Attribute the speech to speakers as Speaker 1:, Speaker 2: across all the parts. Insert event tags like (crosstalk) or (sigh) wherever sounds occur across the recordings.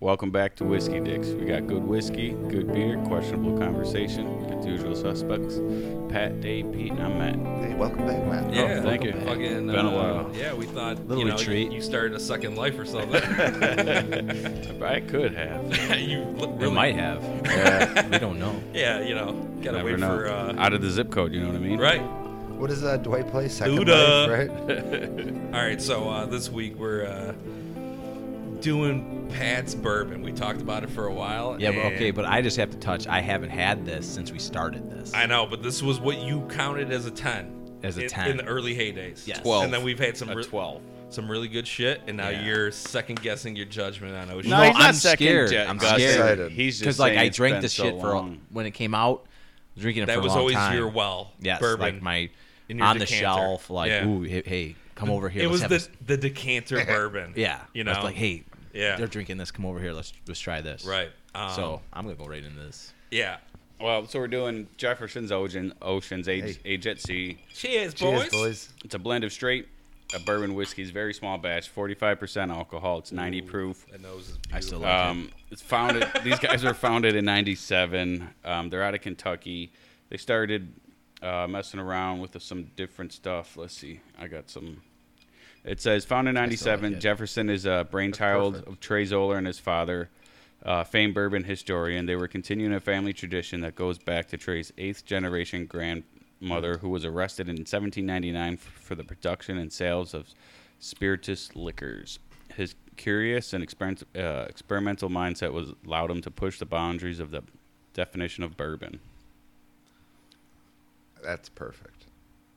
Speaker 1: Welcome back to Whiskey Dicks. We got good whiskey, good beer, questionable conversation, its usual suspects. Pat, Dave, Pete, and I'm Matt.
Speaker 2: Hey, welcome back, Matt.
Speaker 3: Yeah,
Speaker 1: Oh, thank you.
Speaker 3: Fucking,
Speaker 1: Been a
Speaker 3: uh,
Speaker 1: while.
Speaker 3: Yeah, we thought
Speaker 4: Little
Speaker 3: you know,
Speaker 4: retreat.
Speaker 3: You, you started a second life or
Speaker 4: (laughs)
Speaker 3: something. (laughs)
Speaker 1: I could have.
Speaker 3: you look
Speaker 4: We
Speaker 3: really
Speaker 4: might have. (laughs) we don't know.
Speaker 3: Yeah, you know, gotta
Speaker 1: Never
Speaker 3: wait
Speaker 1: know.
Speaker 3: for uh,
Speaker 1: Out of the zip code, you know what I mean?
Speaker 3: right.
Speaker 2: What is that Dwight Place? Second
Speaker 3: Luda.
Speaker 2: Life, right?
Speaker 3: All right, so uh, this week we're uh, doing Pat's bourbon. We talked about it for a while.
Speaker 4: Yeah, but,
Speaker 3: and-
Speaker 4: okay, but I just have to touch. I haven't had this since we started this.
Speaker 3: I know, but this was what you counted as a ten.
Speaker 4: As a
Speaker 3: in,
Speaker 4: 10.
Speaker 3: in the early heydays.
Speaker 4: Yes.
Speaker 1: 12.
Speaker 3: And then we've had some
Speaker 1: A
Speaker 3: re-
Speaker 1: 12.
Speaker 3: some really good shit, and now
Speaker 4: Yeah.
Speaker 3: you're second guessing your judgment on Ocean.
Speaker 4: No,
Speaker 1: he's not
Speaker 4: I'm
Speaker 1: second
Speaker 4: scared.
Speaker 1: jet-
Speaker 4: I'm
Speaker 1: guessing.
Speaker 2: scared.
Speaker 1: He's just
Speaker 4: Because like
Speaker 1: saying
Speaker 4: I
Speaker 1: it's
Speaker 4: drank
Speaker 1: been
Speaker 4: this
Speaker 1: so
Speaker 4: shit for
Speaker 1: long.
Speaker 4: when it came out. I was Drinking it for
Speaker 3: that
Speaker 4: a
Speaker 3: was
Speaker 4: long
Speaker 3: always
Speaker 4: time.
Speaker 3: your well.
Speaker 4: Yes,
Speaker 3: bourbon.
Speaker 4: like my
Speaker 3: in your
Speaker 4: on the
Speaker 3: decanter.
Speaker 4: shelf. Like,
Speaker 3: Yeah.
Speaker 4: ooh, hey, hey, come over here.
Speaker 3: It
Speaker 4: let's
Speaker 3: was
Speaker 4: have
Speaker 3: the
Speaker 4: this-
Speaker 3: the
Speaker 4: (laughs)
Speaker 3: decanter bourbon.
Speaker 4: yeah.
Speaker 3: you
Speaker 4: It's
Speaker 3: know,
Speaker 4: like, hey,
Speaker 3: Yeah.
Speaker 4: they're drinking this. Come over here. Let's let's try this.
Speaker 3: Right. Um,
Speaker 4: so I'm gonna go right into this.
Speaker 3: yeah.
Speaker 1: Well, so we're doing Jefferson's Ocean, Ocean's Age, Age at Sea.
Speaker 3: Cheers,
Speaker 2: Cheers,
Speaker 3: boys.
Speaker 2: boys.
Speaker 1: It's a blend of straight, a bourbon whiskey. It's very small batch, 45% alcohol. It's 90 proof.
Speaker 3: That nose is beautiful.
Speaker 4: I still like
Speaker 1: Um, it's founded. these guys were founded in '97. Um, they're out of Kentucky. They started uh, messing around with some different stuff. Let's see. I got some. It says founded in '97.
Speaker 4: it.
Speaker 1: Jefferson is a brainchild of Trey Zoller and his father, uh, famed bourbon historian. They were continuing a family tradition that goes back to Trey's eighth generation grandmother, who was arrested in 1799 f- for the production and sales of spirituous liquors. His curious and experiment, uh, experimental mindset was allowed him to push the boundaries of the definition of bourbon.
Speaker 2: That's perfect.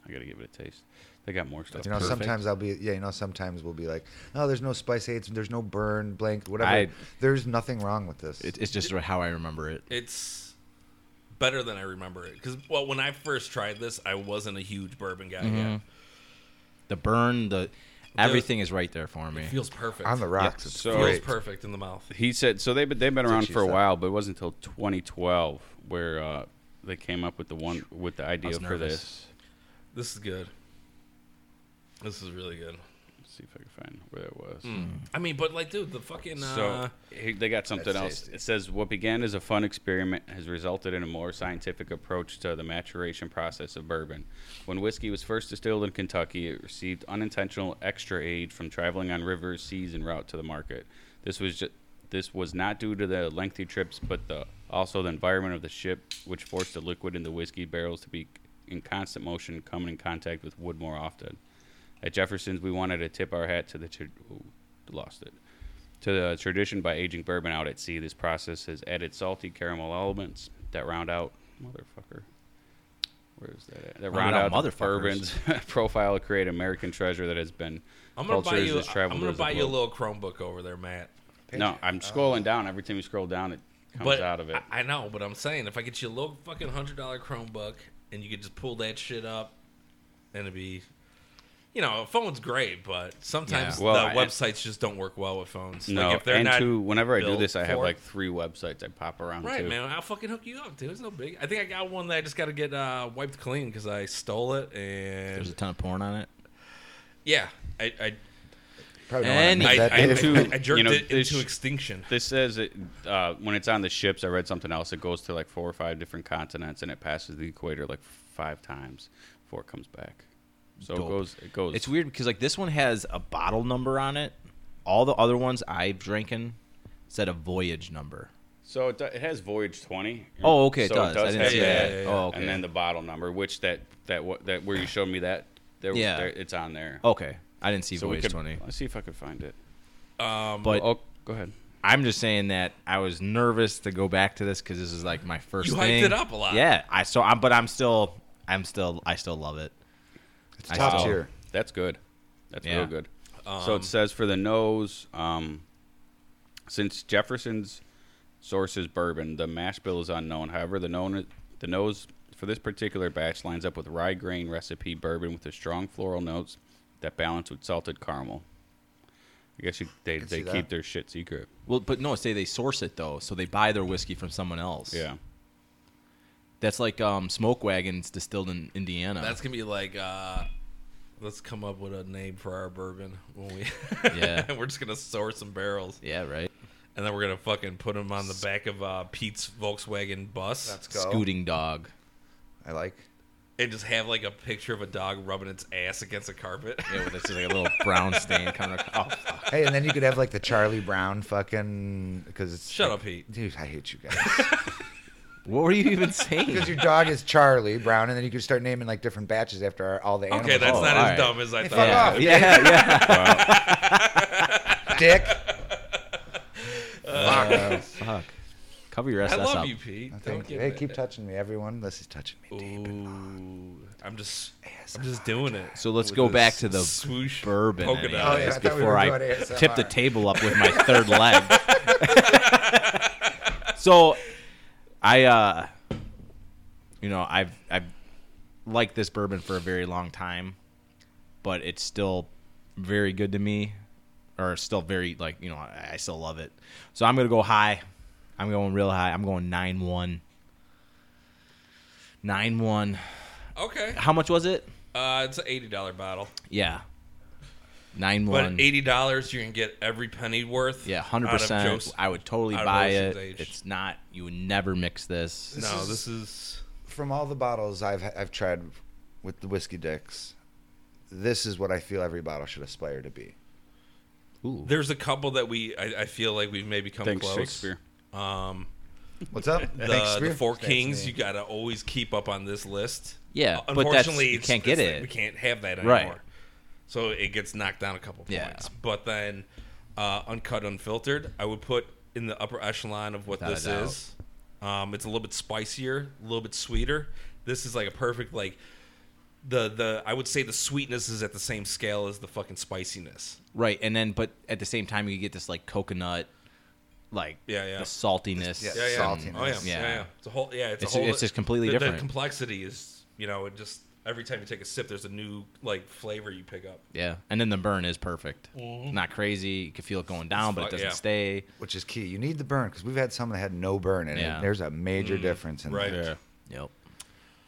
Speaker 1: I gotta give it a taste. They got more stuff.
Speaker 2: You know,
Speaker 1: Perfect.
Speaker 2: sometimes I'll be, yeah, you know, sometimes we'll be like, oh, there's no spice aids, there's no burn, blank, whatever.
Speaker 4: I-
Speaker 2: there's nothing wrong with this.
Speaker 4: it. it. It's just how I remember it.
Speaker 3: It's better than I remember it because well, when I first tried this, I wasn't a huge bourbon guy.
Speaker 4: Mm-hmm.
Speaker 3: yet.
Speaker 4: The burn, the everything is right there for me.
Speaker 3: It feels perfect.
Speaker 2: On the rocks, it's
Speaker 1: so-
Speaker 3: feels
Speaker 2: great.
Speaker 3: perfect in the mouth.
Speaker 1: he said so. They've been, they've been around
Speaker 2: she
Speaker 1: for a
Speaker 2: said.
Speaker 1: while, but it wasn't until 2012 where uh, they came up with the one with the idea
Speaker 4: was
Speaker 1: for
Speaker 4: nervous.
Speaker 1: this.
Speaker 3: This is good. This is really good.
Speaker 1: Let's see if I can find where it was.
Speaker 4: Hmm. Mm.
Speaker 3: I mean, but like, dude, the fucking uh,
Speaker 1: So he- they got something
Speaker 2: That's
Speaker 1: else.
Speaker 2: tasty.
Speaker 1: It says what began as a fun experiment has resulted in a more scientific approach to the maturation process of bourbon. When whiskey was first distilled in Kentucky, it received unintentional extra aid from traveling on rivers, seas, and route to the market. This was just this was not due to the lengthy trips, but the also the environment of the ship, which forced the liquid in the whiskey barrels to be in constant motion, coming in contact with wood more often. At Jefferson's, we wanted to tip our hat to the. Tra- ooh, lost it. To the tradition by aging bourbon out at sea, this process has added salty caramel elements that round out motherfucker. Where is that? At? That round
Speaker 4: Round
Speaker 1: out,
Speaker 4: out
Speaker 1: the
Speaker 4: motherfuckers.
Speaker 1: bourbon's (laughs) profile, to create American treasure that has been
Speaker 3: I'm gonna buy
Speaker 1: cultures
Speaker 3: you.
Speaker 1: has traveled
Speaker 3: I'm gonna
Speaker 1: as a
Speaker 3: buy you a
Speaker 1: globe.
Speaker 3: little Chromebook over there, Matt.
Speaker 1: No, I'm scrolling down. Every time you scroll down, it comes
Speaker 3: but
Speaker 1: out of it.
Speaker 3: I, I know, but I'm saying if I get you a little fucking hundred dollar Chromebook and you could just pull that shit up, and it'd be, you know, a phone's great, but sometimes
Speaker 4: Yeah.
Speaker 1: Well,
Speaker 3: the
Speaker 1: I-
Speaker 3: websites just don't work well with phones.
Speaker 1: no,
Speaker 3: like if they're
Speaker 1: and
Speaker 3: not
Speaker 1: two, whenever I do
Speaker 3: built
Speaker 1: this, I have
Speaker 3: for it.
Speaker 1: like three websites I pop around
Speaker 3: right,
Speaker 1: to.
Speaker 3: man. I'll fucking hook you up, dude. It's no big. I think I got one that I just got to get uh, wiped clean because I stole it,
Speaker 4: There's a
Speaker 3: and
Speaker 4: ton of porn on it.
Speaker 3: yeah, I I
Speaker 2: Probably don't wanna
Speaker 4: And
Speaker 2: admit
Speaker 3: I,
Speaker 2: that,
Speaker 3: I,
Speaker 2: Dave.
Speaker 1: too-
Speaker 3: I jerked
Speaker 1: you know,
Speaker 3: it
Speaker 1: this-
Speaker 3: into extinction.
Speaker 1: This says it, uh, when it's on the ships. I read something else. It goes to like four or five different continents, and it passes the equator like five times before it comes back. So it
Speaker 4: Dope.
Speaker 1: goes. It goes.
Speaker 4: It's weird because like this one has a bottle number on it. All the other ones I've drinking said a voyage number.
Speaker 1: So it, do- it has voyage twenty.
Speaker 4: Oh, okay, it
Speaker 1: So
Speaker 4: does. I didn't
Speaker 1: have
Speaker 3: see that. Yeah, yeah, yeah.
Speaker 4: Oh, okay.
Speaker 1: And then the bottle number, which that that what that where you showed me that, there,
Speaker 4: Yeah.
Speaker 1: there- it's on there.
Speaker 4: Okay, I didn't see
Speaker 1: so we
Speaker 4: voyage
Speaker 1: could-
Speaker 4: twenty,
Speaker 1: Let's see if I could find it.
Speaker 3: Um,
Speaker 4: but
Speaker 1: Oh, go ahead.
Speaker 4: I'm just saying that I was nervous to go back to this because this is like my first.
Speaker 3: You hyped
Speaker 4: thing.
Speaker 3: it up a lot.
Speaker 4: Yeah, I so I'm, but I'm still, I'm still, I still love it.
Speaker 2: it's
Speaker 4: I
Speaker 2: top
Speaker 4: saw-
Speaker 2: tier.
Speaker 1: Oh, That's good. That's
Speaker 4: Yeah.
Speaker 1: real good.
Speaker 2: Um,
Speaker 1: so it says for the nose, um, since Jefferson's source is bourbon, the mash bill is unknown. However, the known the nose for this particular batch lines up with rye grain recipe bourbon with the strong floral notes that balance with salted caramel. I guess you, they
Speaker 2: can
Speaker 1: they
Speaker 2: see that.
Speaker 1: keep their shit secret.
Speaker 4: Well, but no, say they source it though, so they buy their whiskey from someone
Speaker 1: (laughs)
Speaker 4: else.
Speaker 1: Yeah.
Speaker 4: that's like um, smoke wagons distilled in Indiana.
Speaker 3: That's gonna be like uh let's come up with a name for our bourbon when we (laughs)
Speaker 4: Yeah.
Speaker 3: we're just gonna source some barrels
Speaker 4: yeah, right.
Speaker 3: and then we're gonna fucking put him on the back of uh, Pete's Volkswagen bus
Speaker 2: Let's go.
Speaker 4: Scooting dog.
Speaker 2: I like.
Speaker 3: and just have like a picture of a dog rubbing its ass against the carpet.
Speaker 4: Yeah, with it's just like a little brown stain coming across. (laughs)
Speaker 2: Hey, and then you could have like the Charlie Brown fucking because it's
Speaker 3: Shut
Speaker 2: like-
Speaker 3: up, Pete.
Speaker 2: dude. I hate you guys
Speaker 4: What were you even saying?
Speaker 2: because your dog is Charlie Brown, and then you could start naming like different batches after our, all the animals.
Speaker 3: (laughs) Okay, that's
Speaker 4: Oh,
Speaker 3: not as
Speaker 4: alright.
Speaker 3: dumb as I
Speaker 2: fuck
Speaker 3: thought.
Speaker 4: yeah,
Speaker 2: off. (laughs)
Speaker 4: yeah, yeah.
Speaker 3: (laughs)
Speaker 2: dick. Uh,
Speaker 4: Fuck. Cover your ass
Speaker 3: I love
Speaker 4: up.
Speaker 3: you, Pete. Don't
Speaker 2: thank you.
Speaker 3: give
Speaker 2: Hey,
Speaker 3: it-
Speaker 2: keep touching me, everyone. This is touching me.
Speaker 3: Ooh, I'm just, I'm just doing it.
Speaker 4: So let's
Speaker 3: With
Speaker 4: go
Speaker 3: this
Speaker 4: back to the
Speaker 3: swoosh
Speaker 4: bourbon
Speaker 3: polka
Speaker 4: anyways,
Speaker 3: dot.
Speaker 2: Oh, yeah, I thought we were
Speaker 4: before I
Speaker 2: doing ASMR.
Speaker 4: tip the table up with my third leg. (laughs) so I uh you know, I've I've liked this bourbon for a very long time, but it's still very good to me or still very like, you know, I, I still love it. So I'm going to go high. I'm going real high. I'm going 9-1. 9-1.
Speaker 3: Okay,
Speaker 4: How much was it?
Speaker 3: uh, it's an eighty dollar bottle,
Speaker 4: Yeah. 9-1.
Speaker 3: but eighty dollars you can get every penny worth.
Speaker 4: Yeah, hundred
Speaker 3: out of
Speaker 4: percent.
Speaker 3: Joe's-
Speaker 4: I would totally
Speaker 3: out of
Speaker 4: buy
Speaker 3: Wilson's
Speaker 4: it.
Speaker 3: age.
Speaker 4: It's not. You would never mix this.
Speaker 2: This
Speaker 3: no,
Speaker 2: is-
Speaker 3: this is
Speaker 2: From all the bottles I've I've tried with the whiskey dicks, this is what I feel every bottle should aspire to be.
Speaker 4: Ooh.
Speaker 3: There's a couple that we I, I feel like we've maybe come
Speaker 1: Thanks,
Speaker 3: close.
Speaker 1: Shakespeare.
Speaker 3: Um,
Speaker 2: What's up?
Speaker 3: the, the Four
Speaker 2: That's
Speaker 3: Kings,
Speaker 2: me.
Speaker 3: you gotta always keep up on this list. Uh,
Speaker 4: Yeah, but that's- you
Speaker 3: it's-
Speaker 4: can't get
Speaker 3: it's-
Speaker 4: it.
Speaker 3: We can't have that anymore.
Speaker 4: Right.
Speaker 3: So it gets knocked down a couple points.
Speaker 4: Yeah.
Speaker 3: But then, uh, uncut, unfiltered, I would put in the upper echelon of what
Speaker 4: Without a
Speaker 3: this
Speaker 4: doubt.
Speaker 3: is. Um, it's a little bit spicier, a little bit sweeter. This is like a perfect like. The, the I would say the sweetness is at the same scale as the fucking spiciness.
Speaker 4: Right, and then but at the same time you get this like coconut, like
Speaker 3: Yeah, yeah.
Speaker 4: the saltiness.
Speaker 2: Yeah,
Speaker 3: yeah, yeah.
Speaker 2: saltiness.
Speaker 3: Oh yeah, yeah,
Speaker 4: Yeah.
Speaker 3: yeah. It's a whole, yeah, it's,
Speaker 4: It's-
Speaker 3: a whole.
Speaker 4: it's just completely
Speaker 3: the, The
Speaker 4: different.
Speaker 3: complexity is, you know, it just every time you take a sip, there's a new like flavor you pick up.
Speaker 4: Yeah, and then the burn is perfect. Not crazy. You can feel it going down, but
Speaker 3: Mm-hmm. fu-
Speaker 4: it doesn't
Speaker 3: yeah.
Speaker 4: stay.
Speaker 2: Which is key. You need the burn because we've had some that had no burn in
Speaker 4: Yeah.
Speaker 2: it. There's a major difference in
Speaker 3: Mm, Right.
Speaker 2: that.
Speaker 1: Yeah.
Speaker 4: Yep.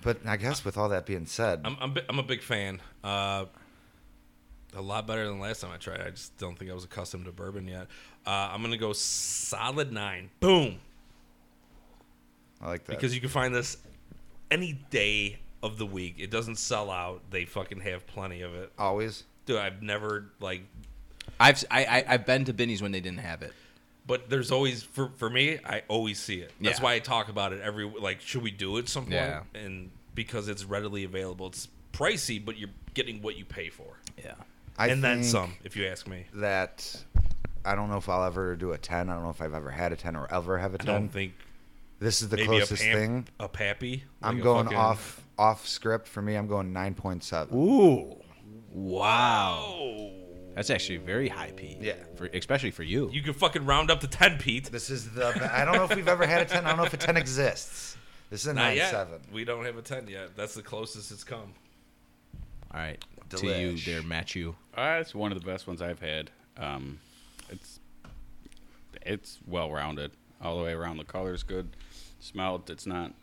Speaker 2: But I guess with all that being said,
Speaker 3: I'm, I'm, bi- I'm a big fan. Uh, a lot better than last time I tried. I just don't think I was accustomed to bourbon yet. Uh, I'm gonna go solid nine. Boom,
Speaker 2: I like that.
Speaker 3: because you can find this any day of the week. It doesn't sell out. They fucking have plenty of it.
Speaker 2: always
Speaker 3: Dude, I've never like
Speaker 4: I've s- I, I have been to Binny's when they didn't have it.
Speaker 3: but there's always for for me i always see it that's
Speaker 4: Yeah.
Speaker 3: why i talk about it every like should we do it some point
Speaker 4: Yeah.
Speaker 3: and because it's readily available it's pricey but you're getting what you pay for
Speaker 4: Yeah.
Speaker 2: I
Speaker 3: and then
Speaker 2: think
Speaker 3: some if you ask me
Speaker 2: That I don't know if I'll ever do a ten. I don't know if I've ever had a ten or ever have a
Speaker 3: i
Speaker 2: ten.
Speaker 3: don't think
Speaker 2: this is the
Speaker 3: maybe
Speaker 2: closest
Speaker 3: a, pam-
Speaker 2: thing.
Speaker 3: a pappy
Speaker 2: I'm
Speaker 3: like a
Speaker 2: going
Speaker 3: fucking-
Speaker 2: off off script for me. I'm going nine point seven.
Speaker 4: Ooh. Wow.
Speaker 3: oh
Speaker 4: That's actually very high P.
Speaker 2: Yeah.
Speaker 4: For, especially for you.
Speaker 3: you can fucking round up to 10 pete
Speaker 2: This is the. I don't know if we've ever had a ten. I don't know if a ten exists. This is a
Speaker 3: not
Speaker 2: nine
Speaker 3: yet
Speaker 2: seven.
Speaker 3: we don't have a 10 yet that's the closest it's come
Speaker 4: All right. To you,
Speaker 2: Delish.
Speaker 4: there, match you.
Speaker 1: Uh, it's one of the best ones I've had. Um, it's it's well rounded all the way around. The color's good. Smelled. It's not.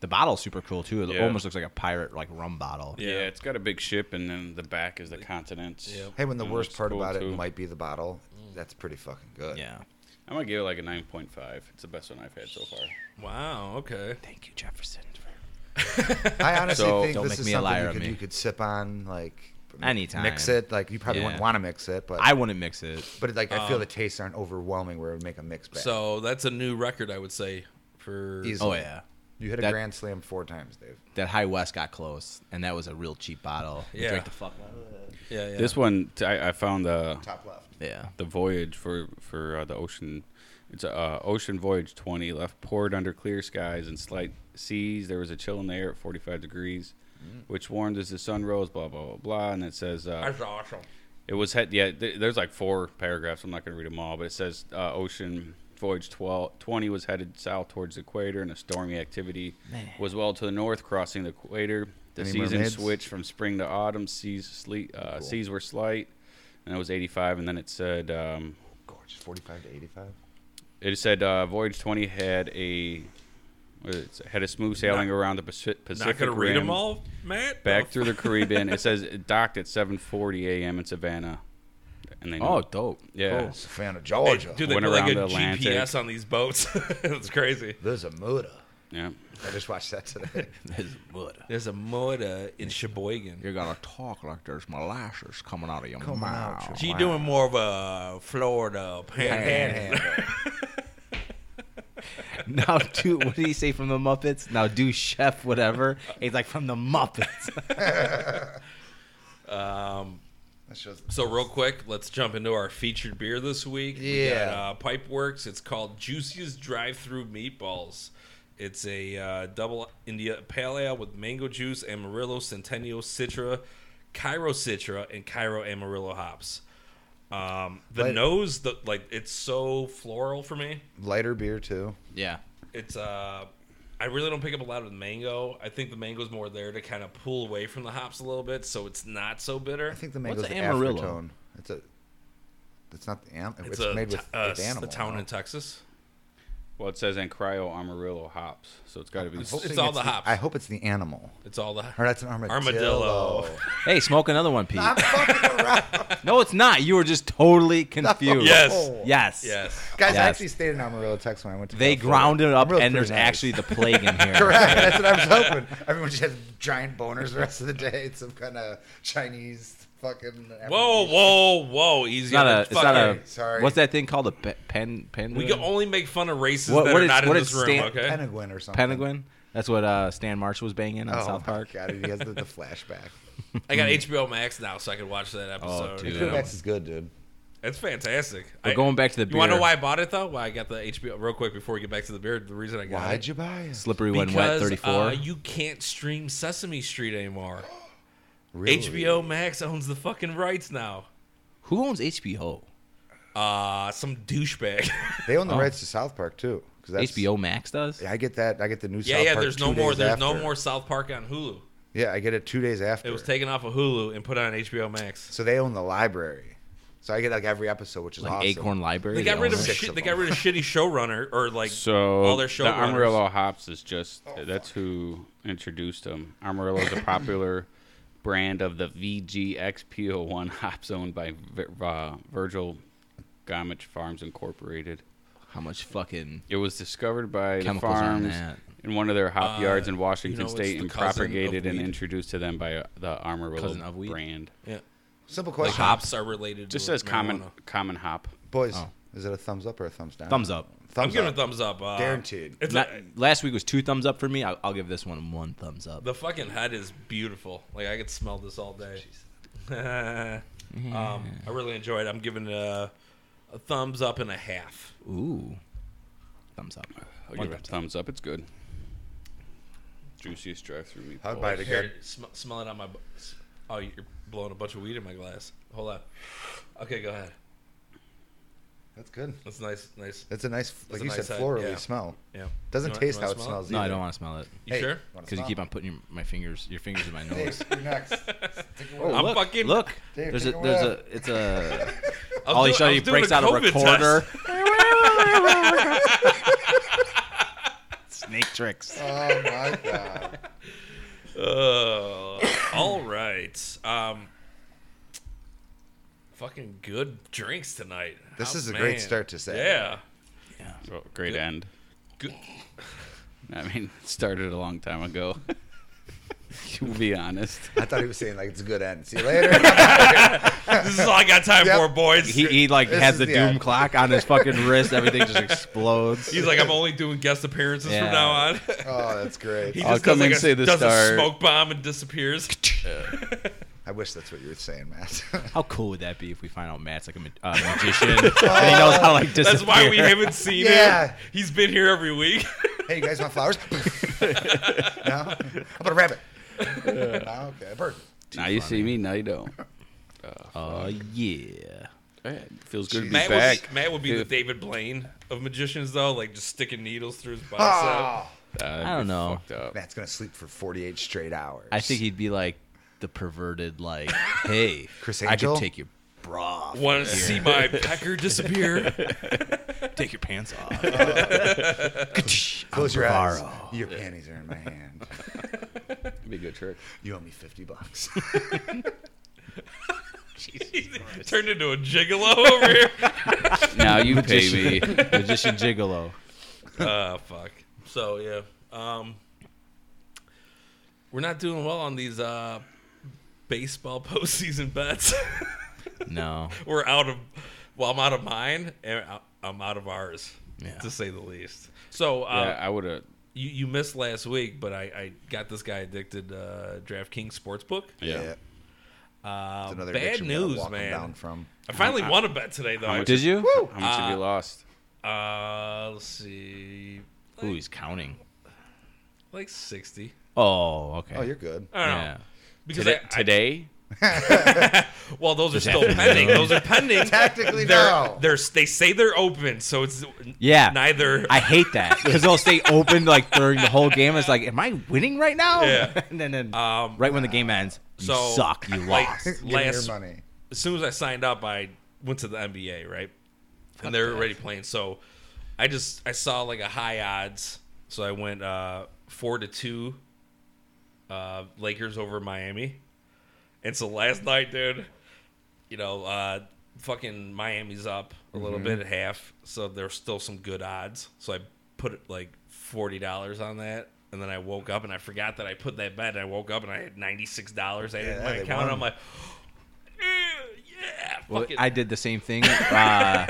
Speaker 4: The bottle's super cool too. It
Speaker 1: Yeah.
Speaker 4: almost looks like a pirate like rum bottle.
Speaker 1: Yeah.
Speaker 3: Yeah.
Speaker 1: it's got a big ship, and then the back is the continents.
Speaker 3: Yep.
Speaker 2: Hey, when the
Speaker 4: Mm,
Speaker 1: And it
Speaker 2: worst
Speaker 1: looks
Speaker 2: part
Speaker 1: cool,
Speaker 2: about
Speaker 1: too.
Speaker 2: it might be the bottle. That's pretty fucking good.
Speaker 4: Yeah.
Speaker 1: I'm gonna give it like a 9.5. It's the best one I've had so far.
Speaker 3: wow okay
Speaker 4: Thank you, Jefferson.
Speaker 2: I honestly
Speaker 1: So-
Speaker 2: think
Speaker 4: Don't
Speaker 2: this
Speaker 4: make
Speaker 2: is
Speaker 4: me a
Speaker 2: something
Speaker 4: liar
Speaker 2: you
Speaker 4: of
Speaker 2: could,
Speaker 4: me.
Speaker 2: you could sip on, like
Speaker 4: Anytime.
Speaker 2: Mix it, like you probably wouldn't
Speaker 4: Yeah.
Speaker 2: want to mix it, but
Speaker 4: I Oh. wouldn't mix it.
Speaker 2: but like I feel the tastes aren't overwhelming where it would make a mix bag.
Speaker 3: so that's a new record i would say for
Speaker 2: Easy.
Speaker 4: Oh yeah.
Speaker 2: you hit a
Speaker 4: that-
Speaker 2: grand slam four times, Dave.
Speaker 4: That High West got close, and that was a real cheap bottle. We
Speaker 3: Yeah.
Speaker 4: drank the fuck out of it.
Speaker 3: yeah, yeah.
Speaker 1: This one, t- I, I found the
Speaker 2: Top left.
Speaker 4: Yeah.
Speaker 1: the voyage for for uh, the ocean. It's a uh, ocean voyage 20 left poured under clear skies and slight seas. There was a chill in the air at 45 degrees, which warmed as the sun rose. Blah blah blah blah. And it says uh,
Speaker 3: that's awesome
Speaker 1: It was head. Yeah, th- there's like four paragraphs. I'm not going to read them all, but it says uh, Ocean Voyage 12, 20 was headed south towards the equator, and a stormy activity was well to the north, crossing the equator. The
Speaker 2: Any
Speaker 1: season
Speaker 2: mermaids?
Speaker 1: switched from spring to autumn. Seas sleet, uh, seas were slight, and it was 85. And then it said um,
Speaker 2: Gorgeous. Forty-five to eighty-five.
Speaker 1: it said uh, Voyage 20 had a what is it, had a smooth sailing around the Paci- Pacific
Speaker 3: not gonna read
Speaker 1: Rim
Speaker 3: them all matt
Speaker 1: back
Speaker 3: The (laughs)
Speaker 1: through the Caribbean. It says it docked at 7:40 a.m. in Savannah, and they know.
Speaker 4: Oh, dope.
Speaker 1: yeah.
Speaker 2: It's a fan of
Speaker 3: Hey,
Speaker 2: Georgia.
Speaker 3: Dude, they
Speaker 1: Went
Speaker 3: put like
Speaker 1: around
Speaker 3: a
Speaker 1: the Atlantic.
Speaker 3: GPS on these boats. (laughs) it's crazy.
Speaker 2: There's a murder.
Speaker 1: Yeah.
Speaker 2: I just watched that today.
Speaker 3: There's a moda in Sheboygan.
Speaker 4: You're gonna talk like there's molasses coming out of your
Speaker 2: Coming out
Speaker 4: mouth.
Speaker 2: your-
Speaker 3: She doing more of a Florida panhandle.
Speaker 2: Panhandle.
Speaker 4: (laughs) now do what did he say from the Muppets? Now do chef whatever. He's like from the Muppets.
Speaker 2: (laughs)
Speaker 4: (laughs)
Speaker 2: That's just
Speaker 3: So real quick, let's jump into our featured beer this week.
Speaker 2: Yeah.
Speaker 3: we got, uh, Pipeworks. It's called Juiciest Drive-Through Meatballs. It's a uh, double India pale ale with mango juice, Amarillo, Centennial, Citra, Cairo Citra, and Cairo Amarillo hops. Um, the
Speaker 2: But-
Speaker 3: nose, the like, it's so floral for me.
Speaker 2: lighter beer too.
Speaker 4: yeah.
Speaker 3: It's uh, I really don't pick up a lot of the mango. I think the mango's more there to kind of pull away from the hops a little bit, so it's not so bitter.
Speaker 2: I think the mango's
Speaker 4: What's
Speaker 2: the
Speaker 4: Amarillo?
Speaker 2: aftertone. It's a. It's not the am. It's,
Speaker 3: it's, a,
Speaker 2: made
Speaker 3: t-
Speaker 2: with,
Speaker 3: uh,
Speaker 2: with
Speaker 3: s-
Speaker 2: animal.
Speaker 3: the town
Speaker 2: no?
Speaker 3: in Texas.
Speaker 1: Well, it says and cryo Amarillo hops, so it's got
Speaker 4: Oh,
Speaker 1: to be.
Speaker 3: It's-
Speaker 2: I'm hoping
Speaker 3: all the
Speaker 2: the
Speaker 3: hops.
Speaker 2: I hope it's the animal.
Speaker 3: It's all the
Speaker 2: Or that's an armadillo.
Speaker 3: Armadillo.
Speaker 4: Hey, smoke another one,
Speaker 2: (laughs)
Speaker 4: Pete.
Speaker 2: I'm fucking around.
Speaker 4: No, it's not. You were just
Speaker 2: (laughs)
Speaker 4: totally confused.
Speaker 3: Yes.
Speaker 4: Yes.
Speaker 3: (laughs) yes.
Speaker 2: Guys, I
Speaker 4: Yes.
Speaker 2: actually stayed in Amarillo, Texas when I went to
Speaker 4: They
Speaker 2: California.
Speaker 4: ground it up,
Speaker 2: Amarillo's
Speaker 4: and there's
Speaker 2: pretty nice. (laughs)
Speaker 4: actually the
Speaker 3: (laughs)
Speaker 4: plague in here.
Speaker 2: Correct. That's what I was hoping. Everyone just has giant boners the rest of the day. It's some kind of Chinese fucking.
Speaker 3: Whoa, whoa, whoa! Easy.
Speaker 4: It's not
Speaker 3: on
Speaker 4: a.
Speaker 3: the
Speaker 4: It's not a.
Speaker 3: fucker.
Speaker 2: Sorry.
Speaker 4: What's that thing called? A pe- pen pen.
Speaker 3: We can only make fun of races
Speaker 4: What-
Speaker 3: that
Speaker 4: what
Speaker 3: are
Speaker 4: is-
Speaker 3: not in
Speaker 4: what
Speaker 3: this
Speaker 4: is
Speaker 3: room.
Speaker 4: Stan-
Speaker 3: okay.
Speaker 2: Penguin or something.
Speaker 4: Penguin. That's what uh, Stan Marsh was banging on
Speaker 2: Oh,
Speaker 4: South
Speaker 2: my
Speaker 4: Park.
Speaker 2: God, he has the, the flashback.
Speaker 3: I got HBO Max now, so I can watch that episode.
Speaker 4: Oh, dude.
Speaker 3: you
Speaker 2: Penguin
Speaker 3: know?
Speaker 2: Max is good, dude.
Speaker 3: It's fantastic.
Speaker 4: We're
Speaker 3: I-
Speaker 4: going back to the
Speaker 3: You want to know
Speaker 4: beer.
Speaker 3: why I bought it though? Why I got the HBO real quick before we get back to the beer. The reason I got
Speaker 2: Why'd
Speaker 3: it.
Speaker 2: you buy it?
Speaker 4: Slippery when
Speaker 3: because
Speaker 4: wet. Thirty four.
Speaker 3: uh, you can't stream Sesame Street anymore.
Speaker 2: Really?
Speaker 3: HBO Max owns the fucking rights now.
Speaker 4: Who owns HBO?
Speaker 3: Uh some douchebag. (laughs)
Speaker 2: They own the
Speaker 4: Oh.
Speaker 2: rights to South Park too. 'cause that's-
Speaker 4: HBO Max does.
Speaker 2: I get that. I get the new.
Speaker 3: yeah,
Speaker 2: South
Speaker 3: yeah.
Speaker 2: Park
Speaker 3: There's
Speaker 2: two
Speaker 3: no more.
Speaker 2: days
Speaker 3: There's no
Speaker 2: after.
Speaker 3: more South Park on Hulu.
Speaker 2: Yeah, I get it two days after.
Speaker 3: It was taken off of Hulu and put on HBO Max.
Speaker 2: so they own the library. So I get like every episode, which is
Speaker 4: Like
Speaker 2: awesome.
Speaker 4: Acorn Library.
Speaker 3: They got rid of
Speaker 4: own it.
Speaker 2: Six
Speaker 3: shit.
Speaker 2: of
Speaker 3: They got
Speaker 2: them.
Speaker 3: rid of shitty showrunner or like
Speaker 1: So
Speaker 3: all their
Speaker 1: the
Speaker 3: showrunners.
Speaker 1: Amarillo hops is just
Speaker 4: Oh,
Speaker 1: that's who introduced them. Amarillo is a
Speaker 3: (laughs)
Speaker 1: popular brand of the VGXPO1 hops owned by Vir- uh, Virgil Gamich Farms Incorporated.
Speaker 4: How much fucking
Speaker 1: It was discovered by the
Speaker 4: Chemicals on
Speaker 1: farms
Speaker 4: that.
Speaker 1: in one of their hop
Speaker 3: Uh,
Speaker 1: yards in
Speaker 3: you
Speaker 1: Washington
Speaker 3: know, it's
Speaker 1: State
Speaker 3: the
Speaker 1: and
Speaker 3: cousin of
Speaker 1: propagated and
Speaker 3: weed.
Speaker 1: introduced to them by uh, the
Speaker 4: Cousin
Speaker 1: Amarillo
Speaker 4: of weed?
Speaker 1: brand.
Speaker 3: Yeah.
Speaker 2: Simple
Speaker 3: The
Speaker 2: question,
Speaker 3: hops are related.
Speaker 1: Just
Speaker 3: to
Speaker 1: says common
Speaker 3: marijuana.
Speaker 1: common hop.
Speaker 2: boys.
Speaker 4: Oh.
Speaker 2: Is it a thumbs up or a thumbs down?
Speaker 4: thumbs up?
Speaker 2: Thumbs
Speaker 3: I'm giving
Speaker 2: up.
Speaker 3: a thumbs up. Uh,
Speaker 2: Guaranteed.
Speaker 3: It's
Speaker 4: Not-
Speaker 3: a-
Speaker 4: last week was two thumbs up for me. I'll, I'll give this one one thumbs up.
Speaker 3: the fucking head is beautiful. Like I could smell this all day. (laughs) um, I really enjoyed. it. I'm giving it a, a thumbs up and a half.
Speaker 4: Ooh, thumbs up.
Speaker 1: I'll give it a thumbs up. It's good. Juiciest drive-through meatballs.
Speaker 2: I'd buy it
Speaker 3: Here,
Speaker 2: again.
Speaker 3: sm- smell it on my. bu- s- Oh, you're blowing a bunch of weed in my glass. Hold on. Okay, go ahead.
Speaker 2: That's good.
Speaker 3: That's nice. Nice.
Speaker 2: That's a nice, like
Speaker 3: a
Speaker 2: you
Speaker 3: nice
Speaker 2: said,
Speaker 3: head,
Speaker 2: florally
Speaker 3: yeah.
Speaker 2: smell.
Speaker 3: Yeah.
Speaker 2: Doesn't
Speaker 3: You want-
Speaker 2: taste
Speaker 3: you wanna
Speaker 2: how it
Speaker 3: smell
Speaker 2: smells
Speaker 4: No, I
Speaker 2: either.
Speaker 4: don't want to smell it
Speaker 3: You
Speaker 2: Hey,
Speaker 3: sure?
Speaker 2: wanna
Speaker 4: because you
Speaker 2: smell?
Speaker 4: keep on putting your, my fingers, your fingers in my
Speaker 2: Dave,
Speaker 4: nose.
Speaker 3: (laughs)
Speaker 2: you're next. Stick away.
Speaker 3: I'm
Speaker 4: look,
Speaker 3: fucking-
Speaker 4: look.
Speaker 2: Dave,
Speaker 4: there's a
Speaker 2: take it
Speaker 4: there's
Speaker 2: away.
Speaker 4: a it's a.
Speaker 3: (laughs) I was
Speaker 4: All he
Speaker 3: doing-
Speaker 4: shows
Speaker 3: I
Speaker 4: you
Speaker 3: was doing
Speaker 4: breaks out a
Speaker 3: COVID test.
Speaker 4: recorder.
Speaker 3: (laughs)
Speaker 4: Snake tricks.
Speaker 2: oh my god.
Speaker 3: Uh, all right. Um, fucking good drinks tonight.
Speaker 2: This
Speaker 3: Oh,
Speaker 2: is a great
Speaker 3: man.
Speaker 2: start to Saturday.
Speaker 3: Yeah.
Speaker 1: Well, Oh, great end.
Speaker 3: Good.
Speaker 1: I mean, it started a long time ago. (laughs) You'll be honest.
Speaker 2: I thought he was saying like it's a good end. See you
Speaker 3: (laughs)
Speaker 2: later.
Speaker 3: This is all I got time
Speaker 2: (laughs) Yep.
Speaker 3: for, boys.
Speaker 4: He, he like
Speaker 2: This
Speaker 4: has
Speaker 2: is
Speaker 4: the,
Speaker 2: the
Speaker 4: doom
Speaker 2: end.
Speaker 4: clock on his fucking wrist. Everything just explodes.
Speaker 3: He's like, I'm only doing guest appearances
Speaker 4: Yeah.
Speaker 3: from now on. (laughs)
Speaker 2: oh, that's great.
Speaker 3: he
Speaker 1: I'll
Speaker 3: just
Speaker 1: come
Speaker 3: does, like,
Speaker 1: and
Speaker 3: a,
Speaker 1: say the
Speaker 3: does a
Speaker 1: start.
Speaker 3: smoke bomb and disappears.
Speaker 2: I wish that's what you were saying, Matt. (laughs)
Speaker 4: How cool would that be if we find out Matt's like a ma- uh, magician (laughs) and he knows how to like disappear?
Speaker 3: That's why we haven't seen him.
Speaker 2: Yeah.
Speaker 3: He's been here every week. (laughs)
Speaker 2: hey, you guys want flowers? (laughs) no. How about a rabbit? no, okay, a bird.
Speaker 1: now you see me, now you (laughs) don't.
Speaker 4: Oh yeah.
Speaker 1: feels good to be
Speaker 2: Jeez.
Speaker 3: Matt
Speaker 1: back.
Speaker 3: would, be, Matt would be the
Speaker 1: Dude.
Speaker 3: David Blaine of magicians, though, like just sticking needles through his bicep.
Speaker 2: Oh,
Speaker 1: That'd
Speaker 4: I don't
Speaker 1: be
Speaker 4: know.
Speaker 1: fucked up.
Speaker 2: Matt's gonna sleep for 48 straight hours.
Speaker 4: I think he'd be like the perverted, like,
Speaker 2: (laughs)
Speaker 4: hey,
Speaker 2: Chris
Speaker 4: I could
Speaker 2: Angel?
Speaker 4: take your bra, off,
Speaker 3: Want to
Speaker 1: (laughs)
Speaker 3: see my pecker disappear?
Speaker 4: take your pants off.
Speaker 2: Close your eyes.
Speaker 4: Alvaro.
Speaker 2: Your panties are in my hand.
Speaker 1: (laughs) That'd be a good trick.
Speaker 2: (laughs) You owe me 50 bucks.
Speaker 3: Turned into a gigolo
Speaker 1: (laughs)
Speaker 3: over here.
Speaker 1: now you pay
Speaker 4: (laughs)
Speaker 1: me.
Speaker 4: Magician Gigolo.
Speaker 3: uh, fuck. So yeah, um, we're not doing well on these uh, baseball (laughs) postseason bets. (laughs)
Speaker 4: No.
Speaker 3: we're out of. Well, I'm out of mine, and I- I'm out of ours,
Speaker 4: Yeah.
Speaker 3: to say the least. So (laughs) uh,
Speaker 1: Yeah, I would have.
Speaker 3: you you missed last week, but I, I got this guy addicted uh, DraftKings sportsbook.
Speaker 1: Yeah.
Speaker 2: It's
Speaker 3: Uh,
Speaker 2: another
Speaker 3: bad
Speaker 2: addiction we gotta
Speaker 3: news,
Speaker 2: walk 'em
Speaker 3: man.
Speaker 2: Down from.
Speaker 3: I finally won a bet today, though.
Speaker 1: much
Speaker 4: Did you?
Speaker 1: How much have you lost?
Speaker 3: Uh, let's see,
Speaker 4: Ooh, he's counting.
Speaker 3: like sixty.
Speaker 4: Oh, okay.
Speaker 2: Oh, you're good.
Speaker 3: I don't know
Speaker 4: yeah.
Speaker 3: because
Speaker 1: Today?
Speaker 3: I, I-
Speaker 1: today?
Speaker 3: Well, those are still pending. Those
Speaker 2: (laughs)
Speaker 3: are pending.
Speaker 2: Technically,
Speaker 3: they're,
Speaker 2: no.
Speaker 3: they're they say they're open, so it's
Speaker 4: Yeah.
Speaker 3: neither.
Speaker 4: I hate
Speaker 3: (laughs)
Speaker 4: that because they'll stay open like during the whole game. It's like, am I winning right now?
Speaker 3: Yeah.
Speaker 4: (laughs) and then, then
Speaker 3: Um,
Speaker 4: right when the game ends, you
Speaker 3: so-
Speaker 4: suck. You
Speaker 3: like-
Speaker 4: lost.
Speaker 2: Give me your
Speaker 3: Last- (laughs)
Speaker 2: money.
Speaker 3: as soon as I signed up, I went to the NBA, right? And they're already playing. So I just I saw like a high odds, so I went uh four to two uh Lakers over Miami. And so last (laughs) night, dude, you know, uh fucking Miami's up a little
Speaker 2: Mm-hmm.
Speaker 3: bit at half, so there's still some good odds. So I put like forty dollars on that. And then I woke up and I forgot that I put that bet. And I woke up and I had ninety six dollars. I had in
Speaker 2: Yeah,
Speaker 3: my
Speaker 2: they
Speaker 3: account.
Speaker 2: won.
Speaker 3: I'm like, yeah,
Speaker 4: Well,
Speaker 3: fuck it.
Speaker 4: I did the
Speaker 3: (laughs)
Speaker 4: same thing. Uh,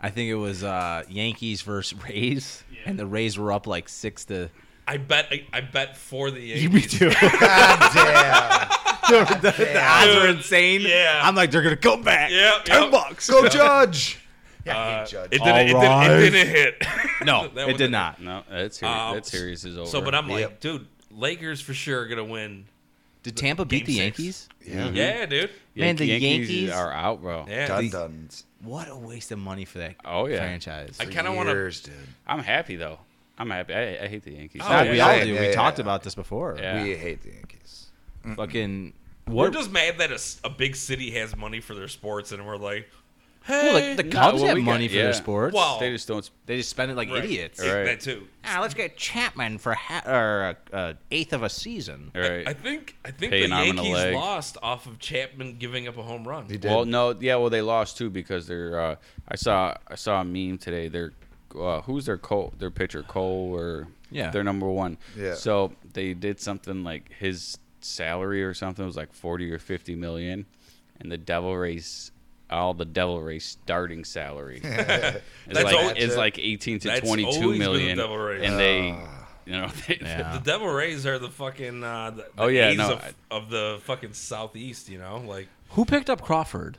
Speaker 4: I think it was uh, Yankees versus (laughs) Rays, and the Rays were up like six
Speaker 3: (laughs)
Speaker 4: to.
Speaker 3: I bet I, I bet for the
Speaker 4: You
Speaker 3: Yankees.
Speaker 4: too.
Speaker 2: God damn.
Speaker 4: (laughs) the,
Speaker 3: (laughs)
Speaker 4: the odds were
Speaker 3: Dude,
Speaker 4: insane.
Speaker 3: yeah.
Speaker 4: I'm like, they're gonna come back.
Speaker 3: Yeah,
Speaker 4: ten
Speaker 3: yeah.
Speaker 4: bucks.
Speaker 2: Go judge. Yeah, I
Speaker 3: Uh,
Speaker 2: hate
Speaker 3: it,
Speaker 2: judge.
Speaker 3: didn't, it, didn't,
Speaker 4: Alright.
Speaker 3: it didn't hit.
Speaker 4: No,
Speaker 3: (laughs) That
Speaker 4: it
Speaker 3: was
Speaker 4: did
Speaker 3: a-
Speaker 4: not.
Speaker 1: No, that series,
Speaker 3: Um,
Speaker 1: that series is over.
Speaker 3: So, but I'm like,
Speaker 2: Yep.
Speaker 3: dude, Lakers for sure gonna win.
Speaker 4: Did Tampa beat
Speaker 3: Game
Speaker 4: the
Speaker 3: six.
Speaker 4: Yankees?
Speaker 2: yeah.
Speaker 3: Yeah, dude.
Speaker 4: Man, the
Speaker 1: Yankees,
Speaker 4: Yankees-
Speaker 1: are out, bro.
Speaker 3: Yeah.
Speaker 2: Dun duns.
Speaker 4: What a waste of money for that
Speaker 1: Oh, yeah.
Speaker 4: franchise.
Speaker 3: I kind of want to.
Speaker 2: Years, dude.
Speaker 1: I'm happy though. I'm happy. I, I hate the Yankees.
Speaker 3: Oh,
Speaker 4: God,
Speaker 3: yeah.
Speaker 4: we all
Speaker 2: Yeah,
Speaker 4: do.
Speaker 2: yeah,
Speaker 4: we
Speaker 2: yeah,
Speaker 4: talked
Speaker 2: yeah.
Speaker 4: about this before.
Speaker 1: Yeah.
Speaker 2: We hate the Yankees.
Speaker 4: Mm-hmm. Fucking.
Speaker 3: We're
Speaker 4: What?
Speaker 3: just mad that a, s- a big city has money for their sports, and we're like,
Speaker 4: well, like, the
Speaker 1: No,
Speaker 4: Cubs
Speaker 1: well,
Speaker 4: have
Speaker 1: we got-
Speaker 4: money for
Speaker 1: yeah.
Speaker 4: their sports.
Speaker 3: Well-
Speaker 1: They just don't.
Speaker 4: They just spend it like
Speaker 3: right.
Speaker 4: idiots.
Speaker 3: Yeah,
Speaker 1: Right.
Speaker 3: That too.
Speaker 4: Ah, let's get Chapman for ha- or uh, uh, eighth of a season.
Speaker 1: All right.
Speaker 3: I think I think
Speaker 1: Pay
Speaker 3: the
Speaker 1: an arm and a
Speaker 3: Yankees
Speaker 1: leg.
Speaker 3: lost off of Chapman giving up a home run.
Speaker 2: He did.
Speaker 1: well, no, yeah, well they lost too because they're. Uh, I saw I saw a meme today. They're uh, who's their Cole, their pitcher Cole or
Speaker 4: Yeah.
Speaker 1: their number one.
Speaker 2: Yeah.
Speaker 1: So they did something like his salary or something was like forty or fifty million, and the Devil Rays. All the Devil Rays starting salary is like
Speaker 3: always-
Speaker 1: is like eighteen to
Speaker 3: That's
Speaker 1: twenty
Speaker 3: always
Speaker 1: two
Speaker 3: been the
Speaker 1: million,
Speaker 3: Devil Rays.
Speaker 1: and they, you know, (laughs) they,
Speaker 4: Yeah.
Speaker 3: The Devil Rays are the fucking uh, the, the
Speaker 1: Oh, yeah,
Speaker 3: A's
Speaker 1: no,
Speaker 3: of,
Speaker 1: I-
Speaker 3: of the fucking southeast. You know, like
Speaker 4: Who picked up Crawford?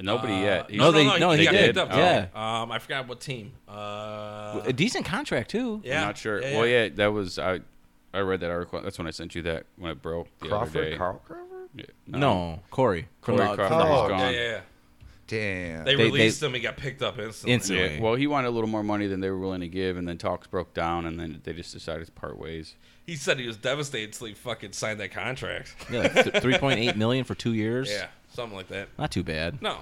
Speaker 1: nobody
Speaker 3: Uh,
Speaker 1: yet.
Speaker 4: No, they- no, he
Speaker 3: got
Speaker 1: did.
Speaker 3: picked Up,
Speaker 1: Oh.
Speaker 3: yeah. Um, I forgot what team. Uh,
Speaker 4: a decent contract too.
Speaker 3: yeah.
Speaker 1: I'm not sure. well, yeah, that was I. I read that article. That's when I sent you that when it broke the other
Speaker 2: Crawford,
Speaker 1: day.
Speaker 2: Carl Oh, Crawford.
Speaker 1: Yeah,
Speaker 4: No, Corey. From
Speaker 1: Corey
Speaker 4: the-
Speaker 1: Crawford
Speaker 4: from the
Speaker 1: was
Speaker 2: Hawks.
Speaker 1: gone.
Speaker 3: Yeah, yeah, yeah.
Speaker 2: Damn.
Speaker 3: They,
Speaker 4: They-
Speaker 3: released
Speaker 4: they-
Speaker 3: him. He got picked up instantly.
Speaker 4: Instantly.
Speaker 1: Yeah, Well, he wanted a little more money than they were willing to give, and then talks broke down, and then they just decided to part ways.
Speaker 3: He said he was devastated till he fucking signed that
Speaker 4: (laughs)
Speaker 3: contract.
Speaker 4: Yeah, th- three point eight million for two years.
Speaker 3: yeah, something like that.
Speaker 4: not too bad.
Speaker 3: No,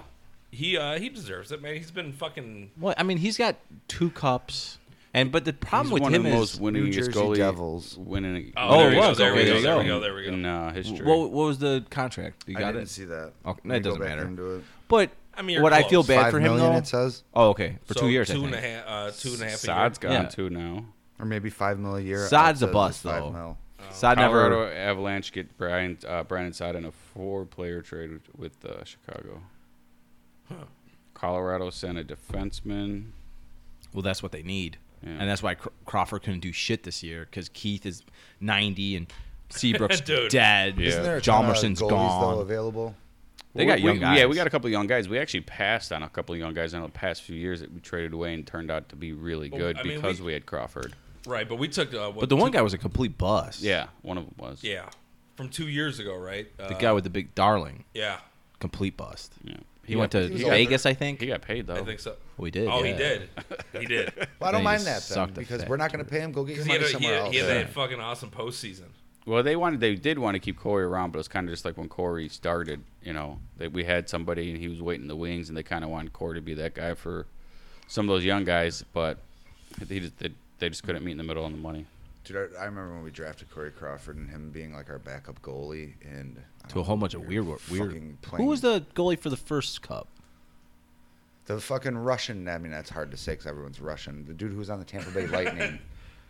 Speaker 3: he uh, he deserves it, man. He's been fucking.
Speaker 4: Well, I mean, he's got two cups, and but the problem
Speaker 1: He's
Speaker 4: with
Speaker 1: one
Speaker 4: him
Speaker 1: of the
Speaker 4: is
Speaker 1: most winningest
Speaker 2: New Jersey
Speaker 1: goalie
Speaker 2: Devils.
Speaker 1: winning.
Speaker 4: Oh,
Speaker 3: there
Speaker 4: it
Speaker 3: we go,
Speaker 4: was.
Speaker 3: There we
Speaker 4: Okay,
Speaker 3: go. There we
Speaker 4: there
Speaker 3: go.
Speaker 4: you go.
Speaker 3: There we go.
Speaker 1: in uh, history.
Speaker 4: what, what was the contract? You
Speaker 2: I
Speaker 4: got
Speaker 2: didn't
Speaker 4: it.
Speaker 2: see that.
Speaker 4: Okay,
Speaker 2: Let me
Speaker 4: that
Speaker 2: go
Speaker 4: doesn't
Speaker 2: back
Speaker 4: matter.
Speaker 2: Into Oh, it.
Speaker 4: But
Speaker 3: I mean, you're
Speaker 4: what I
Speaker 3: close.
Speaker 4: feel bad
Speaker 2: Five
Speaker 4: for him
Speaker 2: million,
Speaker 4: though.
Speaker 2: it says,
Speaker 4: oh, okay, for
Speaker 3: So
Speaker 4: two years.
Speaker 3: two
Speaker 4: I
Speaker 3: and a
Speaker 4: think.
Speaker 3: half, uh, two and a half.
Speaker 1: Sod's
Speaker 3: a year.
Speaker 1: gone
Speaker 4: Yeah.
Speaker 1: too now.
Speaker 2: or maybe five mil a year.
Speaker 4: Sod's
Speaker 2: It
Speaker 4: a
Speaker 2: says
Speaker 4: bust,
Speaker 2: it's five
Speaker 4: though.
Speaker 2: mil.
Speaker 4: Sod
Speaker 1: Colorado
Speaker 4: never.
Speaker 1: Avalanche get Brian uh, Brandon Sod in a four-player trade with, with uh, Chicago. Colorado sent a defenseman.
Speaker 4: Well, that's what they need,
Speaker 1: Yeah.
Speaker 4: and that's why Cr- Crawford couldn't do shit this year because Keith is ninety and
Speaker 3: (laughs)
Speaker 4: Seabrook's
Speaker 3: Dude.
Speaker 4: dead.
Speaker 1: Yeah. Isn't
Speaker 2: Isn't there a ton of
Speaker 4: Jalmerson's
Speaker 2: goalies,
Speaker 4: gone.
Speaker 2: Though, available.
Speaker 4: They
Speaker 1: Well,
Speaker 4: got
Speaker 1: we-
Speaker 4: young
Speaker 1: we-
Speaker 4: guys.
Speaker 1: Yeah, we got a couple of young guys. We actually passed on a couple of young guys in the past few years that we traded away and turned out to be really
Speaker 3: Well,
Speaker 1: good
Speaker 3: I mean,
Speaker 1: because
Speaker 3: we-
Speaker 1: we, had Crawford.
Speaker 3: Right, but we took. Uh, what,
Speaker 4: But the one
Speaker 3: two-
Speaker 4: guy was a complete bust.
Speaker 1: Yeah, one of them was.
Speaker 3: Yeah, from two years ago, right? Uh,
Speaker 4: The guy with the big darling,
Speaker 3: Yeah,
Speaker 4: complete bust.
Speaker 1: Yeah.
Speaker 4: He, went
Speaker 1: got-
Speaker 4: to
Speaker 1: he got-
Speaker 4: Vegas, I think.
Speaker 1: He got paid though.
Speaker 3: I think so.
Speaker 4: Oh, he did,
Speaker 3: Oh, he
Speaker 4: yeah.
Speaker 3: did. He did.
Speaker 2: (laughs) Well, I
Speaker 4: Then
Speaker 2: don't
Speaker 4: he
Speaker 2: mind that
Speaker 4: just
Speaker 2: then
Speaker 4: sucked the
Speaker 2: because
Speaker 4: fat
Speaker 2: we're not going to pay him. Go get your
Speaker 3: He had,
Speaker 2: money
Speaker 3: a, he,
Speaker 2: somewhere
Speaker 3: had,
Speaker 2: else.
Speaker 3: he had
Speaker 2: Yeah.
Speaker 3: that fucking awesome postseason.
Speaker 1: Well, they wanted they did want to keep Corey around, but it was kind of just like when Corey started. You know, that we had somebody and he was waiting in the wings, and they kind of wanted Corey to be that guy for some of those young guys, but he just, they, they just couldn't meet in the middle on the money.
Speaker 2: Dude, I, I remember when we drafted Corey Crawford and him being like our backup goalie and I
Speaker 4: to
Speaker 2: don't
Speaker 4: a whole
Speaker 2: know,
Speaker 4: bunch of
Speaker 2: we
Speaker 4: weird,
Speaker 2: were
Speaker 4: weird.
Speaker 2: fucking
Speaker 4: Who
Speaker 2: playing-
Speaker 4: was the goalie for the first cup?
Speaker 2: The fucking Russian. I mean, that's hard to say because everyone's Russian. The dude who was on the Tampa Bay
Speaker 4: (laughs)
Speaker 2: Lightning.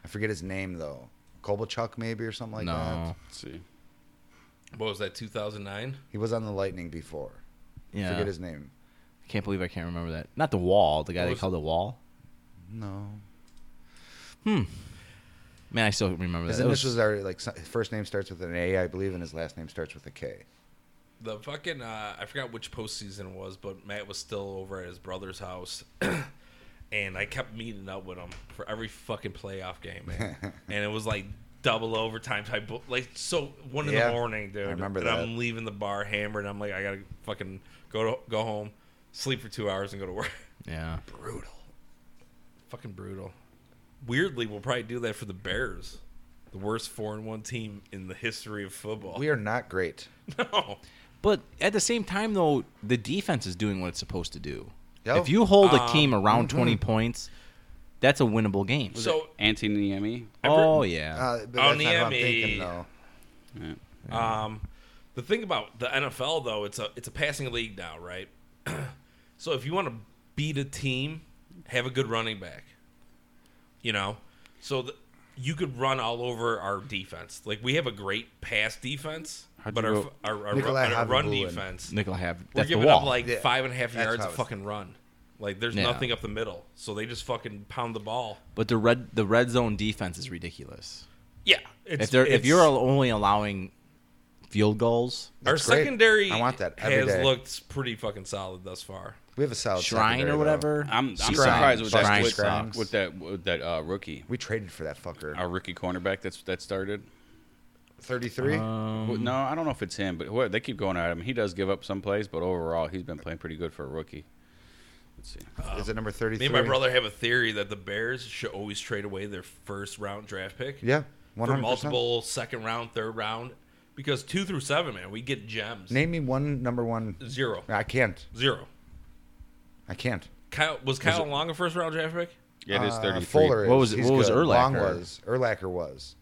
Speaker 2: I forget his name though. Kovalchuk maybe or something like
Speaker 4: no,
Speaker 2: that.
Speaker 1: Let's see.
Speaker 3: What was that? 2009.
Speaker 2: He was on the Lightning before. I
Speaker 4: yeah,
Speaker 2: forget his name.
Speaker 4: I can't believe I can't remember that. Not the wall, the guy
Speaker 3: What
Speaker 4: they
Speaker 3: was-
Speaker 4: called the wall.
Speaker 2: No.
Speaker 4: Man, I still remember
Speaker 2: His
Speaker 4: that. It was-
Speaker 2: initials are like so- his first name starts with an A, I believe, and his last name starts with a K.
Speaker 3: The fucking uh, I forgot which postseason it was, but Matt was still over at his brother's house, (clears throat) and I kept meeting up with him for every fucking playoff game,
Speaker 2: (laughs)
Speaker 3: man. and it was like double overtime type, bu- like so one in
Speaker 2: Yeah,
Speaker 3: the morning, dude.
Speaker 2: I remember
Speaker 3: and
Speaker 2: that.
Speaker 3: I'm leaving the bar hammered. and I'm like, I gotta fucking go to go home, sleep for two hours, and go to work. (laughs)
Speaker 4: yeah.
Speaker 3: brutal, fucking brutal. Weirdly, we'll probably do that for the Bears, the worst four and one team in the history of football.
Speaker 2: We are not great.
Speaker 3: no.
Speaker 4: But at the same time, though, the defense is doing what it's supposed to do.
Speaker 2: Yep. mm-hmm.
Speaker 4: If you hold a
Speaker 3: Um,
Speaker 4: team around 20 points, that's a winnable game.
Speaker 3: So
Speaker 1: Anthony Niemi.
Speaker 3: ever-
Speaker 4: oh, yeah.
Speaker 2: Uh, but that's not what I'm
Speaker 3: Oniemi.
Speaker 2: thinking though.
Speaker 1: Yeah.
Speaker 3: Um, the thing about the NFL though, it's a it's a passing league now, right? (clears throat) so if you want to beat a team, have a good running back. You know, so th you could run all over our defense. Like we have a great pass defense,
Speaker 1: How'd
Speaker 3: but
Speaker 1: you
Speaker 3: our,
Speaker 1: go-
Speaker 3: our, our, run-
Speaker 2: Nikolai
Speaker 3: our run
Speaker 2: Havlin.
Speaker 3: defense,
Speaker 4: Nickel have.
Speaker 3: we're
Speaker 4: That's the
Speaker 3: giving
Speaker 4: wall.
Speaker 3: up like
Speaker 2: Yeah.
Speaker 3: five and a half
Speaker 2: That's
Speaker 3: yards
Speaker 2: how
Speaker 3: a
Speaker 2: it's-
Speaker 3: fucking run. Like there's
Speaker 4: Yeah.
Speaker 3: nothing up the middle, so they just fucking pound the ball.
Speaker 4: but the red the red zone defense is ridiculous.
Speaker 3: Yeah, it's,
Speaker 4: if they're if
Speaker 3: it's-
Speaker 4: you're only allowing field goals,
Speaker 3: our
Speaker 2: That's great.
Speaker 3: secondary,
Speaker 2: I want that every
Speaker 3: has
Speaker 2: day.
Speaker 3: looked pretty fucking solid thus far.
Speaker 2: We have a solid
Speaker 4: Shrine
Speaker 2: Oh, secondary,
Speaker 4: or
Speaker 2: though.
Speaker 4: whatever,
Speaker 1: I'm, I'm
Speaker 4: Shrine.
Speaker 1: surprised with that
Speaker 4: Shrine
Speaker 3: uh,
Speaker 1: with,
Speaker 2: sucks.
Speaker 1: with that with that uh, rookie,
Speaker 2: We traded for that fucker.
Speaker 1: our rookie cornerback that's that started.
Speaker 2: Thirty-three.
Speaker 4: Uh,
Speaker 1: Well, no, I don't know if it's him, but who- they keep going at him. He does give up some plays, but overall, he's been playing pretty good for a rookie. Let's see.
Speaker 2: Is it number thirty-three?
Speaker 3: Me and my brother have a theory that the Bears should always trade away their first round draft pick.
Speaker 2: Yeah,
Speaker 3: For
Speaker 2: 100%.
Speaker 3: multiple second round, third round. Because two through seven, man, we get gems.
Speaker 2: Name me one number one.
Speaker 3: Zero.
Speaker 2: I can't.
Speaker 3: Zero.
Speaker 2: I can't.
Speaker 3: Kyle was Kyle Long a first round draft pick?
Speaker 1: Yeah, it is
Speaker 2: Uh,
Speaker 1: 33.
Speaker 2: Fuller is.
Speaker 4: What was it-
Speaker 2: He's
Speaker 4: what was
Speaker 2: good. Long
Speaker 4: Urlacher?
Speaker 2: was. Urlacher was.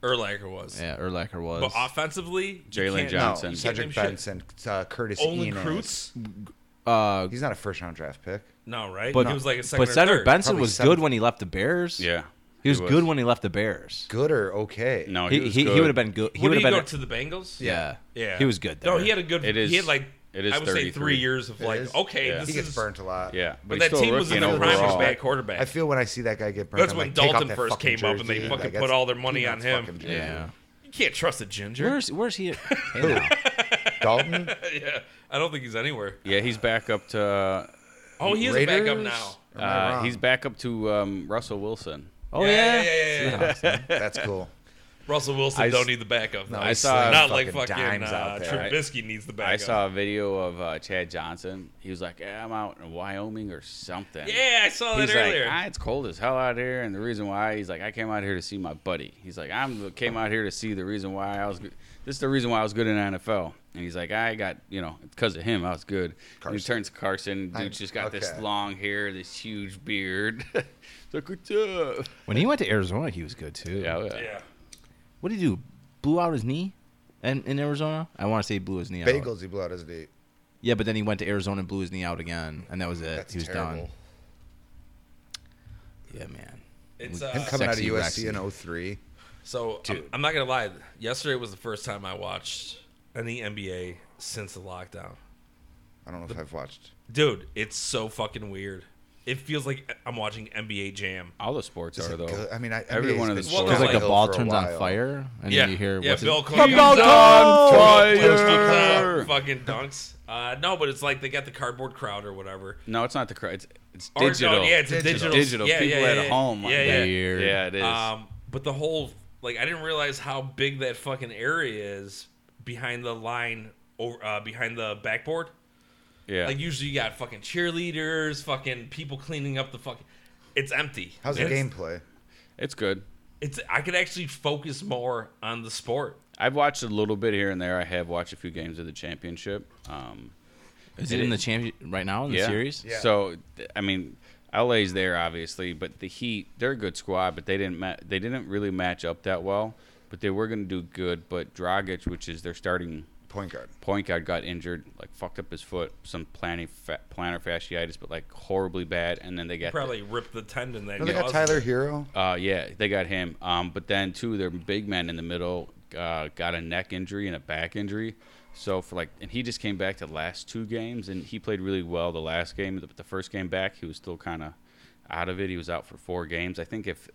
Speaker 3: Erlacher was.
Speaker 4: yeah, Urlacher was.
Speaker 3: But offensively, you
Speaker 1: Jalen
Speaker 3: can't-
Speaker 1: Johnson.
Speaker 2: No,
Speaker 1: You
Speaker 2: Cedric
Speaker 3: can't name
Speaker 2: Benson, uh, Curtis
Speaker 3: Only
Speaker 2: Enos.
Speaker 3: Kreutz?
Speaker 4: uh,
Speaker 2: He's not a first round draft pick.
Speaker 3: No, right?
Speaker 4: but
Speaker 3: he was like a second
Speaker 4: but
Speaker 3: or
Speaker 4: Cedric
Speaker 3: third.
Speaker 4: Benson
Speaker 2: Probably
Speaker 4: was
Speaker 2: seventh.
Speaker 4: good when he left the Bears.
Speaker 1: Yeah,
Speaker 4: he was, good when he left the Bears.
Speaker 2: Good or okay?
Speaker 1: No, he
Speaker 4: he
Speaker 1: was
Speaker 4: he,
Speaker 1: good.
Speaker 4: he would have been good. He
Speaker 3: Where
Speaker 4: would
Speaker 3: did
Speaker 4: have
Speaker 3: he
Speaker 4: been
Speaker 3: go
Speaker 4: a-
Speaker 3: to the Bengals?
Speaker 4: yeah.
Speaker 3: Yeah.
Speaker 4: He was good. There.
Speaker 3: No, he had a good
Speaker 1: It is-
Speaker 3: he had like
Speaker 1: it is
Speaker 3: I would say
Speaker 1: 33.
Speaker 3: three years of
Speaker 2: It
Speaker 3: like,
Speaker 2: is?
Speaker 3: okay,
Speaker 1: Yeah.
Speaker 3: this
Speaker 2: he gets
Speaker 3: is
Speaker 2: burnt a lot.
Speaker 1: Yeah,
Speaker 3: But,
Speaker 1: he's
Speaker 3: that
Speaker 1: still a
Speaker 3: team was
Speaker 1: rookie
Speaker 3: in
Speaker 1: and
Speaker 3: the prime
Speaker 1: overall-
Speaker 3: as bad
Speaker 2: I
Speaker 3: quarterback.
Speaker 2: feel when I see that guy get burnt.
Speaker 3: That's
Speaker 2: I'm
Speaker 3: when
Speaker 2: like, take off
Speaker 3: Dalton
Speaker 2: that
Speaker 3: first
Speaker 2: fucking
Speaker 3: came up and they
Speaker 2: jersey.
Speaker 3: fucking
Speaker 2: That
Speaker 3: put
Speaker 2: guy's-
Speaker 3: all their money
Speaker 2: keep
Speaker 3: on
Speaker 2: that
Speaker 3: him.
Speaker 2: fucking jersey.
Speaker 4: yeah.
Speaker 3: you can't trust a ginger.
Speaker 4: Where's
Speaker 3: (laughs)
Speaker 4: where's he? at- Hey, now.
Speaker 2: Dalton.
Speaker 3: yeah, I don't think he's anywhere.
Speaker 1: yeah, he's back up to. uh,
Speaker 3: Oh, he is a
Speaker 2: Raiders?
Speaker 3: backup now.
Speaker 2: Or am I
Speaker 1: Uh,
Speaker 2: wrong?
Speaker 3: (laughs)
Speaker 1: he's back up to um, Russell Wilson.
Speaker 4: Oh
Speaker 3: yeah, yeah,
Speaker 4: yeah.
Speaker 3: yeah, yeah, yeah.
Speaker 2: That's cool.
Speaker 3: Russell Wilson
Speaker 1: I s-
Speaker 3: don't need the backup.
Speaker 2: No,
Speaker 3: though.
Speaker 1: I saw
Speaker 3: not like
Speaker 2: fucking
Speaker 3: fucking
Speaker 2: dimes out
Speaker 3: uh,
Speaker 2: there.
Speaker 3: Trubisky needs the backup.
Speaker 1: I saw a video of uh, Chad Johnson. He was like, yeah, "I'm out in Wyoming or something."
Speaker 3: Yeah, I saw that
Speaker 1: He's like,
Speaker 3: earlier.
Speaker 1: ah, it's cold as hell out here, and the reason why he's like, I came out here to see my buddy. He's like, I'm came out here to see the reason why I was. Good. This is the reason why I was good in the NFL. And he's like, I got you know because of him I was good. And he
Speaker 2: Carson.
Speaker 1: turns to Carson.
Speaker 2: I-
Speaker 1: Dude's just got this
Speaker 2: okay.
Speaker 1: long hair, this huge beard. (laughs) It's like, what's up?
Speaker 4: (laughs) When he went to Arizona, he was good too.
Speaker 1: Yeah, yeah.
Speaker 3: yeah,
Speaker 4: What did he do? Blew out his knee, in, in Arizona. I want to say he blew his knee out.
Speaker 2: Bagels he blew out his knee.
Speaker 4: Yeah, but then he went to Arizona and blew his knee out again, and that was it.
Speaker 2: That's
Speaker 4: he was
Speaker 2: terrible.
Speaker 4: done. Yeah, man.
Speaker 3: it's
Speaker 4: Him
Speaker 3: uh,
Speaker 2: Him coming out of
Speaker 4: Sexy
Speaker 2: USC
Speaker 4: Rexy.
Speaker 2: in 03.
Speaker 3: so. I'm, I'm not gonna lie. Yesterday was the first time I watched any NBA since the lockdown.
Speaker 2: I don't know if I've watched.
Speaker 3: Dude, it's so fucking weird. It feels like I'm watching NBA Jam.
Speaker 1: All the sports
Speaker 2: Is
Speaker 1: are
Speaker 2: it
Speaker 1: though.
Speaker 2: good? I mean, I,
Speaker 1: Every one of the
Speaker 2: the
Speaker 3: sports-
Speaker 4: Because like the
Speaker 3: Hill
Speaker 4: ball turns on fire, and
Speaker 3: Yeah,
Speaker 4: then you hear
Speaker 3: yeah,
Speaker 4: what's his-
Speaker 3: Bill
Speaker 4: The
Speaker 3: Clinton.
Speaker 4: ball's on
Speaker 1: fire!
Speaker 3: Toasty Clown fucking dunks. Uh, no, but it's like they got the cardboard crowd or whatever.
Speaker 1: No, it's not the crowd. It's, it's
Speaker 3: Or, no,
Speaker 1: digital.
Speaker 3: yeah, it's a
Speaker 2: Digital.
Speaker 3: digital.
Speaker 1: digital.
Speaker 3: Yeah,
Speaker 1: People
Speaker 3: yeah,
Speaker 1: at
Speaker 3: yeah,
Speaker 1: home.
Speaker 3: Yeah, yeah.
Speaker 4: Weird.
Speaker 1: Yeah, it is.
Speaker 3: Um, but the whole like I didn't realize how big that fucking area is behind the line or uh, behind the backboard.
Speaker 1: yeah.
Speaker 3: Like usually you got fucking cheerleaders, fucking people cleaning up the fucking. It's empty.
Speaker 2: How's the
Speaker 3: it's,
Speaker 2: gameplay?
Speaker 1: it's good.
Speaker 3: It's I could actually focus more on the sport.
Speaker 1: I've watched a little bit here and there. I have watched a few games of the championship. Um,
Speaker 4: Is it in the champion right now in the
Speaker 1: yeah.
Speaker 4: series?
Speaker 2: Yeah.
Speaker 1: So, th- I mean, LA's there obviously, but the Heat they're a good squad, but they didn't ma- they didn't really match up that well. But they were going to do good. But Dragic, which is their starting
Speaker 2: Point guard.
Speaker 1: point guard, got injured, like fucked up his foot, some plantar, fa- plantar fasciitis, but like horribly bad. And then they got
Speaker 3: Probably ripped the tendon that
Speaker 2: No, they got
Speaker 3: caused
Speaker 2: Tyler
Speaker 3: it.
Speaker 2: Hero.
Speaker 1: Uh, yeah, they got him. Um, but then two of their big men in the middle uh, got a neck injury and a back injury. So for like, and he just came back to the last two games, and he played really well the last game. But the first game back, he was still kind of out of it. He was out for four games. I think if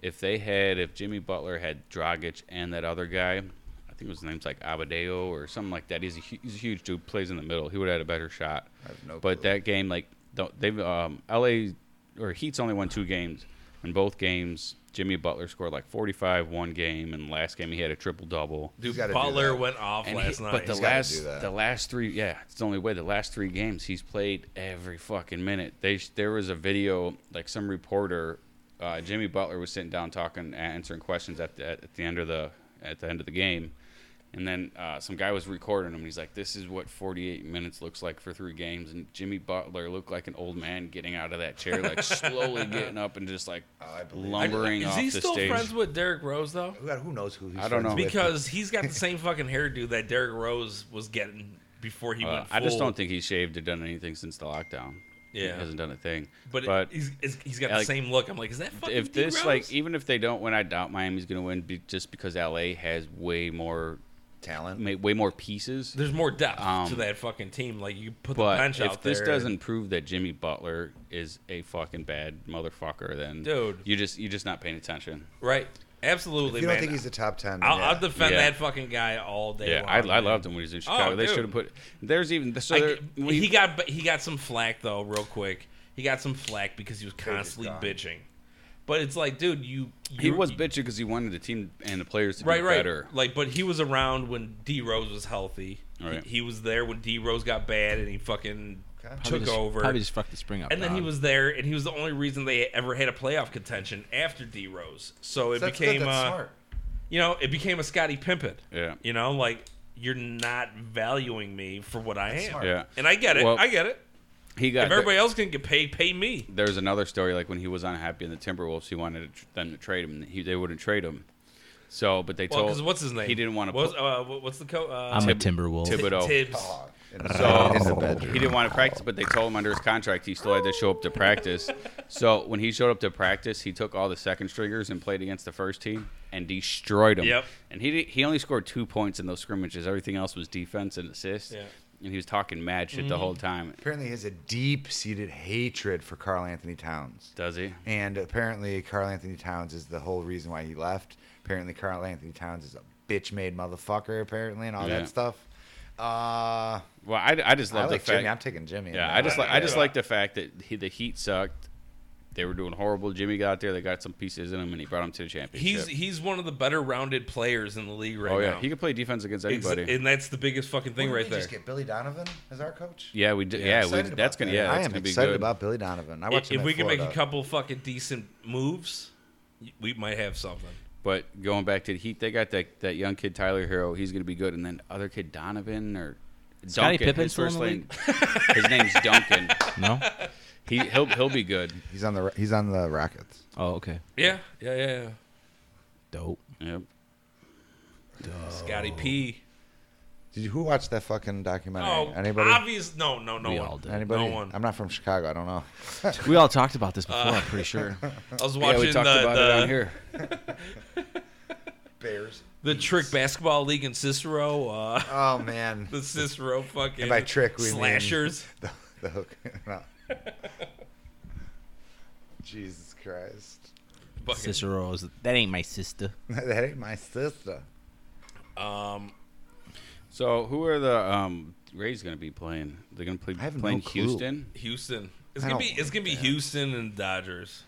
Speaker 1: if they had if Jimmy Butler had Dragic and that other guy, I think his name's like Abadeo or something like that. He's a, hu- he's a huge dude, plays in the middle. He would have had a better shot.
Speaker 2: I have no
Speaker 1: But
Speaker 2: clue.
Speaker 1: that game, like th- they've um, LA or Heat's only won two games. In both games, Jimmy Butler scored like 45 one game, and last game he had a triple double.
Speaker 3: Dude,
Speaker 2: gotta do
Speaker 3: Butler
Speaker 2: that.
Speaker 3: went off
Speaker 1: And he-
Speaker 3: last night.
Speaker 1: But the
Speaker 2: He's gotta do
Speaker 1: last
Speaker 2: that.
Speaker 1: the last three, yeah, it's the only way. The last three games he's played every fucking minute. They sh- there was a video like some reporter, uh, Jimmy Butler was sitting down talking, answering questions at the, at the end of the at the end of the game. And then uh, some guy was recording him. He's like, "This is what 48 minutes looks like for three games." And Jimmy Butler looked like an old man getting out of that chair, like (laughs) slowly getting up and just like
Speaker 2: I believe it.
Speaker 1: lumbering
Speaker 3: Is
Speaker 1: off
Speaker 3: he
Speaker 1: the
Speaker 3: still
Speaker 1: stage.
Speaker 3: friends with Derrick Rose though?
Speaker 2: Who, who knows who he's
Speaker 1: I don't
Speaker 2: friends
Speaker 1: know.
Speaker 2: with, but-
Speaker 3: Because he's got the same fucking hairdo that Derrick Rose was getting before he
Speaker 1: Uh,
Speaker 3: went. Full.
Speaker 1: I just don't think he's shaved or done anything since the lockdown. he
Speaker 3: Yeah.
Speaker 1: hasn't done a thing.
Speaker 3: But, it- he's, it's- he's got the
Speaker 1: like,
Speaker 3: same look. I'm like, is that fucking
Speaker 1: if
Speaker 3: D.
Speaker 1: this
Speaker 3: Rose?
Speaker 1: like e- even if they don't win, I doubt Miami's going to win be, just because LA has way more
Speaker 2: talent.
Speaker 1: ma- way more pieces.
Speaker 3: there's more depth
Speaker 1: um,
Speaker 3: to that fucking team. Like you put the
Speaker 1: But
Speaker 3: bench
Speaker 1: if
Speaker 3: out
Speaker 1: this
Speaker 3: there.
Speaker 1: doesn't prove that Jimmy Butler is a fucking bad motherfucker, then
Speaker 3: Dude.
Speaker 1: you just you're just not paying attention.
Speaker 3: right,
Speaker 2: If
Speaker 3: absolutely,
Speaker 2: you don't
Speaker 3: man.
Speaker 2: think he's the top ten, then
Speaker 3: I'll,
Speaker 2: yeah.
Speaker 3: I'll defend
Speaker 1: Yeah.
Speaker 3: that fucking guy all day.
Speaker 1: Yeah,
Speaker 3: long,
Speaker 1: I, I
Speaker 3: man.
Speaker 1: loved him when he was in Chicago. they
Speaker 3: Oh, dude.
Speaker 1: should have put. There's even so
Speaker 3: I-
Speaker 1: there, we-
Speaker 3: he got but he got some flack though, real quick. He got some flack because he was constantly
Speaker 2: gone.
Speaker 3: bitching. But it's like, dude, you
Speaker 1: he
Speaker 3: you-
Speaker 1: was bitching because he wanted the team and the players to
Speaker 3: right,
Speaker 1: be
Speaker 3: right.
Speaker 1: better.
Speaker 3: Like, but he was around when D Rose was healthy.
Speaker 1: Right.
Speaker 3: He, he was there when D Rose got bad, and he fucking
Speaker 2: Okay.
Speaker 3: took
Speaker 4: just,
Speaker 3: over.
Speaker 4: Probably just fucked the spring up.
Speaker 3: and then he
Speaker 4: dog.
Speaker 3: was there, and he was the only reason they ever had a playoff contention after D Rose. So it
Speaker 2: That's good,
Speaker 3: became,
Speaker 2: that's
Speaker 3: uh,
Speaker 2: smart.
Speaker 3: you know, it became a Scotty Pimpin.
Speaker 1: Yeah.
Speaker 3: You know, like you're not valuing me for what I am.
Speaker 2: smart.
Speaker 1: Yeah.
Speaker 3: And I get it.
Speaker 1: Well,
Speaker 3: I get it.
Speaker 1: He got
Speaker 3: If everybody else can get paid, pay me.
Speaker 1: there's another story like when he was unhappy in the Timberwolves, he wanted to tr- them to trade him. He, they wouldn't trade him. So, but they
Speaker 3: Well,
Speaker 1: told
Speaker 3: because what's his name?
Speaker 1: He didn't want to.
Speaker 3: What's, uh, what- what's the co? Uh,
Speaker 4: I'm
Speaker 1: Tib-
Speaker 4: a Timberwolf.
Speaker 1: Tib- Thibodeau.
Speaker 3: Tibbs.
Speaker 2: Oh, in
Speaker 1: So-
Speaker 2: the, in the bedroom.
Speaker 1: he didn't want to practice, but they told him under his contract he still had to show up to practice. So when he showed up to practice, he took all the second stringers and played against the first team and destroyed them.
Speaker 3: Yep.
Speaker 1: And he did, he only scored two points in those scrimmages. Everything else was defense and assists.
Speaker 3: Yeah. Mm-hmm.
Speaker 1: And he was talking mad shit the whole time.
Speaker 2: Apparently, he has a deep-seated hatred for Carl Anthony Towns.
Speaker 1: Does he?
Speaker 2: And apparently, Carl Anthony Towns is the whole reason why he left. Apparently, Carl Anthony Towns is a bitch made motherfucker, apparently, and all
Speaker 1: Yeah.
Speaker 2: that stuff. Uh,
Speaker 1: Well, I, I just
Speaker 2: I
Speaker 1: love the
Speaker 2: like
Speaker 1: fact.
Speaker 2: Jimmy. I'm taking Jimmy.
Speaker 1: Yeah, I just like I just
Speaker 3: Yeah.
Speaker 1: like the fact that he, the Heat sucked. They were doing horrible. Jimmy got out there. They got some pieces in him, and he brought him to the championship.
Speaker 3: He's he's one of the better rounded players in the league right
Speaker 1: oh yeah,
Speaker 3: now.
Speaker 1: he could play defense against
Speaker 3: Ex-
Speaker 1: anybody.
Speaker 3: and that's the biggest fucking thing right there.
Speaker 2: Just get Billy Donovan as our coach.
Speaker 1: yeah, we did.
Speaker 3: Yeah,
Speaker 1: Yeah, we,
Speaker 2: Excited about
Speaker 1: that's gonna.
Speaker 2: that.
Speaker 1: Yeah,
Speaker 2: I
Speaker 1: that's
Speaker 2: am
Speaker 1: gonna be
Speaker 2: excited
Speaker 1: good.
Speaker 2: about Billy Donovan. I
Speaker 3: I-
Speaker 2: watched him
Speaker 3: if
Speaker 2: at
Speaker 3: we can make a
Speaker 2: Florida.
Speaker 3: couple fucking decent moves, y- we might have something.
Speaker 1: But going back to the Heat, they got that that young kid Tyler Hero. He's gonna be good, and then other kid Donovan or
Speaker 4: Scottie
Speaker 1: Duncan.
Speaker 4: Pippen's
Speaker 1: His
Speaker 4: still in
Speaker 1: first
Speaker 4: the
Speaker 1: name. his name's Duncan.
Speaker 4: (laughs) no.
Speaker 1: He he'll he'll be good.
Speaker 2: He's on the he's on the Rockets.
Speaker 4: Oh, okay.
Speaker 3: Yeah, yeah, yeah. yeah. (laughs)
Speaker 4: Dope.
Speaker 1: Yep.
Speaker 3: Scotty P.
Speaker 2: Did you who watched that fucking documentary?
Speaker 3: Oh,
Speaker 2: Anybody?
Speaker 3: obvious. No, no, no
Speaker 4: We
Speaker 3: one.
Speaker 4: all did.
Speaker 2: Anybody?
Speaker 3: No one.
Speaker 2: I'm not from Chicago. I don't know.
Speaker 4: We all talked about this before.
Speaker 3: (laughs)
Speaker 4: I'm pretty sure.
Speaker 3: I was
Speaker 1: Yeah,
Speaker 3: watching
Speaker 1: we talked
Speaker 3: the
Speaker 1: about
Speaker 3: the,
Speaker 1: it on here.
Speaker 2: Bears.
Speaker 3: the Trick Basketball League in Cicero. Uh, (laughs)
Speaker 2: Oh man,
Speaker 3: the Cicero fucking
Speaker 2: And by trick, we mean-
Speaker 3: slashers.
Speaker 2: the, the hook. (laughs) no. Jesus Christ, (laughs)
Speaker 3: Fucking-
Speaker 4: Cicero's. That ain't my sister.
Speaker 2: that ain't my sister.
Speaker 3: Um,
Speaker 1: So who are the um, Rays gonna be playing? They're gonna play
Speaker 2: I have no
Speaker 1: playing
Speaker 2: clue.
Speaker 1: Houston.
Speaker 3: Houston. It's
Speaker 2: I
Speaker 3: gonna be
Speaker 2: don't
Speaker 3: it's gonna be Houston and Dodgers.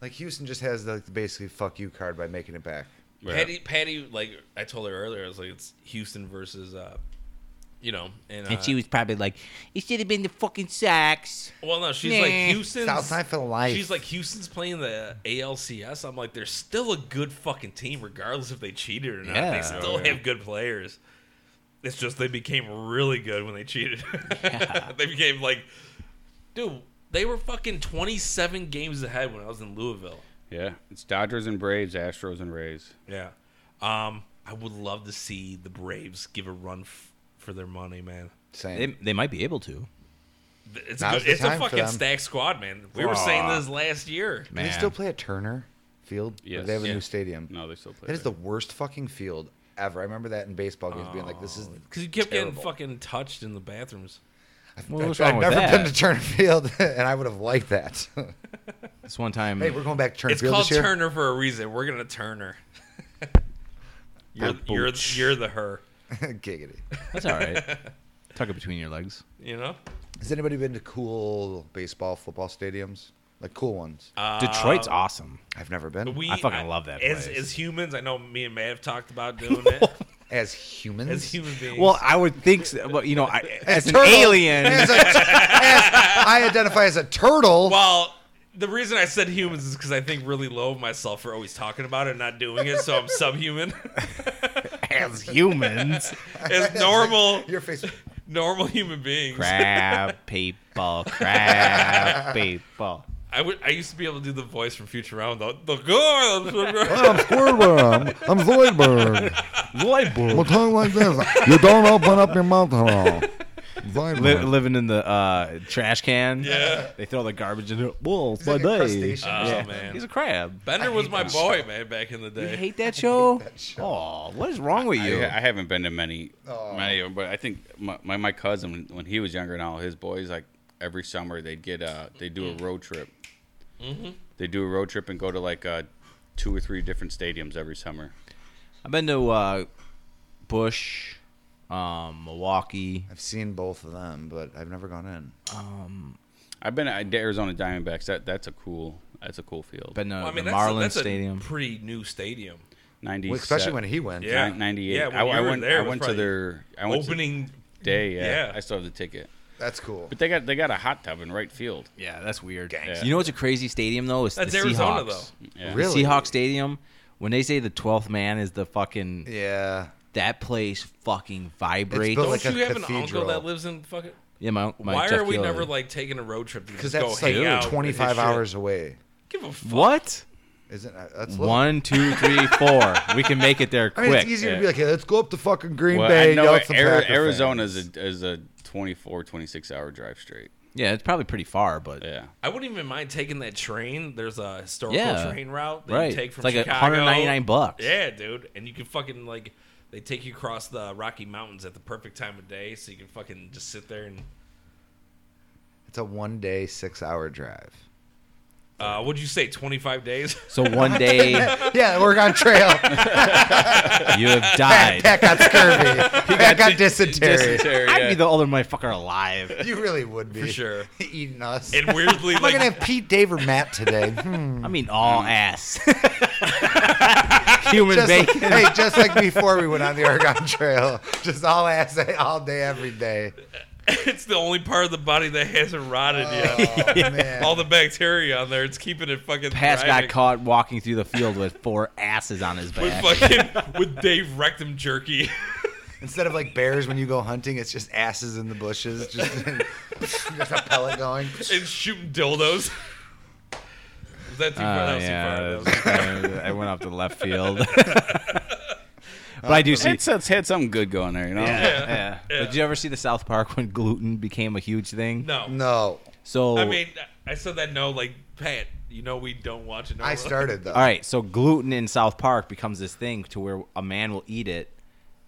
Speaker 2: Like Houston just has the basically fuck you card by making it back.
Speaker 1: Right.
Speaker 3: Patty, Patty, like I told her earlier, I was like, it's Houston versus, uh, you know, and, uh,
Speaker 5: And she was probably like, it should have been the fucking Sox.
Speaker 3: well, no, she's like
Speaker 5: Nah.
Speaker 3: Houston's.
Speaker 2: Southside for life.
Speaker 3: She's like Houston's playing the ALCS. I'm like, they're still a good fucking team, regardless if they cheated or not. They
Speaker 4: Yeah.
Speaker 3: still
Speaker 1: Oh, yeah.
Speaker 3: have good players. It's (laughs) just they became really good when they cheated. they became like, dude, They were fucking 27 games ahead when I was in Louisville.
Speaker 1: Yeah, it's Dodgers and Braves, Astros and Rays.
Speaker 3: Yeah. Um, I would love to see the Braves give a run f- for their money, man.
Speaker 2: Same.
Speaker 4: They, they might be able to.
Speaker 3: Th- It's a,
Speaker 2: Now's
Speaker 3: good,
Speaker 2: the
Speaker 3: it's a
Speaker 2: time for
Speaker 3: fucking
Speaker 2: them.
Speaker 3: stacked squad, man. We were saying this last year.
Speaker 2: Do they
Speaker 4: Man.
Speaker 2: still play at Turner Field? Or
Speaker 1: Yes.
Speaker 2: They have a
Speaker 3: Yeah.
Speaker 2: new stadium.
Speaker 1: No, they still play.
Speaker 2: That is
Speaker 1: there.
Speaker 2: the worst fucking field ever. I remember that in baseball games being like, this is. (laughs)
Speaker 3: Because you kept
Speaker 2: Terrible.
Speaker 3: getting fucking touched in the bathrooms.
Speaker 2: I've,
Speaker 4: Well, what's
Speaker 2: I've-
Speaker 4: wrong
Speaker 2: I've
Speaker 4: with
Speaker 2: never
Speaker 4: that?
Speaker 2: been to Turner Field, (laughs) and I would have liked that.
Speaker 3: (laughs)
Speaker 4: This one time,
Speaker 2: hey, we're going back to Turner
Speaker 3: It's
Speaker 2: Field
Speaker 3: called
Speaker 2: this year.
Speaker 3: Turner for a reason. We're gonna Turner.
Speaker 2: (laughs)
Speaker 3: you're you're you're the her.
Speaker 2: (laughs) Giggity.
Speaker 4: that's
Speaker 2: (laughs)
Speaker 4: all right. Tuck it between your legs.
Speaker 3: You know.
Speaker 2: Has anybody been to cool baseball, football stadiums? Like cool ones?
Speaker 4: Detroit's awesome.
Speaker 2: I've never been.
Speaker 3: Uh, We,
Speaker 4: I fucking love that
Speaker 3: As,
Speaker 4: place.
Speaker 3: as humans, I know me and Matt have talked about
Speaker 2: (laughs)
Speaker 3: doing it.
Speaker 2: As humans?
Speaker 3: as human beings.
Speaker 4: Well, I would think, so, but you know, I, as an
Speaker 2: turtles. (laughs)
Speaker 4: alien,
Speaker 2: As a- as- I identify as a turtle. (laughs)
Speaker 3: Well, the reason I said humans is because I think really low of myself for always talking about it and not doing it,
Speaker 2: (laughs)
Speaker 3: so I'm subhuman.
Speaker 4: (laughs)
Speaker 3: (laughs)
Speaker 4: as humans,
Speaker 3: as normal,
Speaker 2: Your
Speaker 3: (laughs)
Speaker 2: face.
Speaker 3: normal human beings.
Speaker 4: crab people, crab people.
Speaker 3: I would. I used to be able to do the voice from Futurama. The the
Speaker 2: (laughs)
Speaker 3: girl.
Speaker 2: I'm Squidward. I'm Zoidberg.
Speaker 4: Li-
Speaker 2: We're talking like
Speaker 3: (laughs)
Speaker 2: this. You don't open up your mouth at all.
Speaker 4: living in the uh, trash can.
Speaker 3: Yeah.
Speaker 4: They throw the garbage in it. Whoa, it's
Speaker 2: He's like
Speaker 4: my
Speaker 2: a
Speaker 4: day.
Speaker 2: crustacean.
Speaker 3: Oh
Speaker 4: Yeah.
Speaker 3: man,
Speaker 4: He's a crab.
Speaker 3: Bender was my boy, man, back in the
Speaker 4: You
Speaker 3: day. (laughs)
Speaker 4: hate that show?
Speaker 2: that show.
Speaker 4: Oh, what is wrong with you?
Speaker 1: I, I haven't been to many,
Speaker 2: Oh.
Speaker 1: many of them, but I think my, my, my cousin when he was younger and all his boys like every summer they'd get uh they do a
Speaker 3: Mm-hmm.
Speaker 1: road trip. They do a road trip and go to like uh two or three different stadiums every summer.
Speaker 4: I've been to uh, Bush, um, Milwaukee.
Speaker 2: I've seen both of them, but I've never gone in.
Speaker 1: I've been at Arizona Diamondbacks. That that's a cool that's a cool field.
Speaker 4: Been to
Speaker 3: Well, I mean,
Speaker 4: the
Speaker 3: that's,
Speaker 4: Marlins
Speaker 3: a, that's
Speaker 4: Stadium.
Speaker 3: a pretty new stadium.
Speaker 1: Ninety,
Speaker 2: Well, especially when he went.
Speaker 3: Yeah.
Speaker 1: ninety eight.
Speaker 3: Yeah, when
Speaker 1: I,
Speaker 3: you
Speaker 1: I
Speaker 3: were
Speaker 1: went.
Speaker 3: there, it
Speaker 1: I
Speaker 3: was
Speaker 1: went to
Speaker 3: probably
Speaker 1: their I went to
Speaker 3: Opening.
Speaker 1: day. Yeah,
Speaker 3: Yeah.
Speaker 1: I still have the ticket.
Speaker 2: That's cool.
Speaker 1: But they got they got a hot tub in right field.
Speaker 4: yeah, that's weird.
Speaker 1: Yeah.
Speaker 4: You know what's a crazy stadium though? It's
Speaker 3: That's
Speaker 4: the
Speaker 3: Arizona
Speaker 4: Seahawks.
Speaker 3: though.
Speaker 1: Yeah.
Speaker 4: The
Speaker 2: Really?
Speaker 4: Seahawks Stadium. When they say the twelfth man is the fucking
Speaker 2: Yeah.
Speaker 4: that place fucking vibrates.
Speaker 2: built
Speaker 3: Don't
Speaker 2: like a
Speaker 3: you have an
Speaker 2: cathedral.
Speaker 3: uncle that lives in fucking?
Speaker 4: yeah, my, my
Speaker 3: Why
Speaker 4: Jeff
Speaker 3: are we
Speaker 4: Keeler.
Speaker 3: never like taking a road trip? to
Speaker 2: Because
Speaker 3: just go
Speaker 2: that's like
Speaker 3: hang out and
Speaker 2: 25
Speaker 3: shit?
Speaker 2: hours away.
Speaker 3: Give a fuck.
Speaker 4: what?
Speaker 2: Isn't that? That's low.
Speaker 4: One, two, three, four. we can make it (laughs) there
Speaker 2: I
Speaker 4: quick.
Speaker 2: mean, it's easier to
Speaker 1: yeah.
Speaker 2: be like, hey, let's go up to fucking Green
Speaker 1: Well,
Speaker 2: Bay.
Speaker 1: I know
Speaker 2: yell at some
Speaker 1: Ari-
Speaker 2: Packer
Speaker 1: Arizona
Speaker 2: fans.
Speaker 1: is a, is a 24, 26 hour drive straight.
Speaker 4: Yeah, it's probably pretty far, but
Speaker 1: Yeah.
Speaker 3: I wouldn't even mind taking that train. There's a historical
Speaker 4: Yeah.
Speaker 3: train route that
Speaker 4: right.
Speaker 3: you take
Speaker 4: it's
Speaker 3: from
Speaker 4: like
Speaker 3: Chicago.
Speaker 4: a 199 bucks.
Speaker 3: Yeah, dude, and you can fucking like they take you across the Rocky Mountains at the perfect time of day, so you can fucking just sit there and.
Speaker 2: It's a one day, six hour drive. (laughs)
Speaker 3: Uh, what'd you say? Twenty five
Speaker 4: (laughs)
Speaker 3: days. (laughs)
Speaker 4: So one day
Speaker 2: Yeah, we're on trail.
Speaker 4: you have died.
Speaker 2: Pat got scurvy. Pat got dysentery.
Speaker 4: I'd be the older motherfucker alive.
Speaker 2: You really would be.
Speaker 3: For sure.
Speaker 2: (laughs) Eating us.
Speaker 3: and weirdly,
Speaker 2: I'm not
Speaker 3: like
Speaker 2: going to have Pete, Dave, or Matt today. Hmm.
Speaker 4: I mean, all
Speaker 3: Mm. (laughs)
Speaker 4: ass. Human
Speaker 2: Just like,
Speaker 4: bacon.
Speaker 2: hey, just like before we went on the Oregon (laughs) Trail. Just all ass all day, every (laughs) day.
Speaker 3: (laughs) it's the only part of the body that hasn't rotted yet.
Speaker 2: Oh, man.
Speaker 3: All the bacteria on there, it's keeping it fucking.
Speaker 4: Pass got
Speaker 3: thriving.
Speaker 4: caught walking through the field with four asses on his
Speaker 3: (laughs) with
Speaker 4: back. (laughs)
Speaker 3: fucking with Dave rectum jerky. (laughs)
Speaker 2: Instead of like bears when you go hunting, it's just asses in the bushes. Just, (laughs) just a pellet going.
Speaker 3: and shooting
Speaker 4: (laughs)
Speaker 3: dildos. Was that too
Speaker 4: Oh,
Speaker 3: far? That was
Speaker 4: yeah,
Speaker 3: too far. That was-
Speaker 4: I went off to
Speaker 3: (laughs)
Speaker 4: left field. but I do see.
Speaker 1: It's, it's had something good going there, you know?
Speaker 4: Yeah. Did you ever see the South Park when gluten became a huge thing?
Speaker 3: no.
Speaker 2: No.
Speaker 4: So
Speaker 3: I mean, I said that no, like, Pat, you know we don't watch it. No
Speaker 2: I started though.
Speaker 4: All right, so gluten in South Park becomes this thing to where a man will eat it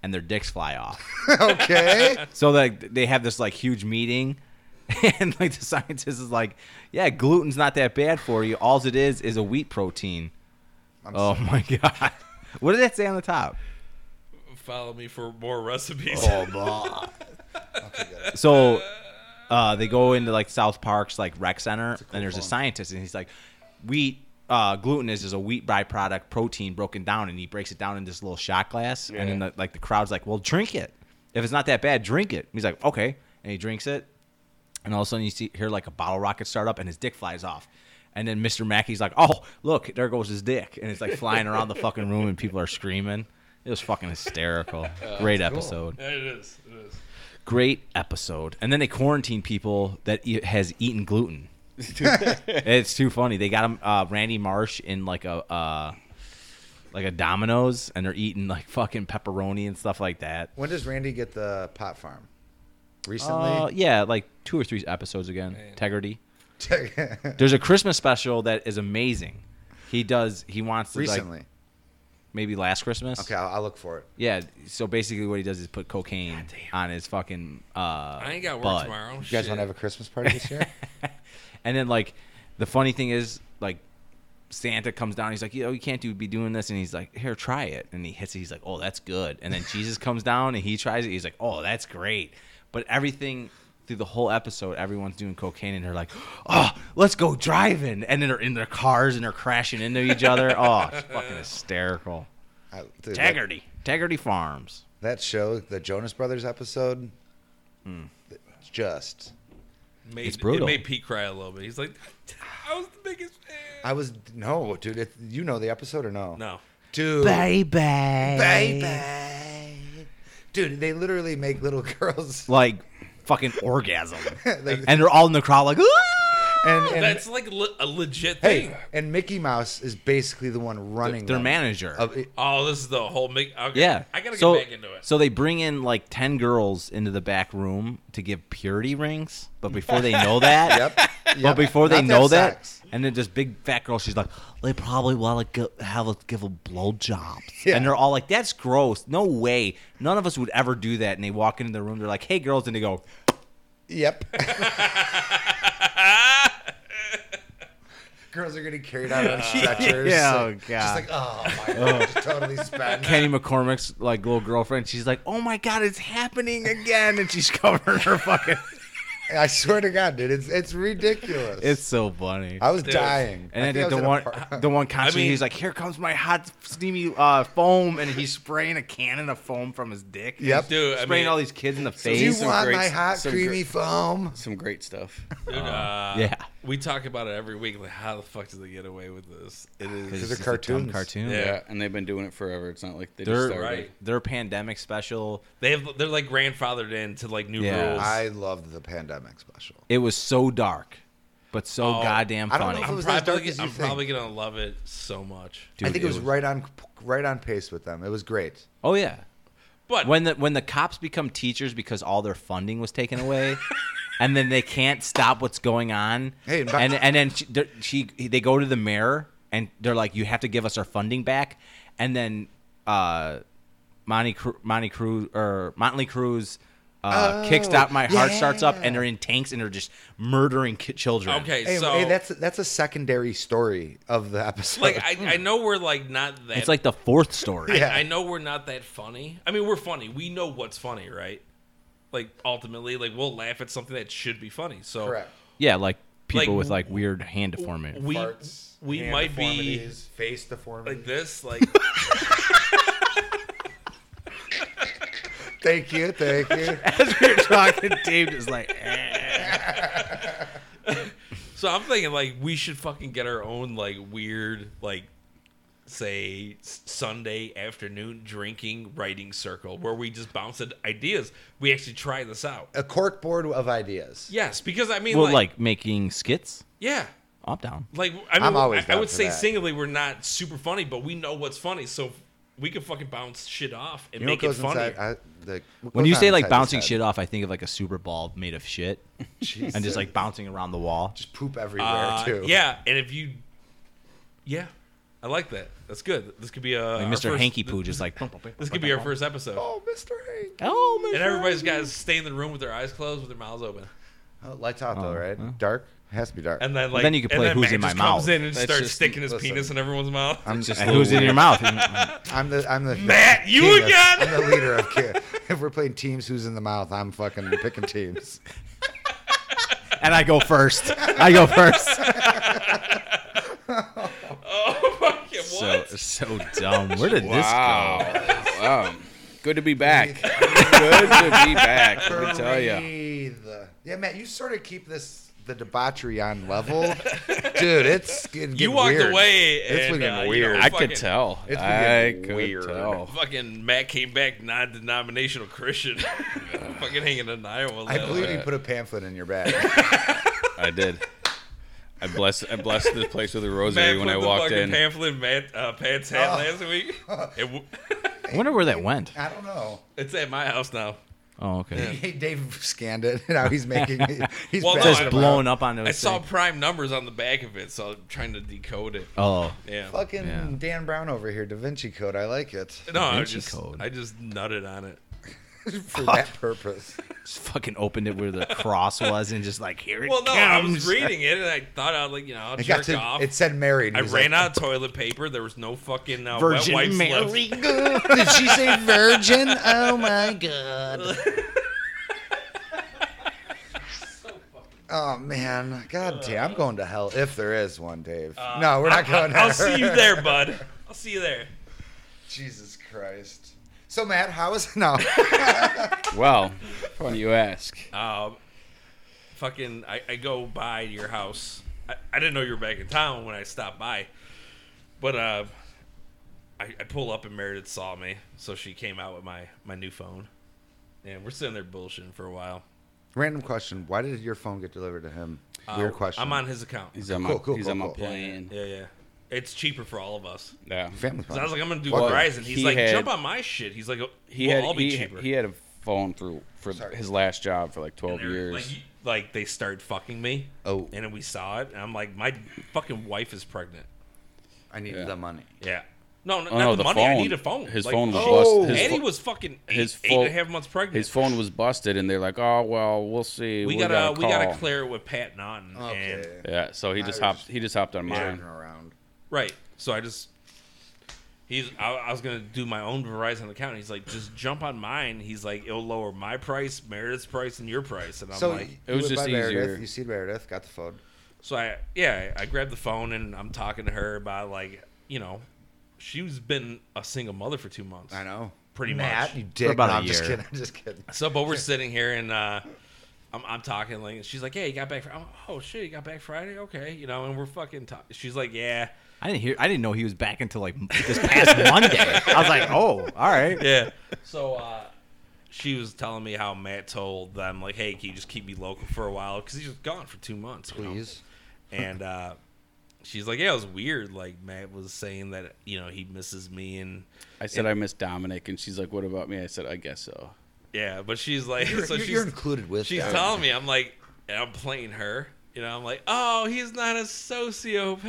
Speaker 4: and their dicks fly off.
Speaker 2: (laughs) okay.
Speaker 4: (laughs) So like they have this like huge meeting (laughs) and like the scientist is like, "Yeah, gluten's not that bad for you. All it is is a wheat protein." oh my (laughs) god. What did that say on the top?
Speaker 3: Follow me for more recipes.
Speaker 4: Oh.
Speaker 2: Oh,
Speaker 4: So uh, they go into like South Park's like rec center and there's a
Speaker 2: phone.
Speaker 4: scientist and he's like, "Wheat uh, gluten is just a wheat byproduct protein broken down and he breaks it down in this little shot glass and then the, like the crowd's like well drink it if it's not that bad drink it he's like okay and he drinks it and all of a sudden you see hear like a bottle rocket start up and his dick flies off and then Mr. Mackey's like oh look there goes his dick and it's like flying around the fucking room and people are screaming it was fucking hysterical great episode
Speaker 3: Yeah, (laughs) it is. It is. (laughs)
Speaker 4: great episode and then they quarantine people that e- has eaten gluten it's too funny. They got 'em, uh, Randy Marsh in like a uh, like a Domino's, and they're eating like fucking pepperoni and stuff like that.
Speaker 2: When does Randy get the pot farm?
Speaker 4: Uh,
Speaker 2: Recently.
Speaker 4: yeah, like two or three episodes again. Integrity.
Speaker 2: Uh, (laughs) Check-
Speaker 4: There's a Christmas special that is amazing. He does. He wants to
Speaker 2: Recently.
Speaker 4: like maybe last Christmas.
Speaker 2: okay, I'll, I'll look for it.
Speaker 4: Yeah. So basically, what he does is put cocaine on his fucking. Uh,
Speaker 3: I ain't got work
Speaker 4: bud.
Speaker 3: tomorrow.
Speaker 2: You guys
Speaker 3: Shit.
Speaker 2: want to have a Christmas party this year?
Speaker 4: And then like the funny thing is like Santa comes down. He's like, you know, you can't do be doing this. And he's like, here, try it. And he hits it. He's like, oh, that's good. And then Jesus comes down and he tries it. He's like, oh, that's great. But everything through the whole episode, everyone's doing cocaine and they're like, oh, let's go driving. And then they're in their cars and they're crashing into each other. Oh, it's fucking hysterical.
Speaker 2: (laughs) I, dude, that-
Speaker 4: Taggarty, Taggarty Farms.
Speaker 2: that show, the Jonas Brothers episode, th- just
Speaker 3: Made,
Speaker 4: It's brutal.
Speaker 3: It made Pete cry a little bit. He's like, I was the biggest fan.
Speaker 2: I was no, dude. It, you know the episode or no?
Speaker 3: No.
Speaker 2: dude.
Speaker 5: Baby.
Speaker 2: Baby. Dude, they literally make little (laughs) girls
Speaker 4: Like fucking orgasm.
Speaker 2: Like-
Speaker 4: and they're all in the crowd like, "Ah!"
Speaker 2: and, and
Speaker 3: That's like le- a legit
Speaker 2: hey,
Speaker 3: thing.
Speaker 2: and Mickey Mouse is basically the one running
Speaker 4: their
Speaker 2: them.
Speaker 4: manager.
Speaker 2: Of it-
Speaker 3: Oh, this is the whole. Make- okay.
Speaker 4: Yeah.
Speaker 3: I gotta get
Speaker 4: so,
Speaker 3: back into it.
Speaker 4: So they bring in like 10 girls into the back room to give purity rings, but before they
Speaker 2: (laughs)
Speaker 4: know that,
Speaker 2: yep,
Speaker 4: (laughs) but
Speaker 2: yep.
Speaker 4: before they
Speaker 2: Not to
Speaker 4: know
Speaker 2: have
Speaker 4: that,
Speaker 2: sex.
Speaker 4: and then this big fat girl, she's like, they probably want to go, have a, give a blowjob.
Speaker 2: Yeah.
Speaker 4: And they're all like, that's gross. No way. None of us would ever do that. And they walk into the room, they're like, hey, girls. And they go, (laughs)
Speaker 2: Yep. Girls are getting carried out on stretchers.
Speaker 4: (laughs) Yeah,
Speaker 2: so-
Speaker 4: oh,
Speaker 2: Just
Speaker 4: God.
Speaker 2: like, oh my god, just totally spent.
Speaker 4: Kenny McCormick's like little girlfriend, she's like, oh my God, it's happening again. And she's (laughs) covering her fucking.
Speaker 2: I swear to God, dude, it's it's ridiculous.
Speaker 4: It's so funny.
Speaker 2: I was
Speaker 3: Dude.
Speaker 2: dying. I
Speaker 4: And
Speaker 2: think I
Speaker 4: then the
Speaker 2: was
Speaker 4: one,
Speaker 2: at a par-
Speaker 4: (laughs) the one
Speaker 3: I
Speaker 4: constantly,
Speaker 3: mean-
Speaker 4: he's like, "Here comes my hot, steamy uh, foam," and he's spraying a cannon of foam from his dick. and
Speaker 2: Yep.
Speaker 3: Dude, I
Speaker 4: spraying
Speaker 3: mean,
Speaker 4: all these kids in the
Speaker 2: Do you
Speaker 4: face.
Speaker 1: some
Speaker 4: (laughs)
Speaker 2: want
Speaker 1: great-
Speaker 2: my hot
Speaker 1: some
Speaker 2: creamy
Speaker 1: great-
Speaker 2: foam?
Speaker 1: Some great stuff.
Speaker 3: dude, uh,
Speaker 4: yeah,
Speaker 3: We talk about it every week. Like, how the fuck did they get away with this? It is.
Speaker 2: they're
Speaker 4: It's just a dumb
Speaker 2: cartoons.
Speaker 4: cartoon.
Speaker 1: Yeah.
Speaker 3: Yeah.
Speaker 1: and they've been doing it forever. It's not like they
Speaker 4: They're
Speaker 1: just started.
Speaker 3: right.
Speaker 4: Their pandemic special.
Speaker 3: They have. They're like grandfathered into like new
Speaker 4: Yeah.
Speaker 3: rules.
Speaker 2: I loved the pandemic special.
Speaker 4: It was so dark, but so
Speaker 3: Oh,
Speaker 4: goddamn
Speaker 2: I don't
Speaker 4: funny.
Speaker 2: know if it
Speaker 3: I'm,
Speaker 2: was as dark
Speaker 3: probably,
Speaker 2: as you
Speaker 3: I'm
Speaker 2: think.
Speaker 3: probably gonna love it so much.
Speaker 4: Dude,
Speaker 2: I think it was, right on right on pace with them. It was great.
Speaker 4: Oh yeah.
Speaker 3: But
Speaker 4: When the when the cops become teachers because all their funding was
Speaker 2: (laughs)
Speaker 4: taken away, and then they can't stop what's going on.
Speaker 2: Hey,
Speaker 4: and
Speaker 2: but-
Speaker 4: and, then she, they're- she they go to the mayor and they're like, "You have to give us our funding back." And then uh, Monty Cru- Monty Cruz or Motley Cruz. Uh,
Speaker 2: Oh,
Speaker 4: kicks out my heart starts up and they're in tanks and they're just murdering ki- children.
Speaker 3: okay,
Speaker 2: Hey,
Speaker 3: so
Speaker 2: hey, that's that's a secondary story of the episode.
Speaker 3: like I, I know we're like not that.
Speaker 4: it's like the fourth story.
Speaker 2: mm. Yeah.
Speaker 3: I know we're not that funny. I mean, we're funny. We know what's funny, right? Like ultimately, like we'll laugh at something that should be funny.
Speaker 2: (laughs)
Speaker 3: So
Speaker 2: correct.
Speaker 4: yeah, like people
Speaker 3: Like,
Speaker 4: with like weird hand deformity.
Speaker 3: we
Speaker 2: Farts,
Speaker 3: we
Speaker 2: hand
Speaker 3: might be
Speaker 2: deformities, face deformities.
Speaker 3: like this. Like
Speaker 2: (laughs) thank you, thank you.
Speaker 4: As we (laughs) were talking, Dave is like,
Speaker 3: so, I'm thinking like we should fucking get our own like weird like say s- Sunday afternoon drinking writing circle where we just bounce at ideas. We actually try this out.
Speaker 2: a cork board of
Speaker 3: (laughs)
Speaker 2: ideas.
Speaker 3: Yes, because I mean,
Speaker 4: well,
Speaker 3: like,
Speaker 4: like making skits.
Speaker 3: yeah.
Speaker 4: I'm down.
Speaker 3: Like I mean,
Speaker 2: I'm always
Speaker 3: I, I
Speaker 2: down
Speaker 3: would
Speaker 2: for
Speaker 3: say
Speaker 2: that.
Speaker 3: singly we're not super funny, but we know what's funny, so we can fucking bounce shit off and
Speaker 2: You know what
Speaker 3: make it
Speaker 2: goes
Speaker 3: funny.
Speaker 2: inside? I, the, what
Speaker 4: When
Speaker 2: goes
Speaker 4: you
Speaker 2: on
Speaker 4: say like
Speaker 2: inside this
Speaker 4: bouncing
Speaker 2: head?
Speaker 4: shit off, I think of like a super ball made of
Speaker 3: (laughs)
Speaker 4: shit and just like bouncing around the wall.
Speaker 2: just poop everywhere
Speaker 3: Uh,
Speaker 2: too.
Speaker 3: Yeah, and if you, yeah, I like that. That's good. This could be a
Speaker 4: Like Mr. Hanky Poo, just like.
Speaker 3: uh,
Speaker 4: (laughs)
Speaker 3: This could be our first episode,
Speaker 2: Oh, Mr. Hank.
Speaker 4: Oh, Mr.
Speaker 3: and everybody's got to stay in the room with their eyes closed, with their mouths open,
Speaker 2: Oh, lights out though,
Speaker 4: Oh,
Speaker 2: right?
Speaker 4: well.
Speaker 2: Dark it has to be dark.
Speaker 3: and then like
Speaker 4: then you could
Speaker 3: and
Speaker 4: play
Speaker 3: then
Speaker 4: Who's
Speaker 3: Matt
Speaker 4: in My
Speaker 3: just
Speaker 4: Mouth.
Speaker 3: comes in and
Speaker 1: That's
Speaker 3: starts
Speaker 1: just-
Speaker 3: sticking his
Speaker 2: listen.
Speaker 3: penis in everyone's mouth.
Speaker 2: I'm just
Speaker 4: And who's in your mouth?
Speaker 3: (laughs)
Speaker 2: I'm the I'm the
Speaker 3: Matt, you
Speaker 2: Penis.
Speaker 3: again?
Speaker 2: I'm the leader of kids. (laughs) if we're playing teams, who's in the mouth? I'm fucking picking teams.
Speaker 4: And I go first. I go first.
Speaker 3: (laughs) oh fuck yeah,
Speaker 4: so,
Speaker 3: (laughs) what?
Speaker 4: so dumb. Where did this
Speaker 1: Wow. wow. Good to be
Speaker 2: (laughs)
Speaker 1: back. Good to be back. Let me tell you.
Speaker 2: Breathe. Yeah, Matt, you sort of keep this the debauchery on
Speaker 4: (laughs)
Speaker 2: level, dude. It's getting
Speaker 3: you
Speaker 2: getting
Speaker 3: walked
Speaker 2: weird.
Speaker 3: away.
Speaker 2: It's
Speaker 3: and,
Speaker 2: getting
Speaker 3: uh, you
Speaker 2: weird.
Speaker 3: know,
Speaker 1: I
Speaker 3: fucking-
Speaker 1: could tell.
Speaker 2: It's been
Speaker 1: I
Speaker 2: getting
Speaker 1: could
Speaker 2: weird.
Speaker 1: tell.
Speaker 3: Fucking Matt came back non-denominational Christian. (laughs) fucking hanging in Iowa.
Speaker 2: I believe you
Speaker 1: Yeah.
Speaker 2: put a pamphlet in your bag.
Speaker 1: I did. I blessed I blessed this place with a
Speaker 3: Matt
Speaker 1: rosary when
Speaker 3: put
Speaker 1: I
Speaker 3: the
Speaker 1: walked
Speaker 3: fucking
Speaker 1: in.
Speaker 3: pamphlet in Matt, uh, Pat's
Speaker 2: Oh.
Speaker 3: hat last week.
Speaker 2: (laughs)
Speaker 3: It w- (laughs)
Speaker 4: I wonder where that
Speaker 2: (laughs)
Speaker 4: went.
Speaker 2: I don't (laughs) know.
Speaker 3: it's at my house now.
Speaker 4: Oh, okay.
Speaker 2: Hey, Dave scanned it. Now he's making. He's
Speaker 3: Well, no,
Speaker 2: passing
Speaker 3: I-
Speaker 4: Just
Speaker 2: them
Speaker 4: blown
Speaker 2: out.
Speaker 4: up on those.
Speaker 3: I saw
Speaker 4: things.
Speaker 3: prime numbers on the back of it, so I'm trying to decode it.
Speaker 4: Oh,
Speaker 3: Yeah.
Speaker 2: Fucking
Speaker 4: Yeah.
Speaker 2: Dan Brown over here, Da Vinci Code. I like it
Speaker 3: No, I
Speaker 4: Vinci
Speaker 3: just
Speaker 4: Code.
Speaker 3: I just nutted on it.
Speaker 2: (laughs) for that purpose.
Speaker 4: just fucking opened it where the cross was and just like here it
Speaker 3: Well, no, I was
Speaker 4: comes.
Speaker 3: reading it and I thought I'd like you know I'll
Speaker 2: It got
Speaker 3: jerk
Speaker 2: to.
Speaker 3: off.
Speaker 2: It said married.
Speaker 3: I
Speaker 2: He was
Speaker 3: ran
Speaker 2: like,
Speaker 3: out of toilet paper. There was no fucking uh,
Speaker 4: Virgin
Speaker 3: wet wipes
Speaker 4: Mary.
Speaker 3: left.
Speaker 4: (laughs)
Speaker 2: Did she say virgin? Oh my god. Oh man, God damn! I'm going to hell if there is one, Dave. no, we're not going.
Speaker 3: Uh, I'll
Speaker 2: there.
Speaker 3: see you there, bud. I'll see you there.
Speaker 2: (laughs) Jesus Christ. So Matt, how is
Speaker 3: (laughs)
Speaker 2: no?
Speaker 1: Well, funny you ask.
Speaker 3: Um, fucking, I, I go by your house. I, I didn't know you were back in town when I stopped by, but uh, I, I pull up and Meredith saw me, so she came out with my my new phone, and we're sitting there bullshitting for a while.
Speaker 2: Random question: Why did your phone get delivered to him? Weird
Speaker 3: Uh,
Speaker 2: question.
Speaker 3: I'm on his account.
Speaker 1: He's on my
Speaker 2: Cool, cool,
Speaker 1: he's
Speaker 2: cool,
Speaker 1: on my
Speaker 2: cool.
Speaker 1: plane.
Speaker 3: Yeah, yeah. It's cheaper for all of us.
Speaker 1: Yeah.
Speaker 2: family
Speaker 3: So I
Speaker 2: plan.
Speaker 3: was like, I'm gonna do
Speaker 1: Well,
Speaker 3: Verizon. He's
Speaker 1: he
Speaker 3: like,
Speaker 1: had-
Speaker 3: jump on my shit. He's like, oh,
Speaker 1: He
Speaker 3: well,
Speaker 1: had
Speaker 3: I'll be
Speaker 1: he,
Speaker 3: cheaper.
Speaker 1: he had a phone through for
Speaker 2: Sorry.
Speaker 1: his last job for like 12
Speaker 3: They're-
Speaker 1: years.
Speaker 3: Like, you- like, they started fucking me.
Speaker 2: Oh.
Speaker 3: And then we saw it, and I'm like, my fucking wife is pregnant.
Speaker 2: I need
Speaker 1: Yeah.
Speaker 2: the money.
Speaker 3: Yeah. No, no,
Speaker 1: Oh,
Speaker 3: not
Speaker 1: no,
Speaker 3: the,
Speaker 1: the
Speaker 3: money. I
Speaker 1: phone.
Speaker 3: need a phone.
Speaker 1: His phone was
Speaker 2: Oh.
Speaker 1: bust- his
Speaker 3: Eddie
Speaker 1: pho-
Speaker 3: was fucking eight,
Speaker 1: his
Speaker 3: eight and a
Speaker 1: phone-
Speaker 3: half months pregnant.
Speaker 1: his phone was busted, and they're like, "Oh well, we'll see.
Speaker 3: we
Speaker 1: We're
Speaker 3: gotta we
Speaker 1: gonna
Speaker 3: gotta
Speaker 1: call."
Speaker 3: clear it with Pat Naughton. And,
Speaker 2: Okay.
Speaker 1: Yeah, so he
Speaker 2: I
Speaker 1: just
Speaker 2: was
Speaker 1: hopped.
Speaker 2: just-
Speaker 1: he just hopped on mine.
Speaker 2: Turn around.
Speaker 3: right. So I just he's I, I was gonna do my own Verizon account. He's like, just jump on mine. He's like, it'll lower my price, Meredith's price, and your price. And I'm
Speaker 2: So
Speaker 3: like,
Speaker 1: It was
Speaker 2: you
Speaker 1: just
Speaker 2: by Meredith,
Speaker 1: easier.
Speaker 2: You see Meredith, got the phone.
Speaker 3: So I yeah, I grabbed the phone and I'm talking to her about like, you know, she's been a single mother for two months.
Speaker 2: I know.
Speaker 3: Pretty
Speaker 2: Matt,
Speaker 3: much.
Speaker 2: you dick.
Speaker 4: about
Speaker 2: no,
Speaker 4: a
Speaker 2: I'm just
Speaker 4: year.
Speaker 2: kidding. I'm just
Speaker 3: (laughs)
Speaker 2: kidding.
Speaker 3: So but we're sitting here and uh I'm, I'm talking like and she's like, Yeah, you got back Friday. Oh shit, you got back Friday? Okay, you know, and we're fucking talking. She's like, Yeah.
Speaker 4: I didn't hear. I didn't know he was back until like this
Speaker 1: (laughs)
Speaker 4: past Monday. I was like, oh, all right.
Speaker 3: Yeah. (laughs) so uh she was telling me how Matt told them like, Hey, can you just keep me local for a while? Because he was gone for two months. you know?
Speaker 2: Please. (laughs)
Speaker 3: and uh, she's like, "Yeah, it was weird." Like Matt was saying that you know he misses me, and
Speaker 1: I said I miss Dominic, and she's like, "What about me?" I said, "I guess so."
Speaker 3: yeah, but she's like,
Speaker 2: You're,
Speaker 3: (laughs) so
Speaker 2: you're-
Speaker 3: she's,
Speaker 2: you're included with.
Speaker 3: she's
Speaker 2: that.
Speaker 3: telling me, I'm like, and I'm playing her. You know, I'm like, oh, he's not a sociopath.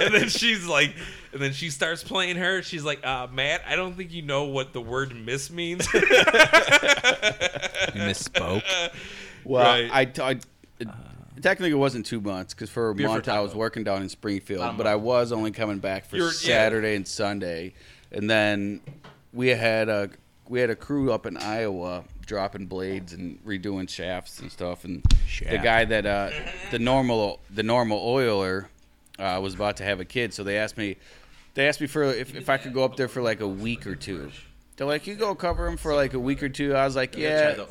Speaker 3: (laughs) and then she's like, and then she starts playing her. She's like, uh, Matt, I don't think you know what the word miss means.
Speaker 2: (laughs)
Speaker 4: You misspoke.
Speaker 1: Well,
Speaker 3: Right.
Speaker 1: I, t- I- it- technically it wasn't two months because for a
Speaker 3: Beer for
Speaker 1: month I was
Speaker 3: Taco.
Speaker 1: working down in Springfield, but I was only coming back for
Speaker 3: You're- yeah.
Speaker 1: Saturday and Sunday, and then we had a we had a crew up in Iowa dropping blades and redoing shafts and stuff, and the
Speaker 4: Shaft.
Speaker 1: guy that uh, the normal the normal oiler uh, was about to have a kid, so they asked me they asked me for if, if I could go up there for like a week or two. They're like, you go cover him for like a week or two. I was like, yeah,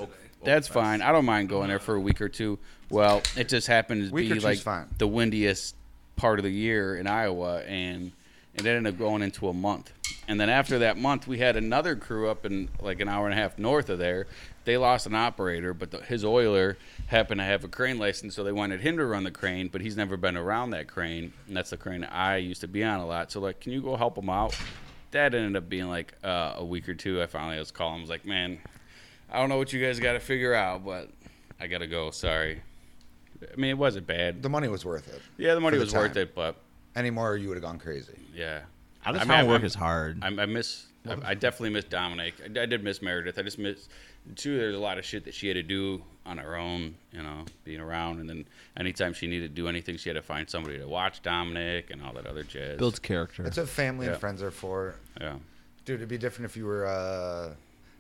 Speaker 1: that's fine. I don't mind going there for a week or two. Well, it just happened to
Speaker 2: Week
Speaker 1: be
Speaker 2: or two's
Speaker 1: like
Speaker 2: fine.
Speaker 1: the windiest part of the year in Iowa, and it ended up going into a month. And then after that month, we had another crew up in like an hour and a half north of there. They lost an operator, but the, his oiler happened to have a crane license, so they wanted him to run the crane, but he's never been around that crane, and that's the crane I used to be on a lot. So like, can you go help him out? That ended up being like uh, a week or two. I finally was calling. I was like, man, I don't know what you guys got to figure out, but I gotta go. Sorry. I mean, it wasn't bad.
Speaker 2: the money was worth it.
Speaker 1: yeah, the money
Speaker 2: for the
Speaker 1: was worth
Speaker 2: time.
Speaker 1: it, but
Speaker 2: Any more, you would have gone crazy.
Speaker 1: yeah,
Speaker 4: Out
Speaker 1: I mean,
Speaker 4: of town
Speaker 1: I'm-
Speaker 4: work is hard.
Speaker 1: I, I miss. I, I definitely miss Dominic. I, I did miss Meredith. I just miss. Too, there's a lot of shit that she had to do on her own. You know, being around, and then anytime she needed to do anything, she had to find somebody to watch Dominic and all that other jazz.
Speaker 4: Builds character.
Speaker 2: That's what family
Speaker 1: Yeah.
Speaker 2: and friends are for.
Speaker 1: yeah.
Speaker 2: Dude, it'd be different if you were uh,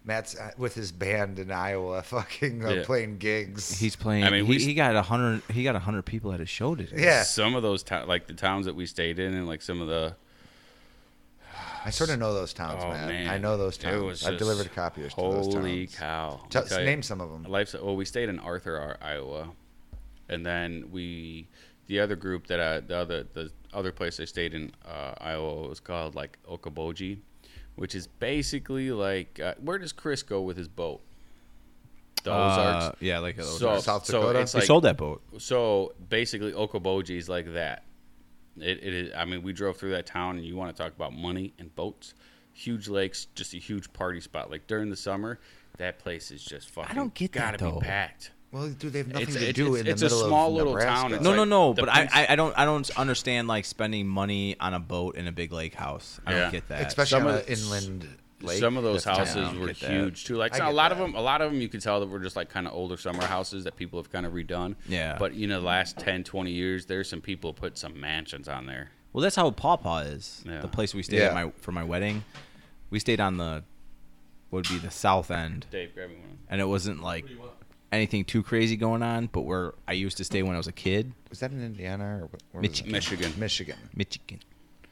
Speaker 2: Matt's uh, with his band in Iowa, (laughs) fucking uh,
Speaker 1: Yeah.
Speaker 2: playing gigs.
Speaker 4: He's playing.
Speaker 1: I mean,
Speaker 4: he,
Speaker 1: we-
Speaker 4: he got a hundred. He got a hundred people at his show today.
Speaker 2: yeah.
Speaker 1: Some of those, to- like the towns that we stayed in, and like some of the.
Speaker 2: I sort of know those towns,
Speaker 1: Oh
Speaker 2: man.
Speaker 1: man,
Speaker 2: I know those
Speaker 1: It
Speaker 2: towns.
Speaker 1: was
Speaker 2: I've
Speaker 1: just-
Speaker 2: delivered copiers to those towns.
Speaker 1: Holy cow!
Speaker 2: Tell-
Speaker 1: I'll tell you.
Speaker 2: name some of them.
Speaker 1: Life's well, we stayed in Arthur, Ar- Iowa, and then we, the other group that I, the other the other place I stayed in uh, Iowa was called like Okoboji, which is basically like uh, where does Chris go with his boat? the
Speaker 4: Uh,
Speaker 1: Ozarks.
Speaker 4: yeah, like those.
Speaker 1: So,
Speaker 4: So,
Speaker 2: South
Speaker 1: so
Speaker 2: Dakota?
Speaker 1: it's
Speaker 4: we
Speaker 1: like
Speaker 4: sold that boat.
Speaker 1: so basically Okoboji is like that. It, it is. I mean, we drove through that town, and you want to talk about money and boats, huge lakes, just a huge party spot. Like during the summer, that place is just fucking.
Speaker 5: don't get that,
Speaker 1: gotta
Speaker 5: though.
Speaker 1: be packed.
Speaker 2: Well, dude, they have nothing
Speaker 1: It's-
Speaker 2: to
Speaker 1: it's-
Speaker 2: do
Speaker 1: it's-
Speaker 2: in the
Speaker 1: it's a
Speaker 2: middle
Speaker 1: small
Speaker 2: of
Speaker 1: little
Speaker 2: Nebraska.
Speaker 1: town. It's
Speaker 4: No,
Speaker 1: like
Speaker 4: no, no.
Speaker 1: the
Speaker 4: But I,
Speaker 1: prince-
Speaker 4: I, I don't, I don't understand like spending money on a boat in a big lake house. I
Speaker 1: Yeah.
Speaker 4: don't get that.
Speaker 2: especially
Speaker 1: Some
Speaker 2: on
Speaker 1: of
Speaker 2: an
Speaker 1: the-
Speaker 2: inland lake.
Speaker 1: some of those
Speaker 2: that's
Speaker 1: houses
Speaker 2: down.
Speaker 1: were
Speaker 4: get that.
Speaker 1: huge too. Like
Speaker 2: I
Speaker 1: so a
Speaker 2: get
Speaker 1: lot of
Speaker 2: that.
Speaker 1: them, a lot of them, you can tell that were just like kind of older summer houses that people have kind of redone.
Speaker 4: Yeah.
Speaker 1: But you know, the last 10, 20 years, there's some people put some mansions on there.
Speaker 4: Well, that's how Pawpaw is.
Speaker 1: Yeah.
Speaker 4: The place we stayed
Speaker 2: Yeah.
Speaker 4: at my for my wedding. We stayed on the what would be the south end,
Speaker 1: Dave, grab me one.
Speaker 4: and it wasn't like anything too crazy going on. But where I used to stay when I was a kid,
Speaker 2: Was that in Indiana or what- where was that?
Speaker 1: Michigan.
Speaker 2: Michigan.
Speaker 4: Michigan.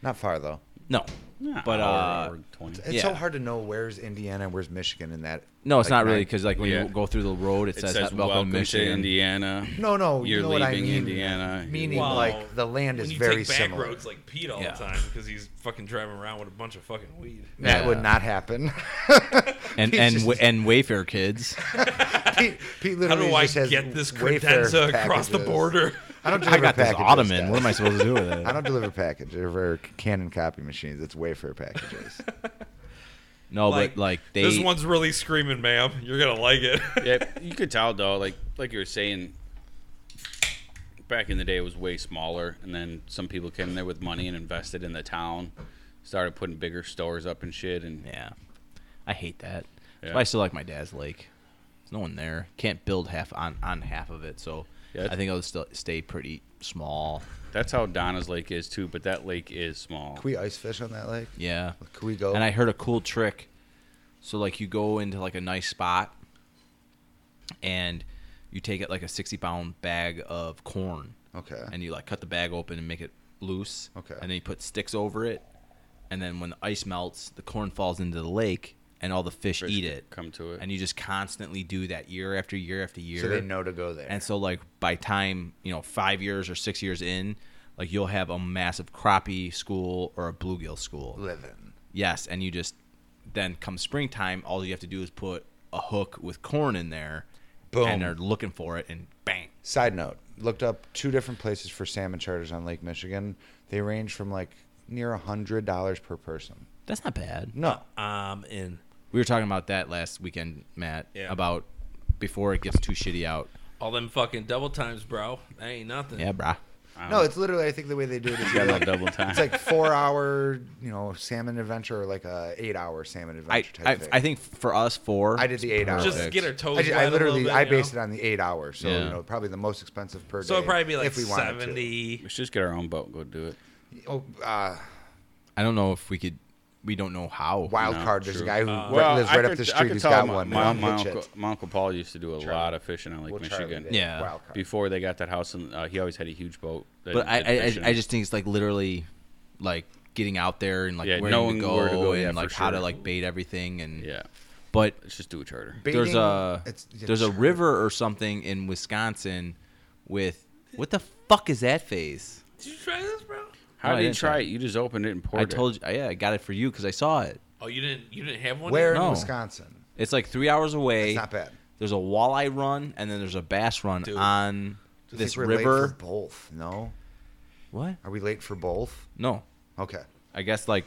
Speaker 2: Not far though.
Speaker 4: No,
Speaker 1: Yeah,
Speaker 4: but
Speaker 1: hour
Speaker 4: uh,
Speaker 1: or 20.
Speaker 2: It's so
Speaker 4: Yeah.
Speaker 2: hard to know where's Indiana and where's Michigan in that.
Speaker 4: no, it's
Speaker 2: like,
Speaker 4: not really
Speaker 2: nine-
Speaker 4: because like when
Speaker 1: Yeah.
Speaker 4: you go through the road, it,
Speaker 1: it
Speaker 4: says,
Speaker 1: says
Speaker 4: welcome, Michigan.
Speaker 1: to Indiana.
Speaker 2: No, no, you
Speaker 1: you're
Speaker 2: know
Speaker 1: leaving
Speaker 2: what I mean.
Speaker 1: Indiana.
Speaker 2: Meaning
Speaker 3: Wow.
Speaker 2: like the land
Speaker 3: When
Speaker 2: is
Speaker 3: you
Speaker 2: very
Speaker 3: take back
Speaker 2: similar.
Speaker 3: roads like Pete all
Speaker 4: Yeah.
Speaker 3: the time because he's fucking driving around with a bunch of fucking weed.
Speaker 2: That
Speaker 4: Yeah.
Speaker 2: would not happen.
Speaker 4: (laughs)
Speaker 2: (laughs)
Speaker 4: and
Speaker 2: He's
Speaker 4: and
Speaker 2: just-
Speaker 4: Wa- and Wayfair kids.
Speaker 2: Pete, Pete
Speaker 3: How
Speaker 2: literally
Speaker 3: do I
Speaker 2: just has
Speaker 3: get this
Speaker 2: Wayfair
Speaker 3: credenza across the
Speaker 2: packages.
Speaker 3: border?
Speaker 2: I don't deliver
Speaker 4: I got this
Speaker 2: packages,
Speaker 4: ottoman.
Speaker 2: guys.
Speaker 4: What am I supposed to do with
Speaker 2: I (laughs)
Speaker 4: it?
Speaker 2: don't deliver packages. I deliver Canon copy machines. It's Wayfair
Speaker 3: (laughs)
Speaker 2: packages.
Speaker 4: No, (laughs) but like they.
Speaker 3: this one's really screaming, ma'am. You're gonna like
Speaker 4: (laughs)
Speaker 3: it.
Speaker 1: yeah, you could tell though, like like you were saying, back in the day it was way smaller, and then some people came there with money and invested in the town, started putting bigger stores up and shit, and
Speaker 4: Yeah, I hate that.
Speaker 1: Yeah.
Speaker 4: But I still like my dad's lake. There's no one there. Can't build half on on half of it, so
Speaker 1: Yeah.
Speaker 4: I think I'll still stay pretty small.
Speaker 1: that's how Donna's Lake is too. But that lake is small.
Speaker 2: Can we ice fish on that lake?
Speaker 4: Yeah.
Speaker 2: Can we go?
Speaker 4: And I heard a cool trick. So like you go into like a nice spot, and you take it like a sixty pound bag of corn,
Speaker 2: okay.
Speaker 4: and you like cut the bag open and make it loose.
Speaker 2: Okay.
Speaker 4: And then you put sticks over it, and then when the ice melts, the corn falls into the lake, and all the fish,
Speaker 1: Fish
Speaker 4: eat it.
Speaker 1: come to it.
Speaker 4: and you just constantly do that year after year after year.
Speaker 2: so they know to go there.
Speaker 4: And so like by time, you know, 5 years or 6 years in, like you'll have a massive crappie school or a bluegill school.
Speaker 2: living.
Speaker 4: Yes, and you just then come springtime, all you have to do is put a hook with corn in there.
Speaker 2: Boom.
Speaker 4: And they're looking for it and bang.
Speaker 2: Side note: looked up two different places for salmon charters on Lake Michigan. They range from like near a hundred dollars per person.
Speaker 4: That's not bad.
Speaker 2: No,
Speaker 3: I'm in.
Speaker 4: We were talking about that last weekend, Matt,
Speaker 3: Yeah.
Speaker 4: about before it gets too shitty out.
Speaker 3: All them fucking double times, bro. That ain't nothing.
Speaker 4: Yeah, brah.
Speaker 2: no, it's literally. I think the way they do
Speaker 4: (laughs)
Speaker 2: it is
Speaker 1: Got
Speaker 2: you
Speaker 1: a little
Speaker 2: like,
Speaker 1: double time.
Speaker 2: it's like four hour, you know, salmon adventure or like a eight hour salmon
Speaker 4: I,
Speaker 2: adventure
Speaker 4: I,
Speaker 2: type thing.
Speaker 4: I think for us four,
Speaker 2: I did the eight hours.
Speaker 3: Just
Speaker 4: Perfect.
Speaker 3: get her toes.
Speaker 2: I, ju- I
Speaker 3: wet a little
Speaker 2: literally
Speaker 3: bit,
Speaker 2: I
Speaker 3: you know?
Speaker 2: based it on the eight hours, so
Speaker 4: Yeah.
Speaker 2: you know probably the most expensive per day.
Speaker 3: So it'd probably be like
Speaker 2: if we wanted
Speaker 3: seventy.
Speaker 1: Let's just get our own boat and go do it.
Speaker 2: To. Oh, uh,
Speaker 4: I don't know if we could. We don't know how.
Speaker 2: wild
Speaker 1: No,
Speaker 2: card. There's
Speaker 1: true.
Speaker 2: a guy who
Speaker 3: Uh,
Speaker 2: re- lives right up the street who's got one.
Speaker 1: My,
Speaker 2: One
Speaker 1: my,
Speaker 2: pitch
Speaker 1: uncle,
Speaker 2: it.
Speaker 1: my uncle Paul used to do a lot of fishing on Lake
Speaker 2: We'll Charlie
Speaker 1: Michigan.
Speaker 2: it.
Speaker 4: Yeah.
Speaker 2: Wild card.
Speaker 1: Before they got that house, and uh, he always had a huge boat. that
Speaker 4: But
Speaker 1: he
Speaker 4: I,
Speaker 1: did
Speaker 4: I,
Speaker 1: fishing
Speaker 4: I
Speaker 1: on.
Speaker 4: just think it's like literally, like getting out there and like
Speaker 1: Yeah,
Speaker 4: where
Speaker 1: knowing
Speaker 4: to go,
Speaker 1: where to go,
Speaker 4: and
Speaker 1: yeah, for
Speaker 4: like how to
Speaker 1: sure.
Speaker 4: like bait everything and
Speaker 1: yeah,
Speaker 4: But
Speaker 1: let's just do a charter.
Speaker 4: there's
Speaker 2: Baiting-
Speaker 4: a
Speaker 2: it's- yeah,
Speaker 4: there's a
Speaker 2: charter.
Speaker 4: river or something in Wisconsin with what the fuck is that phase?
Speaker 3: Did you try this, bro?
Speaker 1: How
Speaker 4: No, I
Speaker 1: did you
Speaker 4: didn't
Speaker 1: try
Speaker 4: try.
Speaker 1: it? You just opened it and poured
Speaker 4: I told you, yeah, I got it for you because I saw it.
Speaker 3: Oh, you didn't. You didn't have one.
Speaker 2: Where
Speaker 3: yet?
Speaker 2: in
Speaker 4: No.
Speaker 2: Wisconsin?
Speaker 4: It's like three hours away.
Speaker 2: It's not bad.
Speaker 4: There's a walleye run and then there's a bass run
Speaker 3: Dude.
Speaker 4: on
Speaker 2: Just
Speaker 4: this
Speaker 2: think we're late
Speaker 4: river.
Speaker 2: for both. No,
Speaker 4: What?
Speaker 2: are we late for both?
Speaker 4: No,
Speaker 2: Okay.
Speaker 4: I guess like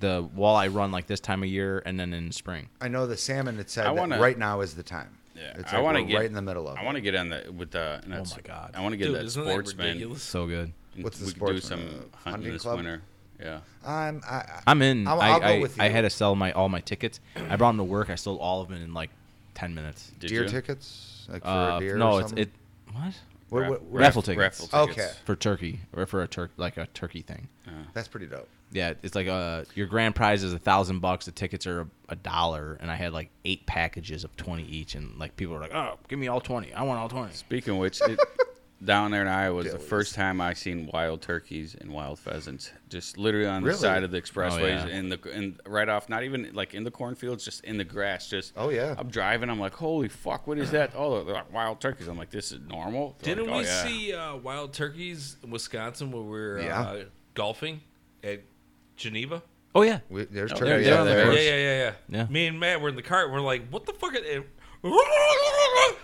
Speaker 4: the walleye run like this time of year and then in spring.
Speaker 2: I know the salmon. It said
Speaker 1: I
Speaker 2: that
Speaker 1: wanna-
Speaker 2: right now is the time.
Speaker 1: Yeah,
Speaker 2: it's
Speaker 1: I
Speaker 2: like
Speaker 1: wanna
Speaker 2: we're
Speaker 1: get-
Speaker 2: right in the middle of.
Speaker 1: I want to get on that with the. and that's-
Speaker 4: my God.
Speaker 1: I want to get
Speaker 3: Oh Dude,
Speaker 1: that
Speaker 3: isn't that
Speaker 1: sportsman.
Speaker 3: ridiculous?
Speaker 4: So good.
Speaker 2: What's the
Speaker 1: we could do
Speaker 2: sportsman,
Speaker 1: some
Speaker 2: uh,
Speaker 1: hunting,
Speaker 2: hunting
Speaker 1: this
Speaker 2: club?
Speaker 1: winter. Yeah,
Speaker 2: it. I'm. I, I,
Speaker 4: I'm in. i
Speaker 2: I'll-
Speaker 4: I,
Speaker 2: I'll go
Speaker 4: I,
Speaker 2: with you.
Speaker 4: had to sell my all my tickets. I brought them to work. I sold all of them in like ten minutes.
Speaker 1: Did
Speaker 2: deer
Speaker 1: you?
Speaker 2: tickets? Like for
Speaker 4: Uh,
Speaker 2: a deer?
Speaker 4: no,
Speaker 2: or
Speaker 4: it's
Speaker 2: something?
Speaker 4: it. What
Speaker 2: What-
Speaker 1: Raff-
Speaker 2: what- what-
Speaker 4: Raffle tickets.
Speaker 1: Raffle tickets.
Speaker 2: Okay.
Speaker 4: for turkey or for a turk like a turkey thing?
Speaker 2: That's pretty dope.
Speaker 4: Yeah, it's like uh your grand prize is a thousand bucks. The tickets are a, a dollar, and I had like eight packages of twenty each, and like people were like, "Oh, give me all twenty. I want all 20.
Speaker 1: Speaking of which,
Speaker 2: (laughs)
Speaker 1: it, down there in Iowa was the first time I seen wild turkeys and wild pheasants, just literally on the
Speaker 2: Really?
Speaker 1: side of the expressways
Speaker 3: Oh,
Speaker 4: yeah.
Speaker 1: and the and right off, not even like in the cornfields, just in the grass. Just
Speaker 2: Oh, yeah.
Speaker 1: I'm driving, I'm like, holy fuck, what is that? Oh, they're like wild turkeys. I'm like, this is normal. They're
Speaker 3: Didn't
Speaker 1: like, "Oh,
Speaker 3: we
Speaker 1: yeah."
Speaker 3: see uh, wild turkeys in Wisconsin where we were uh,
Speaker 2: Yeah.
Speaker 3: golfing at Geneva?
Speaker 4: Oh yeah,
Speaker 2: We, there's
Speaker 1: Oh,
Speaker 2: turkeys
Speaker 1: they're
Speaker 2: out
Speaker 1: down
Speaker 2: there.
Speaker 1: there.
Speaker 3: Yeah, yeah, yeah, yeah.
Speaker 4: Yeah.
Speaker 3: Me and Matt were in the cart. We're like, what the fuck? Are,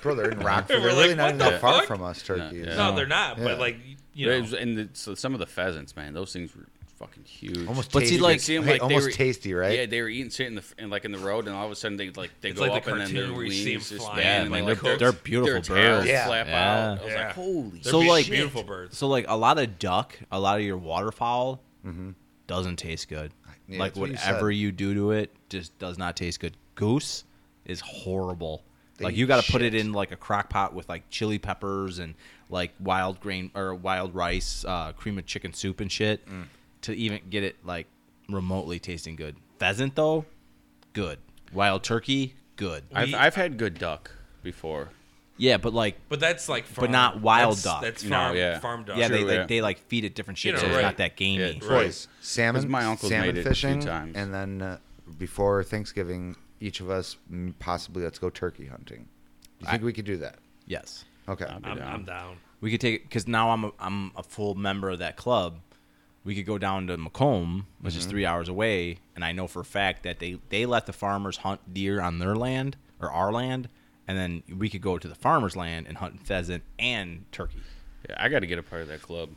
Speaker 2: Bro, they're in Rockford.
Speaker 3: We're
Speaker 2: They're really
Speaker 3: like,
Speaker 2: not
Speaker 3: what
Speaker 2: even
Speaker 3: the
Speaker 2: that far
Speaker 3: fuck?
Speaker 2: from us, turkeys.
Speaker 1: yeah.
Speaker 3: No, they're not.
Speaker 2: Yeah.
Speaker 3: But like, you
Speaker 1: It
Speaker 3: know,
Speaker 1: was- and the, so some of the pheasants, man, those things were fucking huge.
Speaker 2: Almost
Speaker 4: But see,
Speaker 2: tasty.
Speaker 4: like-
Speaker 1: See 'em
Speaker 2: Hey,
Speaker 1: like they
Speaker 2: almost
Speaker 1: were- e-,
Speaker 2: tasty, right?
Speaker 1: Yeah, they were eating shit in the f- in, like in the road, and all of a sudden they like they
Speaker 3: It's
Speaker 1: go
Speaker 3: like
Speaker 1: up
Speaker 3: the
Speaker 1: and then their
Speaker 3: cartoon where you see 'em
Speaker 1: wings just
Speaker 3: flying
Speaker 1: yeah,
Speaker 3: and,
Speaker 1: man,
Speaker 3: like,
Speaker 1: like
Speaker 3: they're-
Speaker 1: their,
Speaker 4: they're beautiful
Speaker 1: their tails
Speaker 4: birds.
Speaker 2: Yeah.
Speaker 1: flap
Speaker 4: Yeah.
Speaker 1: out. I was
Speaker 3: Yeah.
Speaker 1: like, holy
Speaker 3: they're
Speaker 1: shit.
Speaker 4: so,
Speaker 3: be-
Speaker 4: like-
Speaker 3: beautiful birds.
Speaker 4: So like a lot of duck, a lot of your waterfowl doesn't taste good.
Speaker 2: Mm-hmm. Yeah,
Speaker 4: like
Speaker 2: that's what you
Speaker 4: whatever
Speaker 2: said.
Speaker 4: you, do to it, just does not taste good. Goose is horrible.
Speaker 2: They
Speaker 4: like
Speaker 2: eat
Speaker 4: you got to put it
Speaker 2: shit.
Speaker 4: in like a crock pot with like chili peppers and like wild grain or wild rice, uh, cream of chicken soup and shit
Speaker 2: Mm.
Speaker 4: to even get it like remotely tasting good. Pheasant though, good. Wild turkey, good.
Speaker 1: I've, I've had good duck before.
Speaker 4: Yeah, but like
Speaker 3: But that's like, farm.
Speaker 4: not wild
Speaker 3: that's,
Speaker 4: duck.
Speaker 3: That's
Speaker 1: No,
Speaker 3: farm,
Speaker 1: yeah.
Speaker 3: farm duck.
Speaker 4: yeah, they
Speaker 1: True,
Speaker 4: like
Speaker 1: yeah.
Speaker 4: they like feed it different shit,
Speaker 3: You know,
Speaker 4: so it's
Speaker 3: right.
Speaker 4: not that gamey.
Speaker 1: Yeah.
Speaker 2: Boys,
Speaker 1: Because
Speaker 2: salmon.
Speaker 1: my uncles
Speaker 2: salmon
Speaker 1: made it a few
Speaker 2: fishing,
Speaker 1: times.
Speaker 2: and then uh, before Thanksgiving, each of us mm, possibly let's go turkey hunting. You think we could do that?
Speaker 4: Yes.
Speaker 2: Okay.
Speaker 1: I'll be
Speaker 3: I'm,
Speaker 1: down.
Speaker 3: I'm down.
Speaker 4: We could take it because now I'm a, I'm a full member of that club. We could go down to Macomb, which is three hours away, and I know for a fact that they they let the farmers hunt deer on their land or our land, and then we could go to the farmers' land and hunt pheasant and turkey.
Speaker 1: Yeah, I got to get a part of that club.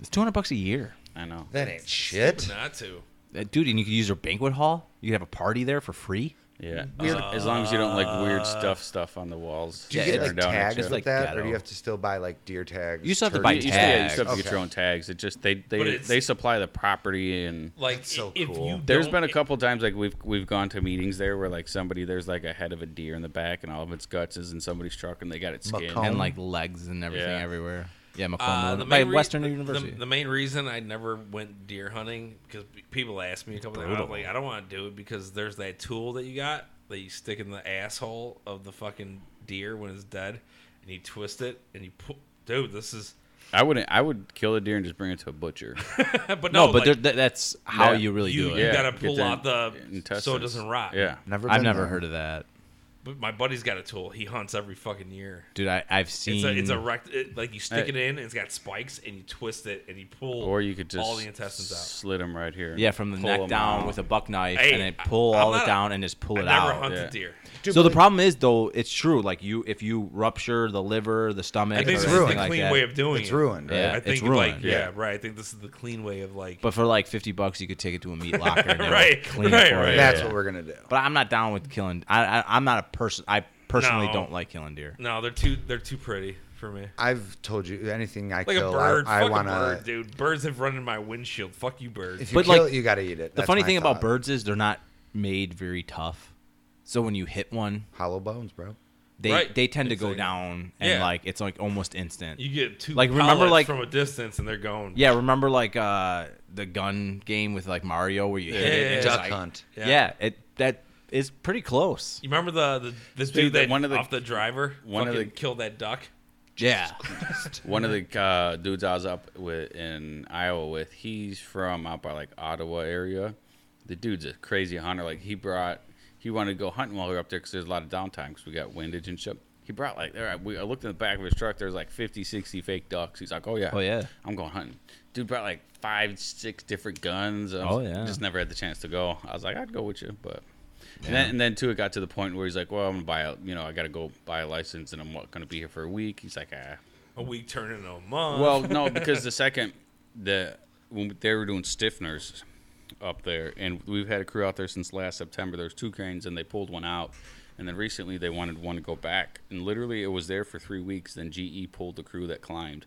Speaker 4: It's two hundred bucks a year,
Speaker 1: I know.
Speaker 2: that ain't shit.
Speaker 3: Not to.
Speaker 4: Uh, dude, and you could use their banquet hall. You could have a party there for free.
Speaker 1: Yeah, as, as long as you don't like weird stuff stuff on the walls.
Speaker 2: Do you
Speaker 4: Yeah,
Speaker 2: get
Speaker 4: it's-
Speaker 1: Or
Speaker 2: like
Speaker 1: down at
Speaker 2: tags
Speaker 1: you.
Speaker 2: with
Speaker 4: like
Speaker 2: that, or
Speaker 4: ghetto.
Speaker 2: do you have to still buy like deer tags?
Speaker 4: You still have to
Speaker 2: turkey
Speaker 4: buy
Speaker 1: You used to,
Speaker 4: tags.
Speaker 1: yeah, you still have to get
Speaker 2: Okay.
Speaker 1: your own tags. It just they
Speaker 3: But
Speaker 1: they
Speaker 3: it's-
Speaker 1: they supply the property and
Speaker 3: Like,
Speaker 2: so
Speaker 3: if
Speaker 2: cool.
Speaker 3: you
Speaker 1: There's
Speaker 3: don't-
Speaker 1: been a couple times like we've we've gone to meetings there where like somebody there's like a head of a deer in the back and all of its guts is in somebody's truck and they got it skinned.
Speaker 2: Macomb.
Speaker 4: and like legs and everything
Speaker 1: Yeah.
Speaker 4: everywhere. Yeah, Macomb
Speaker 3: Uh,
Speaker 4: Road.
Speaker 3: the
Speaker 4: by
Speaker 3: main re-
Speaker 4: Western
Speaker 3: the-
Speaker 4: University.
Speaker 3: The, main reason I never went deer hunting because people ask me a couple times, I'm like, I don't want to do it because there's that tool that you got that you stick in the asshole of the fucking deer when it's dead, and you twist it and you pull. Dude, this is. (laughs)
Speaker 1: I wouldn't. I would kill a deer and just bring it to a butcher.
Speaker 3: but no,
Speaker 4: no, but
Speaker 3: like,
Speaker 4: there- that, that's how
Speaker 1: Yeah.
Speaker 4: you really
Speaker 3: you,
Speaker 4: do
Speaker 3: (laughs)
Speaker 4: it.
Speaker 3: you
Speaker 1: Yeah,
Speaker 3: gotta
Speaker 1: get
Speaker 3: pull
Speaker 1: the
Speaker 3: out the so it
Speaker 1: intestines.
Speaker 3: doesn't rot.
Speaker 1: Yeah,
Speaker 2: Never.
Speaker 4: I've
Speaker 2: been
Speaker 4: never
Speaker 2: there.
Speaker 4: heard of that.
Speaker 3: But my buddy's got a tool. He hunts every fucking year.
Speaker 4: Dude, I, I've
Speaker 3: It's
Speaker 4: seen.
Speaker 3: a, it's a rect, it, like you stick
Speaker 1: I-
Speaker 3: it in, and it's got spikes, and you twist it, and you pull
Speaker 1: or you could just
Speaker 3: all the intestines out.
Speaker 1: slit them right here.
Speaker 4: yeah, from the
Speaker 1: Pull
Speaker 4: neck
Speaker 1: 'em
Speaker 4: down
Speaker 1: out.
Speaker 4: with a buck knife
Speaker 3: Hey,
Speaker 4: and then pull
Speaker 3: I- I'm
Speaker 4: all
Speaker 3: not-
Speaker 4: it down and just pull
Speaker 3: I
Speaker 4: it
Speaker 3: never
Speaker 4: out.
Speaker 3: hunted
Speaker 1: yeah.
Speaker 3: deer.
Speaker 2: Dude,
Speaker 4: So the
Speaker 2: but-
Speaker 4: problem is though, it's true. Like you, if you rupture the liver, the stomach,
Speaker 3: I think
Speaker 4: or
Speaker 3: this
Speaker 2: it's
Speaker 3: is the
Speaker 4: anything
Speaker 2: ruined.
Speaker 4: like
Speaker 3: clean
Speaker 4: that.
Speaker 3: way of doing
Speaker 2: It's
Speaker 3: it.
Speaker 2: ruined, right?
Speaker 4: Yeah.
Speaker 3: I
Speaker 4: It's
Speaker 3: think like
Speaker 4: ruined.
Speaker 3: yeah,
Speaker 1: Yeah.
Speaker 3: right. I think this is the clean way of like.
Speaker 4: but for like fifty bucks, you could take it to
Speaker 3: (laughs)
Speaker 4: a meat locker and they would
Speaker 3: Right,
Speaker 4: clean
Speaker 3: right,
Speaker 4: it for
Speaker 3: right.
Speaker 4: you.
Speaker 2: That's
Speaker 1: Yeah.
Speaker 2: what we're gonna do.
Speaker 4: But I'm not down with killing. I, I I'm not a person. I personally
Speaker 3: No. Mm,
Speaker 4: don't like killing deer.
Speaker 3: no, they're too they're too pretty for me.
Speaker 2: I've told you anything I
Speaker 3: Like
Speaker 2: kill,
Speaker 3: a bird,
Speaker 2: I, I
Speaker 3: fuck
Speaker 2: wanna.
Speaker 3: a bird, dude. Birds have run in my windshield. Fuck you, bird.
Speaker 2: If you
Speaker 4: But,
Speaker 2: kill
Speaker 4: like,
Speaker 2: it, you gotta eat it.
Speaker 4: The
Speaker 2: That's
Speaker 4: funny
Speaker 2: my
Speaker 4: thing
Speaker 2: thought.
Speaker 4: about birds is they're not made very tough. So when you hit one,
Speaker 2: hollow bones, bro.
Speaker 4: they
Speaker 3: Right.
Speaker 4: they tend to go
Speaker 3: Exactly.
Speaker 4: down and
Speaker 3: Yeah.
Speaker 4: like it's like almost instant.
Speaker 3: you get two like
Speaker 4: Like, remember,
Speaker 3: remember
Speaker 4: like-
Speaker 3: like from a distance and they're going.
Speaker 4: Yeah, remember like uh the gun game with like Mario where you hit it
Speaker 3: Yeah,
Speaker 4: and
Speaker 3: yeah,
Speaker 4: it's
Speaker 2: Duck
Speaker 4: like-
Speaker 2: hunt.
Speaker 4: Yeah. it that is pretty close.
Speaker 3: You remember the, the this
Speaker 1: Dude,
Speaker 3: dude
Speaker 1: the-
Speaker 3: that
Speaker 1: one of the-
Speaker 3: off the driver
Speaker 1: one of
Speaker 3: fucking
Speaker 1: the-
Speaker 3: killed that duck?
Speaker 4: Yeah.
Speaker 1: One of the uh, dudes I was up with in Iowa with, he's from out by like Ottawa area. The dude's a crazy hunter. Like he brought, he wanted to go hunting while we were up there because there's a lot of downtime because we got windage and shit. He brought like there. I- We, I looked in the back of his truck. There's like 50, 60 fake ducks. He's like, oh yeah,
Speaker 4: Oh, yeah.
Speaker 1: I'm going hunting. Dude brought like five, six different guns. I
Speaker 4: Oh,
Speaker 1: was-
Speaker 4: yeah.
Speaker 1: just never had the chance to go. I was like, I'd go with you, but and then, and then too, it got to the point where he's like, well, I'm gonna buy a, you know, I gotta go buy a license and I'm what, gonna be here for a week. He's like, ah.
Speaker 3: A week turning a month. (laughs)
Speaker 1: Well, no, because the second the when they were doing stiffeners up there, and we've had a crew out there since last September. There's two cranes, and they pulled one out, and then recently they wanted one to go back, and literally it was there for three weeks. Then GE pulled the crew that climbed.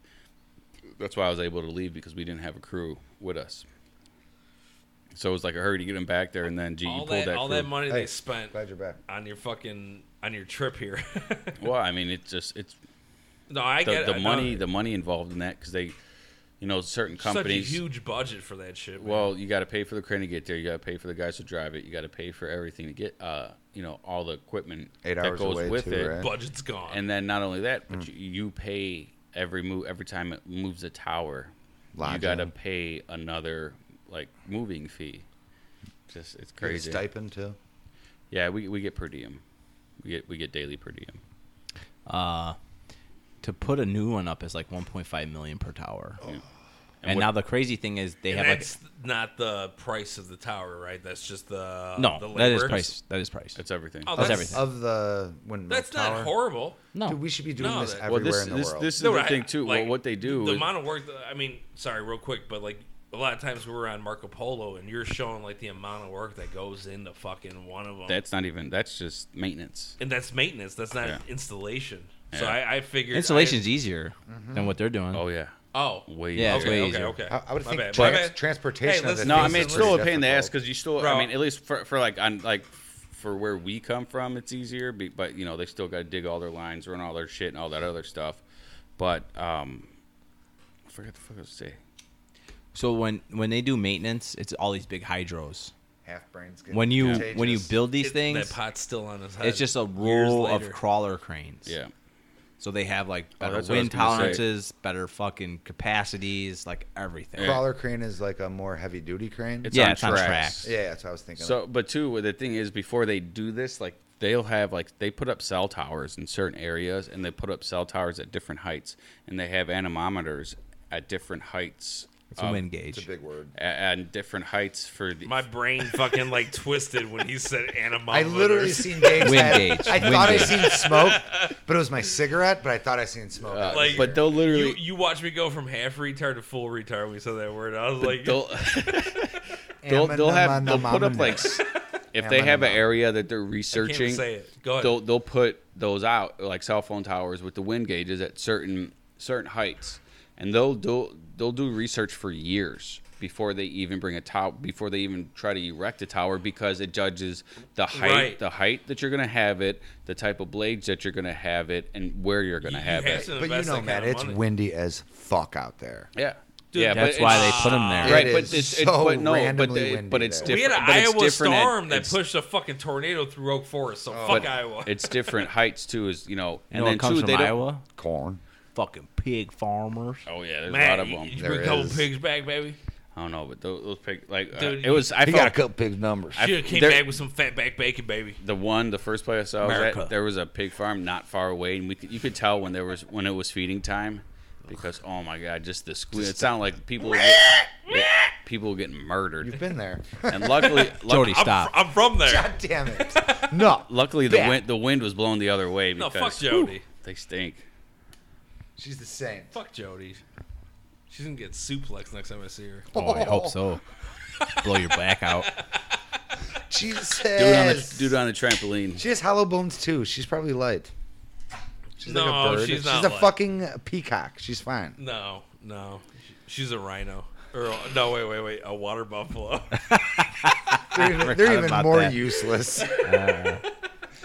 Speaker 1: That's why I was able to leave because we didn't have a crew with us. So it was like a hurry to get them back there, and then GE
Speaker 3: all
Speaker 1: pulled
Speaker 3: that,
Speaker 1: that.
Speaker 3: all
Speaker 1: crew.
Speaker 3: that money
Speaker 2: Hey,
Speaker 3: they spent
Speaker 2: Glad you're back.
Speaker 3: on your fucking on your trip here. (laughs)
Speaker 1: Well, I mean, it's just it's
Speaker 3: no, I
Speaker 1: the,
Speaker 3: get it.
Speaker 1: the
Speaker 3: I know.
Speaker 1: money, the money involved in that because they, you know, certain companies.
Speaker 3: Such a huge budget for that shit. man.
Speaker 1: Well, you got to pay for the crane to get there. You got to pay for the guys to drive it. You got to pay for everything to get, uh, you know, all the equipment
Speaker 2: Eight
Speaker 1: that
Speaker 2: hours
Speaker 1: goes
Speaker 2: away
Speaker 1: with
Speaker 2: too,
Speaker 1: it.
Speaker 2: right? Mm.
Speaker 3: budget's gone.
Speaker 1: And then not only that, but you, you pay every move every time it moves a tower. You
Speaker 2: Lodging.
Speaker 1: got to pay another like moving fee. Just it's crazy.
Speaker 2: Stipend too.
Speaker 1: Yeah, we we get per diem. We get we get daily per diem.
Speaker 4: Uh to put a new one up is like 1.5 million per tower. And,
Speaker 1: what-
Speaker 4: now the crazy thing is they
Speaker 3: And
Speaker 4: have like
Speaker 3: that's not the price of the tower, right? That's just the
Speaker 4: no,
Speaker 3: the
Speaker 4: that is
Speaker 3: labor.
Speaker 4: price. That is price.
Speaker 1: That's everything.
Speaker 3: Oh,
Speaker 4: That's
Speaker 3: that's
Speaker 4: everything.
Speaker 2: of the windmill
Speaker 3: That's
Speaker 2: tower.
Speaker 3: not horrible.
Speaker 4: no,
Speaker 2: Dude, we should be doing
Speaker 3: No,
Speaker 2: this
Speaker 3: that-
Speaker 2: Oh, everywhere
Speaker 1: well, this
Speaker 2: in the
Speaker 1: this,
Speaker 2: world.
Speaker 1: this is
Speaker 3: No,
Speaker 1: the
Speaker 3: I-
Speaker 1: thing too.
Speaker 3: like,
Speaker 1: well, what they do,
Speaker 3: The
Speaker 1: is-
Speaker 3: amount of work. That, I mean, sorry, real quick, but like a lot of times we were on Marco Polo, and you're showing like the amount of work that goes into fucking one of them.
Speaker 1: that's not even. That's just maintenance.
Speaker 3: and that's maintenance. That's not
Speaker 1: Yeah.
Speaker 3: installation. So
Speaker 1: Yeah.
Speaker 3: I, I figured
Speaker 4: installation's easier than what they're doing.
Speaker 1: Oh yeah,
Speaker 3: I, oh
Speaker 1: way.
Speaker 4: Yeah, it's
Speaker 1: easier.
Speaker 3: okay,
Speaker 4: way
Speaker 3: okay,
Speaker 4: easier.
Speaker 3: okay.
Speaker 2: I, I would
Speaker 3: My
Speaker 2: think
Speaker 3: bad, my
Speaker 2: trans-
Speaker 3: bad.
Speaker 2: transportation
Speaker 3: Hey,
Speaker 2: of the
Speaker 3: listen,
Speaker 1: No, I
Speaker 2: things
Speaker 1: mean
Speaker 2: is
Speaker 1: it's
Speaker 2: pretty
Speaker 1: still a pain in the ass
Speaker 2: difficult.
Speaker 1: because you still.
Speaker 3: Bro.
Speaker 1: I mean, at least for, for like on like for where we come from, it's easier. be- But you know, they still got to dig all their lines, run all their shit, and all that other stuff. But um, I forget the fuck I was saying.
Speaker 4: So when when they do maintenance, it's all these big hydros.
Speaker 2: half brains. get
Speaker 4: When you
Speaker 2: contagious.
Speaker 4: when you build these
Speaker 3: It-
Speaker 4: things,
Speaker 3: That pot's still on his head.
Speaker 4: it's just a
Speaker 3: years
Speaker 4: roll of
Speaker 3: later.
Speaker 4: crawler cranes.
Speaker 1: Yeah,
Speaker 4: So they have like better
Speaker 1: Oh, that's what I was
Speaker 4: wind
Speaker 1: gonna say.
Speaker 4: tolerances, better fucking capacities, like everything.
Speaker 2: crawler crane is like a more heavy duty crane.
Speaker 1: it's
Speaker 4: Yeah,
Speaker 1: on
Speaker 4: it's on
Speaker 1: tracks.
Speaker 4: tracks.
Speaker 2: yeah, that's what I was thinking. of.
Speaker 1: So, but two, well, the thing is, before they do this, like they'll have like they put up cell towers in certain areas, and they put up cell towers at different heights, and they have anemometers at different heights,
Speaker 4: It's a wind gauge.
Speaker 2: it's a big word.
Speaker 1: a- and different heights for the.
Speaker 3: My brain fucking like twisted when he said animal.
Speaker 2: I literally seen Gabe's
Speaker 4: Wind
Speaker 2: head.
Speaker 4: gauge,
Speaker 2: I
Speaker 4: wind
Speaker 2: thought I
Speaker 4: gauge.
Speaker 2: seen smoke,
Speaker 3: (laughs)
Speaker 2: but it was my cigarette. But I thought I seen smoke.
Speaker 1: uh,
Speaker 3: like-
Speaker 1: but they'll
Speaker 3: You,
Speaker 1: literally.
Speaker 3: you watch me go from half retard to full retard when we said that word. I was like,
Speaker 1: they'll, they'll, they'll have they'll put up like s- if they have an area that they're
Speaker 3: can't
Speaker 1: researching
Speaker 3: even say it. Go ahead.
Speaker 1: they'll they'll put those out like cell phone towers with the wind gauges at certain certain heights and they'll do they'll do research for years before they even bring a tower before they even try to erect a tower because it judges the height
Speaker 3: Right.
Speaker 1: the height that you're going to have it the type of blades that you're going to have it and where you're going to
Speaker 3: You
Speaker 1: have
Speaker 3: have
Speaker 1: it
Speaker 3: to
Speaker 2: But you
Speaker 3: invest
Speaker 2: know,
Speaker 3: that
Speaker 2: man,
Speaker 3: kind of
Speaker 2: it's
Speaker 3: money.
Speaker 2: windy as fuck out there.
Speaker 1: yeah yeah,
Speaker 4: That's
Speaker 1: but
Speaker 4: why
Speaker 1: it's-
Speaker 4: they put them there.
Speaker 1: Right,
Speaker 2: It
Speaker 1: but
Speaker 2: is
Speaker 1: it's, it's
Speaker 2: so
Speaker 1: but no, but,
Speaker 2: randomly
Speaker 1: the-
Speaker 2: windy
Speaker 1: but it's
Speaker 2: there.
Speaker 1: different.
Speaker 3: we had an
Speaker 1: but it's
Speaker 3: Iowa
Speaker 1: different at-
Speaker 3: storm that
Speaker 1: it's-
Speaker 3: pushed a fucking tornado through Oak Forest.
Speaker 2: Oh,
Speaker 3: So fuck
Speaker 1: but
Speaker 3: Iowa.
Speaker 1: It's
Speaker 3: (laughs)
Speaker 1: different heights too, is you know,
Speaker 4: You
Speaker 1: and
Speaker 4: know
Speaker 1: then
Speaker 4: what comes
Speaker 1: too,
Speaker 4: from
Speaker 1: they don't-
Speaker 4: Iowa?
Speaker 2: Corn.
Speaker 4: Fucking pig farmers.
Speaker 1: Oh yeah, there's
Speaker 3: man,
Speaker 1: a lot of
Speaker 3: you-
Speaker 1: them.
Speaker 3: You
Speaker 2: There
Speaker 3: bring a couple
Speaker 2: is.
Speaker 3: pigs back, baby.
Speaker 1: I don't know, but those, those pick like uh,
Speaker 3: Dude,
Speaker 1: it was. I
Speaker 2: He got a
Speaker 1: felt
Speaker 2: couple big numbers.
Speaker 1: I-
Speaker 3: Should have came
Speaker 1: there-
Speaker 3: back with some fat back bacon, baby.
Speaker 1: the one, the first place I was
Speaker 4: America.
Speaker 1: at, there was a pig farm not far away, and we could, you could tell when there was when it was feeding time, because oh my god, just the squeal. It sounded like people were get, it- people were getting murdered.
Speaker 4: (laughs)
Speaker 2: You've been
Speaker 3: (laughs)
Speaker 2: there. (laughs)
Speaker 1: And luckily,
Speaker 4: Jody,
Speaker 1: luckily,
Speaker 3: I'm,
Speaker 4: Stop.
Speaker 3: fr- I'm from there.
Speaker 2: God damn it.
Speaker 3: (laughs)
Speaker 2: No.
Speaker 1: luckily the
Speaker 2: Yeah.
Speaker 1: wind the wind was blowing the other way
Speaker 3: No,
Speaker 1: because
Speaker 3: fuck Jody.
Speaker 1: they stink.
Speaker 2: She's the same.
Speaker 3: Fuck Jody. She's gonna get suplex next time I see her.
Speaker 4: Oh, I
Speaker 2: (laughs)
Speaker 4: hope so. Blow your back out.
Speaker 2: Jesus.
Speaker 1: Dude on the dude on the trampoline.
Speaker 2: She has hollow bones too. She's probably light. She's like
Speaker 3: No,
Speaker 2: a bird.
Speaker 3: she's
Speaker 2: She's
Speaker 3: not
Speaker 2: a
Speaker 3: light.
Speaker 2: fucking peacock. She's fine.
Speaker 3: No, no, she's a rhino. Or a- no, wait, wait, wait, a water
Speaker 4: (laughs)
Speaker 3: buffalo.
Speaker 2: They're, even- they're
Speaker 4: forgot
Speaker 2: even
Speaker 4: about
Speaker 2: more
Speaker 3: (laughs)
Speaker 4: that.
Speaker 2: useless.
Speaker 4: Cloven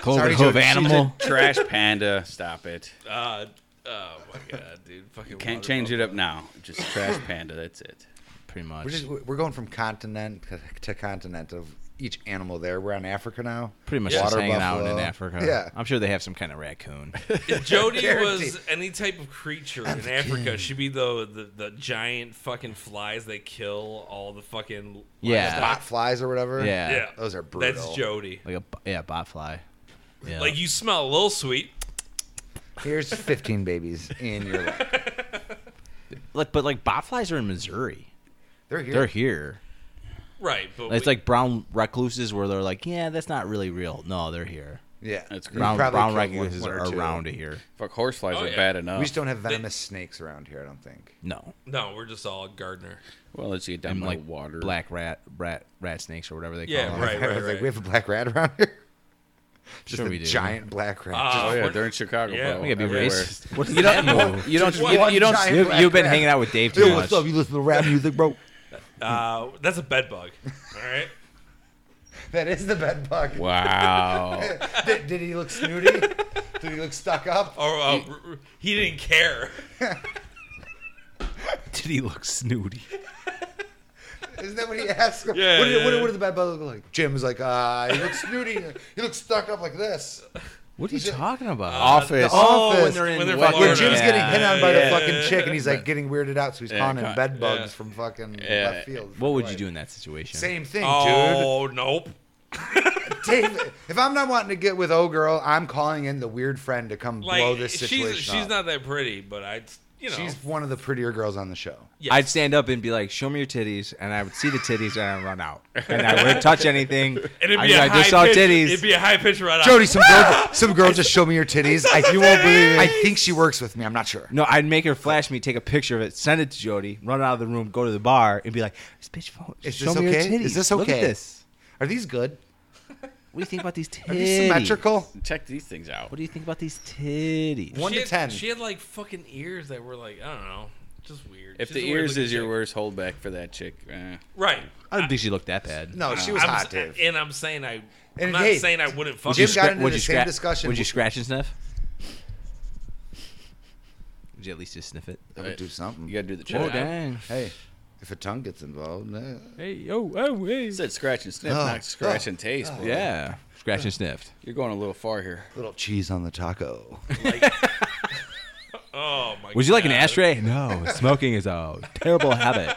Speaker 2: Sorry,
Speaker 4: hoof
Speaker 2: Jody, she's
Speaker 4: animal.
Speaker 1: Trash panda, stop it.
Speaker 3: Uh, oh my god, dude, fucking
Speaker 1: Can't
Speaker 3: water
Speaker 1: change it up now. Just trash panda. That's it.
Speaker 4: Pretty much.
Speaker 2: We're just we're going from continent to continent of each animal. There, we're on Africa now.
Speaker 4: pretty much
Speaker 3: Yeah.
Speaker 4: just
Speaker 2: Water
Speaker 4: hanging out in
Speaker 2: buffalo.
Speaker 4: Africa.
Speaker 2: Yeah.
Speaker 4: I'm sure they have some kind of raccoon.
Speaker 2: (laughs)
Speaker 3: buffalo. If
Speaker 4: (laughs)
Speaker 3: Jody was
Speaker 2: Guaranteed.
Speaker 3: any type of creature in Africa, she'd be the, the the giant fucking flies that kill all the fucking
Speaker 4: Yeah.
Speaker 3: livestock.
Speaker 2: Bot flies or whatever.
Speaker 4: Yeah.
Speaker 3: yeah.
Speaker 2: Those are
Speaker 3: That's
Speaker 2: brutal.
Speaker 3: Jody.
Speaker 4: like a b- yeah, botfly. Yeah.
Speaker 3: Like you smell a little sweet.
Speaker 2: Here's 15 babies in
Speaker 3: (laughs)
Speaker 2: your lap.
Speaker 4: like but like botflies are in Missouri.
Speaker 2: They're here.
Speaker 4: They're here.
Speaker 3: Right, but
Speaker 4: It's
Speaker 3: we-
Speaker 4: like brown recluses where they're like, yeah, that's not really real. No, they're here.
Speaker 2: Yeah.
Speaker 1: That's
Speaker 2: We
Speaker 4: Brown,
Speaker 2: probably
Speaker 4: brown
Speaker 2: killed one-
Speaker 4: recluses
Speaker 2: one or
Speaker 4: are
Speaker 2: two.
Speaker 4: around here.
Speaker 1: Fuck, horseflies
Speaker 3: Oh,
Speaker 1: are
Speaker 3: yeah.
Speaker 1: bad
Speaker 2: We
Speaker 1: enough.
Speaker 2: just don't have venomous snakes around here. I don't think.
Speaker 4: No.
Speaker 3: no, we're just all gardener.
Speaker 1: well, let's get down
Speaker 4: And
Speaker 1: by
Speaker 4: like
Speaker 1: water.
Speaker 4: black rat, rat, rat snakes or whatever they call
Speaker 3: Yeah,
Speaker 4: them.
Speaker 3: right,
Speaker 2: I
Speaker 3: right,
Speaker 2: was
Speaker 3: right.
Speaker 2: like, we have a black rat around here. Just
Speaker 4: Sure
Speaker 2: a
Speaker 4: we do.
Speaker 2: giant black rat.
Speaker 3: Uh,
Speaker 1: Oh yeah,
Speaker 3: We're-
Speaker 1: they're in Chicago,
Speaker 3: yeah.
Speaker 1: bro.
Speaker 4: We gotta be
Speaker 1: Everywhere.
Speaker 4: racist. What is that move?
Speaker 1: You don't.
Speaker 3: Just
Speaker 1: You,
Speaker 2: one
Speaker 1: you don't.
Speaker 2: giant-
Speaker 4: You, have been
Speaker 2: Black
Speaker 4: hanging
Speaker 2: rat.
Speaker 4: out with Dave
Speaker 2: Yo,
Speaker 4: too
Speaker 2: what's
Speaker 4: much.
Speaker 2: up? You listen to rap music, bro?
Speaker 3: Uh, that's a bed bug. All right.
Speaker 2: (laughs) that is the bed bug.
Speaker 1: Wow.
Speaker 2: (laughs) Did, did he look snooty? did he look stuck up?
Speaker 3: Or uh, r- r- he didn't care.
Speaker 4: Did he look snooty?
Speaker 2: Isn't that what he asked? him?
Speaker 3: Yeah,
Speaker 2: what, did,
Speaker 3: yeah,
Speaker 2: what, did-
Speaker 3: yeah.
Speaker 2: what did the bad bug look like? Jim was like, uh, he looks snooty. he looks stuck up like this.
Speaker 4: What are you talking about?
Speaker 1: Office.
Speaker 2: Uh, the office.
Speaker 3: When they're
Speaker 4: wet-
Speaker 3: Florida.
Speaker 2: Where Jim's
Speaker 3: Yeah,
Speaker 2: getting hit on by
Speaker 3: yeah,
Speaker 2: the fucking
Speaker 3: yeah,
Speaker 2: chick, and he's like getting weirded out, so he's
Speaker 1: Yeah,
Speaker 2: calling
Speaker 1: con-
Speaker 2: him bed bugs
Speaker 3: yeah.
Speaker 2: from fucking
Speaker 1: Yeah.
Speaker 2: left field.
Speaker 4: What would you
Speaker 2: Right.
Speaker 4: do in that situation?
Speaker 2: Same thing,
Speaker 3: Oh nope.
Speaker 2: dude. Dave, if I'm not wanting to get with O girl, I'm calling in the weird friend to come
Speaker 3: Like
Speaker 2: blow this
Speaker 3: she's
Speaker 2: situation
Speaker 3: she's
Speaker 2: up.
Speaker 3: not that pretty, but I you know,
Speaker 2: She's one of the prettier girls on the show.
Speaker 3: yes.
Speaker 4: I'd stand up and be like, "Show me your titties," and I would see the titties and I'd run out, and I wouldn't touch
Speaker 3: (laughs)
Speaker 4: anything.
Speaker 3: And it'd
Speaker 4: I'd
Speaker 3: be a
Speaker 4: like,
Speaker 3: high
Speaker 4: "Just saw
Speaker 3: pitch-
Speaker 4: titties."
Speaker 3: It'd be a high pitch right
Speaker 2: Jody, some
Speaker 3: Ah!
Speaker 2: girl, some girl just showed me your titties. I, you won't believe it. I think she works with me. I'm not sure.
Speaker 4: no, I'd make her flash me, take a picture of it, send it to Jody, run out of the room, go to the bar, and be like, "This bitch, phone,
Speaker 2: Is
Speaker 4: show
Speaker 2: this
Speaker 4: me
Speaker 2: okay?
Speaker 4: your titties.
Speaker 2: Is this
Speaker 4: Look at
Speaker 2: okay?
Speaker 4: this.
Speaker 2: Are these good?
Speaker 4: What do you think about (laughs) these titties?
Speaker 2: Are these symmetrical?
Speaker 1: Check these things out.
Speaker 4: What do you think about these titties?
Speaker 2: One
Speaker 3: she
Speaker 2: to ten.
Speaker 3: had, She had like fucking ears that were like I don't know, just weird.
Speaker 1: If
Speaker 3: She's
Speaker 1: the
Speaker 3: a weird
Speaker 1: ears
Speaker 3: looking
Speaker 1: is your
Speaker 3: chick.
Speaker 1: worst holdback for that chick, eh.
Speaker 3: right?
Speaker 4: I don't think she looked that bad.
Speaker 2: No, she was
Speaker 3: I'm
Speaker 2: hot,
Speaker 3: s-
Speaker 2: Dave.
Speaker 3: And I'm saying I. I'm
Speaker 2: And
Speaker 3: not
Speaker 2: hey,
Speaker 3: saying I wouldn't fuck.
Speaker 2: Jim
Speaker 3: her.
Speaker 2: got into
Speaker 4: would
Speaker 2: the
Speaker 4: you
Speaker 2: same
Speaker 4: scratch-
Speaker 2: discussion.
Speaker 4: Would you scratch and sniff? Would you at least just sniff it?
Speaker 2: I would do something.
Speaker 1: You gotta do the
Speaker 4: Oh
Speaker 1: check.
Speaker 4: dang!
Speaker 2: Hey, if a tongue gets involved, eh.
Speaker 4: Hey, oh, oh, hey.
Speaker 1: You said scratch and sniff,
Speaker 2: Oh,
Speaker 1: not scratch
Speaker 2: oh,
Speaker 1: and taste. boy.
Speaker 4: Yeah, scratch and sniffed.
Speaker 1: You're going a little far here.
Speaker 2: little cheese on the taco.
Speaker 3: oh my.
Speaker 4: Would you like an
Speaker 3: God.
Speaker 4: ashtray? No, smoking is a terrible habit.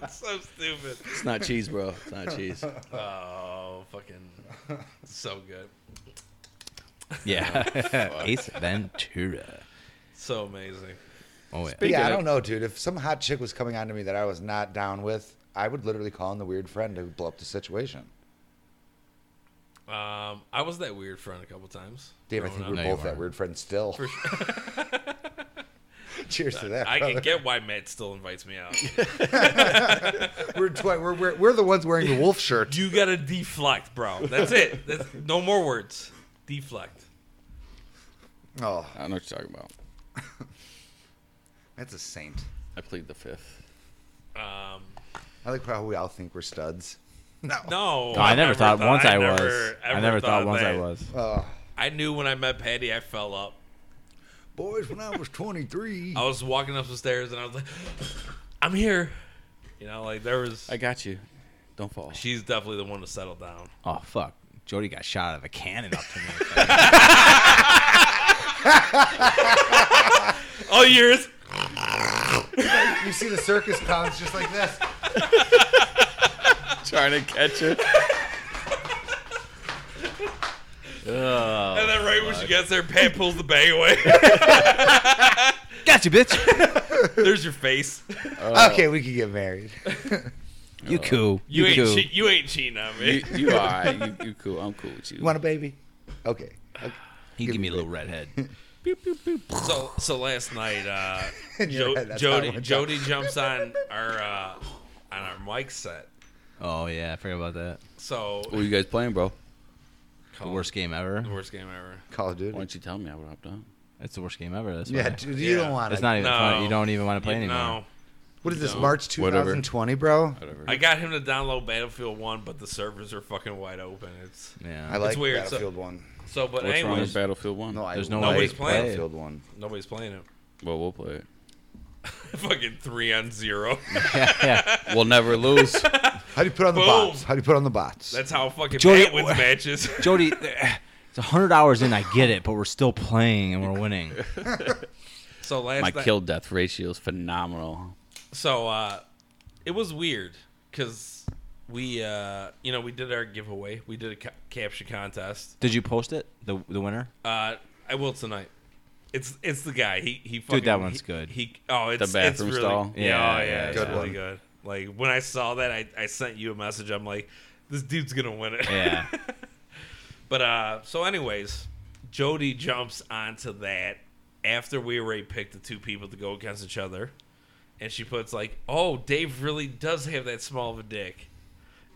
Speaker 3: That's (laughs) so stupid.
Speaker 1: It's not cheese, bro. It's not cheese.
Speaker 3: Oh, fucking,
Speaker 2: (laughs)
Speaker 3: so good,
Speaker 4: (laughs) (laughs) Yeah, Ace Ventura.
Speaker 3: so amazing.
Speaker 4: Oh yeah.
Speaker 1: Speaking
Speaker 2: yeah,
Speaker 1: of-
Speaker 2: I don't know, dude. If some hot chick was coming on to me that I was not down with, I would literally call in the weird friend to blow up the situation.
Speaker 3: Um, I was that weird friend a couple times.
Speaker 2: Dave, I
Speaker 3: growing
Speaker 2: think
Speaker 3: up.
Speaker 2: we're
Speaker 4: No, you
Speaker 2: both that
Speaker 4: aren't.
Speaker 2: weird friend still. (laughs) Cheers to that.
Speaker 3: I
Speaker 2: brother.
Speaker 3: can get why Matt still invites me out.
Speaker 2: we're, twi- we're, we're, we're the ones wearing the wolf shirt.
Speaker 3: you gotta deflect, bro. That's it. That's no more words. Deflect.
Speaker 2: (laughs) Oh,
Speaker 1: I don't know what you're talking about.
Speaker 2: that's a saint.
Speaker 1: I plead the fifth.
Speaker 3: Um,
Speaker 2: I like how we all think we're studs. No.
Speaker 3: no,
Speaker 4: Oh, I never thought once I was.
Speaker 3: never-
Speaker 4: I never thought once I
Speaker 3: that.
Speaker 4: was.
Speaker 2: Oh,
Speaker 3: I knew when I met Patty, I fell up.
Speaker 2: boys, when I was (laughs) 23.
Speaker 3: I was walking up the stairs and I was like, (gasps) "I'm here," you know, like there was.
Speaker 1: I got you. Don't fall.
Speaker 3: she's definitely the one to settle down.
Speaker 4: Oh fuck! Jody got shot out of a cannon up to me. (laughs)
Speaker 3: Oh, yours.
Speaker 2: You see the circus clowns just like (laughs) this.
Speaker 1: (laughs) Trying to catch it.
Speaker 4: Oh
Speaker 3: and then right when she gets there, Pat pulls the bag
Speaker 4: (laughs)
Speaker 3: away.
Speaker 4: got you, bitch.
Speaker 3: There's your face.
Speaker 2: okay, we could get married.
Speaker 4: You cool.
Speaker 3: You,
Speaker 4: You,
Speaker 3: ain't
Speaker 4: cool.
Speaker 3: che- you ain't cheating on me.
Speaker 1: You, you all right. You, you cool. I'm cool with you.
Speaker 2: You (laughs) want a baby? Okay. okay.
Speaker 4: You give me a (laughs) little redhead.
Speaker 3: So so last night, uh,
Speaker 2: In your
Speaker 3: Jo-
Speaker 2: head, that's how it
Speaker 3: Jody
Speaker 2: went down.
Speaker 3: Jody jumps on our uh, on our mic set.
Speaker 4: Oh yeah, I forgot about that.
Speaker 3: So
Speaker 1: What are you guys playing, bro?
Speaker 6: Oh.
Speaker 4: The worst game ever.
Speaker 3: the worst game ever.
Speaker 2: Call of Duty.
Speaker 1: Why don't you tell me? I would have done.
Speaker 4: It's the worst game ever. That's
Speaker 2: Yeah,
Speaker 4: why.
Speaker 2: dude, you
Speaker 3: Yeah.
Speaker 2: don't want
Speaker 4: It's not
Speaker 2: to.
Speaker 4: even
Speaker 3: No.
Speaker 4: fun. You don't even want to play anymore.
Speaker 3: No,
Speaker 2: What is this,
Speaker 3: No.
Speaker 2: March
Speaker 1: Whatever.
Speaker 2: 2020, bro?
Speaker 1: Whatever.
Speaker 3: I got him to download Battlefield One, but the servers are fucking wide open. It's
Speaker 4: Yeah.
Speaker 2: I like
Speaker 3: weird, so-
Speaker 2: Battlefield 1.
Speaker 3: so, but
Speaker 1: What's wrong with
Speaker 3: anyways,
Speaker 1: Battlefield One?
Speaker 2: No, I
Speaker 4: There's no
Speaker 2: like
Speaker 3: way it's playing.
Speaker 2: Battlefield 1.
Speaker 3: nobody's playing it. (laughs)
Speaker 1: Well, we'll play it.
Speaker 3: fucking three
Speaker 1: (laughs)
Speaker 3: on zero.
Speaker 4: yeah, (laughs) yeah.
Speaker 1: We'll never
Speaker 3: (laughs)
Speaker 1: lose.
Speaker 2: How do you put on the
Speaker 3: Boom.
Speaker 2: bots? How do you put on the bots?
Speaker 3: That's how fucking
Speaker 4: Jody-
Speaker 3: Pat
Speaker 1: (laughs)
Speaker 3: wins matches.
Speaker 4: Jody, it's 100 hours in. I get it, but we're still playing and we're (laughs) winning.
Speaker 3: so last
Speaker 1: My
Speaker 3: night,
Speaker 1: kill death ratio is phenomenal.
Speaker 3: so uh, it was weird because we uh, you know we did our giveaway. We did a ca- caption contest.
Speaker 4: Did you post it? The the (laughs) winner?
Speaker 3: Uh, I will tonight. It's it's the guy. He he. Fucking,
Speaker 4: that one's
Speaker 3: he-
Speaker 4: good.
Speaker 3: He oh, it's
Speaker 1: The
Speaker 3: it's
Speaker 1: bathroom
Speaker 3: really,
Speaker 1: stall?
Speaker 3: Yeah,
Speaker 4: Yeah,
Speaker 3: oh, yeah,
Speaker 4: yeah,
Speaker 3: it's
Speaker 2: yeah.
Speaker 3: really
Speaker 2: Good
Speaker 3: good. Like when I saw that, I I sent you a message. I'm like, this dude's gonna win it.
Speaker 4: Yeah.
Speaker 3: (laughs) But uh, so anyways, Jody jumps onto that after we already picked the two people to go against each other, and she puts like, "Oh, Dave really does have that small of a dick,"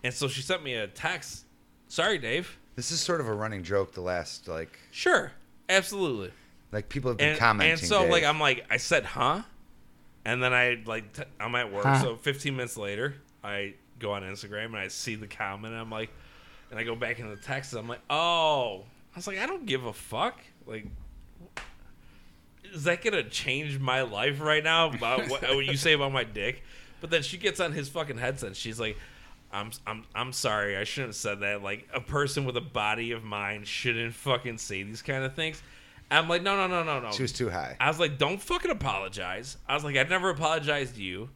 Speaker 3: and so she sent me a text. Sorry, Dave.
Speaker 2: This is sort of a running joke the last, like,
Speaker 3: Sure, absolutely.
Speaker 2: like people have been
Speaker 3: and,
Speaker 2: commenting.
Speaker 3: and so
Speaker 2: Dave.
Speaker 3: like I'm like I said huh, and then I like t- I'm at work. So 15 minutes later, I go on Instagram and I see the comment. And I'm like, and I go back into the text. And I'm like, oh, I was like I don't give a fuck. Like, is that gonna change my life right now about
Speaker 2: (laughs)
Speaker 3: what, what you say about my dick? But then she gets on his fucking headset. And she's like. I'm, I'm I'm sorry. I shouldn't have said that. Like a person with a body of mine shouldn't fucking say these kind of things. I'm like, no, no, no, no, no.
Speaker 2: she was too high.
Speaker 3: I was like, don't fucking apologize. I was like, I've never apologized to you.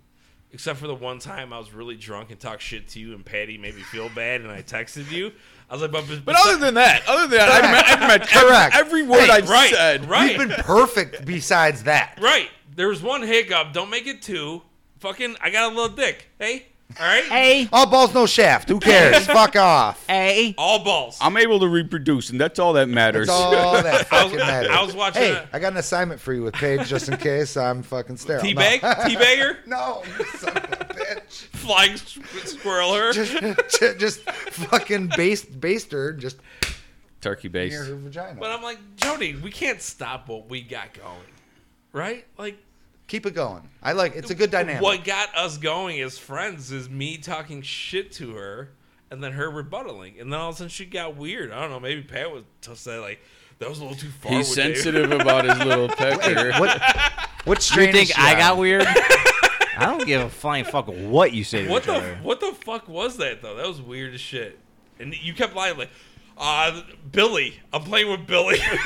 Speaker 3: except for the one time I was really drunk and talked shit to you, and Patty made me feel bad, and I texted you. I was like, but, but,
Speaker 6: But other than that, other than that, I've met, I've met
Speaker 4: (laughs)
Speaker 6: every-
Speaker 2: Correct.
Speaker 6: every, word I've
Speaker 3: right,
Speaker 6: said.
Speaker 3: right,
Speaker 2: You've been
Speaker 3: (laughs)
Speaker 2: perfect besides that.
Speaker 3: right. There was one hiccup. Don't make it two. Fucking, I got a little dick. Hey, all right,
Speaker 5: Hey,
Speaker 2: All balls, no shaft. Who
Speaker 3: (laughs)
Speaker 2: cares? Fuck off.
Speaker 5: hey.
Speaker 3: all balls.
Speaker 1: I'm able to reproduce, and that's all that matters.
Speaker 2: That's all that
Speaker 3: (laughs) I was-
Speaker 2: fucking matters.
Speaker 3: I was watching
Speaker 2: Hey,
Speaker 3: a-
Speaker 2: I got an assignment for you with Paige just in case I'm fucking sterile. No.
Speaker 3: Teabag, teabagger,
Speaker 2: (laughs) No, you son of a bitch.
Speaker 3: flying s- squirrel her.
Speaker 2: Just, ju- (laughs) just fucking baste, baste her just
Speaker 1: Turkey
Speaker 2: near
Speaker 1: base.
Speaker 2: her vagina.
Speaker 3: But I'm like, Jody, we can't stop what we got going, right? Like,
Speaker 2: Keep it going. I like it's a good dynamic.
Speaker 3: What got us going as friends is me talking shit to her, and then her rebuttaling, and then all of a sudden she got weird. I don't know. Maybe Pat was just said like that was a little too far.
Speaker 1: He's
Speaker 3: with David."
Speaker 1: sensitive about his (laughs) little pecker.
Speaker 2: What, what strain
Speaker 4: You think
Speaker 2: is she
Speaker 4: I
Speaker 2: on?
Speaker 4: got weird? (laughs) I don't give a flying fuck what you say
Speaker 3: (laughs)
Speaker 4: to
Speaker 3: What
Speaker 4: each
Speaker 3: the
Speaker 4: other.
Speaker 3: what the fuck was that though? That was weird as shit. And you kept lying like, uh, Billy, I'm playing with Billy. (laughs)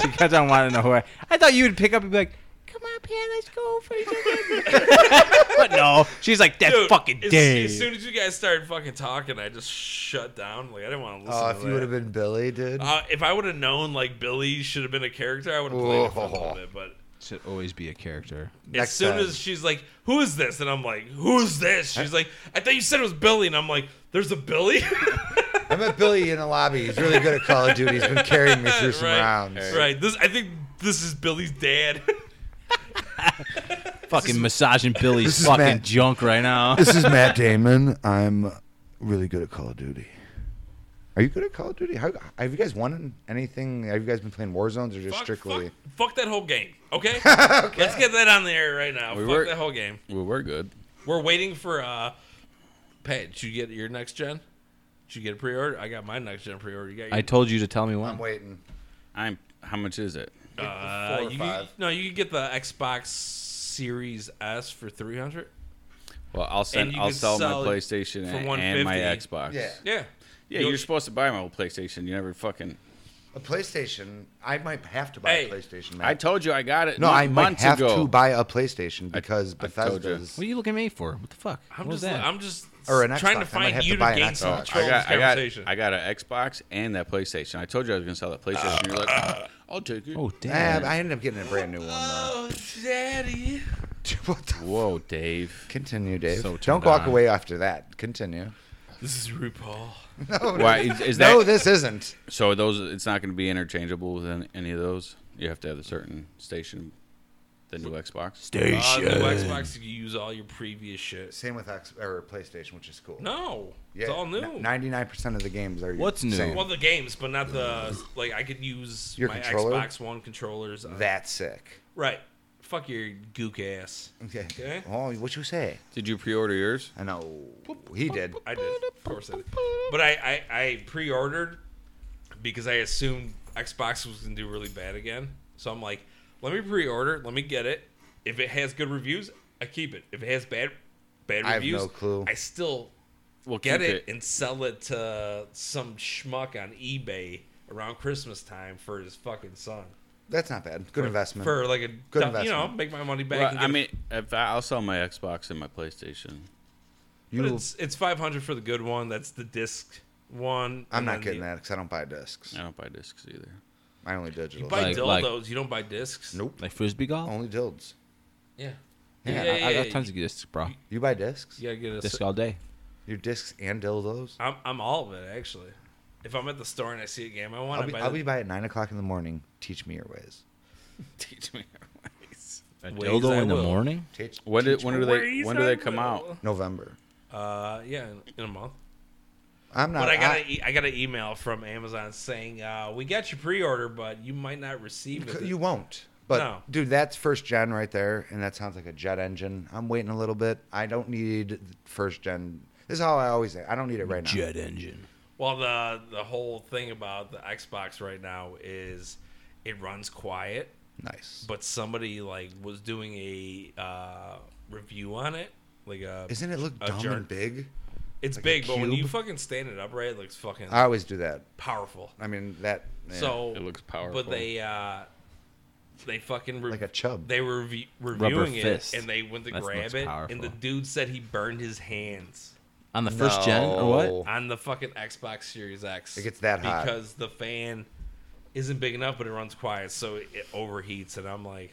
Speaker 4: She kept on wanting to know who I. I thought you would pick up and be like,
Speaker 5: Come on, Pat, let's go for a second.
Speaker 4: (laughs) but no. She's like that
Speaker 3: Dude,
Speaker 4: fucking
Speaker 3: as-
Speaker 4: day.
Speaker 3: As, soon as you guys started fucking talking, I just shut down. Like I didn't want to listen.
Speaker 2: Oh,
Speaker 3: to
Speaker 2: if you
Speaker 3: that.
Speaker 2: would have been Billy,
Speaker 3: (laughs)
Speaker 2: dude.
Speaker 3: Uh, if I would have known like Billy should have been a character, I would have played it for a little
Speaker 2: (laughs) Whoa.
Speaker 3: bit. But
Speaker 4: Should always be a character.
Speaker 2: Next
Speaker 3: as soon
Speaker 2: time.
Speaker 3: as she's like, "Who is this?" and I'm like, "Who's this?" She's like, "I thought you said it was Billy," and I'm like, "There's a Billy."
Speaker 2: I met Billy in the lobby. He's really good at Call of Duty. He's been carrying me
Speaker 3: (laughs)
Speaker 2: through some
Speaker 3: right,
Speaker 2: rounds.
Speaker 3: right. This I think this is Billy's dad. (laughs)
Speaker 4: Fucking massaging Billy's
Speaker 2: is
Speaker 4: fucking
Speaker 2: Matt.
Speaker 4: junk right now.
Speaker 2: This is Matt Damon. I'm really good at Call of Duty. Are you good at Call of Duty? How, have you guys won anything? Have you guys been playing War Zones or just
Speaker 3: fuck,
Speaker 2: strictly?
Speaker 3: fuck, fuck that whole game. Okay? let's get that on the air right now.
Speaker 1: We
Speaker 3: fuck
Speaker 1: were-
Speaker 3: that whole game.
Speaker 1: Well, we're good.
Speaker 3: We're waiting for uh, Pat. Did you get your next gen? Did you get a pre-order? I got my next gen pre-order. You got your
Speaker 4: I told you to tell me
Speaker 2: I'm
Speaker 4: when.
Speaker 2: waiting.
Speaker 1: I'm. How much is it?
Speaker 3: Uh,
Speaker 2: four or
Speaker 3: you
Speaker 2: five.
Speaker 3: Could, no, you could get the Xbox Series S for three hundred.
Speaker 1: Well, I'll send.
Speaker 3: you
Speaker 1: I'll
Speaker 3: could
Speaker 1: sell,
Speaker 3: sell it
Speaker 1: my PlayStation
Speaker 3: for
Speaker 1: and, and
Speaker 3: 150.
Speaker 1: my Xbox.
Speaker 2: Yeah.
Speaker 3: Yeah.
Speaker 1: Yeah,
Speaker 3: You'll-
Speaker 1: you're supposed to buy my old PlayStation. You never fucking.
Speaker 2: A PlayStation. I might have to buy
Speaker 3: Hey,
Speaker 2: a PlayStation. Matt.
Speaker 1: I told you I got it.
Speaker 2: no, I might
Speaker 1: months
Speaker 2: have
Speaker 1: ago.
Speaker 2: to buy a PlayStation because
Speaker 1: I told you.
Speaker 2: Bethesda's.
Speaker 4: What are you looking at me for? What the fuck?
Speaker 3: I'm
Speaker 4: what was
Speaker 3: just
Speaker 4: that?
Speaker 3: I'm just
Speaker 2: Or an
Speaker 3: trying
Speaker 2: Xbox.
Speaker 3: to
Speaker 2: I
Speaker 3: find
Speaker 2: might have
Speaker 3: you
Speaker 2: to
Speaker 3: to,
Speaker 2: buy an
Speaker 3: gain
Speaker 2: Xbox.
Speaker 3: some
Speaker 1: I
Speaker 3: control of this
Speaker 1: got, I got,
Speaker 3: conversation.
Speaker 1: I got an Xbox and that PlayStation. I told you I was gonna sell that PlayStation. you're like,
Speaker 3: (laughs)
Speaker 1: I'll take it.
Speaker 4: oh
Speaker 2: Eh,
Speaker 4: damn!
Speaker 2: I ended up getting a brand new
Speaker 1: (laughs)
Speaker 2: one though.
Speaker 3: oh, daddy.
Speaker 2: what the
Speaker 1: Whoa, Dave.
Speaker 2: Continue, Dave.
Speaker 4: So
Speaker 2: Don't
Speaker 4: turned
Speaker 2: walk
Speaker 4: on.
Speaker 2: away after that. Continue.
Speaker 3: This is RuPaul.
Speaker 1: Why is, is that?
Speaker 2: No, this isn't.
Speaker 1: so those, it's not gonna be interchangeable with an- any of those. You have to have a certain station. The new Xbox.
Speaker 3: Uh, new Xbox, you use all your previous shit.
Speaker 2: Same with X or PlayStation, which is cool.
Speaker 3: No, it's all new.
Speaker 2: Ninety-nine percent of the games are
Speaker 4: What's new?
Speaker 2: same.
Speaker 3: well, the games, but not the like. I could use
Speaker 2: Your
Speaker 3: my
Speaker 2: controller?
Speaker 3: Xbox One controllers. on-
Speaker 2: That's sick.
Speaker 3: right. Fuck your gook ass.
Speaker 2: Okay.
Speaker 3: Okay.
Speaker 2: Oh, what you say?
Speaker 1: Did you pre-order yours?
Speaker 2: I know he did.
Speaker 3: I did, of course I did. But I, I, I pre-ordered because I assumed Xbox was gonna do really bad again. So I'm like, let me pre-order, let me get it. If it has good reviews, I keep it. If it has bad, bad
Speaker 2: I have
Speaker 3: reviews,
Speaker 2: no clue.
Speaker 3: I still
Speaker 1: Well,
Speaker 3: get
Speaker 1: keep
Speaker 3: it, and sell it to some schmuck on eBay around Christmas time for his fucking son
Speaker 2: That's not bad. Good investment.
Speaker 3: for like a
Speaker 2: Good
Speaker 3: you know
Speaker 2: investment.
Speaker 3: make my money back.
Speaker 1: Well,
Speaker 3: and get
Speaker 1: I
Speaker 3: a-
Speaker 1: mean, if I, I'll sell my Xbox and my PlayStation.
Speaker 2: you,
Speaker 3: but it's it's five hundred for the good one. That's the disc one.
Speaker 2: I'm
Speaker 3: and
Speaker 2: not
Speaker 3: then
Speaker 2: getting
Speaker 3: the-
Speaker 2: that because I don't buy discs.
Speaker 1: I don't buy discs either.
Speaker 2: I only digital.
Speaker 3: You buy
Speaker 4: Like-
Speaker 3: dildos,
Speaker 4: like-
Speaker 3: you don't buy discs.
Speaker 2: nope.
Speaker 4: like frisbee golf?
Speaker 3: Oh,
Speaker 2: Only dilds.
Speaker 3: Yeah.
Speaker 4: yeah, I, I got tons of discs, bro.
Speaker 2: You buy discs?
Speaker 3: You gotta get a.
Speaker 4: Disc all day.
Speaker 2: Your discs and dildos.
Speaker 3: I'm, I'm all of it actually. If I'm at the store and I see a game I want,
Speaker 2: I'll
Speaker 3: I
Speaker 2: be,
Speaker 3: buy.
Speaker 2: I'll
Speaker 3: the- (laughs)
Speaker 2: be by at nine o'clock in the morning. Teach me your ways.
Speaker 1: Teach me your ways.
Speaker 4: A
Speaker 3: Ways
Speaker 4: dildo
Speaker 3: I
Speaker 4: in the
Speaker 3: will.
Speaker 4: morning.
Speaker 2: Teach.
Speaker 1: When do,
Speaker 2: teach
Speaker 1: when
Speaker 2: me.
Speaker 1: do they
Speaker 3: Ways
Speaker 1: when do they
Speaker 3: I
Speaker 1: come
Speaker 3: will.
Speaker 1: out?
Speaker 2: November.
Speaker 3: Uh, yeah, in, in a month.
Speaker 2: I'm not.
Speaker 3: But I got a
Speaker 2: Uh, I
Speaker 3: e I got an email from Amazon saying uh, we got your pre-order, but you might not receive it.
Speaker 2: you won't. But
Speaker 3: No.
Speaker 2: dude, that's first gen right there, and that sounds like a jet engine. I'm waiting a little bit. I don't need first gen. This is how I always say. I don't need it right now.
Speaker 4: Jet engine.
Speaker 3: well, the the whole thing about the Xbox right now is it runs quiet,
Speaker 2: Nice.
Speaker 3: but somebody like was doing a uh, review on it, like a
Speaker 2: Isn't it look
Speaker 3: a
Speaker 2: dumb
Speaker 3: jar-
Speaker 2: and big?
Speaker 3: It's
Speaker 2: like a
Speaker 3: big, but when you
Speaker 2: cube?
Speaker 3: fucking stand it upright, it looks fucking
Speaker 2: I always do that.
Speaker 3: powerful.
Speaker 2: I mean that. yeah.
Speaker 3: So
Speaker 1: It looks powerful.
Speaker 3: But they uh They fucking re-
Speaker 2: Like a chub.
Speaker 3: They were re- reviewing it,
Speaker 4: fist.
Speaker 3: and they went to
Speaker 4: That's
Speaker 3: grab
Speaker 4: what's
Speaker 3: it,
Speaker 4: powerful.
Speaker 3: and the dude said he burned his hands
Speaker 4: on the first gen or
Speaker 2: No.
Speaker 4: what?
Speaker 3: on the fucking Xbox Series X.
Speaker 2: It gets that hot.
Speaker 3: because the fan isn't big enough, but it runs quiet, so it, it overheats, and I'm like,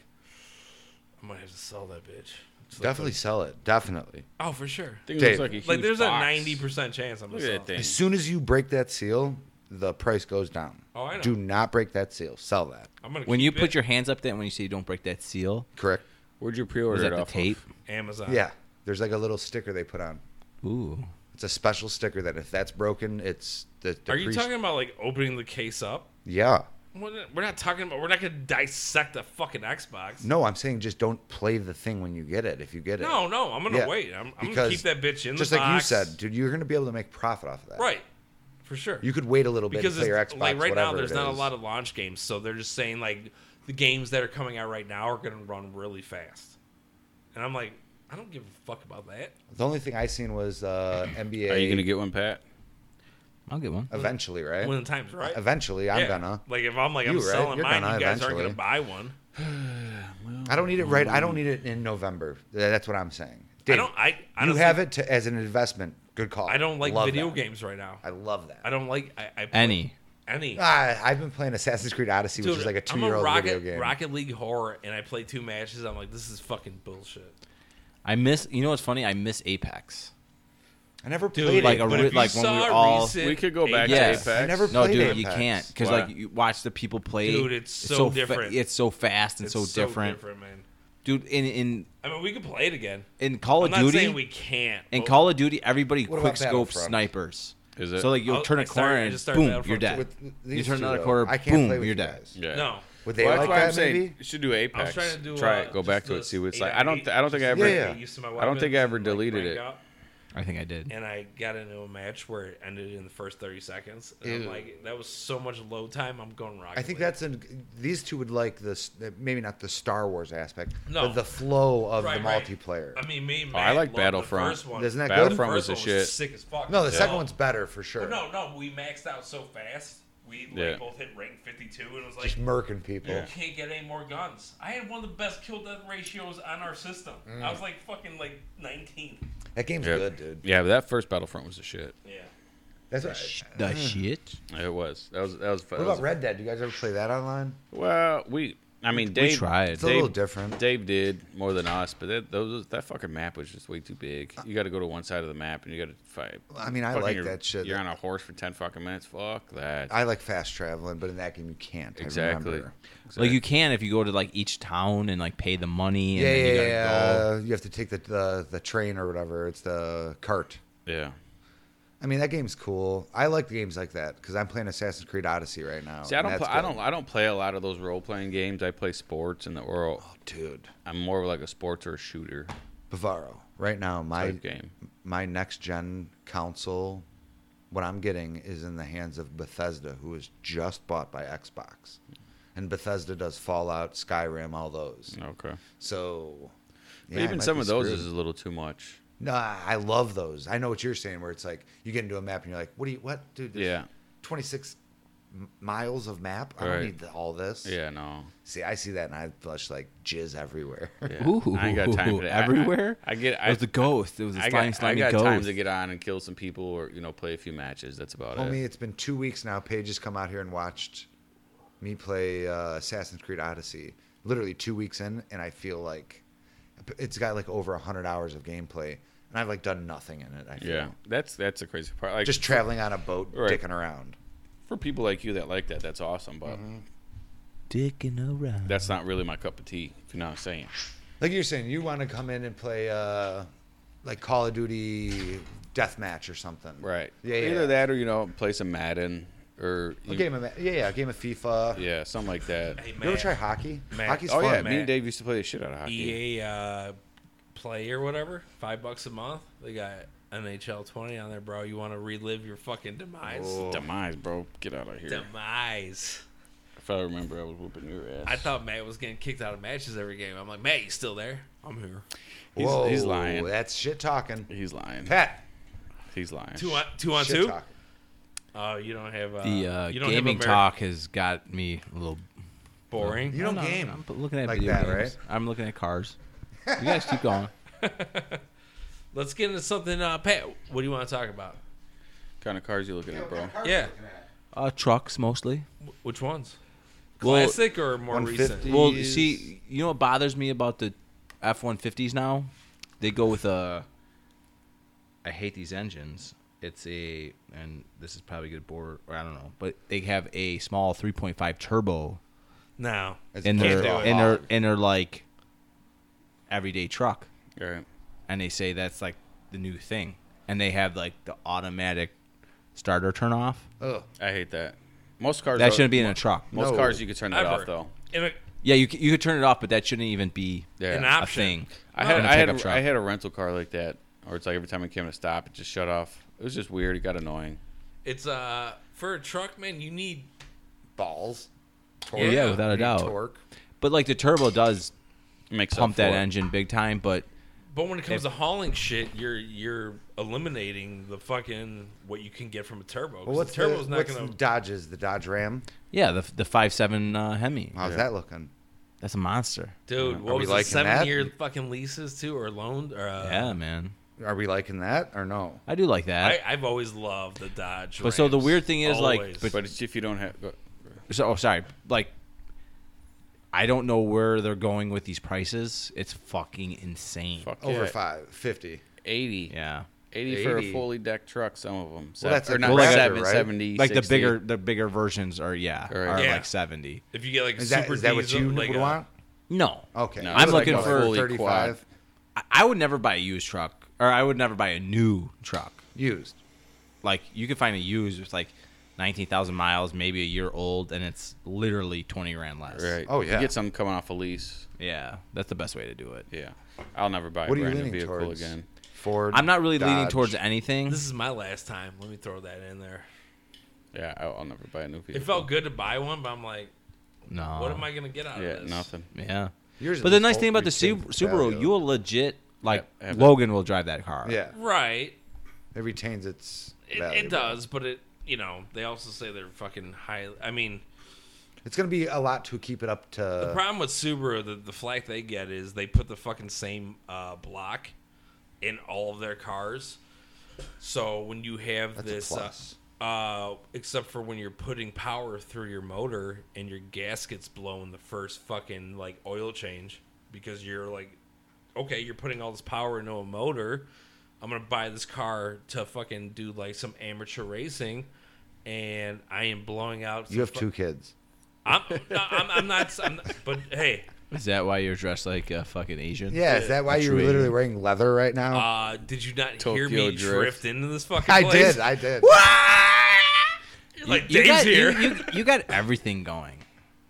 Speaker 3: I might have to sell that bitch. It's like
Speaker 2: Definitely sell it. Definitely.
Speaker 3: the- oh, for sure.
Speaker 1: Thing
Speaker 2: Dave.
Speaker 1: looks like a huge
Speaker 3: Like, there's
Speaker 1: box.
Speaker 3: a ninety percent chance I'm gonna
Speaker 1: Look at
Speaker 3: sell
Speaker 1: that thing.
Speaker 2: As soon as you break that seal, the price goes down.
Speaker 3: Oh, I know.
Speaker 2: Do not break that seal. Sell that.
Speaker 3: it. I'm gonna
Speaker 4: When
Speaker 3: keep
Speaker 4: you put
Speaker 3: it.
Speaker 4: your hands up there, and when you say you don't break that seal,
Speaker 2: Correct.
Speaker 1: Where'd you pre-order
Speaker 4: was
Speaker 1: it
Speaker 4: that the
Speaker 1: off of?
Speaker 4: tape?
Speaker 3: Amazon,
Speaker 2: Yeah. There's like a little sticker they put on.
Speaker 4: Ooh,
Speaker 2: It's a special sticker that if that's broken, it's the. the
Speaker 3: Are you
Speaker 2: pre-
Speaker 3: talking about like opening the case up?
Speaker 2: Yeah.
Speaker 3: We're not- we're not talking about. We're not gonna dissect a fucking Xbox.
Speaker 2: No, I'm saying just don't play the thing when you get it. If you get it.
Speaker 3: No, no, I'm gonna
Speaker 2: Yeah.
Speaker 3: wait. I'm, I'm gonna
Speaker 2: Because
Speaker 3: keep that bitch in
Speaker 2: Just
Speaker 3: the
Speaker 2: like you
Speaker 3: box.
Speaker 2: said, dude, you're gonna be able to make profit off of that.
Speaker 3: right? For sure.
Speaker 2: You could wait a little bit
Speaker 3: because
Speaker 2: and play
Speaker 3: it's,
Speaker 2: your Xbox.
Speaker 3: like right now,
Speaker 2: whatever
Speaker 3: there's
Speaker 2: it
Speaker 3: not a
Speaker 2: is.
Speaker 3: lot of launch games, so they're just saying like the games that are coming out right now are gonna run really fast. And I'm like, I don't give a fuck about that.
Speaker 2: The only thing I seen was uh, NBA.
Speaker 1: Are you gonna get one, Pat?
Speaker 4: I'll get one.
Speaker 2: eventually, right?
Speaker 3: When the time's right.
Speaker 2: Eventually, I'm
Speaker 3: Yeah.
Speaker 2: gonna.
Speaker 3: Like if I'm like I'm
Speaker 2: You, right?
Speaker 3: selling
Speaker 2: You're
Speaker 3: mine,
Speaker 2: gonna
Speaker 3: you guys aren't
Speaker 2: eventually.
Speaker 3: gonna buy one.
Speaker 2: I don't need it right. I don't need it in November. Th- That's what I'm saying. Dave,
Speaker 3: I don't. I
Speaker 2: you
Speaker 3: honestly,
Speaker 2: have it to, as an investment. Good call.
Speaker 3: I don't like
Speaker 2: Love
Speaker 3: video
Speaker 2: that.
Speaker 3: games right now.
Speaker 2: I love that.
Speaker 3: I don't like I, I play-
Speaker 4: Any?
Speaker 3: any.
Speaker 2: Ah, I've been playing Assassin's Creed Odyssey,
Speaker 3: Dude,
Speaker 2: which is like a
Speaker 3: I'm
Speaker 2: two-year-old
Speaker 3: Rocket,
Speaker 2: video game.
Speaker 3: Rocket League horror, and I play two matches. I'm like, this is fucking bullshit.
Speaker 4: I miss. You know what's funny? I miss Apex.
Speaker 2: I never
Speaker 3: Dude,
Speaker 2: played
Speaker 4: like
Speaker 2: it.
Speaker 4: a
Speaker 3: but
Speaker 4: re-
Speaker 3: if you
Speaker 4: like when we
Speaker 3: saw
Speaker 4: were all-
Speaker 3: recent
Speaker 1: We could go back
Speaker 4: Yeah.
Speaker 1: to
Speaker 4: I
Speaker 1: Apex.
Speaker 2: never-
Speaker 4: No,
Speaker 2: played
Speaker 4: dude,
Speaker 2: Apex.
Speaker 4: you can't because
Speaker 1: Why?
Speaker 4: like you watch the people play.
Speaker 3: Dude, it's so
Speaker 4: fa-
Speaker 3: different.
Speaker 4: it's so fast and
Speaker 3: It's
Speaker 4: so, different.
Speaker 3: man.
Speaker 4: dude. In in
Speaker 3: I mean, we could play it again.
Speaker 4: in Call
Speaker 3: I'm
Speaker 4: of
Speaker 3: not
Speaker 4: Duty,
Speaker 3: saying we can't.
Speaker 4: in
Speaker 3: but
Speaker 4: Call of Duty, everybody
Speaker 2: What about
Speaker 4: quick scope
Speaker 2: Battlefront?
Speaker 4: snipers.
Speaker 1: Is it?
Speaker 4: So like you'll
Speaker 3: I'll-
Speaker 4: turn
Speaker 3: Oh, I
Speaker 4: a
Speaker 3: started-
Speaker 4: corner
Speaker 3: I
Speaker 4: and
Speaker 3: just started
Speaker 4: boom,
Speaker 3: Battlefront
Speaker 4: you're
Speaker 3: two.
Speaker 4: dead.
Speaker 2: With these
Speaker 4: you turn
Speaker 2: two,
Speaker 4: another
Speaker 2: though,
Speaker 4: corner,
Speaker 2: I can't
Speaker 4: boom,
Speaker 2: play with
Speaker 4: you're
Speaker 2: you
Speaker 4: dead.
Speaker 2: guys.
Speaker 1: Yeah.
Speaker 3: no,
Speaker 2: Would they
Speaker 1: Well, that's
Speaker 2: like
Speaker 1: why
Speaker 2: that?
Speaker 1: I'm saying
Speaker 2: maybe?
Speaker 1: you should do Apex.
Speaker 3: I was trying to do.
Speaker 1: Try
Speaker 3: uh,
Speaker 1: it. Go
Speaker 3: just
Speaker 1: back to it.
Speaker 3: this
Speaker 1: See what it's
Speaker 3: eight
Speaker 1: like.
Speaker 3: on
Speaker 1: I don't.
Speaker 3: eight,
Speaker 1: th- I don't think I
Speaker 3: just
Speaker 1: ever.
Speaker 2: Yeah,
Speaker 3: get
Speaker 2: yeah.
Speaker 3: used to my
Speaker 1: I don't think I
Speaker 3: weapons
Speaker 1: ever
Speaker 3: and, like,
Speaker 1: deleted
Speaker 3: rank
Speaker 1: it.
Speaker 3: up.
Speaker 4: I think I did.
Speaker 3: And I got into a match where it ended in the first 30 seconds. And I'm
Speaker 2: Ew.
Speaker 3: like, that was so much load time. I'm going Rocket
Speaker 2: I think
Speaker 3: League.
Speaker 2: that's an. These two would like this. Maybe not the Star Wars aspect,
Speaker 3: No.
Speaker 2: but the flow of
Speaker 3: Right,
Speaker 2: the
Speaker 3: right.
Speaker 2: multiplayer.
Speaker 3: I mean, me. and
Speaker 1: Oh, I
Speaker 3: Matt
Speaker 1: like
Speaker 3: loved
Speaker 1: Battlefront.
Speaker 3: The first one.
Speaker 2: Isn't that good?
Speaker 1: Battlefront
Speaker 3: The
Speaker 1: was
Speaker 3: first
Speaker 1: the
Speaker 3: one was
Speaker 1: shit.
Speaker 3: Sick as fuck.
Speaker 2: no, the
Speaker 3: Yeah.
Speaker 2: second one's better for sure.
Speaker 3: No, no, we maxed out so fast. We like,
Speaker 1: Yeah.
Speaker 3: both hit rank 52, and it was like,
Speaker 2: just murking people.
Speaker 1: Yeah.
Speaker 3: can't get any more guns. I had one of the best kill death ratios on our system.
Speaker 2: Mm.
Speaker 3: I was like fucking like 19.
Speaker 2: That game's
Speaker 1: Yeah.
Speaker 2: good, dude.
Speaker 1: Yeah, but that first Battlefront was the shit.
Speaker 3: Yeah.
Speaker 2: That's what,
Speaker 4: The shit.
Speaker 1: It was. That was. That was. That
Speaker 2: what
Speaker 1: was
Speaker 2: about Red Dead? Do you guys ever play that online?
Speaker 1: well, we. I mean, Dave
Speaker 4: tried.
Speaker 2: It's
Speaker 1: Dave,
Speaker 2: a little different.
Speaker 1: Dave did more than us, but that those that fucking map was just way too big. You got to go to one side of the map and you got to fight.
Speaker 2: I mean, I
Speaker 1: fucking
Speaker 2: like
Speaker 1: you're-
Speaker 2: that shit.
Speaker 1: You're on a horse for ten fucking minutes. Fuck that.
Speaker 2: I like fast traveling, but in that game you can't. I
Speaker 1: exactly.
Speaker 2: remember.
Speaker 1: exactly.
Speaker 4: Like you can if you go to like each town and like pay the money. And
Speaker 2: Yeah,
Speaker 4: then
Speaker 2: yeah,
Speaker 4: you
Speaker 2: yeah.
Speaker 4: gotta Go.
Speaker 2: yeah. You have to take the, the the train or whatever. It's the cart.
Speaker 1: Yeah.
Speaker 2: Oh, I mean, that game's cool. I like the games like that because I'm playing Assassin's Creed Odyssey right now.
Speaker 1: See, I
Speaker 2: and
Speaker 1: don't.
Speaker 2: that's
Speaker 1: Play, I
Speaker 2: good.
Speaker 1: don't. I don't play a lot of those role playing games. I play sports and the oral.
Speaker 2: dude.
Speaker 1: I'm more of like a sports or a shooter
Speaker 2: Bavaro. Right now, my
Speaker 1: type game.
Speaker 2: my next gen console, what I'm getting is in the hands of Bethesda, who was just bought by Xbox, and Bethesda does Fallout, Skyrim, all those.
Speaker 1: Okay.
Speaker 2: So,
Speaker 1: But
Speaker 2: yeah, I
Speaker 1: even
Speaker 2: Oh. might
Speaker 1: some
Speaker 2: be
Speaker 1: of those
Speaker 2: screwed.
Speaker 1: is a little too much.
Speaker 2: No, I I love those. I know what you're saying, where it's like you get into a map and you're like, "What do you? What, dude? there's
Speaker 1: Yeah.
Speaker 2: 26 m- miles of map. I
Speaker 1: Right.
Speaker 2: don't need th- all this.
Speaker 1: Yeah. No.
Speaker 2: See, I see that and I blush like jizz everywhere.
Speaker 1: (laughs) Yeah. I ain't got time for that. I- I-
Speaker 4: (laughs) Everywhere.
Speaker 1: I, get.
Speaker 4: it
Speaker 1: I,
Speaker 4: was the ghost. It was a
Speaker 1: I
Speaker 4: flying
Speaker 1: got, I
Speaker 4: slimy
Speaker 1: got
Speaker 4: ghost.
Speaker 1: time to get on and kill some people or you know play a few matches. That's about
Speaker 2: Homie,
Speaker 1: it.
Speaker 2: it's been two weeks now. Paige has come out here and watched me play uh, Assassin's Creed Odyssey. Literally two weeks in, and I feel like it's got like over hundred hours of gameplay, and I've like done nothing in it. I feel.
Speaker 1: Yeah. That's that's the crazy part. Like
Speaker 2: Just traveling on a boat,
Speaker 1: Right.
Speaker 2: dicking around.
Speaker 1: for people like you that like that, that's awesome. But
Speaker 4: Dicking around.
Speaker 1: that's not really my cup of tea. If you know what I'm saying.
Speaker 2: Like you're saying, you want to come in and play uh, like Call of Duty deathmatch or something.
Speaker 1: Right.
Speaker 2: Yeah, yeah.
Speaker 1: Either that or you know play some Madden or
Speaker 2: A
Speaker 1: you-
Speaker 2: game of yeah, yeah, a game of FIFA.
Speaker 1: yeah something like that.
Speaker 3: Hey,
Speaker 2: You ever
Speaker 3: man.
Speaker 2: try hockey?
Speaker 3: Man.
Speaker 2: Hockey's
Speaker 1: oh
Speaker 2: fun.
Speaker 1: yeah, me
Speaker 3: man.
Speaker 1: and Dave used to play the shit out of hockey.
Speaker 3: EA uh, Play or whatever, five bucks a month. They got NHL 20 on there, bro. You want to relive your fucking demise?
Speaker 2: Oh,
Speaker 1: Demise, bro. Get out of here.
Speaker 3: Demise.
Speaker 1: If I remember, I was whooping your ass.
Speaker 3: I thought Matt was getting kicked out of matches every game. I'm like, Matt, you still there? I'm here.
Speaker 1: he's,
Speaker 2: Whoa,
Speaker 1: he's lying.
Speaker 2: That's shit talking.
Speaker 1: He's lying.
Speaker 2: Pat,
Speaker 1: He's lying.
Speaker 3: Two on two. On
Speaker 2: shit
Speaker 3: two?
Speaker 2: talking.
Speaker 3: Oh, you don't have uh,
Speaker 4: The uh,
Speaker 3: you don't have
Speaker 4: gaming
Speaker 3: Ameri-
Speaker 4: talk has got me a little
Speaker 3: Boring.
Speaker 2: You don't
Speaker 4: I'm not-
Speaker 2: game.
Speaker 4: I'm looking at
Speaker 2: like
Speaker 4: video
Speaker 2: that,
Speaker 4: games.
Speaker 2: right?
Speaker 4: I'm looking at cars. You guys
Speaker 1: (laughs)
Speaker 4: keep going.
Speaker 3: Let's get into something. Uh, Pat, what do you want to talk about?
Speaker 1: kind of cars you looking at, bro?
Speaker 3: Yeah.
Speaker 4: Uh, trucks mostly.
Speaker 3: Wh- Which ones?
Speaker 4: Well,
Speaker 3: Classic or more recent?
Speaker 2: 150.
Speaker 4: Well,
Speaker 2: Jeez.
Speaker 4: see, you know what bothers me about the F one fifties now? They go with a. I hate these engines. It's a, and this is probably good board, or I don't know, but they have a small three point five turbo
Speaker 3: No.
Speaker 2: It's
Speaker 4: in
Speaker 2: can't
Speaker 4: their
Speaker 2: do it.
Speaker 4: in their in their like everyday truck,
Speaker 1: All right.
Speaker 4: and they say that's like the new thing, and they have like the automatic starter turn off.
Speaker 2: Ugh.
Speaker 1: I hate that. Most cars
Speaker 4: That
Speaker 1: are-
Speaker 4: shouldn't be in a truck.
Speaker 1: Most
Speaker 2: No.
Speaker 1: cars you could turn that
Speaker 3: Ever.
Speaker 1: off though.
Speaker 3: In a-
Speaker 4: Yeah, you c- you could turn it off, but that shouldn't even be
Speaker 1: Yeah.
Speaker 3: An
Speaker 1: I
Speaker 4: a
Speaker 3: option.
Speaker 4: thing.
Speaker 1: I had
Speaker 4: in a
Speaker 1: I had
Speaker 4: pickup
Speaker 1: a,
Speaker 4: truck.
Speaker 1: I had a rental car like that, or it's like every time I came to stop, it just shut off. It was just weird. It got annoying.
Speaker 3: It's uh for a truck, man. You need
Speaker 2: Balls. Torque.
Speaker 3: Yeah,
Speaker 4: yeah, without a
Speaker 2: Need
Speaker 4: doubt.
Speaker 2: Torque.
Speaker 4: But like the turbo does
Speaker 1: It makes
Speaker 4: pump
Speaker 1: up
Speaker 4: that
Speaker 1: for it.
Speaker 4: engine big time, but
Speaker 3: But when it comes to hauling shit, you're you're eliminating the fucking what you can get from a turbo. 'cause
Speaker 2: Well, what's
Speaker 3: the turbo's
Speaker 2: the,
Speaker 3: not
Speaker 2: what's
Speaker 3: gonna.
Speaker 2: the Dodges? The Dodge Ram.
Speaker 4: yeah, the the five seven uh, Hemi,
Speaker 2: How's
Speaker 1: Yeah.
Speaker 2: that looking?
Speaker 4: that's a monster.
Speaker 3: dude,
Speaker 2: Are
Speaker 3: what
Speaker 2: we
Speaker 3: was the
Speaker 2: liking
Speaker 3: seven
Speaker 2: that?
Speaker 3: year fucking leases too, or loaned? Or, uh,
Speaker 4: yeah, man,
Speaker 2: Are we liking that or no?
Speaker 4: I do like that.
Speaker 3: I, I've always loved the Dodge.
Speaker 4: But so the
Speaker 3: Rams.
Speaker 4: weird thing is, like,
Speaker 3: Always.
Speaker 1: But it's if you don't have. go-
Speaker 4: so, oh, sorry, like I don't know where they're going with these prices. It's fucking insane.
Speaker 1: Fuck
Speaker 2: Over
Speaker 1: yeah.
Speaker 2: five fifty.
Speaker 1: 80.
Speaker 4: Yeah,
Speaker 1: 80, for a
Speaker 2: 80.
Speaker 1: fully decked truck, some of them.
Speaker 2: that's
Speaker 1: or
Speaker 2: a
Speaker 1: not
Speaker 2: Well, like a-
Speaker 1: seven,
Speaker 2: right?
Speaker 1: 70,
Speaker 4: like the
Speaker 1: 60.
Speaker 4: bigger the bigger versions are yeah
Speaker 1: All right.
Speaker 4: are
Speaker 3: Yeah.
Speaker 4: like seventy.
Speaker 3: if you get like a
Speaker 2: Is
Speaker 3: super
Speaker 2: that is that what
Speaker 3: diesel,
Speaker 2: you
Speaker 3: like uh,
Speaker 2: would
Speaker 3: a-
Speaker 2: want?
Speaker 4: No,
Speaker 2: Okay.
Speaker 1: No,
Speaker 4: I'm
Speaker 2: Like
Speaker 4: looking
Speaker 2: what,
Speaker 4: for-
Speaker 1: fully
Speaker 2: 35
Speaker 4: I, I would never buy a used truck, or I would never buy a new truck.
Speaker 2: used.
Speaker 4: like you could find a used with like 19,000 miles, maybe a year old, and it's literally 20 grand less.
Speaker 1: Right.
Speaker 2: Oh,
Speaker 1: You
Speaker 2: yeah.
Speaker 1: get some coming off a lease.
Speaker 4: Yeah, that's the best way to do it.
Speaker 1: Yeah. I'll never buy
Speaker 2: What
Speaker 1: a
Speaker 2: are you
Speaker 1: brand new
Speaker 2: leaning
Speaker 1: vehicle
Speaker 2: towards?
Speaker 1: again.
Speaker 2: Ford.
Speaker 4: I'm not really leaning
Speaker 2: Dodge.
Speaker 4: towards anything.
Speaker 3: This is my last time. Let me throw that in there.
Speaker 1: Yeah, I'll, I'll never buy a new vehicle.
Speaker 3: It felt good to buy one, but I'm like,
Speaker 4: no.
Speaker 3: what
Speaker 2: Uh,
Speaker 3: am I gonna get out
Speaker 1: Yeah,
Speaker 3: of this?
Speaker 1: nothing.
Speaker 4: Yeah.
Speaker 2: Yours at
Speaker 4: But the
Speaker 2: least
Speaker 4: nice
Speaker 2: won't
Speaker 4: thing about the
Speaker 2: retain
Speaker 4: Sub- Subaru,
Speaker 2: value.
Speaker 4: you will legit like
Speaker 1: Yeah, have that.
Speaker 4: Logan will drive that car.
Speaker 2: Yeah,
Speaker 3: Right.
Speaker 2: it retains its.
Speaker 3: It,
Speaker 2: value.
Speaker 3: it does, but it you know they also say they're fucking high. I mean,
Speaker 2: It's gonna be a lot to keep it up
Speaker 3: The
Speaker 2: to.
Speaker 3: problem with Subaru, the, the flack they get is they put the fucking same uh, block in all of their cars. So when you have
Speaker 2: That's a
Speaker 3: this, uh,
Speaker 2: plus.
Speaker 3: Uh, except for when you're putting power through your motor and your gasket's blown the first fucking like oil change because you're like, okay, you're putting all this power into a motor. I'm gonna buy this car to fucking do like some amateur racing, and I am blowing out. some
Speaker 2: You have
Speaker 3: fu-
Speaker 2: two kids.
Speaker 3: I'm, no, I'm, I'm not. I'm not- But hey,
Speaker 4: Is that why you're dressed like a fucking Asian?
Speaker 2: Yeah, is that why
Speaker 4: A
Speaker 2: you're
Speaker 4: true Asian.
Speaker 2: literally wearing leather right now?
Speaker 3: uh, did you not hear
Speaker 1: Tokyo
Speaker 3: me
Speaker 1: Drift.
Speaker 3: drift into this fucking
Speaker 2: I
Speaker 3: place?
Speaker 2: did, I did.
Speaker 3: You're (laughs) like
Speaker 4: You
Speaker 3: Dave's
Speaker 4: got, you-
Speaker 3: here. (laughs)
Speaker 4: You, you got everything going.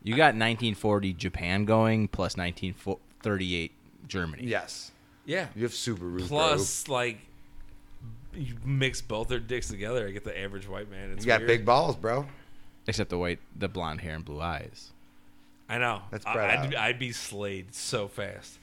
Speaker 4: You got 1940 Japan going plus 1938 Germany.
Speaker 2: Yes,
Speaker 3: yeah.
Speaker 2: you have Subaru.
Speaker 3: Plus, like, you mix both their dicks together. I get the average white man.
Speaker 2: bro.
Speaker 3: It's
Speaker 2: you got
Speaker 3: weird.
Speaker 2: big balls, bro.
Speaker 4: Except the white, the blonde hair and blue eyes.
Speaker 3: I know.
Speaker 2: That's
Speaker 3: I-
Speaker 2: Brad
Speaker 3: I'd,
Speaker 2: Out.
Speaker 3: I'd be slayed so fast.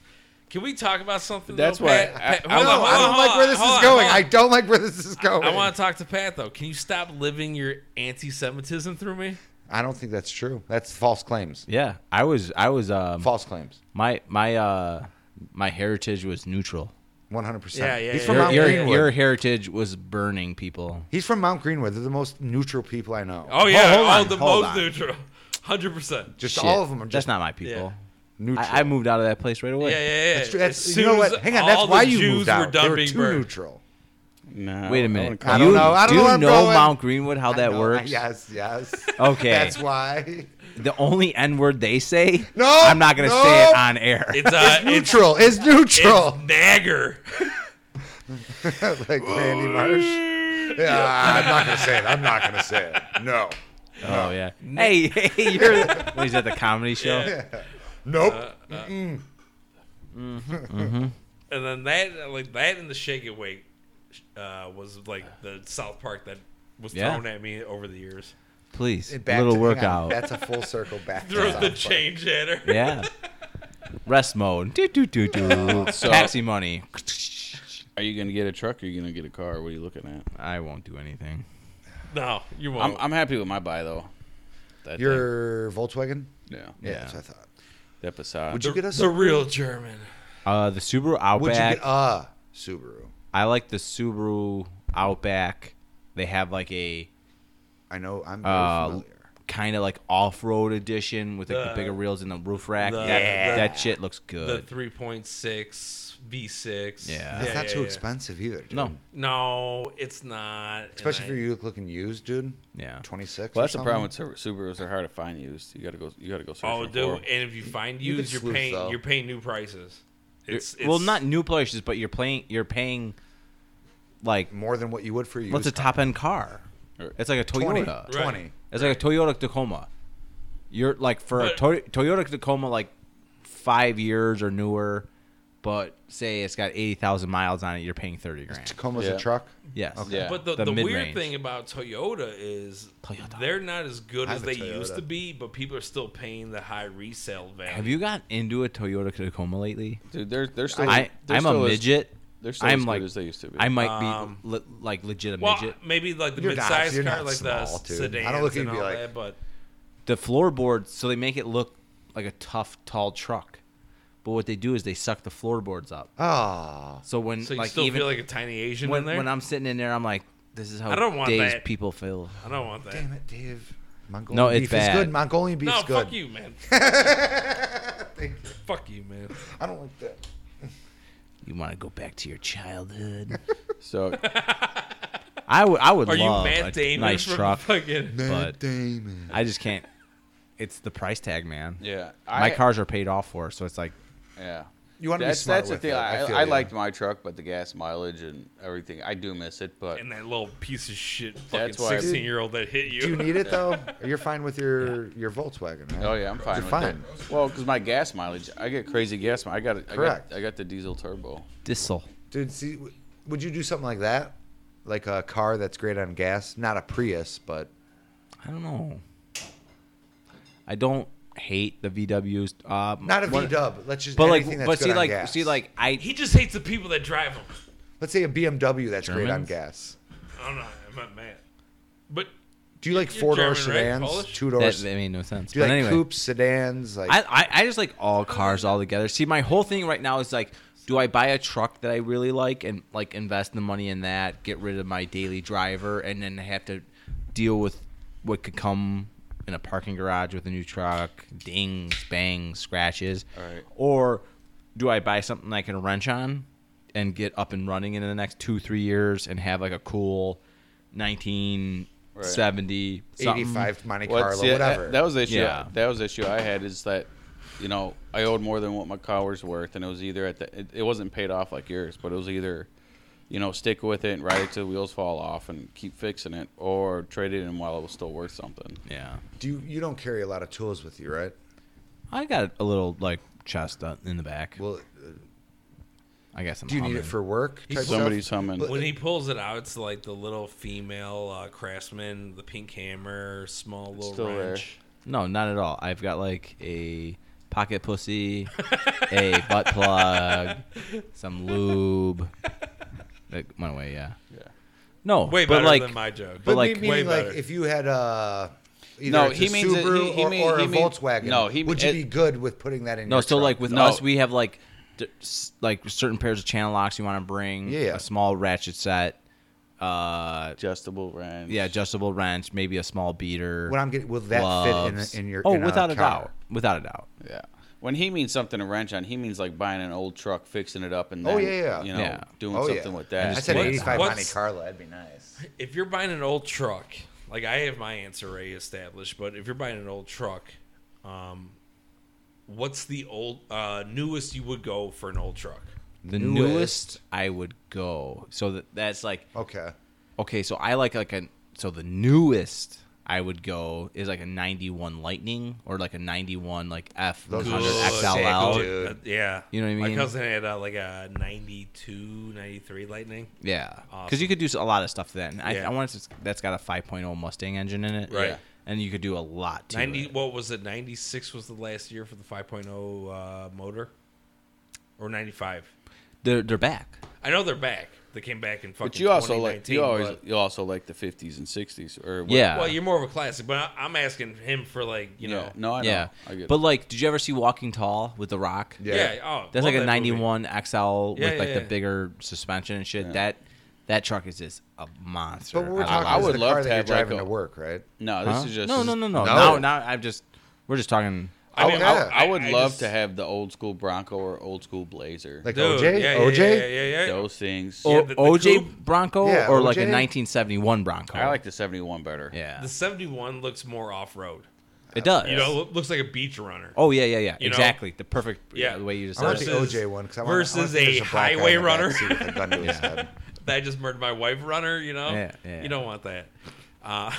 Speaker 3: Can we talk about something?
Speaker 1: That's
Speaker 3: though,
Speaker 1: why
Speaker 3: Pat?
Speaker 1: I-
Speaker 3: Pat-
Speaker 1: I
Speaker 2: I
Speaker 3: hold
Speaker 2: don't,
Speaker 3: on,
Speaker 2: I
Speaker 3: hold
Speaker 2: don't
Speaker 3: on,
Speaker 2: like
Speaker 3: hold
Speaker 2: where
Speaker 3: on,
Speaker 2: this
Speaker 3: hold
Speaker 2: is
Speaker 3: on,
Speaker 2: going.
Speaker 3: hold on.
Speaker 2: I don't like where this is going.
Speaker 3: I want to talk to Pat though. Can you stop living your anti-Semitism through me?
Speaker 2: I don't think that's true. That's false claims.
Speaker 4: Yeah, I was, I was, um,
Speaker 2: False claims.
Speaker 4: my, my, uh, my heritage was neutral.
Speaker 2: One hundred
Speaker 3: Yeah,
Speaker 2: percent.
Speaker 3: yeah,
Speaker 2: He's
Speaker 3: yeah,
Speaker 2: from
Speaker 4: Your,
Speaker 2: Mount
Speaker 4: your,
Speaker 2: Greenwood.
Speaker 4: your heritage was burning people.
Speaker 2: He's from Mount Greenwood. They're the most neutral people I know.
Speaker 3: Oh yeah,
Speaker 4: hold
Speaker 3: oh
Speaker 4: on,
Speaker 3: the
Speaker 4: hold
Speaker 3: most
Speaker 4: on.
Speaker 3: neutral, (laughs) hundred percent.
Speaker 2: just
Speaker 4: Shit,
Speaker 2: all of them are just
Speaker 4: That's not my people.
Speaker 2: neutral.
Speaker 4: I, I moved out of that place right away.
Speaker 3: Yeah, yeah, yeah.
Speaker 2: That's true.
Speaker 3: As
Speaker 2: That's,
Speaker 3: soon
Speaker 2: you know
Speaker 3: as
Speaker 2: what? Hang on. That's
Speaker 3: all
Speaker 2: why
Speaker 3: the
Speaker 2: you
Speaker 3: Jews
Speaker 2: moved
Speaker 3: were
Speaker 2: out. They
Speaker 3: done
Speaker 2: were
Speaker 3: being
Speaker 2: too
Speaker 3: burned.
Speaker 2: neutral.
Speaker 1: No.
Speaker 4: Wait
Speaker 1: I
Speaker 4: a minute.
Speaker 1: wanna-
Speaker 2: I don't
Speaker 4: You-
Speaker 2: know. I don't
Speaker 4: do
Speaker 2: know where
Speaker 4: you
Speaker 2: I'm
Speaker 4: know
Speaker 2: going.
Speaker 4: Mount Greenwood how
Speaker 2: I
Speaker 4: that
Speaker 2: know.
Speaker 4: works?
Speaker 2: Yes, yes.
Speaker 4: (laughs) Okay.
Speaker 2: That's why.
Speaker 4: The only N word they say.
Speaker 2: No,
Speaker 4: I'm not gonna say it
Speaker 2: no.
Speaker 4: on air.
Speaker 3: It's uh, it's,
Speaker 2: Neutral is
Speaker 3: it's
Speaker 2: neutral.
Speaker 3: Nagger.
Speaker 2: (laughs) like Randy Marsh. Yeah, I'm not gonna say it. I'm not gonna say it. No.
Speaker 4: (laughs) oh yeah. Hey, (laughs) hey, you're. what is that?
Speaker 2: (laughs)
Speaker 4: The comedy show?
Speaker 2: Nope.
Speaker 3: Uh, And then that, like that, and the shake it wake, uh, was like the South Park that was
Speaker 4: Yeah.
Speaker 3: thrown at me over the years.
Speaker 4: Please,
Speaker 2: It
Speaker 4: a
Speaker 2: back
Speaker 4: little
Speaker 2: to- hang on,
Speaker 4: workout.
Speaker 2: That's a full circle back. to
Speaker 3: Throws
Speaker 2: South
Speaker 3: the
Speaker 2: Park.
Speaker 3: change at her.
Speaker 4: Yeah. Rest mode. Do do do
Speaker 2: (laughs)
Speaker 4: do.
Speaker 1: So-
Speaker 4: Taxi money.
Speaker 1: Are you going to get a truck or are you going to get a car? What are you looking at?
Speaker 4: I won't do anything.
Speaker 3: No, you
Speaker 1: I'm,
Speaker 3: won't.
Speaker 1: I'm happy with my buy, though. That thing.
Speaker 2: Your Volkswagen?
Speaker 1: yeah.
Speaker 2: Yeah,
Speaker 4: Yeah.
Speaker 2: that's what I thought.
Speaker 1: That Passat.
Speaker 2: Would you get us?
Speaker 3: The
Speaker 2: A,
Speaker 3: real German.
Speaker 4: Uh, the Subaru
Speaker 2: would you
Speaker 4: Outback.
Speaker 2: get
Speaker 3: uh,
Speaker 2: a Subaru?
Speaker 4: I like the Subaru Outback. They have like a
Speaker 2: I know I'm very
Speaker 4: uh,
Speaker 2: familiar.
Speaker 4: kind of like off-road edition with like the,
Speaker 3: The-
Speaker 4: bigger wheels and the roof rack.
Speaker 3: the-
Speaker 4: that,
Speaker 3: Yeah.
Speaker 4: that shit looks
Speaker 3: The
Speaker 4: good.
Speaker 3: 3.6 V6.
Speaker 4: Yeah.
Speaker 2: That's not
Speaker 3: yeah,
Speaker 2: too
Speaker 3: yeah.
Speaker 2: expensive either. Dude.
Speaker 4: no,
Speaker 3: No, it's not. And
Speaker 2: especially
Speaker 3: I-
Speaker 2: if you're looking used, dude.
Speaker 4: yeah,
Speaker 2: Twenty six.
Speaker 1: well, that's the problem with Sub- Subarus. They're hard to find used. You gotta go. You gotta go search
Speaker 3: Oh,
Speaker 1: for
Speaker 3: dude,
Speaker 1: them.
Speaker 3: and if you find
Speaker 2: You could
Speaker 3: used, you are
Speaker 2: sleuth,
Speaker 3: paying
Speaker 2: though.
Speaker 3: you're paying new prices. It's, it's
Speaker 4: well, not new prices, but you're playing. You're paying like
Speaker 2: More than what you would for used.
Speaker 4: what's a top-end car?
Speaker 1: Or-
Speaker 4: It's like a
Speaker 2: Twenty.
Speaker 4: Toyota.
Speaker 2: Twenty.
Speaker 3: Right.
Speaker 4: It's like a Toyota Tacoma. You're like for a
Speaker 3: But-
Speaker 4: Toy- Toyota Tacoma, like five years or newer, but say it's got eighty thousand miles on it, you're paying thirty grand.
Speaker 2: Tacoma's
Speaker 1: Yeah.
Speaker 2: a truck.
Speaker 4: Yes.
Speaker 1: Yeah.
Speaker 3: But the,
Speaker 4: the
Speaker 3: the, weird
Speaker 4: mid-range.
Speaker 3: thing about Toyota is
Speaker 4: Toyota.
Speaker 3: they're not as good
Speaker 2: I
Speaker 3: as
Speaker 2: have
Speaker 3: they
Speaker 2: a
Speaker 3: used
Speaker 2: Toyota.
Speaker 3: to be, but people are still paying the high resale value.
Speaker 4: Have you gotten into a Toyota Tacoma lately?
Speaker 1: Dude, they're they're still.
Speaker 4: I,
Speaker 1: they're
Speaker 4: I'm a
Speaker 1: still as-
Speaker 4: midget.
Speaker 1: they're still
Speaker 4: I'm
Speaker 1: as good
Speaker 4: like-
Speaker 1: as they used to be.
Speaker 4: I might be
Speaker 3: Um,
Speaker 4: le- like legit a
Speaker 3: Well,
Speaker 4: midget.
Speaker 3: maybe like the
Speaker 2: You're not-
Speaker 3: mid-sized
Speaker 2: you're
Speaker 3: car,
Speaker 2: not
Speaker 3: like
Speaker 2: small,
Speaker 3: the
Speaker 2: dude.
Speaker 3: sedans
Speaker 2: I don't look at
Speaker 3: and
Speaker 2: you and
Speaker 3: all
Speaker 2: be
Speaker 3: that.
Speaker 2: like-
Speaker 3: But
Speaker 4: The floorboards, so they make it look like a tough, tall truck. But what they do is they suck the floorboards up.
Speaker 2: Ah,
Speaker 4: So when
Speaker 3: so you
Speaker 4: like
Speaker 3: still
Speaker 4: even
Speaker 3: feel like a tiny Asian
Speaker 4: when,
Speaker 3: in there.
Speaker 4: when I'm sitting in there, I'm like, this is how
Speaker 3: I don't want
Speaker 4: days
Speaker 3: that.
Speaker 4: people feel.
Speaker 3: I don't want that.
Speaker 2: damn it, Dave. Mongolian
Speaker 4: No, it's
Speaker 2: beef is
Speaker 4: bad.
Speaker 2: good. Mongolian beef's
Speaker 3: no,
Speaker 2: good.
Speaker 3: fuck you, man.
Speaker 2: (laughs) Thank you.
Speaker 3: fuck you, man.
Speaker 2: I don't like that.
Speaker 4: You want to go back to your childhood? (laughs)
Speaker 1: so
Speaker 4: I would. I would
Speaker 3: Are you
Speaker 4: love
Speaker 3: Matt
Speaker 4: a
Speaker 3: Damon
Speaker 4: nice
Speaker 3: from
Speaker 2: (laughs)
Speaker 4: truck.
Speaker 3: fucking?
Speaker 4: But-
Speaker 2: Damon.
Speaker 4: I just can't. It's the price tag, man.
Speaker 1: yeah,
Speaker 4: (laughs) My
Speaker 1: I-
Speaker 4: cars are paid off for, so it's like
Speaker 1: Yeah.
Speaker 2: You wanna be
Speaker 1: that's,
Speaker 2: smart
Speaker 1: that's
Speaker 2: with
Speaker 1: the
Speaker 2: it.
Speaker 1: thing.
Speaker 2: I
Speaker 1: I,
Speaker 2: feel
Speaker 1: I,
Speaker 2: you.
Speaker 1: liked my truck, but the gas mileage and everything, I do miss it. But
Speaker 3: And that little piece of shit fucking
Speaker 1: That's why- Dude,
Speaker 3: sixteen-year-old that hit you.
Speaker 2: Do you
Speaker 1: (laughs)
Speaker 2: need it though? Or You're fine with your your Volkswagen, right?
Speaker 1: oh yeah, I'm fine.
Speaker 2: You're
Speaker 1: with
Speaker 2: fine.
Speaker 1: It. Well, because my gas mileage, I get crazy gas. mi- I got, I got,
Speaker 2: Correct.
Speaker 1: I got the diesel turbo.
Speaker 4: Dissel.
Speaker 2: Dude, see, w- would you do something like that? Like a car that's great on gas, not a Prius, but
Speaker 4: I don't know. I don't hate the VWs. Uh,
Speaker 2: not a
Speaker 4: one-
Speaker 2: V Dub. Let's just
Speaker 4: But
Speaker 2: anything
Speaker 4: like,
Speaker 2: that's
Speaker 4: but
Speaker 2: good
Speaker 4: see,
Speaker 2: on
Speaker 4: like,
Speaker 2: gas.
Speaker 4: see, like, I
Speaker 3: He just hates the people that drive him.
Speaker 2: let's say a BMW that's great on
Speaker 4: Germans?
Speaker 2: gas.
Speaker 3: I'm not. I'm not mad. But
Speaker 2: Do you like
Speaker 3: You're
Speaker 2: four door
Speaker 3: German, right?
Speaker 2: sedans,
Speaker 3: Polish?
Speaker 2: two
Speaker 4: that,
Speaker 2: doors?
Speaker 4: that
Speaker 2: Do
Speaker 4: made no sense.
Speaker 2: you
Speaker 4: But
Speaker 2: like
Speaker 4: anyway,
Speaker 2: coupes, sedans? Like
Speaker 4: I, I I just like all cars all together. See, my whole thing right now is like, do I buy a truck that I really like and like invest the money in that, get rid of my daily driver, and then have to deal with what could come in a parking garage with a new truck, dings, bangs, scratches,
Speaker 1: Right.
Speaker 4: or do I buy something I can wrench on and get up and running in the next two three years and have like a cool nineteen seventy something.
Speaker 2: eighty-five Monte
Speaker 1: Well,
Speaker 2: Carlo,
Speaker 1: see, that-
Speaker 2: whatever.
Speaker 1: That, was the issue.
Speaker 4: Yeah.
Speaker 1: That was the issue I had is that, you know, I owed more than what my car was worth, and it was either at the, it, it wasn't paid off like yours, but it was either, you know, stick with it and ride it till the wheels fall off and keep fixing it, or trade it in while it was still worth something.
Speaker 4: Yeah.
Speaker 2: Do you you don't carry a lot of tools with you, right?
Speaker 4: I got a little like chest uh, in the back.
Speaker 2: Well,
Speaker 4: I got some.
Speaker 2: do you need
Speaker 4: humming.
Speaker 2: it for work? type
Speaker 1: Somebody's
Speaker 2: stuff?
Speaker 1: humming.
Speaker 2: But-
Speaker 3: when he pulls it out, it's like the little female uh, craftsman, the pink hammer, small little
Speaker 1: still there.
Speaker 3: wrench.
Speaker 4: No, not at all. I've got like a pocket pussy,
Speaker 2: (laughs)
Speaker 4: a butt plug, some lube. That went away. Yeah.
Speaker 1: Yeah.
Speaker 4: No,
Speaker 3: Way
Speaker 4: but
Speaker 3: better
Speaker 4: like,
Speaker 3: than my joke.
Speaker 4: but
Speaker 2: But
Speaker 4: like-
Speaker 2: like,
Speaker 3: Way
Speaker 2: meaning like
Speaker 3: better.
Speaker 2: if you had a either
Speaker 1: No,
Speaker 2: it's
Speaker 1: he
Speaker 2: a
Speaker 1: means that
Speaker 2: Subaru
Speaker 1: he- he
Speaker 2: or,
Speaker 1: mean-
Speaker 2: or
Speaker 1: he
Speaker 2: a
Speaker 1: mean-
Speaker 2: Volkswagen.
Speaker 1: no, he
Speaker 2: would
Speaker 1: mean-
Speaker 2: you be good with putting that in?
Speaker 4: no.
Speaker 2: your
Speaker 4: So
Speaker 2: truck?
Speaker 4: like with
Speaker 1: No.
Speaker 4: us, we have like d- s- like certain pairs of channel locks you want to bring.
Speaker 2: Yeah.
Speaker 4: A small ratchet set. Uh,
Speaker 1: Adjustable wrench.
Speaker 4: yeah, adjustable wrench, maybe a small beater.
Speaker 2: What I'm getting will that
Speaker 4: gloves.
Speaker 2: fit in, in your?
Speaker 4: Oh,
Speaker 2: in
Speaker 4: without
Speaker 2: a,
Speaker 4: a
Speaker 2: car?
Speaker 4: doubt. Without a doubt.
Speaker 1: Yeah. When he means something to wrench on, he means like buying an old truck, fixing it up, and then,
Speaker 2: Oh, yeah, yeah.
Speaker 1: you know,
Speaker 4: Yeah.
Speaker 1: doing
Speaker 2: Oh
Speaker 1: something
Speaker 2: yeah,
Speaker 1: with that.
Speaker 2: I said
Speaker 4: What's-
Speaker 2: eighty-five Monte
Speaker 3: what's-
Speaker 2: Carlo. That'd be nice.
Speaker 3: if you're buying an old truck, like I have my answer already established, but if you're buying an old truck, um, what's the old uh, newest you would go for an old truck?
Speaker 4: The
Speaker 2: Newest.
Speaker 4: newest, I would go. So that, that's like
Speaker 2: Okay.
Speaker 4: okay. So I like like a so the newest I would go is like a '91 Lightning or like a '91 like F
Speaker 2: Those are
Speaker 4: 100
Speaker 2: sick,
Speaker 4: XLL.
Speaker 2: dude.
Speaker 3: Uh, yeah,
Speaker 4: You know what I
Speaker 3: My
Speaker 4: mean?
Speaker 3: cousin had uh, like a 92, 93 Lightning.
Speaker 4: Yeah, because
Speaker 3: Awesome.
Speaker 4: you could do s- a lot of stuff then. I,
Speaker 3: Yeah.
Speaker 4: I want to, that's got a 5.0 Mustang engine in it,
Speaker 3: Right.
Speaker 4: And you could do a lot to
Speaker 3: 90
Speaker 4: it.
Speaker 3: what was it 96 was the last year for the 5.0 uh, motor or 95
Speaker 4: They're they're back.
Speaker 3: i know they're back They came back in fucking.
Speaker 1: But you also like
Speaker 3: 2019,
Speaker 1: you always
Speaker 3: but-
Speaker 1: you also like the 50s and 60s or what-
Speaker 4: Yeah.
Speaker 3: Well, you're more of a classic, but I, I'm asking him for like you know.
Speaker 1: Yeah. No, I know.
Speaker 4: yeah.
Speaker 1: I get it.
Speaker 4: But like, did you ever see Walking Tall with The Rock?
Speaker 2: Yeah.
Speaker 3: Oh,
Speaker 4: That's
Speaker 3: love
Speaker 4: like a
Speaker 3: that movie.
Speaker 4: '91 XL with
Speaker 3: Yeah,
Speaker 4: like
Speaker 3: yeah,
Speaker 4: the
Speaker 3: yeah.
Speaker 4: bigger suspension and shit. That that truck is just a monster.
Speaker 2: But what we're
Speaker 4: I
Speaker 2: talking
Speaker 4: love
Speaker 2: about
Speaker 1: would
Speaker 2: is the
Speaker 1: love
Speaker 2: car
Speaker 1: to
Speaker 2: that you're
Speaker 1: have, like,
Speaker 2: driving
Speaker 1: a-
Speaker 2: to work, right?
Speaker 1: no,
Speaker 4: it.
Speaker 1: this
Speaker 4: Huh?
Speaker 1: is just
Speaker 4: no, no, no,
Speaker 2: No.
Speaker 4: no, Now, now I'm just we're just talking.
Speaker 1: I,
Speaker 2: Oh,
Speaker 1: mean,
Speaker 2: yeah.
Speaker 1: I, I would
Speaker 3: I- I
Speaker 1: love
Speaker 3: just-
Speaker 1: to have the old school Bronco or old school Blazer.
Speaker 2: Like
Speaker 3: Dude,
Speaker 2: OJ,
Speaker 3: yeah, yeah,
Speaker 2: OJ.
Speaker 3: Yeah, yeah, yeah.
Speaker 1: those things.
Speaker 4: O-
Speaker 3: Yeah, the- the
Speaker 4: OJ
Speaker 3: coupe?
Speaker 4: Bronco
Speaker 2: Yeah,
Speaker 4: or like a
Speaker 2: OJ.
Speaker 4: 1971 Bronco.
Speaker 1: I like the 71 better.
Speaker 4: Yeah,
Speaker 3: The 71 looks more off road.
Speaker 4: it does.
Speaker 3: You know, it looks like a beach runner.
Speaker 4: oh yeah, yeah, yeah.
Speaker 3: You know?
Speaker 4: exactly. The perfect.
Speaker 3: Yeah.
Speaker 4: Yeah, the way you just
Speaker 2: I want
Speaker 4: said
Speaker 2: the
Speaker 4: it.
Speaker 3: Versus-
Speaker 2: OJ one because I want
Speaker 3: versus
Speaker 2: I want
Speaker 3: a
Speaker 2: there's black guy in the
Speaker 3: highway runner.
Speaker 2: backseat with a gun to
Speaker 4: (laughs)
Speaker 2: his head.
Speaker 3: That I just murdered my wife runner, you know?
Speaker 4: Yeah, yeah.
Speaker 3: You don't want that. Uh,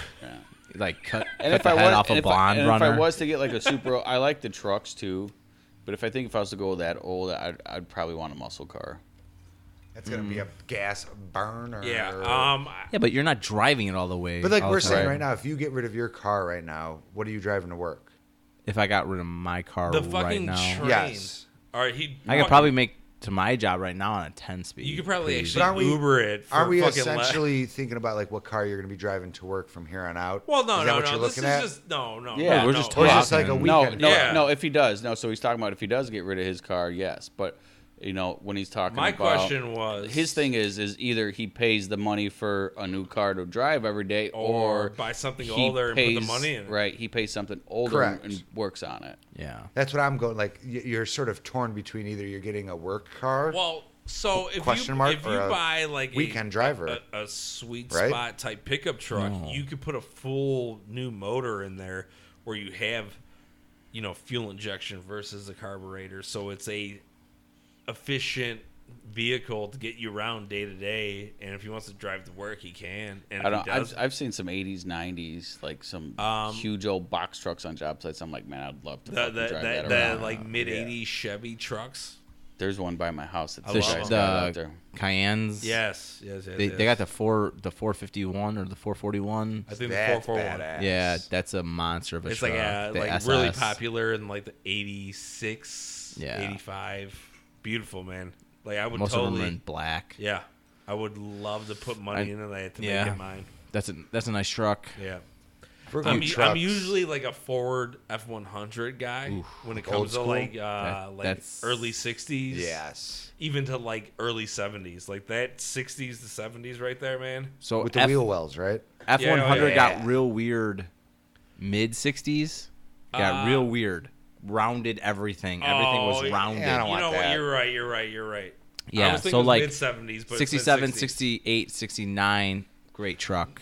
Speaker 4: Like cut,
Speaker 1: And
Speaker 4: cut
Speaker 1: if
Speaker 4: the
Speaker 1: I
Speaker 4: head
Speaker 1: was,
Speaker 4: off
Speaker 1: and
Speaker 4: a
Speaker 1: if I-
Speaker 4: blonde
Speaker 1: and
Speaker 4: runner.
Speaker 1: if I was to get like a super, I like the trucks too, but if I think if I was to go that old, I'd, I'd probably want a muscle car.
Speaker 2: That's gonna be a gas burner.
Speaker 3: yeah. Um, I-
Speaker 4: yeah, but you're not driving it all the way.
Speaker 2: but like
Speaker 1: um,
Speaker 4: all
Speaker 2: we're
Speaker 4: the
Speaker 2: saying
Speaker 4: time.
Speaker 2: right now, if you get rid of your car right now, what are you driving to work?
Speaker 4: if I got rid of my car
Speaker 3: the
Speaker 4: right
Speaker 3: fucking
Speaker 4: now,
Speaker 3: train.
Speaker 2: Yes.
Speaker 3: All right, he.
Speaker 4: I could probably make to my job right now on a 10 speed.
Speaker 3: You could probably
Speaker 4: pretty
Speaker 3: actually
Speaker 2: But aren't we-
Speaker 3: Uber it. For
Speaker 2: Are we
Speaker 3: fucking le-
Speaker 2: essentially thinking about like what car you're gonna be driving to work from here on out?
Speaker 3: well, no,
Speaker 2: is that
Speaker 3: no,
Speaker 2: what
Speaker 3: no.
Speaker 2: You're
Speaker 3: This
Speaker 2: looking
Speaker 3: is
Speaker 2: at?
Speaker 3: just no, no.
Speaker 1: Yeah,
Speaker 3: no,
Speaker 4: we're
Speaker 3: no.
Speaker 4: just
Speaker 2: Or is this
Speaker 4: talking.
Speaker 2: like a
Speaker 1: No,
Speaker 2: weekend?
Speaker 1: no,
Speaker 3: Yeah.
Speaker 1: no. If he does, no. So he's talking about if he does get rid of his car, yes. But you know when he's talking,
Speaker 3: My
Speaker 1: about,
Speaker 3: question was
Speaker 1: his thing is is either he pays the money for a new car to drive every day,
Speaker 3: Or
Speaker 1: or,
Speaker 3: buy something
Speaker 1: he
Speaker 3: older and put the
Speaker 1: pays-
Speaker 3: money in it.
Speaker 1: Right, he pays something older
Speaker 2: Correct.
Speaker 1: and works on it.
Speaker 4: Yeah.
Speaker 2: That's what I'm going. Like y- you're sort of torn between either you're getting a work car.
Speaker 3: Well, so if
Speaker 2: Question
Speaker 3: you
Speaker 2: mark
Speaker 3: if
Speaker 2: or
Speaker 3: you
Speaker 2: a
Speaker 3: buy like a-
Speaker 2: weekend driver?
Speaker 3: a, a sweet
Speaker 2: Right?
Speaker 3: spot type pickup truck, you could put a full new motor in there where you have you know fuel injection versus a carburetor, so it's a efficient vehicle to get you around day to day. And if he wants to drive to work, he can. And if
Speaker 1: I don't.
Speaker 3: he does,
Speaker 1: I've, I've seen some '80s, '90s, like some
Speaker 3: Um,
Speaker 1: huge old box trucks on job sites. I'm like, man, I'd love to
Speaker 3: the,
Speaker 1: fucking
Speaker 3: the,
Speaker 1: drive
Speaker 3: the,
Speaker 1: that
Speaker 3: the,
Speaker 1: around.
Speaker 3: like mid '80s Chevy trucks.
Speaker 1: There's one by my house. That's
Speaker 3: I
Speaker 4: The,
Speaker 1: the,
Speaker 3: love
Speaker 4: sh-
Speaker 3: them.
Speaker 1: out
Speaker 4: the
Speaker 1: there.
Speaker 4: Cayennes.
Speaker 3: Yes, yes, yes.
Speaker 4: They,
Speaker 3: yes.
Speaker 4: they got the four the 451 or the 441.
Speaker 3: I think
Speaker 2: That's
Speaker 3: the 441.
Speaker 2: badass.
Speaker 4: Yeah, that's a monster of a
Speaker 3: It's
Speaker 4: truck.
Speaker 3: like uh,
Speaker 4: the
Speaker 3: like really
Speaker 4: SS.
Speaker 3: popular in like the 86,
Speaker 4: Yeah.
Speaker 3: 85. Beautiful, man. Like I would
Speaker 4: Most of
Speaker 3: totally
Speaker 4: them are in black.
Speaker 3: Yeah. I would love to put money
Speaker 4: I-
Speaker 3: into that to
Speaker 4: yeah.
Speaker 3: make it mine.
Speaker 4: That's a that's a nice truck.
Speaker 3: Yeah.
Speaker 2: If we're
Speaker 3: I'm,
Speaker 2: going
Speaker 3: u- I'm
Speaker 2: trucks,
Speaker 3: usually like a forward F100 guy when it
Speaker 2: Old
Speaker 3: comes to
Speaker 2: school?
Speaker 3: like uh
Speaker 4: That-
Speaker 3: like
Speaker 4: that's-
Speaker 3: early 60s.
Speaker 2: yes,
Speaker 3: Even to like early 70s. Like that 60s to 70s right there, man.
Speaker 4: So
Speaker 2: with the
Speaker 4: Oh, F,
Speaker 2: wheel wells, right?
Speaker 4: F100
Speaker 3: Yeah.
Speaker 4: got real weird mid 60s. Got
Speaker 3: Uh,
Speaker 4: real weird. Rounded everything. Everything
Speaker 3: Oh,
Speaker 4: was
Speaker 3: yeah,
Speaker 4: rounded.
Speaker 2: I don't
Speaker 3: you
Speaker 2: want
Speaker 3: know what?
Speaker 2: that.
Speaker 3: You're right. You're right. You're right.
Speaker 4: Yeah,
Speaker 3: I was
Speaker 4: so,
Speaker 3: thinking
Speaker 4: like,
Speaker 3: mid 70s, but
Speaker 4: 67,
Speaker 3: 60s.
Speaker 4: 68, 69, great truck.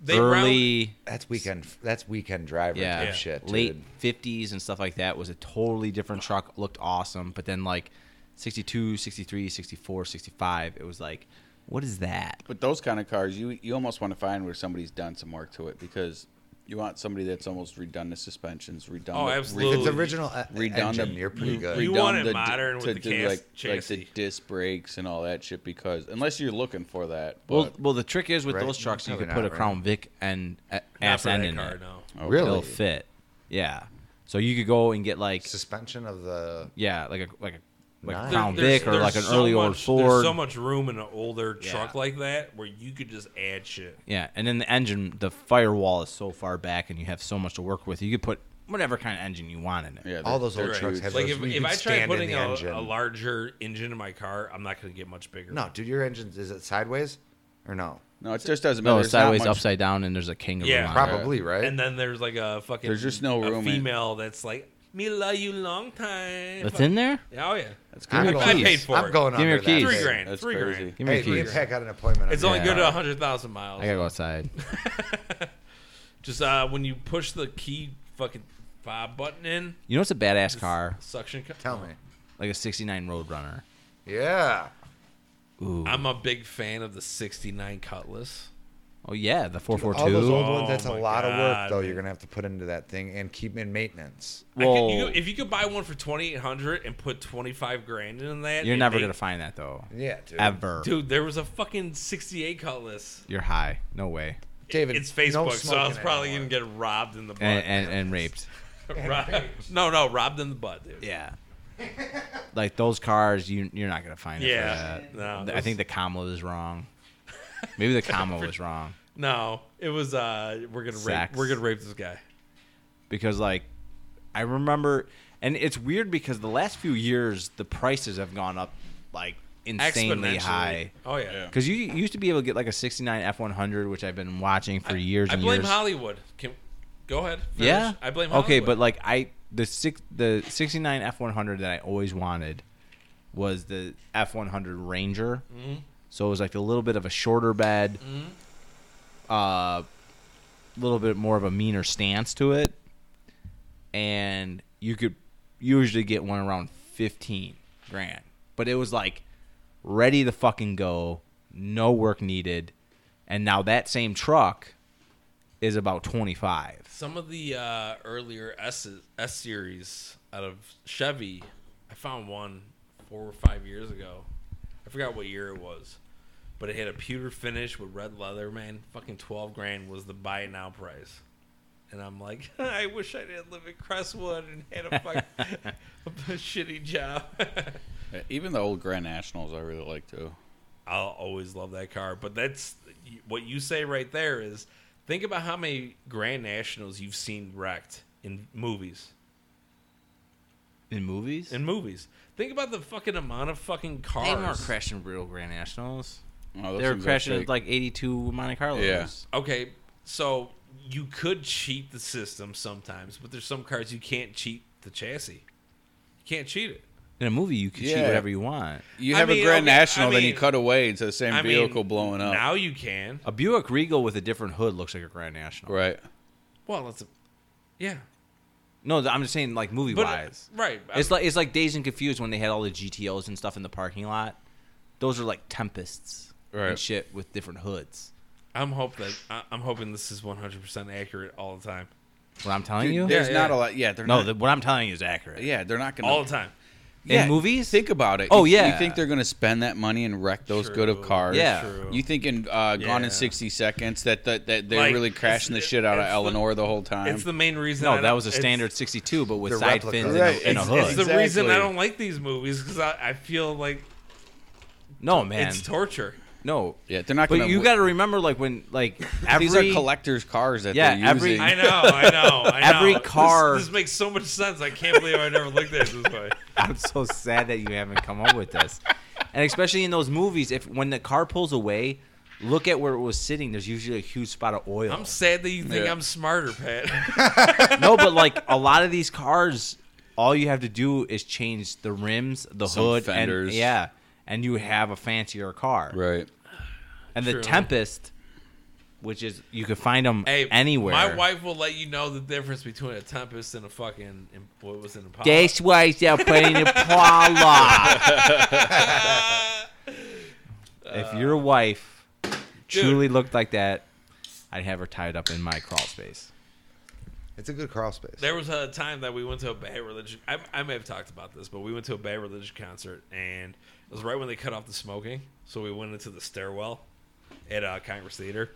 Speaker 3: They
Speaker 4: Early,
Speaker 2: That's weekend. That's weekend driver
Speaker 4: yeah,
Speaker 2: type shit.
Speaker 4: late
Speaker 2: dude.
Speaker 4: 50s and stuff like that was a totally different truck. Looked awesome, but then like 62, 63, 64, 65, it was like, what is that?
Speaker 1: But those kind of cars, you you almost want to find where somebody's done some work to it because you want somebody that's almost redone the suspensions, redone.
Speaker 3: Oh,
Speaker 1: the,
Speaker 3: absolutely.
Speaker 2: If it's
Speaker 3: Ooh,
Speaker 2: original uh,
Speaker 1: redone
Speaker 2: engine,
Speaker 1: the-
Speaker 2: you're pretty good.
Speaker 3: You
Speaker 1: redone
Speaker 3: want it
Speaker 1: the d-
Speaker 3: modern with
Speaker 1: to
Speaker 3: the
Speaker 1: do,
Speaker 3: cast
Speaker 1: like, like the
Speaker 3: chassis.
Speaker 1: disc brakes and all that shit because unless you're looking for that.
Speaker 4: Well,
Speaker 1: But,
Speaker 4: well, the trick is with
Speaker 2: Right?
Speaker 4: those trucks, you
Speaker 2: Probably
Speaker 4: could put
Speaker 2: not,
Speaker 4: a
Speaker 2: right?
Speaker 4: Crown Vic and a-
Speaker 3: Not
Speaker 4: ass
Speaker 3: for that
Speaker 4: end in
Speaker 3: car,
Speaker 4: it.
Speaker 3: no.
Speaker 1: okay.
Speaker 2: Really?
Speaker 4: It'll fit. Yeah, so you could go and get like,
Speaker 2: suspension of the
Speaker 4: yeah, like a like a like
Speaker 2: Nice.
Speaker 4: a Crown
Speaker 2: There-
Speaker 4: Vic or
Speaker 3: there's
Speaker 4: like an
Speaker 3: so
Speaker 4: early
Speaker 3: much,
Speaker 4: old
Speaker 3: there's
Speaker 4: Ford.
Speaker 3: so much room in an older
Speaker 4: Yeah.
Speaker 3: truck like that where you could just add shit.
Speaker 4: Yeah, and then the engine, the firewall is so far back, and you have so much to work with. You could put whatever kind of engine you want in it.
Speaker 1: yeah,
Speaker 2: all
Speaker 1: they're-
Speaker 2: those old
Speaker 1: they're
Speaker 2: trucks
Speaker 1: huge.
Speaker 2: have
Speaker 3: Like
Speaker 2: those-
Speaker 3: if,
Speaker 2: you
Speaker 3: if
Speaker 2: can
Speaker 3: I try
Speaker 2: stand in
Speaker 3: putting
Speaker 2: the
Speaker 3: a,
Speaker 2: engine.
Speaker 3: a larger engine in my car, I'm not going to get much bigger.
Speaker 2: no, dude, your engine is it sideways or no?
Speaker 1: no, it just doesn't matter.
Speaker 4: No, it's
Speaker 1: There's not
Speaker 4: sideways,
Speaker 1: much-
Speaker 4: upside down, and there's a kangaroo.
Speaker 3: Yeah,
Speaker 4: on
Speaker 3: Alright.
Speaker 2: Probably right.
Speaker 3: And then there's like a fucking
Speaker 1: There's just no
Speaker 3: a
Speaker 1: room in-
Speaker 3: female that's like me love you long time.
Speaker 4: it. That's in there.
Speaker 3: Yeah, Oh yeah,
Speaker 1: That's
Speaker 2: I'm
Speaker 1: good.
Speaker 2: going,
Speaker 3: I paid for
Speaker 2: I'm
Speaker 3: it.
Speaker 2: going
Speaker 4: Give me your
Speaker 2: under that
Speaker 4: keys.
Speaker 3: three
Speaker 2: thing.
Speaker 3: grand,
Speaker 1: That's
Speaker 3: three
Speaker 1: crazy.
Speaker 3: grand.
Speaker 4: Give me
Speaker 2: Hey,
Speaker 4: your
Speaker 2: me and
Speaker 4: keys.
Speaker 2: Pat got an appointment.
Speaker 3: It's
Speaker 2: on
Speaker 3: only
Speaker 2: that.
Speaker 3: good to hundred thousand miles.
Speaker 4: I gotta go outside.
Speaker 3: Just uh, when you push the key fucking fob button in,
Speaker 4: You know, it's a badass car,
Speaker 3: suction. Co-
Speaker 2: Tell me.
Speaker 4: like a '69 Roadrunner.
Speaker 2: Yeah.
Speaker 3: I'm a big fan of the '69 Cutlass.
Speaker 4: Oh yeah, the
Speaker 2: All those
Speaker 4: 442.
Speaker 2: old ones. That's a
Speaker 3: my
Speaker 2: lot of work
Speaker 3: God,
Speaker 2: though.
Speaker 3: dude.
Speaker 2: You're gonna have to put into that thing and keep in maintenance.
Speaker 3: I could, you,
Speaker 4: Whoa.
Speaker 3: if you could buy one for twenty eight hundred and put twenty five grand in that,
Speaker 4: You're
Speaker 3: and
Speaker 4: never
Speaker 3: make-
Speaker 4: gonna find that though.
Speaker 2: Yeah, dude.
Speaker 4: Ever.
Speaker 3: Dude, there was a fucking sixty eight Cutlass.
Speaker 4: You're high. No way.
Speaker 2: David,
Speaker 3: It's Facebook,
Speaker 2: no
Speaker 3: so I was
Speaker 2: smoking
Speaker 3: probably
Speaker 2: anymore.
Speaker 3: (laughs) gonna get robbed in the butt.
Speaker 4: And and, and raped.
Speaker 3: Right. no, no, robbed in the butt, dude.
Speaker 4: Yeah. Like those cars, you you're not gonna find it.
Speaker 3: Yeah,
Speaker 4: for that.
Speaker 3: no,
Speaker 4: I think the comma was wrong. Maybe the comma was wrong
Speaker 3: No, it was. uh We're gonna rape.
Speaker 4: Sex.
Speaker 3: We're gonna rape this guy.
Speaker 4: because like I remember, and it's weird because the last few years the prices have gone up like insanely
Speaker 3: Exponentially.
Speaker 4: high.
Speaker 3: Oh yeah.
Speaker 1: Yeah.
Speaker 4: Because you you used to be able to get like a 69 F100, which I've been watching for years
Speaker 3: I
Speaker 4: and
Speaker 3: blame
Speaker 4: years.
Speaker 3: Hollywood. Can go ahead. finish.
Speaker 4: Yeah,
Speaker 3: I blame. Hollywood.
Speaker 4: Okay, but like I the six the 69 F100 that I always wanted was the F100 Ranger.
Speaker 3: Mm-hmm.
Speaker 4: So it was like a little bit of a shorter bed,
Speaker 3: Mm-hmm.
Speaker 4: uh, little bit more of a meaner stance to it, and you could usually get one around 15 grand. But it was like ready to fucking go, no work needed, and now that same truck is about 25.
Speaker 3: some of the uh, earlier S S series out of Chevy, I found one four or five years ago. I forgot what year it was, but it had a pewter finish with red leather. Man, fucking twelve grand was the buy it now price, and I'm like, (laughs) I wish I didn't live in Crestwood and had a fucking (laughs) a shitty job. (laughs)
Speaker 1: Uh, Even the old Grand Nationals, I really like too.
Speaker 3: I'll always love that car. But that's what you say right there is think about how many Grand Nationals you've seen wrecked in movies.
Speaker 4: In movies?
Speaker 3: in movies. Think about the fucking amount of fucking cars.
Speaker 4: they weren't crashing real Grand Nationals.
Speaker 1: Oh, those
Speaker 4: They were
Speaker 1: things are
Speaker 4: crashing
Speaker 1: fake.
Speaker 4: like 82 Monte Carlos.
Speaker 1: Yeah.
Speaker 3: Okay, so you could cheat the system sometimes, but there's some cars you can't cheat the chassis. You can't cheat it.
Speaker 4: In a movie, you can cheat
Speaker 1: Yeah.
Speaker 4: whatever you want.
Speaker 1: You
Speaker 3: I
Speaker 1: have
Speaker 3: mean,
Speaker 1: a Grand
Speaker 3: okay, I
Speaker 1: National, then you
Speaker 3: mean-
Speaker 1: cut away into the same
Speaker 3: I mean,
Speaker 1: vehicle blowing up.
Speaker 3: Now you can.
Speaker 4: A Buick Regal with a different hood looks like a Grand National.
Speaker 1: right.
Speaker 3: Well, that's a, yeah,
Speaker 4: No, th- I'm just saying like movie
Speaker 3: but uh,
Speaker 4: wise.
Speaker 3: right.
Speaker 4: It's like it's like Days and Confused when they had all the GTOs and stuff in the parking lot. Those are like Tempests
Speaker 1: Right.
Speaker 4: and shit with different hoods.
Speaker 3: I'm hope that I- I'm hoping this is 100 percent accurate all the time.
Speaker 4: What I'm telling you?
Speaker 1: There's
Speaker 3: yeah.
Speaker 1: not a lot. Yeah, they're
Speaker 4: No,
Speaker 1: not.
Speaker 4: the, what I'm telling you is accurate.
Speaker 1: yeah, they're not gonna
Speaker 3: All the time.
Speaker 4: In movies?
Speaker 1: Think about it.
Speaker 4: Oh,
Speaker 1: You-
Speaker 4: yeah.
Speaker 1: You think they're gonna spend that money and wreck those good of
Speaker 3: True,
Speaker 1: cars?
Speaker 4: Yeah.
Speaker 3: true.
Speaker 1: You think in uh, Gone
Speaker 3: Yeah.
Speaker 1: in 60 Seconds that that, that they're
Speaker 3: Like,
Speaker 1: really
Speaker 3: it's-
Speaker 1: crashing the
Speaker 3: it-
Speaker 1: shit out of
Speaker 3: it's the-
Speaker 1: Eleanor the whole time?
Speaker 3: It's the main reason. I
Speaker 4: No,
Speaker 3: don't-
Speaker 4: that was a
Speaker 3: it's-
Speaker 4: standard 62, but with
Speaker 2: They're
Speaker 4: side
Speaker 2: replicas.
Speaker 4: fins and,
Speaker 1: Right,
Speaker 4: a, and a
Speaker 1: it's-
Speaker 3: (laughs)
Speaker 4: hood.
Speaker 3: It's the reason I
Speaker 1: Exactly.
Speaker 3: don't like these movies because I, I feel like
Speaker 4: no, man.
Speaker 3: it's torture.
Speaker 4: no.
Speaker 1: yeah, they're not.
Speaker 4: But
Speaker 1: gonna
Speaker 4: you
Speaker 1: wh-
Speaker 4: got to remember, like when (laughs) like every
Speaker 1: these are collectors' cars that
Speaker 4: Yeah,
Speaker 1: they're
Speaker 4: every-
Speaker 1: using.
Speaker 3: I know, I
Speaker 4: (laughs)
Speaker 3: know, I know.
Speaker 4: Every
Speaker 3: This-
Speaker 4: car-
Speaker 3: This, makes so much sense. I can't believe I never looked at it this way.
Speaker 4: I'm so sad that you haven't come up with this. And especially in those movies, if when the car pulls away, look at where it was sitting. There's usually a huge spot of oil.
Speaker 3: I'm sad that you think
Speaker 1: Yeah.
Speaker 3: I'm smarter, Pat.
Speaker 4: no, but like a lot of these cars, all you have to do is change the rims, the
Speaker 1: Some
Speaker 4: hood,
Speaker 1: fenders.
Speaker 4: and yeah, and you have a fancier car.
Speaker 1: right.
Speaker 4: And
Speaker 3: True.
Speaker 4: the Tempest, which is you could find them
Speaker 3: (laughs) Hey,
Speaker 4: anywhere.
Speaker 3: My wife will let you know the difference between a tempest and a fucking what was it? Impala.
Speaker 4: That's why they're
Speaker 3: (laughs)
Speaker 4: playing Impala. if your wife truly looked like that, I'd have her tied up in my crawl space.
Speaker 2: It's a good crawl space.
Speaker 3: There was a time that we went to a bad religion. I, I may have talked about this, but we went to a bad religion concert, and it was right when they cut off the smoking. So we went into the stairwell at uh, Congress Theater.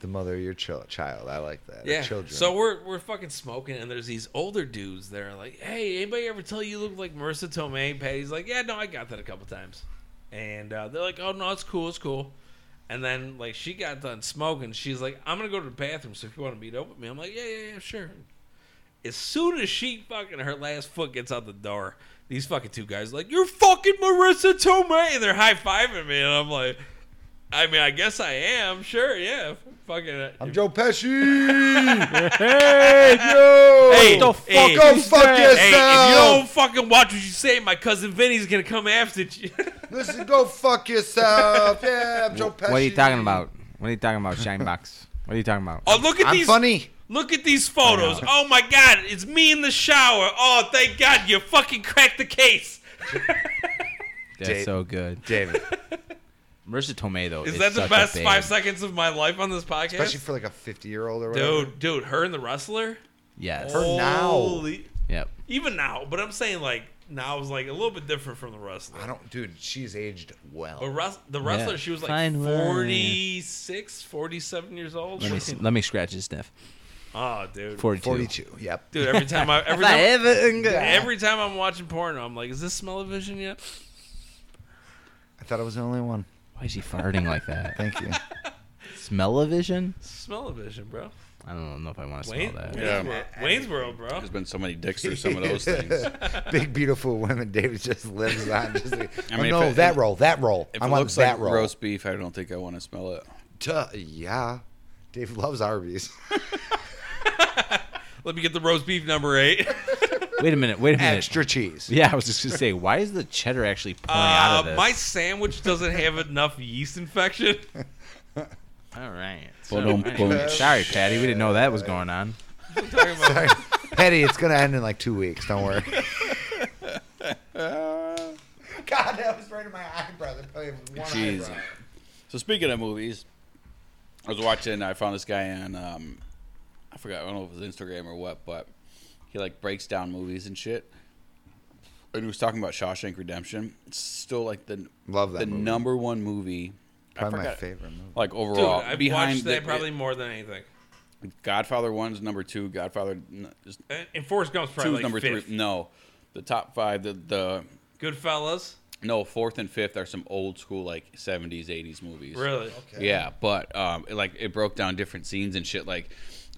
Speaker 2: the mother of your chil- child. I like that. Or
Speaker 3: Yeah.
Speaker 2: children.
Speaker 3: So we're we're fucking smoking, and there's these older dudes that are like, "Hey, anybody ever tell you you look like Marissa Tomei?" Patty's like, "Yeah, no, I got that a couple times," and uh, they're like, "Oh no, it's cool, it's cool." And then like she got done smoking, she's like, "I'm gonna go to the bathroom, so if you want to meet up with me," I'm like, "Yeah, yeah, yeah, sure." As soon as she fucking her last foot gets out the door, these fucking two guys are like, "You're fucking Marissa Tomei," and they're high fiving me, and I'm like. I mean, I guess I am. Sure, yeah. Fucking. uh,
Speaker 2: I'm Joe (laughs) Pesci.
Speaker 4: Hey,
Speaker 2: Yo,
Speaker 3: Hey,
Speaker 4: the
Speaker 3: hey,
Speaker 4: fuck
Speaker 2: go fuck yourself.
Speaker 3: Hey, if you don't fucking watch what you say, my cousin Vinny's gonna come after you. (laughs)
Speaker 2: Listen, go fuck yourself. Yeah, I'm Joe Pesci.
Speaker 4: What are you talking about? What are you talking about, Shine Box? What are you talking about?
Speaker 3: oh, look at
Speaker 2: I'm
Speaker 3: these.
Speaker 2: funny.
Speaker 3: Look at these photos. Oh my god, it's me in the shower. Oh, thank God, you fucking cracked the case.
Speaker 4: That's
Speaker 2: Dave.
Speaker 4: so good.
Speaker 3: (laughs)
Speaker 2: David.
Speaker 4: Marissa Tomei though
Speaker 3: Is that the
Speaker 4: such a
Speaker 3: best
Speaker 4: babe.
Speaker 3: five seconds of my life on this
Speaker 2: Especially
Speaker 3: podcast?
Speaker 2: for like a 50 year old or whatever.
Speaker 3: Dude, dude, her and the wrestler.
Speaker 4: Yes.
Speaker 2: Her now.
Speaker 3: Holy-
Speaker 4: Yep.
Speaker 3: Even now, but I'm saying like now is like a little bit different from the wrestler.
Speaker 2: I don't, dude, she's aged
Speaker 3: But
Speaker 2: well.
Speaker 3: Rus- the wrestler,
Speaker 4: Yeah.
Speaker 3: she was like
Speaker 4: Fine wine.
Speaker 3: 46, 47 years old. (laughs)
Speaker 4: Let me, s- let me scratch his sniff.
Speaker 3: Oh, dude.
Speaker 4: 42.
Speaker 2: 42. Yep.
Speaker 3: Dude, every
Speaker 1: (laughs)
Speaker 3: time I every time,
Speaker 4: Everything.
Speaker 3: every time I'm watching porno, I'm like, is this smell-o-vision yet?
Speaker 2: I thought I was the only one.
Speaker 4: Why is he farting like that?
Speaker 2: Thank (laughs) you.
Speaker 4: Smell-o-vision?
Speaker 3: Smell-o-vision, bro.
Speaker 4: I don't know if I want to
Speaker 3: Wayne,
Speaker 4: smell that.
Speaker 3: Wayne's,
Speaker 1: Yeah.
Speaker 3: World, Wayne's World, bro.
Speaker 1: There's been so many dicks through some of
Speaker 3: (laughs)
Speaker 1: those things.
Speaker 2: Big beautiful women. David just lives
Speaker 1: (laughs)
Speaker 2: on. Just like,
Speaker 1: I
Speaker 2: I
Speaker 1: mean,
Speaker 2: mean,
Speaker 1: if
Speaker 2: no,
Speaker 1: it-
Speaker 2: that roll, that roll.
Speaker 1: If
Speaker 2: I
Speaker 1: it
Speaker 2: want
Speaker 1: looks like
Speaker 2: that roll.
Speaker 1: roast beef, I don't think I want to smell it.
Speaker 2: Duh, yeah, Dave
Speaker 1: (laughs)
Speaker 2: loves Arby's. (laughs)
Speaker 3: Let me get the roast beef number eight. (laughs)
Speaker 4: Wait a minute. Wait a minute.
Speaker 2: Extra cheese.
Speaker 4: (laughs) Yeah, I was just gonna say, why is the cheddar actually pouring out of
Speaker 3: Uh,
Speaker 4: this?
Speaker 3: my sandwich doesn't have enough yeast
Speaker 2: (laughs)
Speaker 3: infection.
Speaker 4: All right.
Speaker 1: Boom, boom.
Speaker 4: Sorry, Patty. We didn't know that was going on.
Speaker 2: Sorry. Petty, it's gonna end in like two weeks. Don't
Speaker 1: (laughs)
Speaker 2: worry. God, that was right in my eyebrow. That probably was one
Speaker 1: Jeez.
Speaker 2: eyebrow.
Speaker 1: So speaking of movies, I was watching. I found this guy on. Um, I forgot. I don't know if it was Instagram or what, but he like breaks down movies and shit. And he was talking about Shawshank Redemption. It's still like the
Speaker 2: Love that
Speaker 1: the
Speaker 2: movie.
Speaker 1: number one movie.
Speaker 2: Probably
Speaker 1: I
Speaker 2: my
Speaker 1: forgot,
Speaker 2: favorite movie.
Speaker 1: Like
Speaker 3: Dude,
Speaker 1: overall,
Speaker 3: I've
Speaker 1: behind
Speaker 3: watched that
Speaker 1: the-
Speaker 3: probably more than anything.
Speaker 1: Godfather one's number two. Godfather n- is
Speaker 3: And, Uh, and Forrest Gump's probably
Speaker 1: two's
Speaker 3: like
Speaker 1: number
Speaker 3: fifth.
Speaker 1: three. No, the top five. The the
Speaker 3: Goodfellas,
Speaker 1: no fourth and fifth are some old school like seventies eighties movies.
Speaker 3: really?
Speaker 1: Yeah, but um, it, like it broke down different scenes and shit. Like,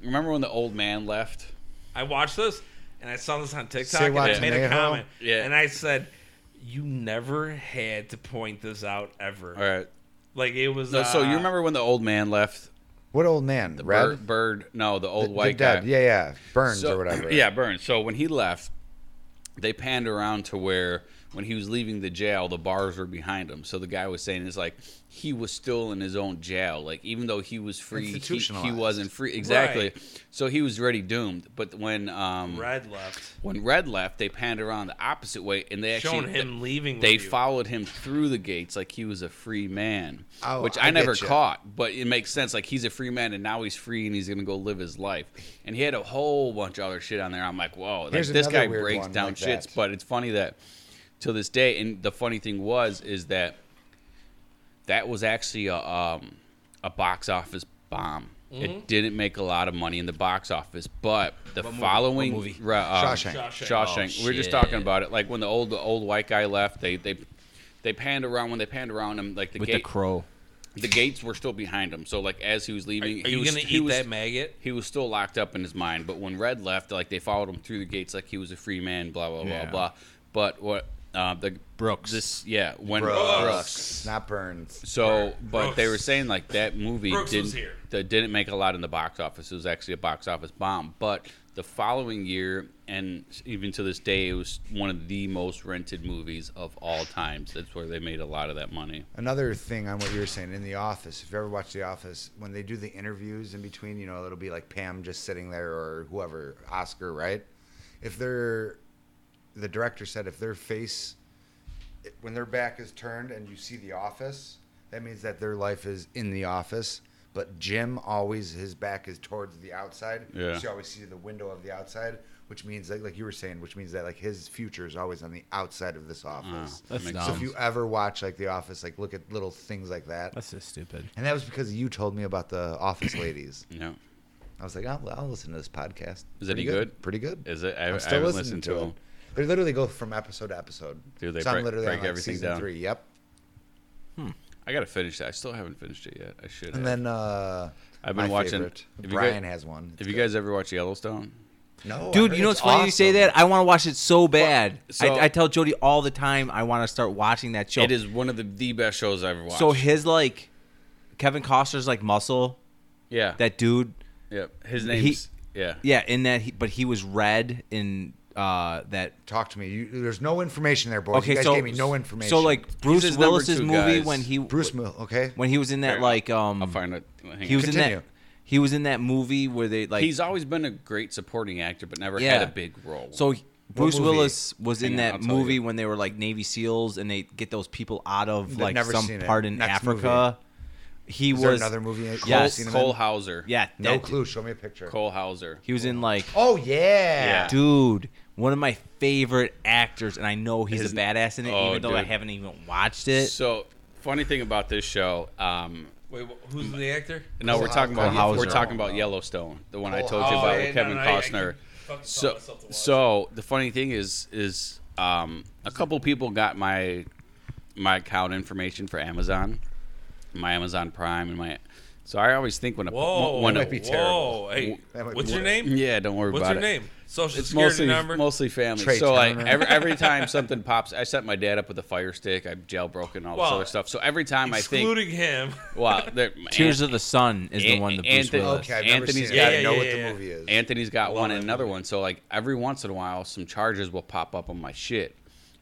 Speaker 1: remember when the old man left?
Speaker 3: I watched this and I saw this on TikTok
Speaker 2: Say
Speaker 3: and
Speaker 2: what,
Speaker 3: I made a
Speaker 2: Neho?
Speaker 3: comment.
Speaker 1: Yeah.
Speaker 3: And I said, "You never had to point this out ever."
Speaker 1: All right.
Speaker 3: Like it was.
Speaker 1: So,
Speaker 3: uh,
Speaker 1: uh, so you remember when the old man left?
Speaker 2: What old man?
Speaker 1: The
Speaker 2: Red.
Speaker 1: bird, bird. No, the old
Speaker 2: The
Speaker 1: white guy.
Speaker 2: dead. Yeah, yeah. Burns
Speaker 1: So-
Speaker 2: or whatever.
Speaker 1: Yeah, Burns. So when he left, they panned around to where when he was leaving the jail, the bars were behind him. So the guy was saying it's like he was still in his own jail. Like even though he was free, he, he
Speaker 2: Institutionalized.
Speaker 1: wasn't free. Exactly. So he was already doomed. But when um
Speaker 3: Red left,
Speaker 1: when Red left, they panned around the opposite way, and they actually
Speaker 3: showing him leaving.
Speaker 1: they
Speaker 3: with you.
Speaker 1: followed him through the gates like he was a free man,
Speaker 2: Oh,
Speaker 1: which I,
Speaker 2: I
Speaker 1: never
Speaker 2: getcha.
Speaker 1: caught. But it makes sense. Like he's a free man, and now he's free, and he's gonna go live his life. And he had a whole bunch of other shit on there. I'm like, whoa, like,
Speaker 2: Here's
Speaker 1: this
Speaker 2: another
Speaker 1: guy
Speaker 2: weird
Speaker 1: breaks
Speaker 2: one
Speaker 1: down
Speaker 2: like
Speaker 1: shits.
Speaker 2: that.
Speaker 1: But it's funny that to this day, and the funny thing was is that that was actually a um, a box office bomb. It didn't make a lot of money in the box office, but the
Speaker 3: movie? What
Speaker 1: following
Speaker 3: movie?
Speaker 1: re- um,
Speaker 2: Shawshank.
Speaker 3: Shawshank.
Speaker 1: Shawshank.
Speaker 4: Oh,
Speaker 1: we were just
Speaker 4: shit.
Speaker 1: talking about it. Like when the old the old white guy left, they they they panned around when they panned around him. Like the
Speaker 4: With the
Speaker 1: gate,
Speaker 4: crow.
Speaker 1: the, gates were still behind him. So like as he was
Speaker 3: Are, are
Speaker 1: leaving, he
Speaker 3: you
Speaker 1: was,
Speaker 3: gonna
Speaker 1: he
Speaker 3: eat
Speaker 1: was,
Speaker 3: that maggot?
Speaker 1: He was still locked up in his mind. But when Red left, like they followed him through the gates, like he was a free man. Blah blah blah
Speaker 4: Yeah.
Speaker 1: blah. But what uh, the
Speaker 4: Brooks.
Speaker 1: This yeah when
Speaker 2: Brooks.
Speaker 1: Brooks.
Speaker 2: Not Burns.
Speaker 1: So, but they were
Speaker 3: Brooks.
Speaker 1: saying like that movie
Speaker 3: Brooks
Speaker 1: didn't
Speaker 3: was here.
Speaker 1: that didn't make a lot in the box office. It was actually a box office bomb. But the following year, and even to this day, it was one of the most rented movies of all times. That's where they made a lot of that money.
Speaker 2: Another thing on what you were saying in The Office, if you ever watch The Office, when they do the interviews in between, you know, it'll be like Pam just sitting there or whoever, Oscar, right? If they're, the director said if their face, it- when their back is turned and you see The Office, that means that their life is in The Office. But Jim always, his back is towards the outside.
Speaker 1: Yeah.
Speaker 2: So you always see the window of the outside, which means, like, like you were saying, which means that, like, his future is always on the outside of this office.
Speaker 4: That's
Speaker 1: makes
Speaker 4: dumb.
Speaker 2: So if you ever watch like The Office, like look at little things like that.
Speaker 4: That's just stupid.
Speaker 2: and that was because you told me about the Office ladies.
Speaker 1: You know,
Speaker 2: I was like, I'll, I'll listen to this podcast.
Speaker 1: Is it
Speaker 2: Pretty
Speaker 1: any good?
Speaker 2: Pretty good.
Speaker 1: is it? I, I
Speaker 2: I'm
Speaker 1: haven't
Speaker 2: still listening
Speaker 1: listened
Speaker 2: to,
Speaker 1: to
Speaker 2: it.
Speaker 1: them.
Speaker 2: They literally go from episode to episode.
Speaker 1: Dude, they
Speaker 2: So I'm
Speaker 1: break-
Speaker 2: literally
Speaker 1: break
Speaker 2: on, like,
Speaker 1: everything
Speaker 2: season
Speaker 1: down.
Speaker 2: Three. Yep.
Speaker 1: I gotta finish that. I still haven't finished it yet. I should.
Speaker 2: And
Speaker 1: have.
Speaker 2: then uh,
Speaker 1: I've been
Speaker 2: my
Speaker 1: watching-
Speaker 2: favorite,
Speaker 1: if you
Speaker 2: Brian
Speaker 1: guys-
Speaker 2: has one. It's
Speaker 1: Have you
Speaker 2: good.
Speaker 1: guys ever watched Yellowstone?
Speaker 2: No, I
Speaker 4: Dude,
Speaker 2: heard
Speaker 4: you know what's
Speaker 2: it's
Speaker 4: funny? You say
Speaker 2: awesome.
Speaker 4: that. I want to watch it so bad.
Speaker 1: so-
Speaker 4: I, I tell Jody all the time I want to start watching that show.
Speaker 1: It is one of the, the best shows I've ever watched.
Speaker 4: So his like, Kevin Costner's like muscle.
Speaker 1: yeah,
Speaker 4: That dude.
Speaker 1: yeah. His name's yeah.
Speaker 4: Yeah, in that. He, but he was red in uh that.
Speaker 2: Talk to me. You, there's no information there, boys. Oh,
Speaker 4: Okay,
Speaker 2: you guys
Speaker 4: so
Speaker 2: gave me no information.
Speaker 4: So like
Speaker 1: He's
Speaker 4: Bruce
Speaker 1: his number
Speaker 4: Willis's
Speaker 1: two,
Speaker 4: movie
Speaker 1: guys.
Speaker 4: when he
Speaker 2: Bruce Mill. Okay.
Speaker 4: when he was in that like um
Speaker 1: I'll find it. hang
Speaker 4: he
Speaker 1: on.
Speaker 4: was in that
Speaker 2: Continue.
Speaker 4: he was in that movie where they like
Speaker 1: He's always been a great supporting actor, but never
Speaker 4: Yeah.
Speaker 1: had a big role.
Speaker 4: So Bruce
Speaker 2: movie?
Speaker 4: Willis was
Speaker 1: Hang
Speaker 4: in
Speaker 1: on, I'll
Speaker 4: that
Speaker 1: tell
Speaker 4: movie
Speaker 1: you.
Speaker 4: when they were like Navy SEALs and they get those people out of
Speaker 2: They've
Speaker 4: like
Speaker 2: never
Speaker 4: some
Speaker 2: seen it.
Speaker 4: part in
Speaker 2: Next
Speaker 4: Africa. He
Speaker 2: Is
Speaker 4: was
Speaker 2: there another movie? that Cole's
Speaker 4: Yes,
Speaker 2: seen him in?
Speaker 1: Cole Hauser.
Speaker 4: Yeah,
Speaker 2: No
Speaker 4: that-
Speaker 2: clue. Show me a picture.
Speaker 1: Cole Hauser.
Speaker 4: He was in like
Speaker 2: Oh yeah.
Speaker 1: Yeah.
Speaker 4: dude, one of my favorite actors, and I know he's
Speaker 1: His-
Speaker 4: a badass in it,
Speaker 1: oh,
Speaker 4: even though I
Speaker 1: dude.
Speaker 4: haven't even watched it.
Speaker 1: So funny thing about this show, um,
Speaker 3: Wait, wh- who's the actor?
Speaker 1: No, we're talking about
Speaker 4: Kohlhauser.
Speaker 1: we're talking about Yellowstone, the one I told you
Speaker 3: Oh,
Speaker 1: about
Speaker 3: yeah,
Speaker 1: with
Speaker 3: no,
Speaker 1: Kevin
Speaker 3: no, I- I
Speaker 1: Costner.
Speaker 3: keep fucking telling
Speaker 1: so,
Speaker 3: myself to watch
Speaker 1: so the funny thing is, is um, a couple people got my my account information for Amazon, my Amazon Prime, and my. So I always think when a
Speaker 3: Whoa,
Speaker 1: when a,
Speaker 2: might be
Speaker 3: whoa, hey,
Speaker 2: That might
Speaker 3: what's
Speaker 2: be
Speaker 3: your
Speaker 2: terrible.
Speaker 3: name?
Speaker 1: yeah, don't worry
Speaker 3: What's
Speaker 1: about
Speaker 3: your
Speaker 1: it.
Speaker 3: name? Social
Speaker 1: It's
Speaker 3: security
Speaker 1: mostly
Speaker 3: number.
Speaker 1: mostly family.
Speaker 2: Trey
Speaker 1: so like
Speaker 2: Turner.
Speaker 1: every every
Speaker 3: (laughs)
Speaker 1: time something pops, I set my dad up with a fire stick. I jailbroken all this
Speaker 3: Well,
Speaker 1: other stuff. So every time I think,
Speaker 3: Excluding him.
Speaker 1: wow,
Speaker 3: (laughs)
Speaker 1: there-
Speaker 4: Tears of the Sun is the
Speaker 1: An-
Speaker 4: one that Bruce
Speaker 1: Anthony-
Speaker 4: Willis.
Speaker 2: Okay, I've
Speaker 1: Anthony's
Speaker 2: never seen it.
Speaker 3: got-
Speaker 2: I know
Speaker 3: yeah,
Speaker 2: what
Speaker 3: yeah, yeah.
Speaker 2: the movie is.
Speaker 1: Anthony's got one and
Speaker 3: that
Speaker 1: another one. So like every once in a while, some charges will pop up on my shit,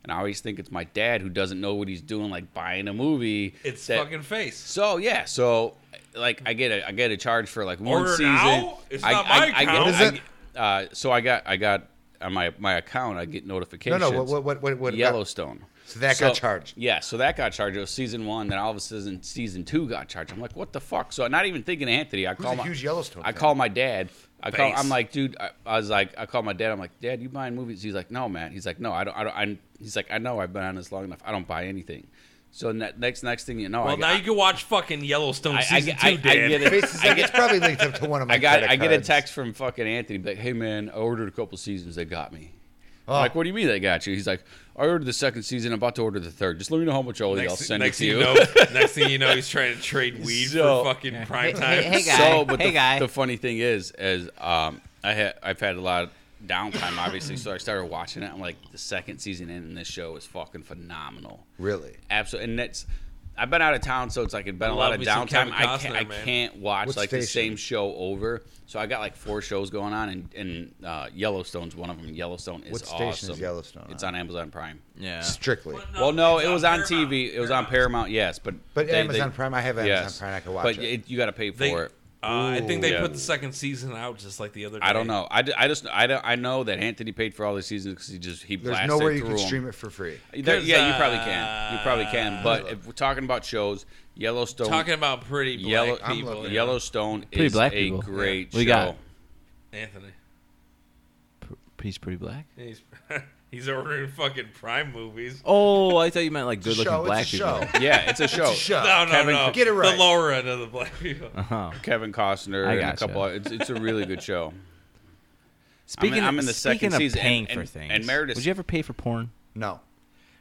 Speaker 1: and I always think it's my dad who doesn't know what he's doing, like buying a movie.
Speaker 3: It's
Speaker 1: that-
Speaker 3: fucking face.
Speaker 1: So yeah, so like I get a I get a charge for like one
Speaker 3: Order
Speaker 1: season.
Speaker 3: now? It's
Speaker 1: I,
Speaker 3: not
Speaker 1: I-
Speaker 3: my
Speaker 1: I get-
Speaker 3: account.
Speaker 1: I
Speaker 2: Is it?
Speaker 1: get- uh, so I got I got on my my account. I get
Speaker 2: no,
Speaker 1: notifications.
Speaker 2: no. What, what, what, what, what
Speaker 1: Yellowstone.
Speaker 2: So that got charged.
Speaker 1: Yeah, so that got charged. It was season one. Then all of a sudden, season two got charged. I'm like, what the fuck? So not even thinking of Anthony. I call
Speaker 2: a
Speaker 1: my
Speaker 2: huge Yellowstone
Speaker 1: I
Speaker 2: fan?
Speaker 1: call my dad. I call.
Speaker 3: Base.
Speaker 1: I'm like, dude. I, I was like, I call my dad. I'm like, Dad, you buying movies? He's like, No, man. He's like, No, I don't. I don't. I, he's like, I know. I've been on this long enough. I don't buy anything. So ne- next next thing you know, I,
Speaker 3: Well, now
Speaker 1: I,
Speaker 3: you can watch fucking Yellowstone
Speaker 1: I, I,
Speaker 3: season
Speaker 1: get- I, I
Speaker 3: two, Dan.
Speaker 1: get
Speaker 2: Face is
Speaker 1: it. I
Speaker 2: like,
Speaker 1: get
Speaker 2: it's probably linked up
Speaker 1: (laughs)
Speaker 2: to one of my
Speaker 1: I got
Speaker 2: credit
Speaker 1: I get a
Speaker 2: cards.
Speaker 1: text from fucking Anthony like, hey man, I ordered a couple seasons, they got me. I'm
Speaker 2: Oh.
Speaker 1: Like, what do you mean they got you? He's like, I ordered the second season, I'm about to order the third. Just let me know how much I'll eat, I'll
Speaker 3: Next,
Speaker 1: send it
Speaker 3: next
Speaker 1: to you.
Speaker 3: thing you
Speaker 1: (laughs)
Speaker 3: know, next thing you know, he's trying to trade weed
Speaker 1: So-
Speaker 3: for fucking prime time.
Speaker 5: Hey, hey guy.
Speaker 1: So, but
Speaker 5: hey
Speaker 1: the,
Speaker 5: guy.
Speaker 1: the funny thing is, as um, I had I've had a lot of downtime, obviously, so I started watching it. I'm like, the second season in and this show is fucking phenomenal.
Speaker 2: Really?
Speaker 1: Absolutely, and that's. I've been out of town, so it's like it's been a lot
Speaker 3: love
Speaker 1: of
Speaker 3: me some
Speaker 1: downtime.
Speaker 3: Kevin
Speaker 1: I can't,
Speaker 3: Costner,
Speaker 1: I
Speaker 3: man.
Speaker 1: can't watch
Speaker 2: What
Speaker 1: like the
Speaker 2: station?
Speaker 1: same show over. So I got like four shows going on, and, and uh, Yellowstone's one of them. Yellowstone is
Speaker 2: What station is
Speaker 1: awesome.
Speaker 2: Yellowstone
Speaker 1: It's
Speaker 2: on?
Speaker 1: on Amazon Prime.
Speaker 4: Yeah.
Speaker 2: Strictly.
Speaker 1: well, no, it was on TV. It was on Paramount, yes, but
Speaker 2: But
Speaker 1: they- they-
Speaker 2: Amazon Prime, I have Amazon
Speaker 1: yes,
Speaker 2: Prime. I can watch
Speaker 1: but
Speaker 2: it.
Speaker 1: you got to pay for
Speaker 3: They, uh,
Speaker 1: it.
Speaker 3: I think they
Speaker 1: Ooh.
Speaker 3: put
Speaker 1: Yeah.
Speaker 3: the second season out just like the other day.
Speaker 1: I don't know. I, d- I just I, don't, I know that Anthony paid for all the seasons because he just he
Speaker 2: There's
Speaker 1: blasted
Speaker 2: nowhere you
Speaker 1: through
Speaker 2: can
Speaker 1: them.
Speaker 2: stream it for free.
Speaker 1: There-
Speaker 3: 'Cause,
Speaker 1: yeah, you probably can. You probably can. But
Speaker 2: uh,
Speaker 1: if we're talking about shows, Yellowstone,
Speaker 3: Talking about pretty black
Speaker 1: Yellow-
Speaker 2: I'm
Speaker 3: people.
Speaker 2: looking.
Speaker 3: yeah.
Speaker 1: Yellowstone
Speaker 4: Pretty
Speaker 1: is
Speaker 4: black
Speaker 1: a
Speaker 4: people.
Speaker 1: great
Speaker 4: We
Speaker 1: show.
Speaker 4: got-
Speaker 3: Anthony.
Speaker 4: He's pretty black.
Speaker 3: He's, (laughs) he's ordering fucking
Speaker 2: (laughs)
Speaker 3: Prime movies.
Speaker 4: Oh, I thought you meant like good-looking
Speaker 2: show,
Speaker 4: black
Speaker 2: it's a
Speaker 4: people.
Speaker 2: show.
Speaker 1: (laughs) Yeah, it's a show.
Speaker 2: It's a show.
Speaker 3: No, no,
Speaker 1: Kevin-
Speaker 3: no.
Speaker 2: Oh, Get it right.
Speaker 3: The lower end of the black (laughs) people.
Speaker 4: Huh.
Speaker 1: Kevin Costner
Speaker 4: I
Speaker 1: and a
Speaker 4: gotcha.
Speaker 1: couple. Of, it's, it's a really good show.
Speaker 4: Speaking,
Speaker 1: I'm in the
Speaker 4: speaking
Speaker 1: second
Speaker 4: of
Speaker 1: season, and-
Speaker 4: paying for
Speaker 1: and-
Speaker 4: things,
Speaker 1: and Meredith-
Speaker 4: would you ever pay for porn?
Speaker 2: No.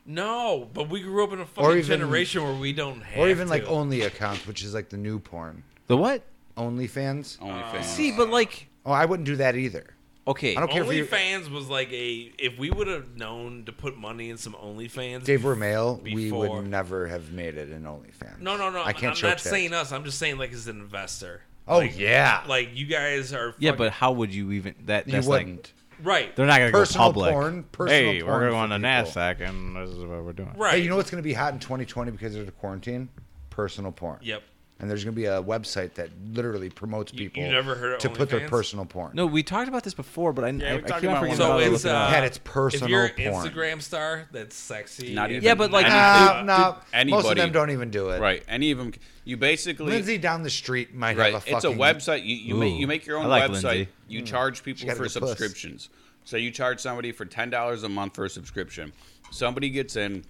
Speaker 3: No, but we grew up in a fucking
Speaker 2: Or even-
Speaker 3: generation where we don't have
Speaker 2: Or even
Speaker 3: to.
Speaker 2: like Only accounts, which is like the new porn.
Speaker 4: The what?
Speaker 2: OnlyFans.
Speaker 1: OnlyFans.
Speaker 4: See, but like,
Speaker 2: Oh, I wouldn't do that either.
Speaker 4: okay,
Speaker 2: I don't care if you.
Speaker 3: OnlyFans was like a if we would have known to put money in some OnlyFans.
Speaker 2: Dave were male, we
Speaker 3: Before.
Speaker 2: would never have made it in OnlyFans.
Speaker 3: no, no, no.
Speaker 2: I can't
Speaker 3: I'm
Speaker 2: show
Speaker 3: not
Speaker 2: tits.
Speaker 3: saying us. I'm just saying like as an investor.
Speaker 2: Oh
Speaker 3: Like-
Speaker 2: yeah,
Speaker 3: Like you guys are.
Speaker 4: yeah,
Speaker 3: fucking-
Speaker 4: but how would you even that?
Speaker 2: you
Speaker 4: That's
Speaker 2: wouldn't.
Speaker 4: like
Speaker 3: right,
Speaker 4: they're not gonna
Speaker 2: Personal
Speaker 4: go public.
Speaker 2: porn, personal
Speaker 4: hey,
Speaker 2: porn
Speaker 4: we're
Speaker 2: for
Speaker 4: going to
Speaker 2: people.
Speaker 4: Nasdaq, and this is what we're doing.
Speaker 3: right.
Speaker 2: Hey, you know what's going to be hot in 2020 because of the quarantine? Personal porn.
Speaker 3: Yep.
Speaker 2: And there's going to be a website that literally promotes
Speaker 3: You- you
Speaker 2: people
Speaker 3: never heard of
Speaker 2: to put their
Speaker 3: OnlyFans?
Speaker 2: personal porn.
Speaker 4: No, we talked about this before, but I, I, I
Speaker 1: we talked
Speaker 4: keep
Speaker 1: about
Speaker 4: on
Speaker 1: one
Speaker 4: forgetting
Speaker 1: of
Speaker 3: So
Speaker 4: about
Speaker 1: those.
Speaker 3: it's
Speaker 4: looking it
Speaker 3: uh,
Speaker 4: up.
Speaker 2: Pat, it's personal
Speaker 3: If you're an
Speaker 2: porn.
Speaker 3: Instagram star, that's sexy.
Speaker 1: Not
Speaker 3: and
Speaker 1: even.
Speaker 4: Yeah, but, like-
Speaker 1: not
Speaker 2: no,
Speaker 1: even-
Speaker 2: Ah, no. uh, Most of
Speaker 1: anybody-
Speaker 2: them don't even do it.
Speaker 1: Right. Any of them. You basically.
Speaker 2: Lindsay down the street might
Speaker 1: right.
Speaker 2: have a fucking.
Speaker 1: it's a website. You you,
Speaker 4: Ooh,
Speaker 1: make, you make your
Speaker 4: I
Speaker 1: own
Speaker 4: like
Speaker 1: website.
Speaker 4: Lindsay.
Speaker 1: You charge people
Speaker 2: Mm. gotta
Speaker 1: for
Speaker 2: go puss.
Speaker 1: subscriptions. So you charge somebody for ten dollars a month for a subscription. Somebody gets in,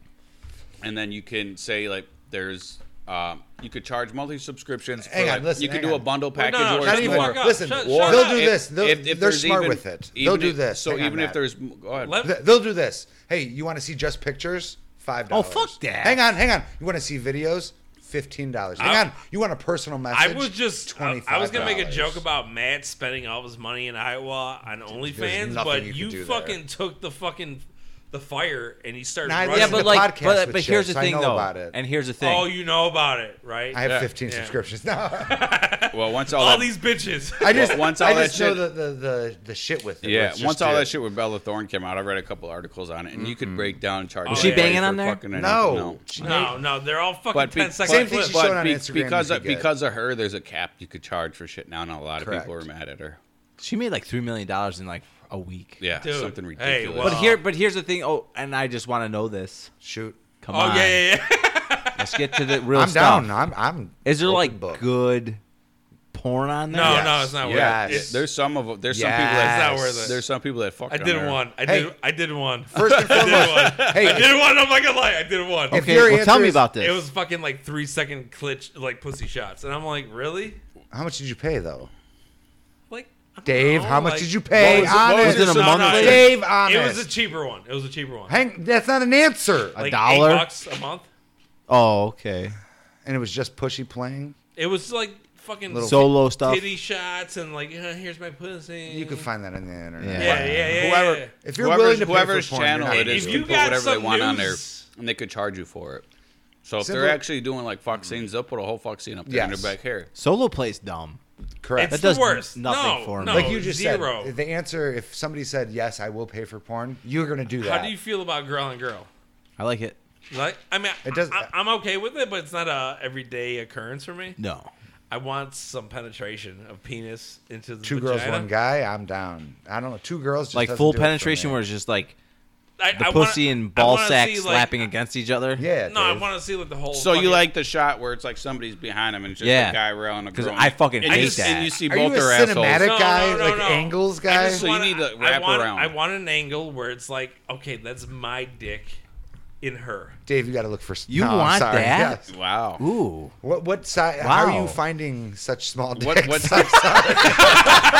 Speaker 1: and then you can say like there's. Uh, you could charge monthly subscriptions. For,
Speaker 2: Hang on,
Speaker 1: like-
Speaker 2: listen,
Speaker 1: you could
Speaker 2: hang
Speaker 1: do a
Speaker 2: on.
Speaker 1: bundle
Speaker 3: Well,
Speaker 1: package
Speaker 3: no, no,
Speaker 1: or
Speaker 3: shut
Speaker 2: Not
Speaker 1: it's
Speaker 3: the
Speaker 2: even.
Speaker 1: more.
Speaker 3: fuck up.
Speaker 2: Listen,
Speaker 3: Shut-
Speaker 1: shut
Speaker 2: they'll
Speaker 3: up.
Speaker 2: do
Speaker 1: If-
Speaker 2: this. They'll,
Speaker 1: if- if
Speaker 2: they're
Speaker 1: there's
Speaker 2: smart
Speaker 1: even-
Speaker 2: with it.
Speaker 1: even
Speaker 2: They'll do
Speaker 1: if-
Speaker 2: this.
Speaker 1: So
Speaker 2: Hang on,
Speaker 1: even if
Speaker 2: Matt.
Speaker 1: there's go ahead.
Speaker 3: Let-
Speaker 2: Th- They'll do this. Hey, you want to see just pictures? Five
Speaker 4: Oh,
Speaker 2: dollars.
Speaker 4: fuck that.
Speaker 2: Hang on, hang on. You want to see videos? Fifteen dollars. Hang
Speaker 3: I-
Speaker 2: on. You want a personal message?
Speaker 3: I was just I, I was gonna make a joke about Matt spending all of his money in Iowa on OnlyFans,
Speaker 2: nothing
Speaker 3: but
Speaker 2: you could
Speaker 3: you,
Speaker 2: do there.
Speaker 3: fucking took the fucking the fire and he started.
Speaker 2: Nah, I
Speaker 3: running
Speaker 4: yeah,
Speaker 2: listen
Speaker 4: but
Speaker 2: to
Speaker 4: like,
Speaker 2: podcasts
Speaker 4: but,
Speaker 2: with
Speaker 4: but here's
Speaker 2: chicks.
Speaker 4: the
Speaker 2: I
Speaker 4: thing,
Speaker 2: know
Speaker 4: though,
Speaker 2: about it.
Speaker 4: and here's the thing.
Speaker 3: oh, you know about it, right?
Speaker 2: I have
Speaker 1: Yeah.
Speaker 2: fifteen
Speaker 3: Yeah.
Speaker 2: subscriptions (laughs) now.
Speaker 1: Well, once all,
Speaker 3: all
Speaker 1: that,
Speaker 3: these
Speaker 2: (laughs)
Speaker 3: bitches. (laughs)
Speaker 2: I just
Speaker 1: Well, once
Speaker 2: I
Speaker 1: all that
Speaker 2: just know
Speaker 1: shit-
Speaker 2: the, the, the, the shit with it. where
Speaker 1: yeah,
Speaker 2: it's just
Speaker 1: once all
Speaker 2: it.
Speaker 1: that shit with Bella Thorne came out, I read a couple articles on it, and you could break down and charge.
Speaker 3: Was she
Speaker 1: anybody
Speaker 4: banging
Speaker 1: for
Speaker 4: on there?
Speaker 1: fucking anything.
Speaker 2: No.
Speaker 1: no.
Speaker 2: She
Speaker 3: no, no, they're all fucking
Speaker 1: But, be,
Speaker 3: 10 second
Speaker 1: but,
Speaker 2: Same thing she
Speaker 1: but
Speaker 2: showed on
Speaker 1: be-
Speaker 2: Instagram
Speaker 1: because
Speaker 2: you
Speaker 1: of,
Speaker 2: could get.
Speaker 1: because of her, there's a cap you could charge for shit now, and a lot of people
Speaker 2: Correct.
Speaker 1: are mad at her.
Speaker 4: she made like three million dollars in like a week.
Speaker 1: Yeah,
Speaker 3: Dude,
Speaker 1: something
Speaker 3: hey,
Speaker 1: ridiculous.
Speaker 4: But
Speaker 3: well-
Speaker 4: here, but here's the thing. Oh, and I just want to know this.
Speaker 2: shoot.
Speaker 4: Come
Speaker 3: Oh
Speaker 4: on,
Speaker 3: yeah, yeah, yeah.
Speaker 4: let's get to the real
Speaker 2: I'm
Speaker 4: stuff.
Speaker 2: down. I'm I'm.
Speaker 4: Is there
Speaker 2: open
Speaker 4: like
Speaker 2: book.
Speaker 4: good porn on there?
Speaker 3: No,
Speaker 2: Yes.
Speaker 3: no, it's not worth
Speaker 2: Yes.
Speaker 3: it. It's-
Speaker 1: There's some of there's some people that
Speaker 2: Yes.
Speaker 3: It's not worth it.
Speaker 1: There's some people that fuck.
Speaker 3: I did one. I did.
Speaker 2: Hey.
Speaker 3: I did one.
Speaker 2: First and
Speaker 3: (laughs) I did
Speaker 2: foremost,
Speaker 3: one.
Speaker 2: hey,
Speaker 3: I did one. I'm not gonna lie. I did one.
Speaker 2: If
Speaker 4: Okay,
Speaker 2: your
Speaker 4: well, tell
Speaker 2: answer
Speaker 4: me
Speaker 2: is-
Speaker 4: about this.
Speaker 3: It was fucking like three second glitch, like pussy shots, and I'm like, really?
Speaker 2: how much did you pay though?
Speaker 3: Like, I don't
Speaker 2: Dave,
Speaker 3: know,
Speaker 2: how much
Speaker 3: like-
Speaker 2: did you pay?
Speaker 4: was it- what was
Speaker 2: Honest.
Speaker 4: it in a month?
Speaker 3: No, no,
Speaker 2: Dave,
Speaker 3: It was a
Speaker 2: honest.
Speaker 3: cheaper one. It was a cheaper one.
Speaker 2: Hang, that's not an answer.
Speaker 3: like
Speaker 4: dollar?
Speaker 3: Eight bucks a month.
Speaker 4: Oh, okay.
Speaker 2: and it was just pushy playing.
Speaker 3: It was like fucking
Speaker 2: Little
Speaker 4: Solo stuff.
Speaker 3: titty shots and like, "Uh, here's my pussy.
Speaker 2: You can find that on the internet.
Speaker 4: Yeah.
Speaker 3: Yeah, yeah, yeah.
Speaker 2: Whoever,
Speaker 3: yeah.
Speaker 2: if you're
Speaker 1: whoever's,
Speaker 2: willing to pay
Speaker 1: whoever's
Speaker 2: for porn,
Speaker 1: channel
Speaker 2: you're
Speaker 1: it
Speaker 2: not
Speaker 1: is,
Speaker 3: If
Speaker 1: can
Speaker 3: you
Speaker 1: put
Speaker 3: got
Speaker 1: whatever they
Speaker 3: some
Speaker 1: want on there,
Speaker 3: news-
Speaker 1: and they could charge you for it. So if
Speaker 2: Simple-
Speaker 1: they're actually doing like fuck scenes, they'll put a whole fuck scene up there and
Speaker 2: Yes.
Speaker 1: they're back here.
Speaker 4: Solo plays dumb.
Speaker 2: correct.
Speaker 4: That
Speaker 3: It's the
Speaker 4: does
Speaker 3: worst.
Speaker 4: nothing
Speaker 3: No,
Speaker 4: for me.
Speaker 3: no,
Speaker 2: like you just
Speaker 3: zero.
Speaker 2: said, the answer. If somebody said yes, I will pay for porn, you're gonna do that.
Speaker 3: How do you feel about girl on girl?
Speaker 4: I like it.
Speaker 3: Like, I mean,
Speaker 2: It does-
Speaker 3: I, I'm okay with it, but it's not a everyday occurrence for me.
Speaker 4: No.
Speaker 3: I want some penetration of penis into the
Speaker 2: two
Speaker 3: vagina.
Speaker 2: girls, one guy? I'm down. I don't know. Two girls, just
Speaker 4: Like
Speaker 2: doesn't
Speaker 4: full
Speaker 2: do it for
Speaker 4: penetration
Speaker 2: me.
Speaker 4: where it's just like
Speaker 3: I,
Speaker 4: the
Speaker 3: I wanna-
Speaker 4: pussy and
Speaker 3: I
Speaker 4: ball
Speaker 3: wanna
Speaker 4: sack
Speaker 3: see, like-
Speaker 4: slapping against each other.
Speaker 2: yeah.
Speaker 3: No, I
Speaker 2: Dave.
Speaker 3: want to see like the whole.
Speaker 1: So you
Speaker 3: fucking-
Speaker 1: like the shot where it's like somebody's behind him and it's just
Speaker 4: Yeah.
Speaker 1: a guy around a
Speaker 4: 'Cause
Speaker 1: girl.
Speaker 4: I fucking
Speaker 1: and
Speaker 4: hate
Speaker 1: you, s-
Speaker 4: that.
Speaker 1: And you see
Speaker 2: Are
Speaker 1: both
Speaker 2: you a
Speaker 1: their assholes.
Speaker 2: cinematic
Speaker 1: No,
Speaker 2: guy, like angles guy?
Speaker 3: I just
Speaker 1: So you
Speaker 3: wanna-
Speaker 1: need to
Speaker 3: I
Speaker 1: wrap
Speaker 3: want-
Speaker 1: around.
Speaker 3: I want an angle where it's like, okay, that's my dick
Speaker 2: (laughs)
Speaker 3: in her.
Speaker 2: Dave, you got to look for. s-
Speaker 4: You
Speaker 2: no, I'm
Speaker 4: want
Speaker 2: sorry.
Speaker 4: that?
Speaker 2: Yes.
Speaker 1: Wow.
Speaker 3: (laughs)
Speaker 4: Ooh.
Speaker 2: What what size? How are
Speaker 4: Wow.
Speaker 2: you finding such small dicks?
Speaker 1: What-
Speaker 2: (laughs)
Speaker 1: what's-
Speaker 2: I'm sorry.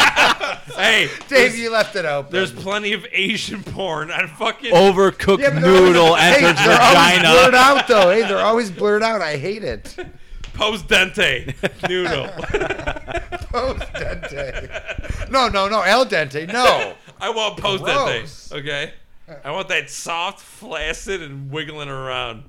Speaker 3: Hey,
Speaker 2: Dave, you left it open.
Speaker 3: there's plenty of Asian porn on fucking.
Speaker 2: Oh.
Speaker 4: Overcooked
Speaker 2: Yeah, but they're always-
Speaker 4: noodle
Speaker 2: hey,
Speaker 4: enters
Speaker 2: (laughs) they're always blurred
Speaker 4: vagina.
Speaker 2: out though. Hey, they're always blurred out. I hate it. (laughs)
Speaker 3: Post dente noodle. (laughs)
Speaker 2: Post dente. Oh, No, no, no. El dente.
Speaker 3: (laughs)
Speaker 2: No.
Speaker 3: I want post
Speaker 2: Gross.
Speaker 3: dente. Okay, I want that soft, flaccid, and wiggling around.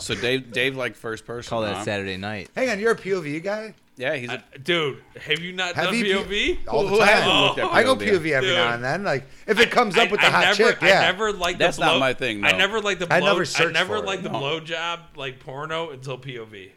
Speaker 1: So Dave, Dave, like first person.
Speaker 4: Call
Speaker 3: Uh-huh.
Speaker 4: that
Speaker 1: huh?
Speaker 4: Saturday night.
Speaker 2: Hang on, you're a POV guy.
Speaker 1: Yeah, he's.
Speaker 3: Uh,
Speaker 1: A,
Speaker 3: dude, have you not
Speaker 2: Have
Speaker 3: done
Speaker 2: you
Speaker 3: POV?
Speaker 1: Who-
Speaker 2: all the
Speaker 1: who
Speaker 2: time?
Speaker 3: Oh.
Speaker 1: hasn't looked at
Speaker 2: I go
Speaker 1: POV?
Speaker 2: POV every
Speaker 3: Dude.
Speaker 2: now and then. Like if (laughs) it comes up with the
Speaker 3: I
Speaker 2: hot
Speaker 3: never,
Speaker 2: chick,
Speaker 3: I
Speaker 2: yeah.
Speaker 3: never liked
Speaker 1: That's
Speaker 3: the
Speaker 1: not
Speaker 3: blow.
Speaker 1: my thing,
Speaker 3: I
Speaker 1: though.
Speaker 3: never liked the blow.
Speaker 2: I
Speaker 3: I
Speaker 2: never
Speaker 3: never,
Speaker 2: searched for it.
Speaker 3: liked the
Speaker 1: No.
Speaker 3: blowjob like porno until POV.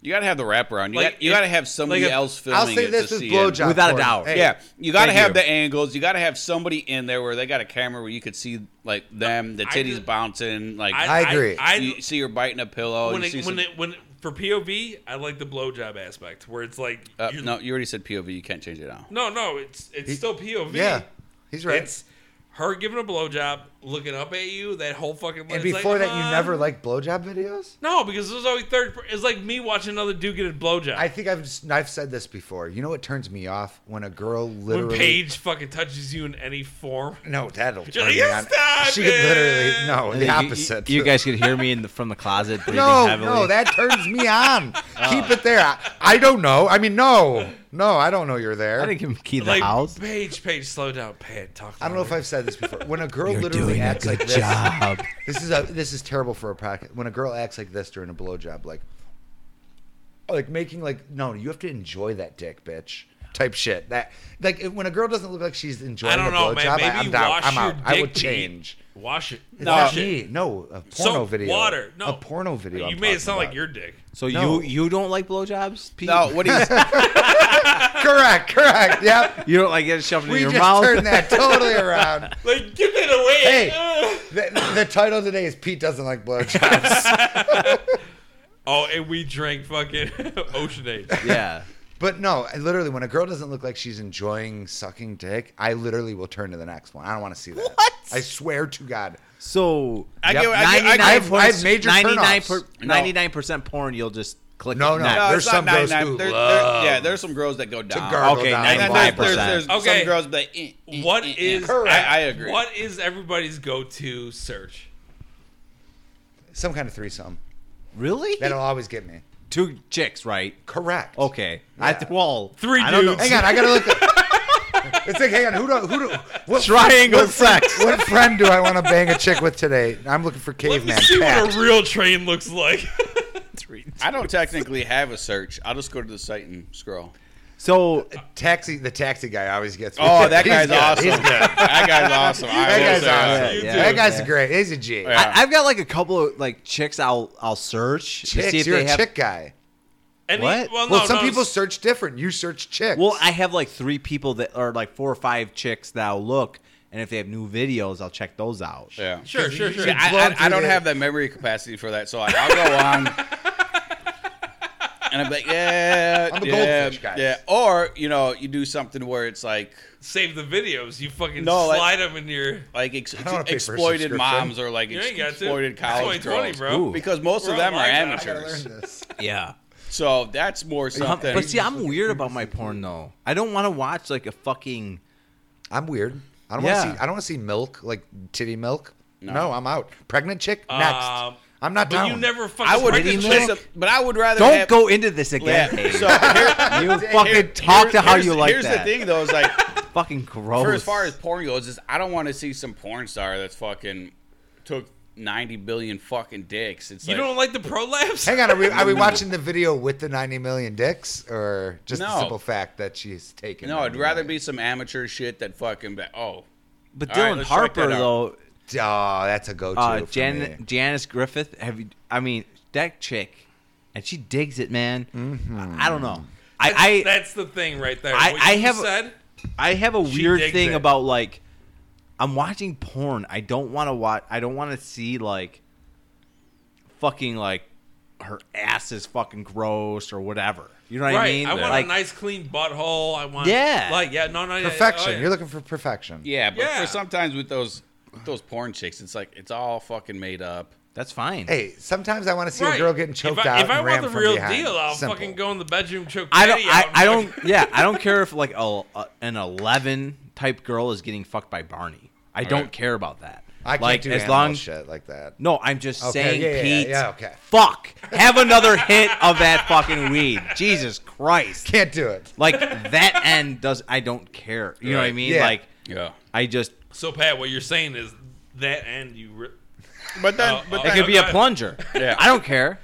Speaker 1: you gotta have the wraparound. You,
Speaker 3: Like,
Speaker 1: got, you
Speaker 3: it-
Speaker 1: gotta have somebody
Speaker 3: like if-
Speaker 1: else filming
Speaker 2: I'll say
Speaker 1: it
Speaker 2: this
Speaker 1: to
Speaker 2: is
Speaker 1: see
Speaker 2: blowjob.
Speaker 1: it.
Speaker 4: Without a
Speaker 2: porn.
Speaker 4: doubt.
Speaker 2: Hey,
Speaker 1: Yeah, you gotta
Speaker 4: Thank
Speaker 1: have
Speaker 4: you.
Speaker 1: the angles. You gotta have somebody in there where they got a camera where you could see like them, the
Speaker 3: I
Speaker 1: titties
Speaker 3: just-
Speaker 1: bouncing, like
Speaker 2: I agree.
Speaker 3: I,
Speaker 1: you see her biting a pillow.
Speaker 3: when
Speaker 1: you
Speaker 3: it,
Speaker 1: see
Speaker 3: when,
Speaker 1: some-
Speaker 3: it, when for POV, I like the blowjob aspect where it's like
Speaker 1: uh,
Speaker 3: you're-
Speaker 1: no, you already said POV. You can't change it
Speaker 3: (laughs)
Speaker 1: now.
Speaker 3: no, no, it's it's still POV.
Speaker 2: Yeah, he's right.
Speaker 3: It's her giving a blowjob, looking up at you, that whole fucking.
Speaker 2: and
Speaker 3: it's
Speaker 2: before
Speaker 3: like,
Speaker 2: that,
Speaker 3: "Come
Speaker 2: you
Speaker 3: on."
Speaker 2: never liked blowjob videos.
Speaker 3: No, because it was always third. per- It's like me watching another dude get a blowjob.
Speaker 2: I think I've just, I've said this before. You know what turns me off when a girl
Speaker 3: when
Speaker 2: literally
Speaker 3: Paige fucking touches you in any form.
Speaker 2: no that'll
Speaker 3: You're
Speaker 2: turn
Speaker 3: like,
Speaker 2: me on.
Speaker 3: "Stop
Speaker 2: She could literally
Speaker 3: it!"
Speaker 2: no
Speaker 4: Uh, You-
Speaker 2: the
Speaker 4: you-
Speaker 2: opposite.
Speaker 4: You, guys could hear me in the, from the closet breathing
Speaker 2: (laughs) no
Speaker 4: heavily. Uh.
Speaker 2: no that turns me on. Keep it there. I, I don't know. I mean no no I don't know you're there.
Speaker 4: (laughs) I didn't give him key to the
Speaker 3: Like
Speaker 4: house.
Speaker 3: Paige, Paige, slow down, Pat. Talk.
Speaker 2: I don't know if I've said this before. When a girl
Speaker 4: You're
Speaker 2: literally
Speaker 4: doing a
Speaker 2: acts
Speaker 4: good
Speaker 2: like this, (laughs)
Speaker 4: job.
Speaker 2: this is a this is terrible for a practice. When a girl acts like this during a blowjob, like like making like no, you have to enjoy that dick, bitch. Type shit. That like if- when a girl doesn't look like she's enjoying
Speaker 3: I don't
Speaker 2: a
Speaker 3: know, man.
Speaker 2: blowjob,
Speaker 3: Maybe
Speaker 2: I, I'm down.
Speaker 3: wash
Speaker 2: I'm
Speaker 3: your
Speaker 2: out. I will
Speaker 3: dick, Pete.
Speaker 2: change.
Speaker 3: Wash it.
Speaker 2: It's
Speaker 3: Wash
Speaker 2: not
Speaker 3: it.
Speaker 2: me. No, a porno
Speaker 3: Soap,
Speaker 2: video.
Speaker 3: water. No.
Speaker 2: a porno video.
Speaker 3: You
Speaker 2: I'm
Speaker 3: made it
Speaker 2: talking
Speaker 3: sound like
Speaker 2: about.
Speaker 3: your dick.
Speaker 4: So
Speaker 2: No.
Speaker 4: you you don't like blowjobs, Pete?
Speaker 1: No, what
Speaker 3: (laughs)
Speaker 1: he's
Speaker 2: correct. Correct. Yep.
Speaker 4: You don't like getting shoved
Speaker 2: We
Speaker 4: in (laughs) your
Speaker 2: just
Speaker 4: mouth.
Speaker 2: turned that totally around.
Speaker 3: Like, get that away.
Speaker 2: Hey.
Speaker 3: Ugh.
Speaker 2: The, the title today is Pete doesn't like blowjobs.
Speaker 3: (laughs) Oh, and we drank fucking (laughs) Oceanade.
Speaker 4: (laughs) yeah.
Speaker 2: But no, I literally, when a girl doesn't look like she's enjoying sucking dick, I literally will turn to the next one. I don't want to see that.
Speaker 4: What?
Speaker 2: I swear to God.
Speaker 4: So
Speaker 1: I
Speaker 2: Yep.
Speaker 1: get, I get, I get,
Speaker 2: I have- I have major
Speaker 4: 99
Speaker 2: turnoffs.
Speaker 4: per-
Speaker 1: No.
Speaker 4: 99% porn. You'll just click.
Speaker 2: No, no.
Speaker 1: no,
Speaker 4: next.
Speaker 2: There's
Speaker 1: it's not
Speaker 2: some girls
Speaker 1: 99.
Speaker 2: who
Speaker 1: There- there-
Speaker 3: love
Speaker 1: yeah, there's some girls that go down.
Speaker 2: gargle
Speaker 4: Okay,
Speaker 2: down
Speaker 1: And then there's, there's,
Speaker 4: 95%.
Speaker 1: there's
Speaker 3: Okay.
Speaker 1: some girls that. eh, eh,
Speaker 3: What
Speaker 1: eh, eh.
Speaker 3: is
Speaker 1: I, I agree.
Speaker 3: What is everybody's go-to search?
Speaker 2: Some kind of threesome.
Speaker 4: Really?
Speaker 2: That'll always get me.
Speaker 4: Two chicks, right?
Speaker 2: Correct.
Speaker 4: Okay. I th- well,
Speaker 3: Three
Speaker 4: I don't
Speaker 2: (laughs)
Speaker 4: know.
Speaker 3: dudes.
Speaker 2: Hang on, I gotta look. it's like, hang on, who do who do what,
Speaker 4: Triangle
Speaker 2: what,
Speaker 4: sex.
Speaker 2: What friend do I want to bang a chick with today? I'm looking for
Speaker 3: Let me
Speaker 2: caveman.
Speaker 3: see what
Speaker 2: Pat.
Speaker 3: a real train looks like. (laughs)
Speaker 1: I don't technically have a search. I'll just go to the site and scroll.
Speaker 4: So
Speaker 2: Taxi, the taxi guy always gets. me.
Speaker 1: Oh, that
Speaker 2: He's
Speaker 1: guy's
Speaker 2: good.
Speaker 1: awesome.
Speaker 2: He's good.
Speaker 1: That guy's awesome.
Speaker 2: That guy's
Speaker 3: that.
Speaker 2: awesome.
Speaker 3: You
Speaker 4: Yeah,
Speaker 3: do.
Speaker 2: That guy's
Speaker 4: yeah.
Speaker 2: great. He's a G.
Speaker 1: Yeah.
Speaker 4: I, I've got like a couple of like chicks I'll I'll search to
Speaker 2: Chicks,
Speaker 4: see if
Speaker 2: you're
Speaker 4: they
Speaker 2: a
Speaker 4: have.
Speaker 2: chick guy.
Speaker 3: Any,
Speaker 4: What?
Speaker 3: Well, no,
Speaker 2: Well, some
Speaker 3: no,
Speaker 2: people
Speaker 3: s-
Speaker 2: search different. You search chicks.
Speaker 4: Well, I have like three people that are like four or five chicks that I'll look, and if they have new videos, I'll check those out.
Speaker 1: Yeah.
Speaker 3: Sure, sure, sure.
Speaker 1: Yeah, I,
Speaker 2: blown
Speaker 1: I, I
Speaker 2: through
Speaker 1: don't
Speaker 2: the-
Speaker 1: have that memory capacity for that, so like, I'll go on. and I'm like, yeah,
Speaker 2: I'm a
Speaker 1: yeah,
Speaker 2: goldfish, guys.
Speaker 1: yeah. Or you know, you do something where it's like
Speaker 3: Save the videos. You fucking
Speaker 1: No, like-
Speaker 3: slide them in your.
Speaker 1: like ex-
Speaker 2: don't wanna pay for a
Speaker 1: exploited
Speaker 2: subscription.
Speaker 1: moms or like
Speaker 3: You ain't got to.
Speaker 1: exploited
Speaker 3: It's
Speaker 1: college
Speaker 3: 2020,
Speaker 1: girls,
Speaker 3: bro. Ooh.
Speaker 1: because most
Speaker 3: We're
Speaker 1: of them are
Speaker 3: online now.
Speaker 2: I gotta learn
Speaker 1: amateurs.
Speaker 2: this.
Speaker 4: Yeah.
Speaker 1: So that's more something.
Speaker 4: But see, I'm weird about my porn though. I don't want to watch like a fucking
Speaker 2: I'm weird. I don't
Speaker 4: Yeah.
Speaker 2: want to see. I don't want to see milk like titty milk. No, I'm out. Pregnant chick next.
Speaker 3: Um,
Speaker 2: I'm not
Speaker 3: But
Speaker 2: down.
Speaker 3: you never fucking.
Speaker 1: I would
Speaker 3: pregnant
Speaker 1: listen,
Speaker 3: chick.
Speaker 1: but I would rather
Speaker 4: Don't
Speaker 1: have-
Speaker 4: go into this (laughs) again.
Speaker 1: Yeah.
Speaker 4: Paige.
Speaker 1: So here,
Speaker 4: you fucking talk to how
Speaker 1: here's-
Speaker 4: you like
Speaker 1: here's
Speaker 4: (laughs)
Speaker 1: the
Speaker 4: that.
Speaker 1: thing, though, is like
Speaker 4: Fucking gross.
Speaker 1: for as far as porn goes, is I don't want to see some porn star that's fucking took ninety billion fucking dicks. It's
Speaker 3: You
Speaker 1: like,
Speaker 3: don't like the prolapse?
Speaker 2: Hang on, are we, are
Speaker 3: (laughs)
Speaker 2: we watching the video with the 90 million dicks, or just the
Speaker 1: No.
Speaker 2: simple fact that she's taken?
Speaker 1: no, I'd
Speaker 2: 90
Speaker 1: rather
Speaker 2: million?
Speaker 1: be some amateur shit that fucking. Be, oh,
Speaker 4: but
Speaker 1: All right,
Speaker 4: Dylan
Speaker 1: let's check
Speaker 4: Harper
Speaker 1: that out.
Speaker 4: though,
Speaker 2: Oh, that's a go-to.
Speaker 4: uh,
Speaker 2: for
Speaker 4: Jan-
Speaker 2: me.
Speaker 4: Janice Griffith. Have you? I mean, that chick, and she digs it, man.
Speaker 1: Mm-hmm.
Speaker 4: I, I don't know. I,
Speaker 3: That's,
Speaker 4: I
Speaker 3: that's the thing right there.
Speaker 4: I-
Speaker 3: What
Speaker 4: I
Speaker 3: you
Speaker 4: have-
Speaker 3: said.
Speaker 4: I have a
Speaker 3: She
Speaker 4: weird
Speaker 3: digs
Speaker 4: thing
Speaker 3: it.
Speaker 4: about like I'm watching porn. I don't want to watch. I don't want to see like fucking like her ass is fucking gross or whatever. You know what I
Speaker 3: right.
Speaker 4: mean?
Speaker 3: I want
Speaker 4: like,
Speaker 3: a nice clean butthole. I want.
Speaker 4: Yeah.
Speaker 3: Like yeah. No. No. yeah, yeah, oh,
Speaker 2: perfection.
Speaker 3: yeah.
Speaker 2: You're looking for perfection.
Speaker 1: yeah, but
Speaker 3: Yeah.
Speaker 1: for sometimes with those with those porn chicks, it's like it's all fucking made up.
Speaker 4: that's fine.
Speaker 2: Hey, sometimes I want to see
Speaker 3: Right.
Speaker 2: a girl getting choked
Speaker 3: if I,
Speaker 2: out.
Speaker 3: If I
Speaker 2: and
Speaker 3: want
Speaker 2: rammed
Speaker 3: the
Speaker 2: from
Speaker 3: real
Speaker 2: behind.
Speaker 3: deal, I'll
Speaker 2: Simple.
Speaker 3: fucking go in the bedroom, choke.
Speaker 4: I don't.
Speaker 3: Daddy out
Speaker 4: I,
Speaker 3: and
Speaker 4: I
Speaker 3: fucking-
Speaker 4: don't. Yeah, I don't care if like a, a an eleven type girl is getting fucked by Barney. I don't
Speaker 1: right.
Speaker 4: care about that.
Speaker 2: I can't
Speaker 4: like
Speaker 2: do
Speaker 4: as
Speaker 2: animal
Speaker 4: long.
Speaker 2: shit like that.
Speaker 4: No, I'm just
Speaker 2: Okay,
Speaker 4: saying,
Speaker 2: yeah, yeah, yeah,
Speaker 4: Pete.
Speaker 2: yeah, okay.
Speaker 4: Fuck. Have another hit of that fucking weed. Jesus Christ.
Speaker 2: Can't do it.
Speaker 4: Like that end does. I don't care. You know what I
Speaker 1: Right.
Speaker 4: mean?
Speaker 2: Yeah.
Speaker 4: Like
Speaker 1: Yeah,
Speaker 4: I just.
Speaker 3: So Pat, what you're saying is that and you. Re-
Speaker 1: but then,
Speaker 3: Oh,
Speaker 1: but
Speaker 3: oh,
Speaker 1: then,
Speaker 4: It could be a
Speaker 3: okay.
Speaker 4: plunger.
Speaker 1: Yeah.
Speaker 4: I don't care.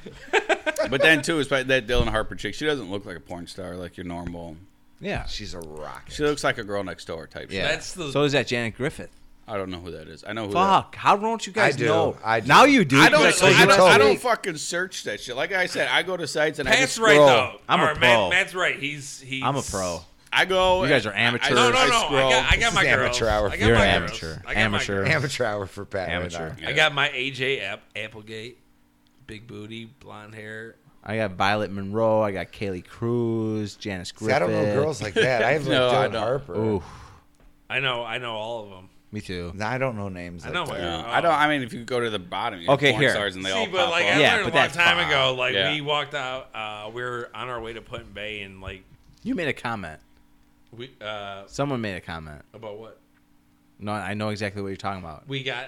Speaker 1: but then too is that Dylan Harper chick. She doesn't look like a porn star, like your normal.
Speaker 4: Yeah.
Speaker 2: She's a rock.
Speaker 1: She looks like a girl next door type.
Speaker 4: Yeah.
Speaker 1: Shit.
Speaker 3: That's the-
Speaker 4: So is that Janet Griffith?
Speaker 1: I don't know who that is. I know who. that-
Speaker 4: Fuck. How don't you guys
Speaker 2: I do,
Speaker 4: know?
Speaker 2: I do.
Speaker 4: Now you do.
Speaker 1: I don't.
Speaker 4: because
Speaker 2: so
Speaker 4: you
Speaker 1: I don't,
Speaker 4: told
Speaker 1: I
Speaker 4: me.
Speaker 1: don't fucking search that shit. Like I said, I go to sites and I
Speaker 3: Pat's
Speaker 1: just
Speaker 3: right
Speaker 1: scroll.
Speaker 3: though.
Speaker 4: I'm a
Speaker 3: Or Matt-
Speaker 4: pro.
Speaker 3: Matt's right. He's he's.
Speaker 4: I'm a pro.
Speaker 1: I go.
Speaker 4: You guys are
Speaker 1: I- I-
Speaker 4: amateurs.
Speaker 3: No, no, no.
Speaker 1: I
Speaker 3: I,
Speaker 1: scroll.
Speaker 3: got, I got
Speaker 2: This
Speaker 3: my
Speaker 2: is
Speaker 3: girls.
Speaker 2: amateur hour
Speaker 3: I
Speaker 2: for
Speaker 3: got
Speaker 4: You're
Speaker 3: my
Speaker 4: an
Speaker 3: girls.
Speaker 4: amateur.
Speaker 3: I got my
Speaker 4: Amateur.
Speaker 3: girls.
Speaker 2: Amateur hour for Pat. right
Speaker 4: Amateur.
Speaker 2: now.
Speaker 1: Yeah.
Speaker 3: I got my AJ App, Applegate, big booty, blonde hair.
Speaker 4: I got Violet Monroe. I got Kaylee Cruz, Janice
Speaker 2: See,
Speaker 4: Griffith.
Speaker 2: I don't know girls like that. I have like
Speaker 1: No, I
Speaker 2: Dylan
Speaker 1: don't.
Speaker 2: Harper.
Speaker 4: Ooh,
Speaker 3: I know. I know all of them.
Speaker 4: me too.
Speaker 2: No, I don't know names.
Speaker 3: I
Speaker 2: like
Speaker 3: know
Speaker 2: that.
Speaker 3: my
Speaker 1: Yeah.
Speaker 3: girls.
Speaker 1: I don't. I mean, if you go to the bottom, you
Speaker 4: Okay,
Speaker 1: porn
Speaker 4: here.
Speaker 1: stars and they all
Speaker 3: See,
Speaker 1: pop
Speaker 3: but like
Speaker 1: up.
Speaker 3: I
Speaker 4: Yeah,
Speaker 3: learned
Speaker 4: but
Speaker 3: a long
Speaker 4: that's
Speaker 3: time
Speaker 4: fine.
Speaker 3: ago. Like
Speaker 1: Yeah.
Speaker 3: we walked out, uh, we were on our way to Put in Bay, and like
Speaker 4: You made a comment.
Speaker 3: we uh,
Speaker 4: Someone made a comment.
Speaker 3: about what
Speaker 4: No, I know exactly what you're
Speaker 2: (laughs)
Speaker 4: talking about.
Speaker 3: we got.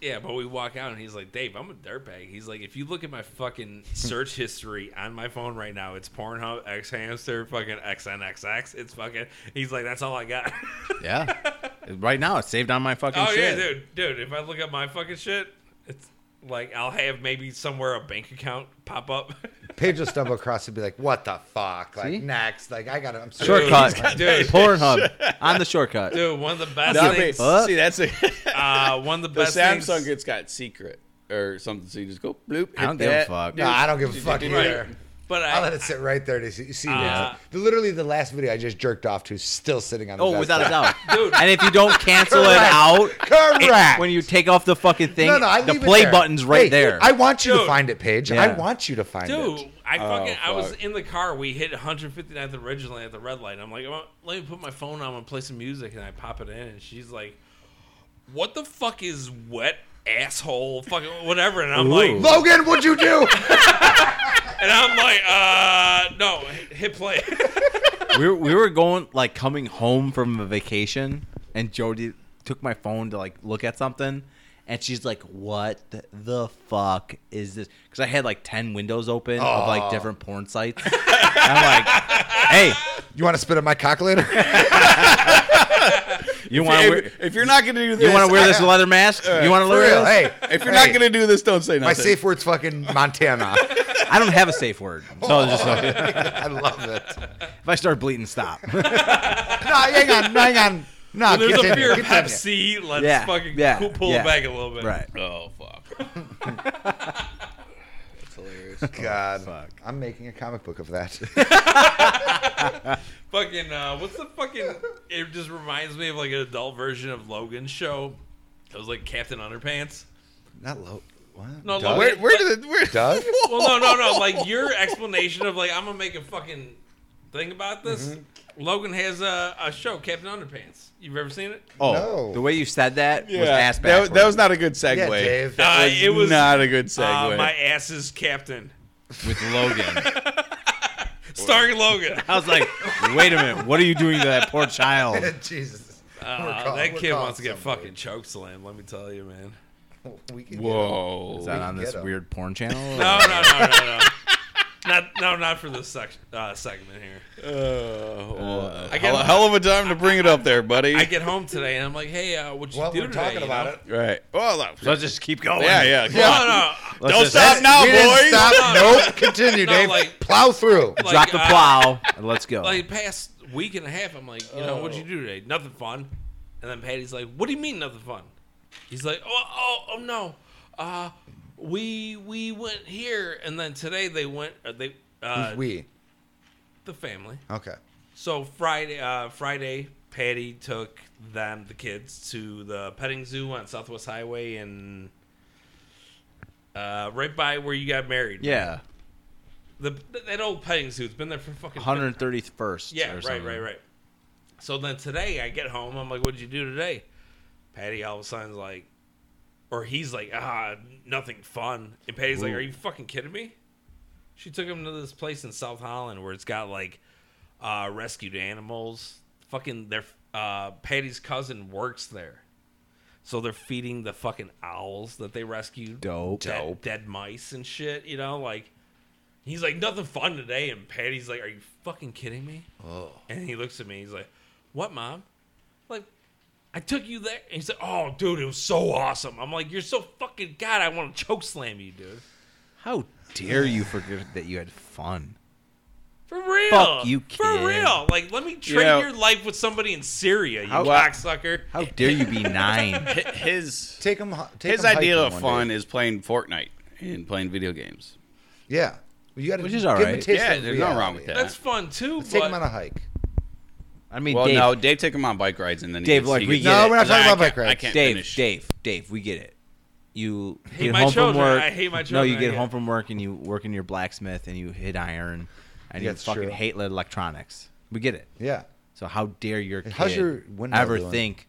Speaker 3: Yeah, but we walk out, and he's like, "Dave, I'm a dirtbag." He's like, "If you look at my fucking search history on my phone right now, it's Pornhub, X Hamster, fucking XNXX. It's fucking." He's like, "That's all
Speaker 1: (laughs)
Speaker 3: I got."
Speaker 4: Yeah. right now, it's saved on my fucking
Speaker 3: Oh
Speaker 4: shit.
Speaker 3: yeah, dude, dude. If I look at my fucking shit, it's like I'll have maybe somewhere a bank account pop up. (laughs)
Speaker 2: Paige will stumble across and be like, "What the fuck?" Like
Speaker 4: See?
Speaker 2: next, like I got. I'm sorry.
Speaker 4: Shortcut.
Speaker 3: Dude.
Speaker 4: Pornhub.
Speaker 2: (laughs)
Speaker 4: I'm the shortcut.
Speaker 3: Dude, one of the best
Speaker 1: That'd be-
Speaker 3: things.
Speaker 4: Huh?
Speaker 1: see, that's a, (laughs)
Speaker 3: Uh, one of the
Speaker 1: the
Speaker 3: best
Speaker 1: Samsung.
Speaker 3: things.
Speaker 1: It's got secret or something. So you just go bloop.
Speaker 4: I don't
Speaker 1: hit
Speaker 4: give a
Speaker 1: that.
Speaker 4: fuck.
Speaker 2: No, I don't give a fuck
Speaker 3: Right.
Speaker 2: either.
Speaker 3: But I,
Speaker 2: I'll let it sit right there to see. see
Speaker 3: Uh,
Speaker 2: that. Literally, the last video I just jerked off to is still sitting on. The
Speaker 4: Oh, without a
Speaker 2: desktop. (laughs)
Speaker 4: doubt.
Speaker 3: Dude.
Speaker 4: And if you don't cancel it
Speaker 2: Correct.
Speaker 4: out, it-
Speaker 2: Correct.
Speaker 4: when you take off the fucking thing,
Speaker 2: no, no, I
Speaker 4: the
Speaker 2: leave it
Speaker 4: play
Speaker 2: there.
Speaker 4: button's right
Speaker 2: Hey,
Speaker 4: there.
Speaker 2: I want you to
Speaker 3: Dude.
Speaker 2: find it, Paige. I
Speaker 4: Yeah.
Speaker 2: want you to find
Speaker 3: dude,
Speaker 2: it.
Speaker 3: I fucking, I was
Speaker 1: fuck.
Speaker 3: in the car. We hit 159th originally at the red light. I'm like, well, let me put my phone on and play some music, and I pop it in, and she's like, "What the fuck is wet?" Asshole, fucking whatever, and I'm like,
Speaker 2: Logan, what'd you do?
Speaker 3: and I'm like, uh, no, hit play. (laughs)
Speaker 4: we, were, we were going like coming home from a vacation and jody took my phone to like look at something and she's like what the fuck is this because i had like 10 windows open of like different
Speaker 2: (laughs)
Speaker 4: porn sites And i'm like hey
Speaker 2: you want to spit on my cock later?
Speaker 4: you want to wear
Speaker 1: If, if you're not gonna do this,
Speaker 4: you want to wear this leather mask you want to
Speaker 2: For
Speaker 4: wear
Speaker 2: real? Hey,
Speaker 4: this
Speaker 1: (laughs) If you're
Speaker 2: hey,
Speaker 1: not gonna do this, don't say nothing.
Speaker 2: my safe word's fucking Montana.
Speaker 4: i don't have a safe word so it's just like,
Speaker 2: (laughs) I love it.
Speaker 4: if i start bleeding
Speaker 2: (laughs)
Speaker 4: stop
Speaker 2: No, hang on, no, hang on. No,
Speaker 3: There's a
Speaker 2: continue,
Speaker 3: beer
Speaker 2: continue.
Speaker 3: Pepsi. Let's
Speaker 4: Yeah,
Speaker 3: fucking
Speaker 4: yeah,
Speaker 3: cool- pull
Speaker 4: yeah.
Speaker 3: it back a little bit.
Speaker 4: right
Speaker 1: Oh fuck. That's hilarious.
Speaker 2: (laughs) God,
Speaker 3: Oh,
Speaker 4: fuck.
Speaker 2: I'm making a comic book of that.
Speaker 3: Fucking. Uh, what's the fucking? It just reminds me of like an adult version of Logan's show. It was like Captain Underpants.
Speaker 2: not low. What?
Speaker 3: No,
Speaker 2: Doug?
Speaker 3: look-
Speaker 6: Where, where did it, where?
Speaker 3: (laughs)
Speaker 2: Doug?
Speaker 3: Well, no,
Speaker 2: (laughs)
Speaker 3: no, no. Like your explanation of like I'm gonna make a fucking thing about this.
Speaker 2: Mm-hmm.
Speaker 3: Logan has a, a show, Captain Underpants. You've ever seen it?
Speaker 4: Oh,
Speaker 2: No.
Speaker 4: the way you said that
Speaker 6: Yeah,
Speaker 4: was ass
Speaker 6: that, was-
Speaker 4: backwards.
Speaker 6: that was not a good segue.
Speaker 2: Yeah, Dave.
Speaker 3: Uh,
Speaker 6: That was
Speaker 3: it was-
Speaker 6: not a good segue.
Speaker 3: Uh, my ass is Captain,
Speaker 4: with Logan.
Speaker 3: starring
Speaker 2: (laughs)
Speaker 3: Logan.
Speaker 4: (laughs) I was like, wait a minute, what are you doing to that poor child?
Speaker 2: (laughs)
Speaker 4: (laughs)
Speaker 2: Jesus.
Speaker 3: Uh,
Speaker 2: We're call-
Speaker 3: that
Speaker 2: we're
Speaker 3: kid
Speaker 2: calling
Speaker 3: wants to get
Speaker 2: somebody. (laughs)
Speaker 3: fucking choke slammed. Let me tell you, man.
Speaker 2: We can get him.
Speaker 6: Whoa.
Speaker 4: Is that on
Speaker 2: get
Speaker 4: this
Speaker 2: him.
Speaker 4: weird porn channel?
Speaker 3: No, no, no, no,
Speaker 2: (laughs)
Speaker 3: no. Not, no, not for this section, uh, segment here.
Speaker 6: Uh,
Speaker 3: I get-
Speaker 6: hell, hell of a time to bring it up there, buddy.
Speaker 3: I get home today and I'm like, hey, uh, what you
Speaker 2: Well,
Speaker 3: do
Speaker 2: we're
Speaker 3: today,
Speaker 2: talking
Speaker 3: you
Speaker 2: about
Speaker 3: know?
Speaker 2: it.
Speaker 6: right. Well, no.
Speaker 4: Let's just keep going.
Speaker 6: yeah, yeah. come on.
Speaker 1: (laughs)
Speaker 3: No, no.
Speaker 2: (laughs)
Speaker 4: Let's
Speaker 6: Don't
Speaker 4: just-
Speaker 6: stop now,
Speaker 2: we Didn't
Speaker 6: boys.
Speaker 3: (laughs)
Speaker 2: stop. Nope. Continue,
Speaker 3: No,
Speaker 2: Dave.
Speaker 3: like-
Speaker 2: Plow through.
Speaker 3: (laughs) Like,
Speaker 4: (laughs) Drop the
Speaker 3: uh,
Speaker 4: plow and let's go.
Speaker 3: like past week and a half, I'm like, you know, what'd
Speaker 2: Oh.
Speaker 3: you do today? Nothing fun. And then Patty's like, what do you mean nothing fun? He's like, oh, oh, oh no, uh, we we went here, and then today they went. Uh, they uh,
Speaker 2: we.
Speaker 3: the family.
Speaker 2: Okay.
Speaker 3: So Friday, uh, Friday, Patty took them, the kids, to the petting zoo on Southwest Highway and uh, right by where you got married.
Speaker 4: (laughs) yeah,
Speaker 3: the, that old petting zoo. It's been there for fucking
Speaker 4: 131st.
Speaker 3: Yeah,
Speaker 4: or
Speaker 3: right,
Speaker 4: something.
Speaker 3: right, right. So then today I get home. I'm like, "What'd you do today?" Patty all of a sudden's like, or he's like, "Ah, nothing fun." And Patty's like, "Are you fucking kidding me?" She took him to this place in South Holland where it's got like uh, rescued animals. Fucking their uh, Patty's cousin works there, so they're feeding the fucking owls that they rescued
Speaker 4: Dope.
Speaker 3: dead,
Speaker 4: Dope.
Speaker 3: dead mice and shit. You know, like he's like nothing fun today, and Patty's like, "Are you fucking kidding me?" Oh. And he looks at me. He's like, "What, mom?" I'm like, I took you there. And he's like, "Oh, dude, it was so awesome." I'm like, "You're so fucking god. I want to choke slam you, dude."
Speaker 4: How dare you forget that you had fun?
Speaker 3: For real,
Speaker 4: Fuck you, kid.
Speaker 3: For real, like let me trade
Speaker 6: Yeah.
Speaker 3: your life with somebody in Syria, you
Speaker 4: How-
Speaker 3: cocksucker.
Speaker 4: (laughs) How dare you be (laughs) nine?
Speaker 6: His
Speaker 2: Take him. hu- Take
Speaker 6: his
Speaker 2: him
Speaker 6: idea
Speaker 2: hiking
Speaker 6: of
Speaker 2: one
Speaker 6: fun
Speaker 2: day.
Speaker 6: is playing Fortnite and playing video games.
Speaker 2: Yeah. Well, you got to.
Speaker 4: Which is
Speaker 2: give
Speaker 4: all
Speaker 2: him a
Speaker 4: right.
Speaker 2: taste
Speaker 6: Yeah,
Speaker 2: of
Speaker 6: there's nothing wrong with
Speaker 2: reality.
Speaker 6: that.
Speaker 3: That's fun too,
Speaker 2: Let's
Speaker 3: but
Speaker 2: take him on a hike.
Speaker 4: I mean,
Speaker 6: Well,
Speaker 4: Dave,
Speaker 6: no, Dave took him on bike rides and then he
Speaker 4: Dave,
Speaker 6: gets-
Speaker 4: like,
Speaker 6: he
Speaker 4: we
Speaker 6: gets-
Speaker 4: get
Speaker 2: No, we're not
Speaker 6: I
Speaker 2: talking about
Speaker 6: can't-
Speaker 2: bike
Speaker 6: I
Speaker 2: rides.
Speaker 6: can't
Speaker 4: Dave,
Speaker 6: finish.
Speaker 4: Dave, Dave, we get it. You
Speaker 3: hate
Speaker 4: get
Speaker 3: my
Speaker 4: home from
Speaker 3: children.
Speaker 4: work.
Speaker 3: I hate my
Speaker 4: No,
Speaker 3: children.
Speaker 4: you
Speaker 3: I
Speaker 4: get
Speaker 3: get
Speaker 4: home
Speaker 3: it.
Speaker 4: from work and you work in your blacksmith and you hit iron and
Speaker 2: Yeah,
Speaker 4: you
Speaker 2: it's
Speaker 4: fucking
Speaker 2: true.
Speaker 4: hate electronics. We get it.
Speaker 2: Yeah.
Speaker 4: So how dare your kid
Speaker 2: how's your window
Speaker 4: ever
Speaker 2: doing?
Speaker 4: think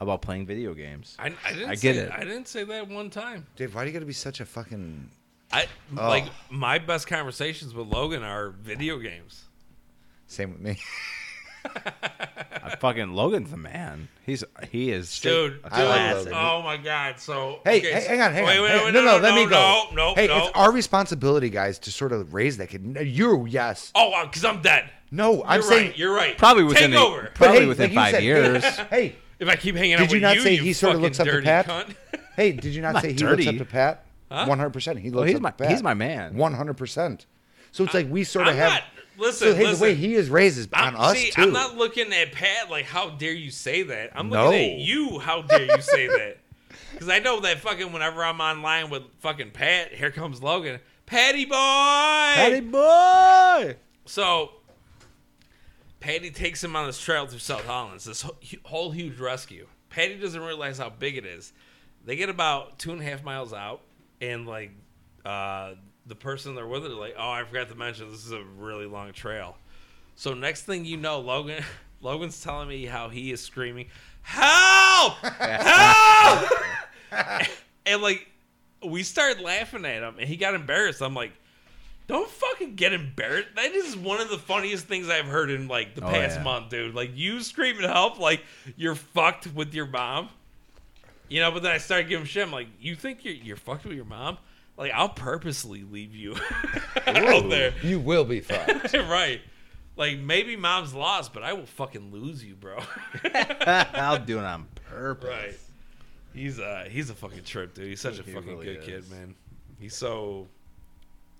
Speaker 4: about playing video games?
Speaker 3: I, I didn't
Speaker 4: I
Speaker 3: say,
Speaker 4: get it.
Speaker 3: I didn't say that one time.
Speaker 2: Dave, why do you got to be such a fucking?
Speaker 3: I
Speaker 2: Oh.
Speaker 3: like my best conversations with Logan are video games.
Speaker 2: Same with me. (laughs)
Speaker 4: I Uh, fucking Logan's the man. He's he is straight
Speaker 3: Dude,
Speaker 4: a
Speaker 2: I like
Speaker 4: classic.
Speaker 2: Logan.
Speaker 3: oh my god! So
Speaker 2: Hey,
Speaker 3: okay,
Speaker 2: hey,
Speaker 3: so-
Speaker 2: hang on, hang on.
Speaker 3: wait, wait,
Speaker 2: Hey,
Speaker 3: wait,
Speaker 2: no, no, let
Speaker 3: no,
Speaker 2: me go.
Speaker 3: No, no,
Speaker 2: hey,
Speaker 3: no.
Speaker 2: it's our responsibility, guys, to sort of raise that kid. You, yes.
Speaker 3: oh, because I'm dead.
Speaker 2: No, I'm
Speaker 3: You're
Speaker 2: saying.
Speaker 3: right. You're right.
Speaker 4: Probably
Speaker 3: take
Speaker 4: within a-
Speaker 3: over.
Speaker 2: but
Speaker 4: Probably
Speaker 2: hey,
Speaker 4: within
Speaker 2: like you
Speaker 4: five
Speaker 2: said, (laughs)
Speaker 4: years.
Speaker 2: Hey,
Speaker 3: If I keep hanging out
Speaker 2: Did you
Speaker 3: with
Speaker 2: not
Speaker 3: you,
Speaker 2: say
Speaker 3: you
Speaker 2: he sorta
Speaker 3: fucking
Speaker 2: looks up to
Speaker 3: dirty
Speaker 2: Pat?
Speaker 3: cunt.
Speaker 2: (laughs) hey, did you not
Speaker 4: not
Speaker 2: say he
Speaker 4: dirty. Oh,
Speaker 2: looks up to Pat? One hundred percent. He looks.
Speaker 4: he's
Speaker 2: up
Speaker 4: my-
Speaker 2: to Pat.
Speaker 4: he's my man.
Speaker 2: One hundred percent. So it's like we sort of
Speaker 3: (laughs) I'm
Speaker 2: have.
Speaker 3: not. Listen,
Speaker 2: so hey,
Speaker 3: listen.
Speaker 2: the way he is raised is on
Speaker 3: I'm,
Speaker 2: us
Speaker 3: see,
Speaker 2: too.
Speaker 3: I'm not looking at Pat like, how dare you say that? I'm
Speaker 2: No.
Speaker 3: looking at you. How dare you say that? (laughs) Because I know that fucking whenever I'm online with fucking Pat, here comes Logan, Patty boy.
Speaker 4: Patty boy.
Speaker 3: So Patty takes him on this trail through South Hollands, this whole- hu- whole huge rescue. Patty doesn't realize how big it is. They get about two and a half miles out, and like uh, the person they're with are like, "Oh, I forgot to mention this is a really long trail." So next thing you know, Logan (laughs) Logan's telling me how he is screaming,
Speaker 4: (laughs)
Speaker 3: "Help! Help!" (laughs) and like we started laughing at him, and he got embarrassed. I'm like, don't fucking get embarrassed. That is one of the funniest things I've heard in like the
Speaker 4: Oh,
Speaker 3: past
Speaker 4: yeah.
Speaker 3: month, dude. Like you screaming help, like you're fucked with your mom. You know, but then I started giving shit. I'm like, you think you're you're fucked with your mom? Like I'll purposely leave you (laughs) out there,
Speaker 2: You will be fine.
Speaker 3: (laughs) right? Like maybe mom's lost, but I will fucking lose you, bro.
Speaker 4: (laughs)
Speaker 3: (laughs)
Speaker 4: I'll do it on purpose.
Speaker 3: right? He's uh he's a fucking trip, dude. He's such a
Speaker 4: He
Speaker 3: fucking
Speaker 4: really
Speaker 3: good
Speaker 4: is.
Speaker 3: kid, man. He's so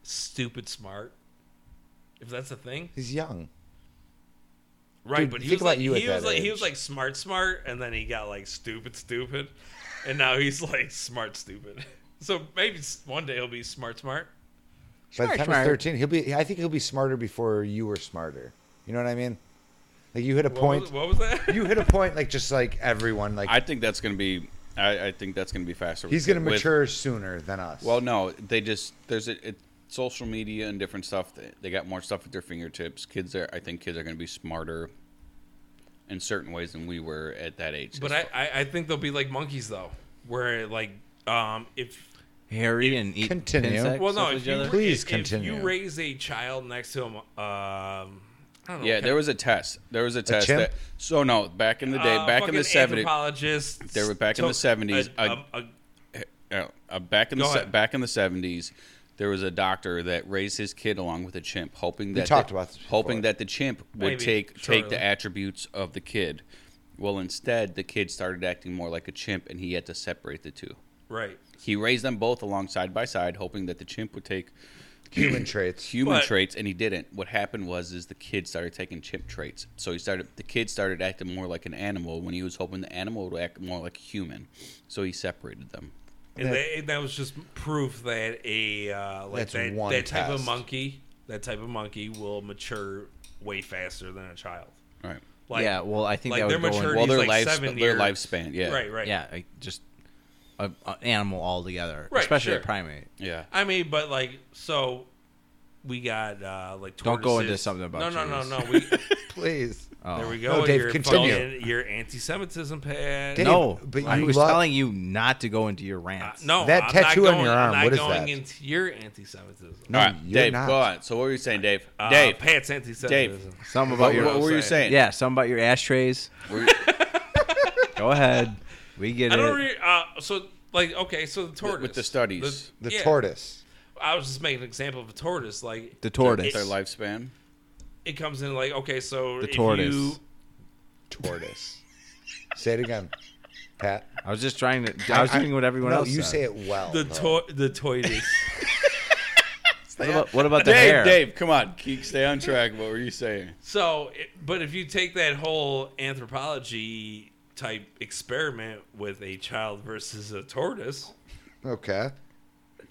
Speaker 3: stupid smart. If that's a thing.
Speaker 2: (laughs) He's young.
Speaker 3: Right,
Speaker 2: Dude,
Speaker 3: but he
Speaker 2: think
Speaker 3: was like,
Speaker 2: about you at
Speaker 3: he was
Speaker 2: that
Speaker 3: like he
Speaker 2: age.
Speaker 3: was like smart smart and then he got like stupid stupid and now he's like smart stupid. (laughs) So maybe s- one day he'll be smart smart.
Speaker 2: By the
Speaker 4: Smart,
Speaker 2: time
Speaker 4: smart.
Speaker 2: he's thirteen, he'll be. I think he'll be smarter before you were smarter. You know what I mean? Like you hit a
Speaker 3: What
Speaker 2: point.
Speaker 3: was, what was that?
Speaker 2: you hit a point like just like everyone like
Speaker 6: I think that's going to be
Speaker 1: I, I think that's going to be faster.
Speaker 2: He's
Speaker 1: with-
Speaker 2: going to
Speaker 1: with-
Speaker 2: mature sooner than us.
Speaker 1: Well, no, they just there's a, it, social media and different stuff. They, they got more stuff at their fingertips. Kids are, I think, kids are going to be smarter in certain ways than we were at that age.
Speaker 3: (laughs) But I, I, I think they'll be like monkeys though, where like um if
Speaker 4: Harry and eat
Speaker 2: Continue.
Speaker 4: insects
Speaker 3: well no
Speaker 4: with
Speaker 3: if
Speaker 4: each
Speaker 3: you,
Speaker 4: other?
Speaker 2: Please
Speaker 3: if, If
Speaker 2: continue.
Speaker 3: you raise a child next to him, um, I don't know.
Speaker 1: yeah, there was a test. There was a test
Speaker 2: chimp?
Speaker 1: that. So no, back in the day,
Speaker 3: uh,
Speaker 1: back in
Speaker 3: fucking
Speaker 1: the seventies,
Speaker 3: anthropologist.
Speaker 1: They were back in the
Speaker 3: took
Speaker 1: 70s,
Speaker 3: a-
Speaker 1: a-
Speaker 3: a- a-
Speaker 1: uh, uh, back in the
Speaker 3: Go
Speaker 1: se-
Speaker 3: ahead.
Speaker 1: back in the seventies, there was a doctor that raised his kid along with a chimp, hoping that
Speaker 2: talked
Speaker 1: the,
Speaker 2: about this before.
Speaker 1: hoping that the chimp would
Speaker 3: Maybe,
Speaker 1: take take
Speaker 3: surely.
Speaker 1: the attributes of the kid. Well, instead, the kid started acting more like a chimp, and he had to separate the two.
Speaker 3: right.
Speaker 1: He raised them both along side by side, hoping that the chimp would take
Speaker 2: human traits.
Speaker 1: human
Speaker 3: But-
Speaker 1: traits, and he didn't. What happened was, is the kid started taking chimp traits. So he started, the kid started acting more like an animal when he was hoping the animal would act more like a human. So he separated them.
Speaker 3: And
Speaker 2: That-
Speaker 3: that, and that was just proof that a uh, like
Speaker 2: That's
Speaker 3: that,
Speaker 2: one
Speaker 3: that type of
Speaker 2: test.
Speaker 3: monkey, that type of monkey will mature way faster than a child.
Speaker 1: All right.
Speaker 3: Like,
Speaker 4: yeah, well, I think
Speaker 3: like
Speaker 4: that
Speaker 3: their
Speaker 4: would go in.
Speaker 3: maturity
Speaker 1: Well, their
Speaker 3: like
Speaker 1: life,
Speaker 3: seven
Speaker 1: their
Speaker 3: years.
Speaker 1: lifespan. Yeah.
Speaker 3: right, right.
Speaker 4: Yeah, like just a, a animal altogether,
Speaker 3: Right,
Speaker 4: especially
Speaker 3: sure.
Speaker 4: a primate.
Speaker 1: Yeah.
Speaker 3: I mean, but like, so we got uh like
Speaker 4: Don't go into
Speaker 3: tortoises.
Speaker 4: something about
Speaker 3: no, no, no, no.
Speaker 4: Jesus.
Speaker 3: We,
Speaker 1: (laughs)
Speaker 2: Please.
Speaker 4: Oh.
Speaker 3: There we go.
Speaker 2: No, Dave,
Speaker 3: your
Speaker 2: continue.
Speaker 3: fucking- your anti-Semitism, Pat.
Speaker 2: Dave,
Speaker 4: no,
Speaker 2: but
Speaker 4: I
Speaker 2: you
Speaker 4: was
Speaker 2: love-
Speaker 4: telling you not to go into your rants.
Speaker 3: Uh, no,
Speaker 2: That
Speaker 3: I'm
Speaker 2: tattoo
Speaker 3: not
Speaker 2: on
Speaker 3: going,
Speaker 2: your
Speaker 3: I'm
Speaker 2: arm,
Speaker 3: not
Speaker 2: what is
Speaker 3: going
Speaker 2: that?
Speaker 3: into your anti-Semitism.
Speaker 2: No,
Speaker 1: All right,
Speaker 2: you're
Speaker 1: Dave,
Speaker 2: not.
Speaker 1: go on. So what were you saying, Dave?
Speaker 3: Uh,
Speaker 1: Dave,
Speaker 3: Pat's anti-Semitism.
Speaker 4: some about
Speaker 1: what,
Speaker 4: your
Speaker 1: what were you saying?
Speaker 4: yeah, some about your ashtrays.
Speaker 1: Were-
Speaker 4: (laughs) Go ahead, we get
Speaker 3: I
Speaker 4: it.
Speaker 3: don't. Re- uh, so like, okay, so the tortoise
Speaker 1: with the studies.
Speaker 2: The
Speaker 3: yeah,
Speaker 2: tortoise.
Speaker 3: I was just making an example of a tortoise. Like
Speaker 4: the tortoise.
Speaker 1: Their lifespan.
Speaker 3: it comes in like okay, so
Speaker 4: The
Speaker 3: if
Speaker 4: tortoise.
Speaker 3: you-
Speaker 2: Tortoise. say it again, Pat.
Speaker 4: I was just trying to. I was doing what everyone
Speaker 2: no,
Speaker 4: else.
Speaker 2: you
Speaker 4: said.
Speaker 2: say it well.
Speaker 3: the
Speaker 2: though.
Speaker 3: tor- the tortoise. (laughs)
Speaker 4: What about, what about the
Speaker 1: Dave,
Speaker 4: hair?
Speaker 1: Dave, come on. Keep, stay on track. What were you saying?
Speaker 3: so, it, but if you take that whole anthropology type experiment with a child versus a tortoise,
Speaker 2: Okay.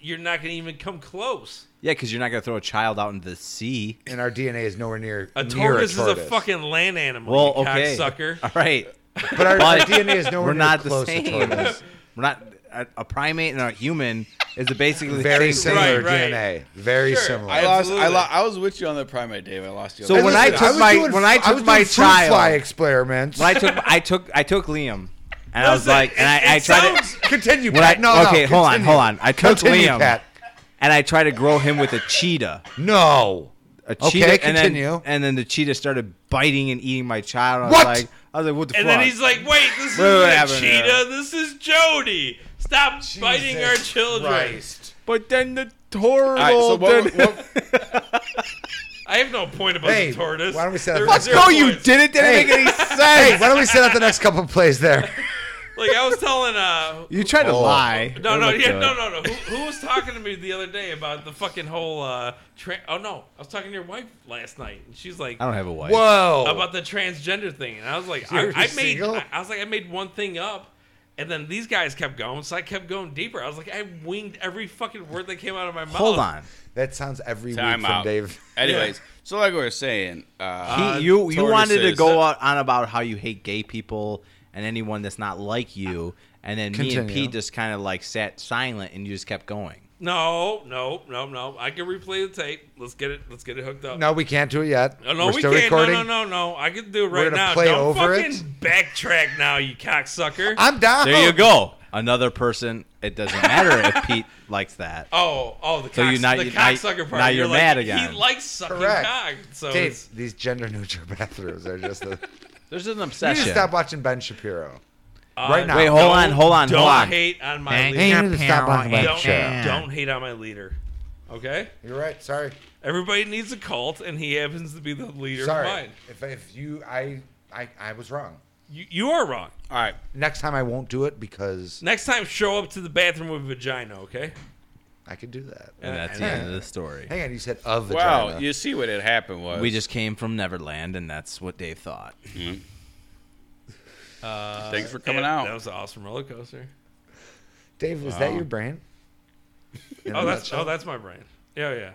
Speaker 3: you're not going to even come close.
Speaker 4: Yeah, because you're not gonna throw a child out into the sea.
Speaker 2: And our DNA is nowhere near
Speaker 3: A
Speaker 2: near
Speaker 3: tortoise,
Speaker 2: a tortoise
Speaker 3: is a fucking land animal.
Speaker 4: Well,
Speaker 3: you
Speaker 4: okay,
Speaker 3: cocksucker. (laughs)
Speaker 4: All right,
Speaker 2: But our, our
Speaker 4: But
Speaker 2: DNA is nowhere
Speaker 4: we're
Speaker 2: near
Speaker 4: not the
Speaker 2: close to
Speaker 4: same. (laughs)
Speaker 2: tortoise.
Speaker 4: we're not a, a primate and a human is basically
Speaker 2: Very
Speaker 4: the same.
Speaker 2: similar
Speaker 3: Right, right.
Speaker 2: DNA. Very
Speaker 3: Sure.
Speaker 2: similar.
Speaker 1: I lost. I,
Speaker 3: Absolutely.
Speaker 1: lo- I was with you on the primate, Dave. I lost you.
Speaker 4: So
Speaker 1: on
Speaker 4: when
Speaker 1: that.
Speaker 4: I
Speaker 2: Listen,
Speaker 4: took
Speaker 2: was
Speaker 4: my-
Speaker 2: doing-
Speaker 4: when I
Speaker 2: was
Speaker 4: took
Speaker 2: doing
Speaker 4: my
Speaker 2: fruit
Speaker 4: child-
Speaker 2: fly experiments.
Speaker 4: When I took I took I took Liam, and I was
Speaker 3: Listen,
Speaker 4: like, and
Speaker 3: it-
Speaker 4: I, I
Speaker 3: it
Speaker 4: tried
Speaker 3: sounds-
Speaker 4: to.
Speaker 2: (laughs) continue,
Speaker 4: When
Speaker 2: Pat.
Speaker 4: I-
Speaker 2: no, no,
Speaker 4: okay, hold on,
Speaker 2: continue.
Speaker 4: hold on. I took
Speaker 2: Continue,
Speaker 4: Liam.
Speaker 2: Pat.
Speaker 4: And I tried to grow him with a cheetah.
Speaker 2: No.
Speaker 4: A
Speaker 2: Okay,
Speaker 4: cheetah, and then-
Speaker 2: continue.
Speaker 4: And then, the cheetah started biting and eating my child. I was
Speaker 2: What?
Speaker 4: like, I was like, what the
Speaker 3: And
Speaker 4: fuck?
Speaker 3: then he's like, "Wait, this is
Speaker 4: Wait, what
Speaker 3: not
Speaker 4: happened
Speaker 3: Cheetah.
Speaker 4: there?
Speaker 3: This is Jody. Stop biting our
Speaker 2: Jesus
Speaker 3: children."
Speaker 2: Christ.
Speaker 4: but then the turtle.
Speaker 1: All right, so
Speaker 3: (laughs)
Speaker 1: what,
Speaker 4: did-
Speaker 1: were-
Speaker 4: (laughs)
Speaker 1: what,
Speaker 3: I have no point about
Speaker 2: Hey,
Speaker 3: the tortoise.
Speaker 2: why don't we set up
Speaker 3: There
Speaker 2: a-
Speaker 3: were
Speaker 2: Fuck
Speaker 3: zero
Speaker 4: no, you
Speaker 3: points.
Speaker 4: did it. Didn't
Speaker 2: Hey.
Speaker 4: make any sense.
Speaker 2: Hey, why don't we set out the next couple of plays
Speaker 3: (laughs)
Speaker 2: there?
Speaker 3: Like I was
Speaker 2: (laughs)
Speaker 3: telling. Uh,
Speaker 4: You tried to
Speaker 2: Oh.
Speaker 4: lie.
Speaker 3: no,
Speaker 4: Don't
Speaker 3: no,
Speaker 4: look
Speaker 3: yeah,
Speaker 4: good.
Speaker 3: no, no, no. Who, who was talking to me the other day about the fucking whole? uh tra- Oh no, I was talking to your wife last night, and she's like,
Speaker 4: I don't have a wife.
Speaker 2: Whoa.
Speaker 3: about the transgender thing, and I was like,
Speaker 2: (laughs)
Speaker 3: I,
Speaker 2: You're
Speaker 3: I made,
Speaker 2: single?
Speaker 3: I, I was like, I made one thing up, and then these guys kept going, so I kept going deeper. I was like, I winged every fucking word that came out of my mouth.
Speaker 4: Hold on.
Speaker 2: that sounds every
Speaker 1: Time
Speaker 2: week
Speaker 1: out.
Speaker 2: from Dave.
Speaker 1: anyways, so like we were saying, uh,
Speaker 4: He, you you wanted to go out on about how you hate gay people and anyone that's not like you, and then me and
Speaker 2: Continue.
Speaker 4: Pete just kind of like sat silent and you just kept going.
Speaker 3: No, no, no, no. I can replay the tape. Let's get it. Let's get it hooked up.
Speaker 2: No, we can't do it yet.
Speaker 3: no, no
Speaker 2: We're
Speaker 3: we
Speaker 2: still
Speaker 3: can't.
Speaker 2: recording.
Speaker 3: No, no, no, no. I can do it
Speaker 2: We're
Speaker 3: right
Speaker 2: gonna
Speaker 3: now.
Speaker 2: play
Speaker 3: Don't
Speaker 2: over
Speaker 3: fucking
Speaker 2: it?
Speaker 3: backtrack now, you cocksucker.
Speaker 2: I'm down.
Speaker 4: There you go. Another person. It doesn't matter (laughs) if Pete likes that.
Speaker 3: oh, oh, the,
Speaker 4: So
Speaker 3: cocks,
Speaker 4: you- now
Speaker 3: the
Speaker 4: you- now you-
Speaker 3: cocksucker part.
Speaker 4: now you're
Speaker 3: like,
Speaker 4: mad again.
Speaker 3: He likes sucking
Speaker 2: Correct.
Speaker 3: cock. So
Speaker 2: Dave,
Speaker 3: it's-
Speaker 2: these gender neutral (laughs) bathrooms are just. A, you
Speaker 4: There's an
Speaker 2: need to
Speaker 4: obsession.
Speaker 2: stop watching Ben Shapiro.
Speaker 3: uh,
Speaker 2: Right now.
Speaker 4: Wait, hold
Speaker 3: don't-
Speaker 4: on, hold on,
Speaker 3: Don't
Speaker 4: hold on.
Speaker 3: hate on my
Speaker 5: Thank
Speaker 2: Hey, you
Speaker 3: leader.
Speaker 2: need to stop watching Ben
Speaker 3: Don't,
Speaker 2: Shapiro.
Speaker 3: don't hate on my leader. Okay?
Speaker 2: You're right. Sorry.
Speaker 3: Everybody needs a cult, and he happens to be the leader
Speaker 2: Sorry.
Speaker 3: of mine.
Speaker 2: If, if you, I, I, I was wrong.
Speaker 3: You, you are wrong.
Speaker 1: All right,
Speaker 2: Next time I won't do it because
Speaker 3: Next time, show up to the bathroom with vagina, okay?
Speaker 2: I could do that.
Speaker 4: And that's the end of the story.
Speaker 2: Hang on, you said of vagina.
Speaker 1: wow, you see what had happened was
Speaker 4: We just came from Neverland, and that's what Dave thought.
Speaker 1: thanks for uh, coming
Speaker 3: Yeah,
Speaker 1: out.
Speaker 3: That was an awesome roller coaster.
Speaker 2: Dave, was that your
Speaker 3: (laughs)
Speaker 2: brain? In a
Speaker 3: Oh, that's
Speaker 2: nutshell?
Speaker 3: oh, that's my brain. Yeah, yeah.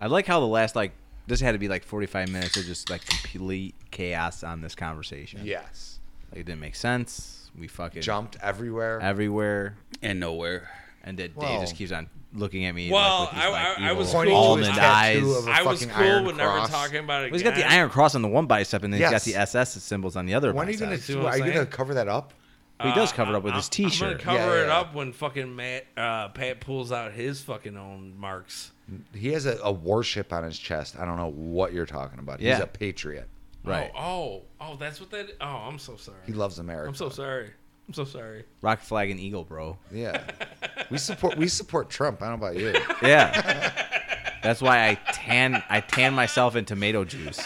Speaker 4: I like how the last like this had to be like 45 minutes of just like complete chaos on this conversation.
Speaker 2: yes.
Speaker 4: Like, it didn't make sense. we fucking
Speaker 2: Jumped everywhere.
Speaker 4: everywhere,
Speaker 1: and nowhere.
Speaker 4: and that Dave
Speaker 2: Well-
Speaker 4: just keeps on looking at me.
Speaker 3: Well,
Speaker 4: like, with his,
Speaker 3: I-
Speaker 4: like,
Speaker 3: I- I
Speaker 4: evil
Speaker 3: was
Speaker 2: Pointing to his
Speaker 4: almond eyes.
Speaker 2: tattoo of a
Speaker 3: I was
Speaker 2: fucking
Speaker 3: cool
Speaker 2: iron
Speaker 3: with never
Speaker 2: cross.
Speaker 3: talking about it.
Speaker 4: Well, he's got the
Speaker 3: again.
Speaker 4: iron cross on the one bicep, and then
Speaker 2: Yes.
Speaker 4: he's got the SS symbols on the other.
Speaker 2: When are you
Speaker 4: bicep.
Speaker 2: gonna?
Speaker 3: See what
Speaker 2: are
Speaker 3: I'm
Speaker 2: you gonna
Speaker 3: saying?
Speaker 2: cover that up?
Speaker 4: Well, he does cover it up with
Speaker 3: I-
Speaker 4: his
Speaker 3: Uh, I'm gonna
Speaker 4: T-shirt.
Speaker 3: cover
Speaker 2: Yeah, yeah,
Speaker 3: it
Speaker 2: yeah.
Speaker 3: up when fucking Matt uh, Pat pulls out his fucking own marks.
Speaker 2: He has a, a warship on his chest. I don't know what you're talking about. He's
Speaker 4: Yeah.
Speaker 2: a patriot.
Speaker 4: right.
Speaker 3: Oh, oh, oh, that's what that. Oh, I'm so sorry.
Speaker 2: He loves America.
Speaker 3: I'm so sorry. I'm so sorry.
Speaker 4: Rock flag and
Speaker 3: (laughs)
Speaker 4: eagle, bro.
Speaker 2: Yeah. we support we support Trump. I don't know about you.
Speaker 4: Yeah. That's why I tan I tan myself in tomato juice.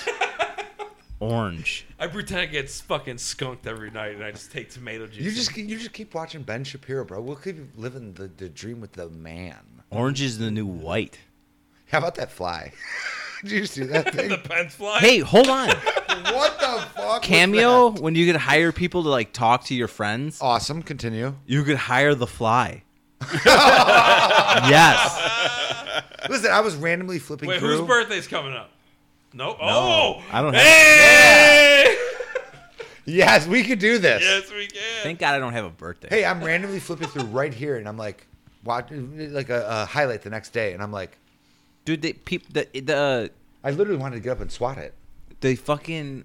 Speaker 4: Orange.
Speaker 3: I pretend I get fucking skunked every night, and I just take tomato juice.
Speaker 2: You just ke- you just keep watching Ben Shapiro, bro. We'll keep living the, the dream with the man.
Speaker 4: Orange is the new white.
Speaker 2: How about that fly? (laughs) Did you see that
Speaker 3: (laughs)
Speaker 2: thing?
Speaker 3: the pens fly.
Speaker 4: Hey,
Speaker 3: (laughs)
Speaker 4: hold on.
Speaker 2: what the fuck? was
Speaker 4: Cameo,
Speaker 2: that?
Speaker 4: when you could hire people to like talk to your friends,
Speaker 2: Awesome. Continue.
Speaker 4: you could hire
Speaker 3: (laughs)
Speaker 4: the fly. yes.
Speaker 2: Listen, I was randomly flipping
Speaker 3: wait,
Speaker 2: through.
Speaker 3: whose birthday's coming up? No. Oh,
Speaker 4: I don't have
Speaker 3: Hey,
Speaker 2: yes, we could do this.
Speaker 3: (laughs) yes, we can.
Speaker 4: Thank God I don't have a birthday.
Speaker 2: Hey, I'm randomly flipping through right here, and I'm like, watch like a, a highlight the next day, and I'm like,
Speaker 4: Dude, they peop, the the
Speaker 2: I literally wanted to get up and swat it.
Speaker 4: the fucking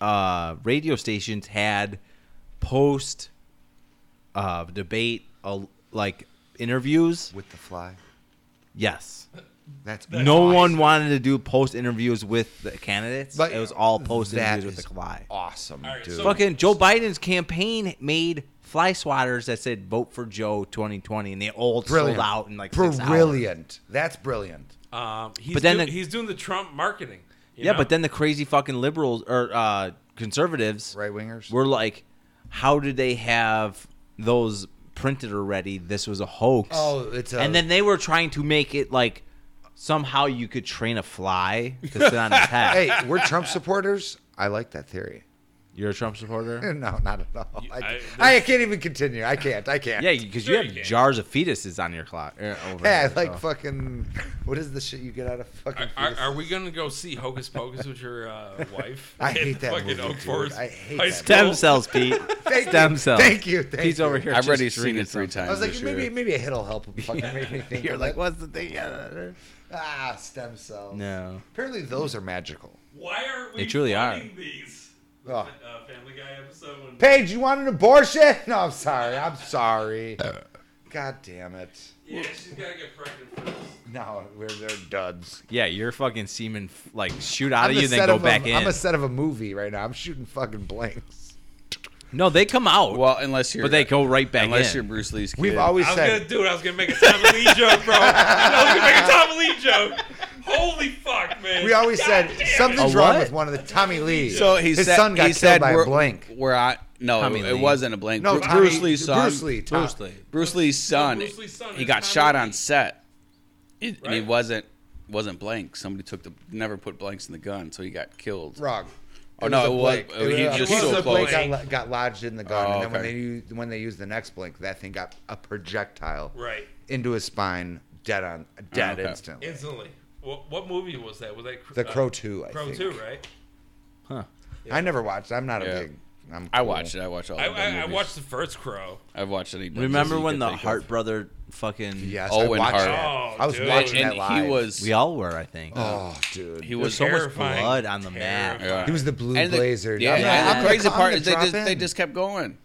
Speaker 4: uh, radio stations had post uh, debate uh, like interviews.
Speaker 2: With the fly.
Speaker 4: Yes,
Speaker 2: That's
Speaker 4: no
Speaker 2: awesome.
Speaker 4: one wanted to do post interviews with the candidates.
Speaker 2: But
Speaker 4: it was all post
Speaker 2: that
Speaker 4: interviews with the
Speaker 2: is
Speaker 4: fly.
Speaker 2: Awesome,
Speaker 3: All right,
Speaker 2: dude.
Speaker 3: so-
Speaker 4: Fucking Joe Biden's campaign made fly swatters that said "Vote for Joe 2020" and they all
Speaker 2: brilliant.
Speaker 4: sold out in like six hours.
Speaker 2: brilliant. That's brilliant.
Speaker 3: Um, he's
Speaker 4: But then
Speaker 3: doing,
Speaker 4: the-
Speaker 3: he's doing the Trump marketing. you
Speaker 4: Yeah,
Speaker 3: know?
Speaker 4: but then the crazy fucking liberals or uh, conservatives,
Speaker 2: Right wingers.
Speaker 4: We're like, how did they have those printed already? This was a hoax.
Speaker 2: Oh, it's a-
Speaker 4: and then they were trying to make it like somehow you could train a fly to
Speaker 2: (laughs)
Speaker 4: sit on his head.
Speaker 2: (laughs) Hey, we're Trump supporters. I like that theory. (laughs)
Speaker 4: You're a Trump supporter.
Speaker 2: No, not at all.
Speaker 3: You-
Speaker 2: I, I,
Speaker 3: I-
Speaker 2: can't even continue. I can't. I can't.
Speaker 4: yeah, because
Speaker 3: Sure
Speaker 4: you
Speaker 3: you
Speaker 4: have
Speaker 3: can.
Speaker 4: jars of fetuses on your clock. er, over
Speaker 2: Yeah,
Speaker 4: there,
Speaker 2: like
Speaker 4: so.
Speaker 2: fucking. What is the shit you get out of fucking?
Speaker 3: Are, are,
Speaker 2: fetus?
Speaker 3: are we gonna go see Hocus Pocus with your uh, wife?
Speaker 2: (laughs) I
Speaker 3: at
Speaker 2: hate that
Speaker 3: fucking
Speaker 2: movie,
Speaker 3: Oak
Speaker 2: dude.
Speaker 3: Forest
Speaker 2: I hate
Speaker 3: High
Speaker 2: that
Speaker 3: School?
Speaker 4: stem cells, Pete.
Speaker 2: (laughs) Thank
Speaker 4: stem
Speaker 2: you.
Speaker 4: cells.
Speaker 2: Thank you. Thank
Speaker 4: Pete's
Speaker 2: you.
Speaker 4: over here.
Speaker 6: I've already
Speaker 4: just
Speaker 6: seen
Speaker 4: drinking
Speaker 6: it three
Speaker 4: something.
Speaker 6: times.
Speaker 2: I was like,
Speaker 6: this
Speaker 2: maybe
Speaker 6: year.
Speaker 2: maybe a hit'll help fucking make me think.
Speaker 4: (laughs) You're
Speaker 2: of
Speaker 4: like,
Speaker 2: it.
Speaker 4: what's the thing? Yeah.
Speaker 2: Ah, stem cells.
Speaker 4: No.
Speaker 2: Apparently those are magical.
Speaker 3: Why aren't we?
Speaker 4: They truly are.
Speaker 3: finding These
Speaker 2: Oh.
Speaker 3: uh, Family Guy episode. when-
Speaker 2: Paige, you want an abortion? (laughs) No, I'm sorry. I'm sorry. God damn it.
Speaker 3: yeah, she's gotta get pregnant first.
Speaker 2: No, we're they're duds.
Speaker 4: Yeah, your fucking semen f- like shoot out
Speaker 2: I'm
Speaker 4: of
Speaker 2: the
Speaker 4: you, then
Speaker 2: set
Speaker 4: go
Speaker 2: of a-
Speaker 4: back in.
Speaker 2: I'm a set of a movie right now. I'm shooting fucking blanks.
Speaker 4: No, they come out,
Speaker 6: Well, unless you're
Speaker 4: but they go right back
Speaker 6: unless you're
Speaker 4: in.
Speaker 6: Bruce Lee's kid.
Speaker 2: We've always
Speaker 3: I was
Speaker 2: said
Speaker 3: gonna do it. I was gonna make a Tom Lee joke, bro. I was gonna make a Tom Lee joke. Holy fuck, man.
Speaker 2: We always
Speaker 3: God
Speaker 2: said
Speaker 3: damn it.
Speaker 2: something's
Speaker 4: A
Speaker 2: wrong
Speaker 4: what?
Speaker 2: with one of the Tommy Lee.
Speaker 6: so he
Speaker 2: his
Speaker 6: said,
Speaker 2: son got
Speaker 6: he
Speaker 2: killed
Speaker 6: said
Speaker 2: by
Speaker 6: we're,
Speaker 2: a blank.
Speaker 6: We're at no,
Speaker 4: Tommy
Speaker 6: it
Speaker 4: Lee.
Speaker 6: wasn't a blank.
Speaker 2: No,
Speaker 6: Bru-
Speaker 2: Tommy-
Speaker 6: Bruce Lee's son. uh,
Speaker 2: Bruce Lee. Tom-
Speaker 4: Bruce Lee.
Speaker 6: Bruce Lee's son.
Speaker 3: Bruce Lee's son
Speaker 6: he
Speaker 3: is
Speaker 6: got
Speaker 3: Tommy
Speaker 6: shot
Speaker 3: Lee.
Speaker 6: on set. It, And he
Speaker 3: Right.
Speaker 6: wasn't wasn't blank. Somebody took the never put blanks in the gun, so he got killed.
Speaker 2: Wrong.
Speaker 6: Oh, no,
Speaker 2: a
Speaker 6: it was-
Speaker 2: blank.
Speaker 6: oh, he
Speaker 2: a
Speaker 6: just
Speaker 2: piece
Speaker 3: so
Speaker 2: of blank
Speaker 6: close.
Speaker 2: got, lo- got lodged in the gun,
Speaker 6: Oh,
Speaker 2: and then when
Speaker 6: okay.
Speaker 2: they used, when they used the next blank, that thing got a projectile
Speaker 3: Right.
Speaker 2: into his spine, dead on, dead
Speaker 6: okay.
Speaker 2: instantly.
Speaker 3: instantly. What, what movie was that? Was that Cr-
Speaker 2: The
Speaker 3: uh,
Speaker 2: Crow Two, I
Speaker 3: Crow
Speaker 2: think.
Speaker 3: Two, right?
Speaker 2: I never watched. I'm not
Speaker 6: Yeah.
Speaker 2: a big. I'm
Speaker 6: I
Speaker 2: cool.
Speaker 6: watched it. I watched all.
Speaker 3: I,
Speaker 6: of the
Speaker 3: I, I
Speaker 6: movies.
Speaker 3: watched the first Crow.
Speaker 6: I've watched it.
Speaker 4: Remember when the Hart brother fucking?
Speaker 2: Yes, I
Speaker 6: Owen
Speaker 2: watched
Speaker 6: Hart.
Speaker 2: that.
Speaker 3: Oh,
Speaker 2: I was
Speaker 3: dude.
Speaker 6: And,
Speaker 2: watching that live.
Speaker 6: he was. uh,
Speaker 4: we all were, I think.
Speaker 2: Oh, dude.
Speaker 6: he was.
Speaker 4: so much
Speaker 3: terrifying,
Speaker 4: blood on the mat.
Speaker 3: terrifying.
Speaker 2: He was the blue
Speaker 6: and the-
Speaker 2: blazer.
Speaker 6: Yeah,
Speaker 2: I'm not-
Speaker 6: and
Speaker 2: I'm
Speaker 6: the
Speaker 2: gonna-
Speaker 6: crazy
Speaker 2: I'm
Speaker 6: part
Speaker 2: gonna
Speaker 6: is they
Speaker 2: drop
Speaker 6: just they
Speaker 2: in.
Speaker 6: just kept going.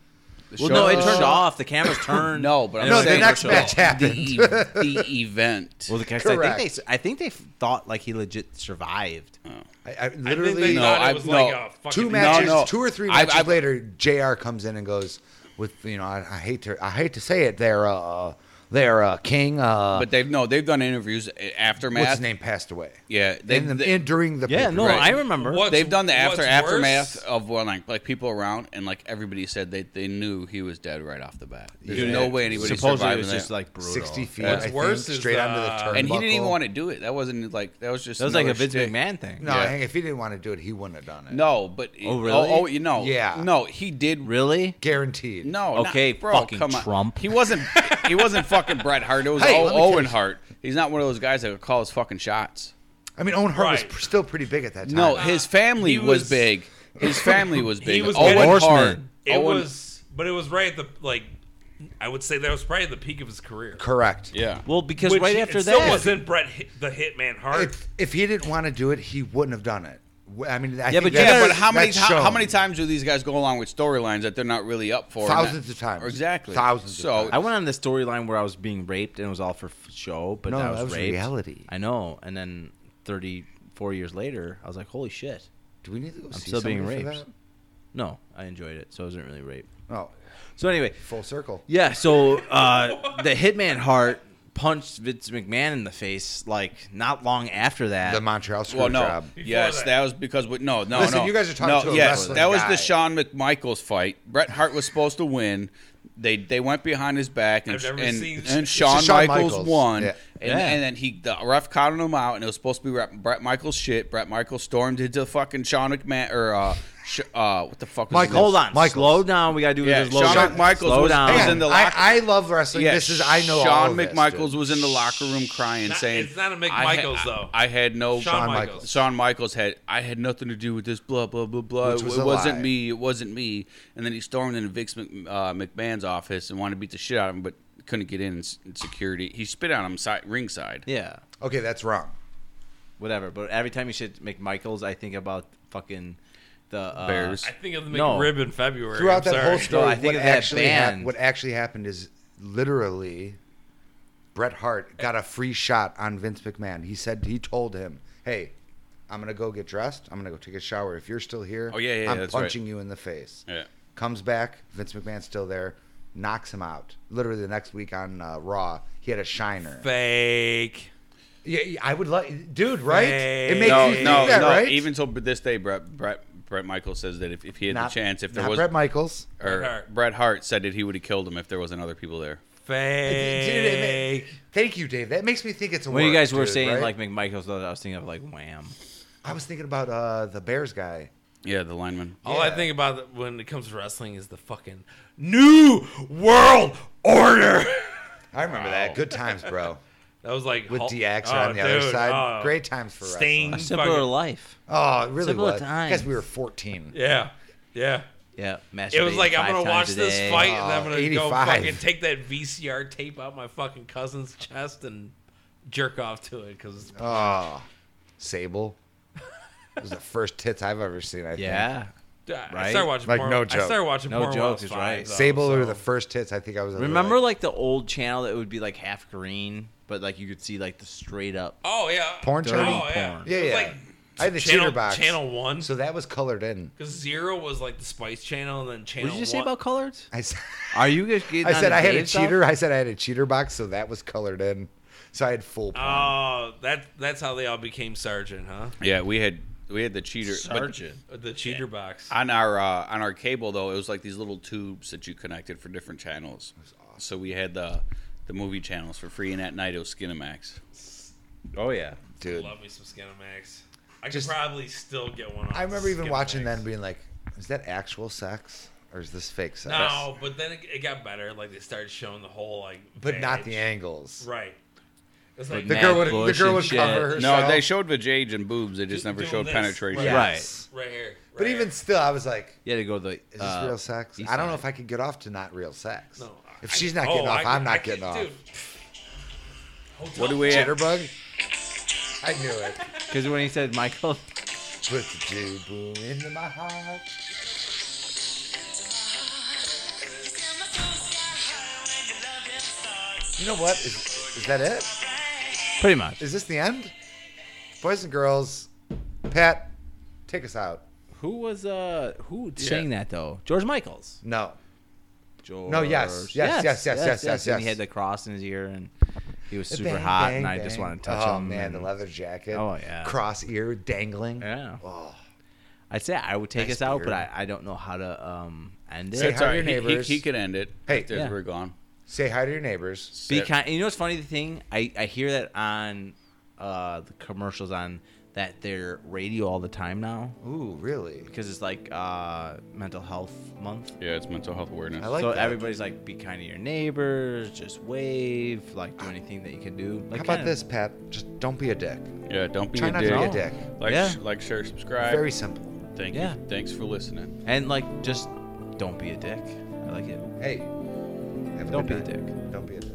Speaker 6: The
Speaker 4: well, no,
Speaker 6: show-
Speaker 4: it turned off. The cameras turned.
Speaker 6: No, but I'm
Speaker 4: And it was
Speaker 2: saying-
Speaker 4: a
Speaker 2: No, the next
Speaker 4: commercial.
Speaker 2: match happened.
Speaker 6: The, e, the event.
Speaker 4: Well, the guys, I think
Speaker 2: Correct.
Speaker 4: they, s- I think they f- thought like he legit survived.
Speaker 2: I, I
Speaker 3: I think they
Speaker 2: literally
Speaker 6: No,
Speaker 3: thought
Speaker 6: I-
Speaker 3: it was
Speaker 6: no.
Speaker 3: like a fucking
Speaker 2: two matches,
Speaker 6: no.
Speaker 2: two or three
Speaker 6: I-
Speaker 2: matches
Speaker 6: I-
Speaker 2: later, Jr. comes in and goes with you know I, I hate to I hate to say it, they're uh they're uh king uh
Speaker 6: but they've no, they've done interviews a- aftermath.
Speaker 2: what's his name passed away
Speaker 6: Yeah, they,
Speaker 2: in the
Speaker 6: they,
Speaker 2: in, during the
Speaker 4: Yeah, no,
Speaker 6: Right.
Speaker 4: I remember.
Speaker 3: What?
Speaker 6: they've done the
Speaker 3: What's
Speaker 6: after
Speaker 3: worse-
Speaker 6: aftermath of well, like like people around and like everybody said they they knew he was dead right off the bat. There's
Speaker 2: Yeah.
Speaker 6: no way anybody
Speaker 4: Supposedly it
Speaker 6: survived
Speaker 4: was
Speaker 6: that.
Speaker 4: just like brutal.
Speaker 2: sixty feet
Speaker 6: What's
Speaker 2: I think,
Speaker 3: worse is,
Speaker 2: straight onto the
Speaker 3: uh,
Speaker 2: turnbuckle.
Speaker 6: and he didn't even want to do it. That wasn't like that was just
Speaker 4: That was like a
Speaker 6: another
Speaker 4: Vince
Speaker 6: shtick.
Speaker 4: McMahon thing.
Speaker 2: No,
Speaker 6: Yeah.
Speaker 2: hang, if he didn't want to do it, he wouldn't have done it.
Speaker 6: No, but
Speaker 4: Oh, really?
Speaker 6: Oh, oh, you know,
Speaker 2: Yeah.
Speaker 6: no, he did.
Speaker 4: Really?
Speaker 2: guaranteed.
Speaker 6: No, not-
Speaker 4: Okay,
Speaker 6: bro,
Speaker 4: fucking
Speaker 6: come on.
Speaker 4: Trump.
Speaker 6: He wasn't. He wasn't fucking Bret Hart. It was
Speaker 2: Hey,
Speaker 6: O-
Speaker 2: let me tell
Speaker 6: Owen
Speaker 2: you-
Speaker 6: Hart. He's not one of those guys that would call his fucking shots.
Speaker 2: I mean Owen Hart was
Speaker 3: Right.
Speaker 2: pr- still pretty big at that time.
Speaker 6: No, his family
Speaker 3: he
Speaker 6: was,
Speaker 3: was-
Speaker 6: big. His family was big.
Speaker 3: was
Speaker 6: Owen
Speaker 4: getting-
Speaker 6: Hart.
Speaker 4: Horseman.
Speaker 3: It
Speaker 6: Owen,
Speaker 3: was But it was right at the like. I would say that was probably the peak of his career.
Speaker 2: Correct.
Speaker 1: Yeah.
Speaker 4: Well, because
Speaker 3: Which
Speaker 4: right
Speaker 3: he-
Speaker 4: after
Speaker 3: it
Speaker 4: that,
Speaker 3: still wasn't Bret Hit, the Hitman Hart.
Speaker 2: If if he didn't want to do it, he wouldn't have done it. Wh- I mean, I
Speaker 4: Yeah,
Speaker 2: think
Speaker 4: but you
Speaker 2: that's-
Speaker 1: Yeah, but how many
Speaker 2: that's
Speaker 1: ti- how
Speaker 2: shown.
Speaker 1: many times do these guys go along with storylines that they're not really up for? and
Speaker 2: Thousands
Speaker 1: that-
Speaker 2: of times.
Speaker 1: Exactly.
Speaker 2: Thousands of
Speaker 1: So
Speaker 4: I went on this storyline where I was being raped and it was all for f- show, but
Speaker 2: No,
Speaker 4: I was,
Speaker 2: that was
Speaker 4: raped.
Speaker 2: reality.
Speaker 4: I know. And then 34 years later, I was like, holy shit.
Speaker 2: Do we need to go see
Speaker 4: still being
Speaker 2: somebody for
Speaker 4: raped. No, I enjoyed it, so I wasn't really raped.
Speaker 2: that? Oh,
Speaker 4: So anyway,
Speaker 2: full circle.
Speaker 4: yeah. So uh, the Hitman Hart punched Vince McMahon in the face like not long after that.
Speaker 2: The Montreal screw
Speaker 1: well, no,
Speaker 2: job.
Speaker 1: yes,
Speaker 3: that.
Speaker 1: that. was because we, no, no,
Speaker 2: Listen,
Speaker 1: no.
Speaker 2: you guys are talking
Speaker 1: no,
Speaker 2: to a
Speaker 1: yes,
Speaker 2: wrestling
Speaker 1: that was
Speaker 2: guy.
Speaker 1: the Shawn McMichaels fight. Bret Hart was supposed to win. They they went behind his back and
Speaker 3: I've never
Speaker 1: and,
Speaker 3: seen-
Speaker 1: and
Speaker 3: It's
Speaker 1: Shawn,
Speaker 2: Shawn
Speaker 1: Michaels,
Speaker 2: Michaels.
Speaker 1: won.
Speaker 2: Yeah.
Speaker 1: And,
Speaker 4: Yeah.
Speaker 1: and then he the ref counted him out, and it was supposed to be Bret, Bret Michaels shit. Bret Michaels stormed into fucking Shawn McMahon or uh, sh- uh what the fuck was his
Speaker 2: Michaels.
Speaker 1: name?
Speaker 4: Hold on,
Speaker 2: Michaels.
Speaker 4: slow down. We gotta do
Speaker 1: Yeah,
Speaker 4: this. Slow
Speaker 1: Shawn
Speaker 4: down.
Speaker 1: McMichaels
Speaker 4: slow
Speaker 1: was-
Speaker 4: down.
Speaker 1: was in the
Speaker 2: I,
Speaker 1: locker-
Speaker 2: I love wrestling.
Speaker 1: Yeah,
Speaker 2: this is I know all
Speaker 1: Shawn
Speaker 2: of this,
Speaker 1: McMichaels
Speaker 2: dude.
Speaker 1: was in the locker room crying,
Speaker 3: Not-
Speaker 1: saying,
Speaker 3: it's not a
Speaker 1: I had-
Speaker 3: McMichaels,
Speaker 1: I-
Speaker 3: though.
Speaker 1: I had no
Speaker 3: Shawn
Speaker 2: Shawn
Speaker 3: Michaels.
Speaker 1: Shawn Michaels had I had nothing to do with this blah blah blah blah.
Speaker 2: Which was
Speaker 1: it
Speaker 2: a
Speaker 1: wasn't
Speaker 2: lie.
Speaker 1: me. It wasn't me. And then he stormed into Vince Mc, uh, McMahon's office and wanted to beat the shit out of him, but couldn't get in. s- Security. He spit on him side, ringside.
Speaker 4: Yeah,
Speaker 2: Okay, that's wrong.
Speaker 4: whatever. But every time you said McMichaels, I think about fucking the uh,
Speaker 1: Bears.
Speaker 3: I think of the
Speaker 4: No.
Speaker 3: McRib in February.
Speaker 2: Throughout that
Speaker 3: I'm sorry.
Speaker 2: whole story,
Speaker 4: No, I think
Speaker 2: what
Speaker 4: of that
Speaker 2: actually hap-
Speaker 4: band.
Speaker 2: what actually happened is literally Bret Hart got a free shot on Vince McMahon. He said he told him, "Hey, I'm gonna go get dressed. I'm gonna go take a shower. If you're still here,
Speaker 1: Oh, yeah, yeah, yeah,
Speaker 2: I'm
Speaker 1: that's right.
Speaker 2: punching you in the face."
Speaker 1: Yeah.
Speaker 2: Comes back, Vince McMahon's still there, knocks him out. Literally the next week on uh, Raw, he had a shiner.
Speaker 3: fake.
Speaker 2: Yeah, yeah, I would like, dude, right? It makes
Speaker 1: No,
Speaker 2: you think
Speaker 1: no,
Speaker 2: that,
Speaker 1: no.
Speaker 2: right?
Speaker 1: Even till this day, Brett Brett Brett Michaels says that if, if he had
Speaker 2: Not-
Speaker 1: the chance, if there
Speaker 2: not
Speaker 1: was
Speaker 2: Bret Michaels.
Speaker 1: or
Speaker 3: Bret Hart.
Speaker 1: Bret Hart said that he would have killed him if there wasn't other people there.
Speaker 2: Dude, it
Speaker 3: Fake.
Speaker 2: ma- thank you, Dave. That makes me think it's a.
Speaker 4: When you
Speaker 2: work,
Speaker 4: guys were
Speaker 2: dude,
Speaker 4: saying
Speaker 2: right?
Speaker 4: like McMichaels, though, I was thinking of like
Speaker 3: (laughs)
Speaker 4: Wham.
Speaker 2: I was thinking about uh, the Bears guy.
Speaker 1: Yeah, the lineman.
Speaker 3: All I
Speaker 2: Yeah.
Speaker 3: think about when it comes to wrestling is the fucking new world order. (laughs)
Speaker 2: I remember that. Good times, bro.
Speaker 3: That was like
Speaker 2: With
Speaker 3: Hulk-
Speaker 2: DX
Speaker 3: Oh,
Speaker 2: on the other
Speaker 3: dude,
Speaker 2: side.
Speaker 3: oh.
Speaker 2: Great times for
Speaker 3: Sting.
Speaker 2: wrestling.
Speaker 4: Simpler
Speaker 3: Fucking-
Speaker 4: life.
Speaker 2: Oh, it really
Speaker 4: Similar
Speaker 2: was. I
Speaker 4: times.
Speaker 2: guess we were 14.
Speaker 3: Yeah, yeah.
Speaker 4: Yeah,
Speaker 3: It was like I'm gonna watch this fight and
Speaker 2: Oh,
Speaker 3: I'm gonna go
Speaker 2: 85.
Speaker 3: fucking take that VCR tape out my fucking cousin's chest and jerk off to it because
Speaker 2: Oh, Sable. It was the first tits I've ever seen, I
Speaker 4: Yeah.
Speaker 3: I
Speaker 4: right?
Speaker 3: started watching
Speaker 2: Like,
Speaker 3: porn.
Speaker 2: no
Speaker 3: I
Speaker 2: joke.
Speaker 3: started watching
Speaker 4: No
Speaker 3: porn when I
Speaker 4: jokes
Speaker 3: was
Speaker 4: is
Speaker 3: five,
Speaker 4: right.
Speaker 2: think.
Speaker 3: though,
Speaker 2: Sable
Speaker 3: so.
Speaker 2: were the first tits I think I was ever
Speaker 4: Remember
Speaker 2: like,
Speaker 4: like the old channel that would be like half green, but like you could see like the straight up.
Speaker 3: Oh yeah.
Speaker 2: Porn
Speaker 3: oh,
Speaker 2: channel?
Speaker 3: yeah.
Speaker 4: Porn.
Speaker 2: Yeah,
Speaker 3: It was
Speaker 2: yeah.
Speaker 3: like
Speaker 2: I had the
Speaker 3: channel,
Speaker 2: cheater box.
Speaker 3: channel one.
Speaker 2: So that was colored in.
Speaker 3: Because zero was like the Spice Channel, and then
Speaker 4: What
Speaker 3: channel.
Speaker 4: did you say
Speaker 3: one-
Speaker 2: (laughs)
Speaker 4: about colors?
Speaker 2: I said,
Speaker 4: Are you guys getting?
Speaker 2: I,
Speaker 4: on
Speaker 2: said
Speaker 4: the
Speaker 2: I had a
Speaker 4: Dave stuff?
Speaker 2: cheater. I said I had a cheater box, so that was colored in. So I had full porn.
Speaker 3: Oh, that that's how they all became sergeant, huh?
Speaker 1: Yeah, we had we had the cheater but-
Speaker 3: The cheater box.
Speaker 1: on our uh, on our cable though it was like these little tubes that you connected for different channels so we had the the movie channels for free and at night it was skinamax
Speaker 4: Oh yeah.
Speaker 2: dude.
Speaker 3: Love me some Skinamax. I
Speaker 2: Just-
Speaker 3: could probably still get one. Off
Speaker 2: I remember even watching that
Speaker 3: Skinamax.
Speaker 2: and being like, is that actual sex? Or is this fake sex?
Speaker 3: No, but then it, it got better. Like they started showing the whole like,
Speaker 2: But not the
Speaker 3: vag.
Speaker 2: angles.
Speaker 3: Right. It's like
Speaker 2: The
Speaker 4: Mad
Speaker 2: girl would,
Speaker 4: bush
Speaker 2: the girl
Speaker 4: and
Speaker 2: would
Speaker 4: shit.
Speaker 2: cover herself.
Speaker 1: no they showed vajayj and boobs they just
Speaker 3: Do-
Speaker 1: never
Speaker 3: doing
Speaker 1: showed
Speaker 3: this,
Speaker 1: penetration
Speaker 3: right.
Speaker 2: Yes.
Speaker 3: right here. Right
Speaker 2: But
Speaker 3: here.
Speaker 2: even still, I was like,
Speaker 4: You had to go to the. uh,
Speaker 2: is this real sex? I don't know if I could get off to not real sex.
Speaker 3: No,
Speaker 2: if
Speaker 3: I-
Speaker 2: she's not
Speaker 3: oh,
Speaker 2: getting off,
Speaker 3: I-
Speaker 2: I'm
Speaker 3: I
Speaker 2: not
Speaker 3: could-
Speaker 2: getting off.
Speaker 3: dude.
Speaker 1: what do we have
Speaker 3: (laughs)
Speaker 2: Jitterbug? I knew it.
Speaker 4: Because when he said Michael, (laughs)
Speaker 2: Put the Jew boom into my heart. You know what? Is, is that it?
Speaker 4: pretty much.
Speaker 2: Is this the end? Boys and girls, Pat, take us out.
Speaker 4: Who was uh who sang that though? George Michaels.
Speaker 2: No.
Speaker 4: George.
Speaker 2: yes, yes, yes, yes, yes, yes,
Speaker 4: And he
Speaker 2: yes.
Speaker 4: had the cross in his ear, and he was super
Speaker 2: Bang,
Speaker 4: hot,
Speaker 2: bang,
Speaker 4: and I just
Speaker 2: bang.
Speaker 4: want to touch
Speaker 2: oh,
Speaker 4: him.
Speaker 2: man,
Speaker 4: and-
Speaker 2: the leather jacket.
Speaker 4: Oh, yeah.
Speaker 2: Cross ear dangling.
Speaker 4: Yeah.
Speaker 2: Oh.
Speaker 4: I'd say I would take
Speaker 2: Nice
Speaker 4: us out, but
Speaker 2: beard.
Speaker 4: I, I don't know how to um end it.
Speaker 2: Say
Speaker 1: It's
Speaker 2: hi
Speaker 1: all
Speaker 2: to
Speaker 1: right.
Speaker 2: your
Speaker 1: He- he,
Speaker 2: neighbors.
Speaker 1: he could end it
Speaker 2: Hey.
Speaker 1: If there's-
Speaker 4: Yeah.
Speaker 1: we're gone
Speaker 2: Say hi to your neighbors.
Speaker 4: Be
Speaker 1: Sit.
Speaker 4: kind. You know what's funny? The thing I, I hear that on uh, the commercials on that their radio all the time now
Speaker 2: Ooh, really?
Speaker 4: because it's like uh, mental health month.
Speaker 1: yeah it's mental health awareness
Speaker 2: I like
Speaker 4: so
Speaker 2: that.
Speaker 4: everybody's like, be kind to your neighbors, just wave, like do anything that you can do. Like,
Speaker 2: How about
Speaker 4: kinda-
Speaker 2: this, Pat? Just don't be a dick.
Speaker 1: yeah don't be
Speaker 2: Try
Speaker 1: a
Speaker 2: not
Speaker 1: dick,
Speaker 2: to be a dick.
Speaker 1: Like,
Speaker 4: Yeah.
Speaker 1: sh- like share subscribe
Speaker 2: Very simple.
Speaker 1: thank
Speaker 4: Yeah.
Speaker 1: you thanks for listening
Speaker 4: And like, just don't be a dick. I like it.
Speaker 2: Hey, have a
Speaker 4: Don't
Speaker 2: good
Speaker 4: be a
Speaker 2: night.
Speaker 4: dick.
Speaker 2: Don't be a dick.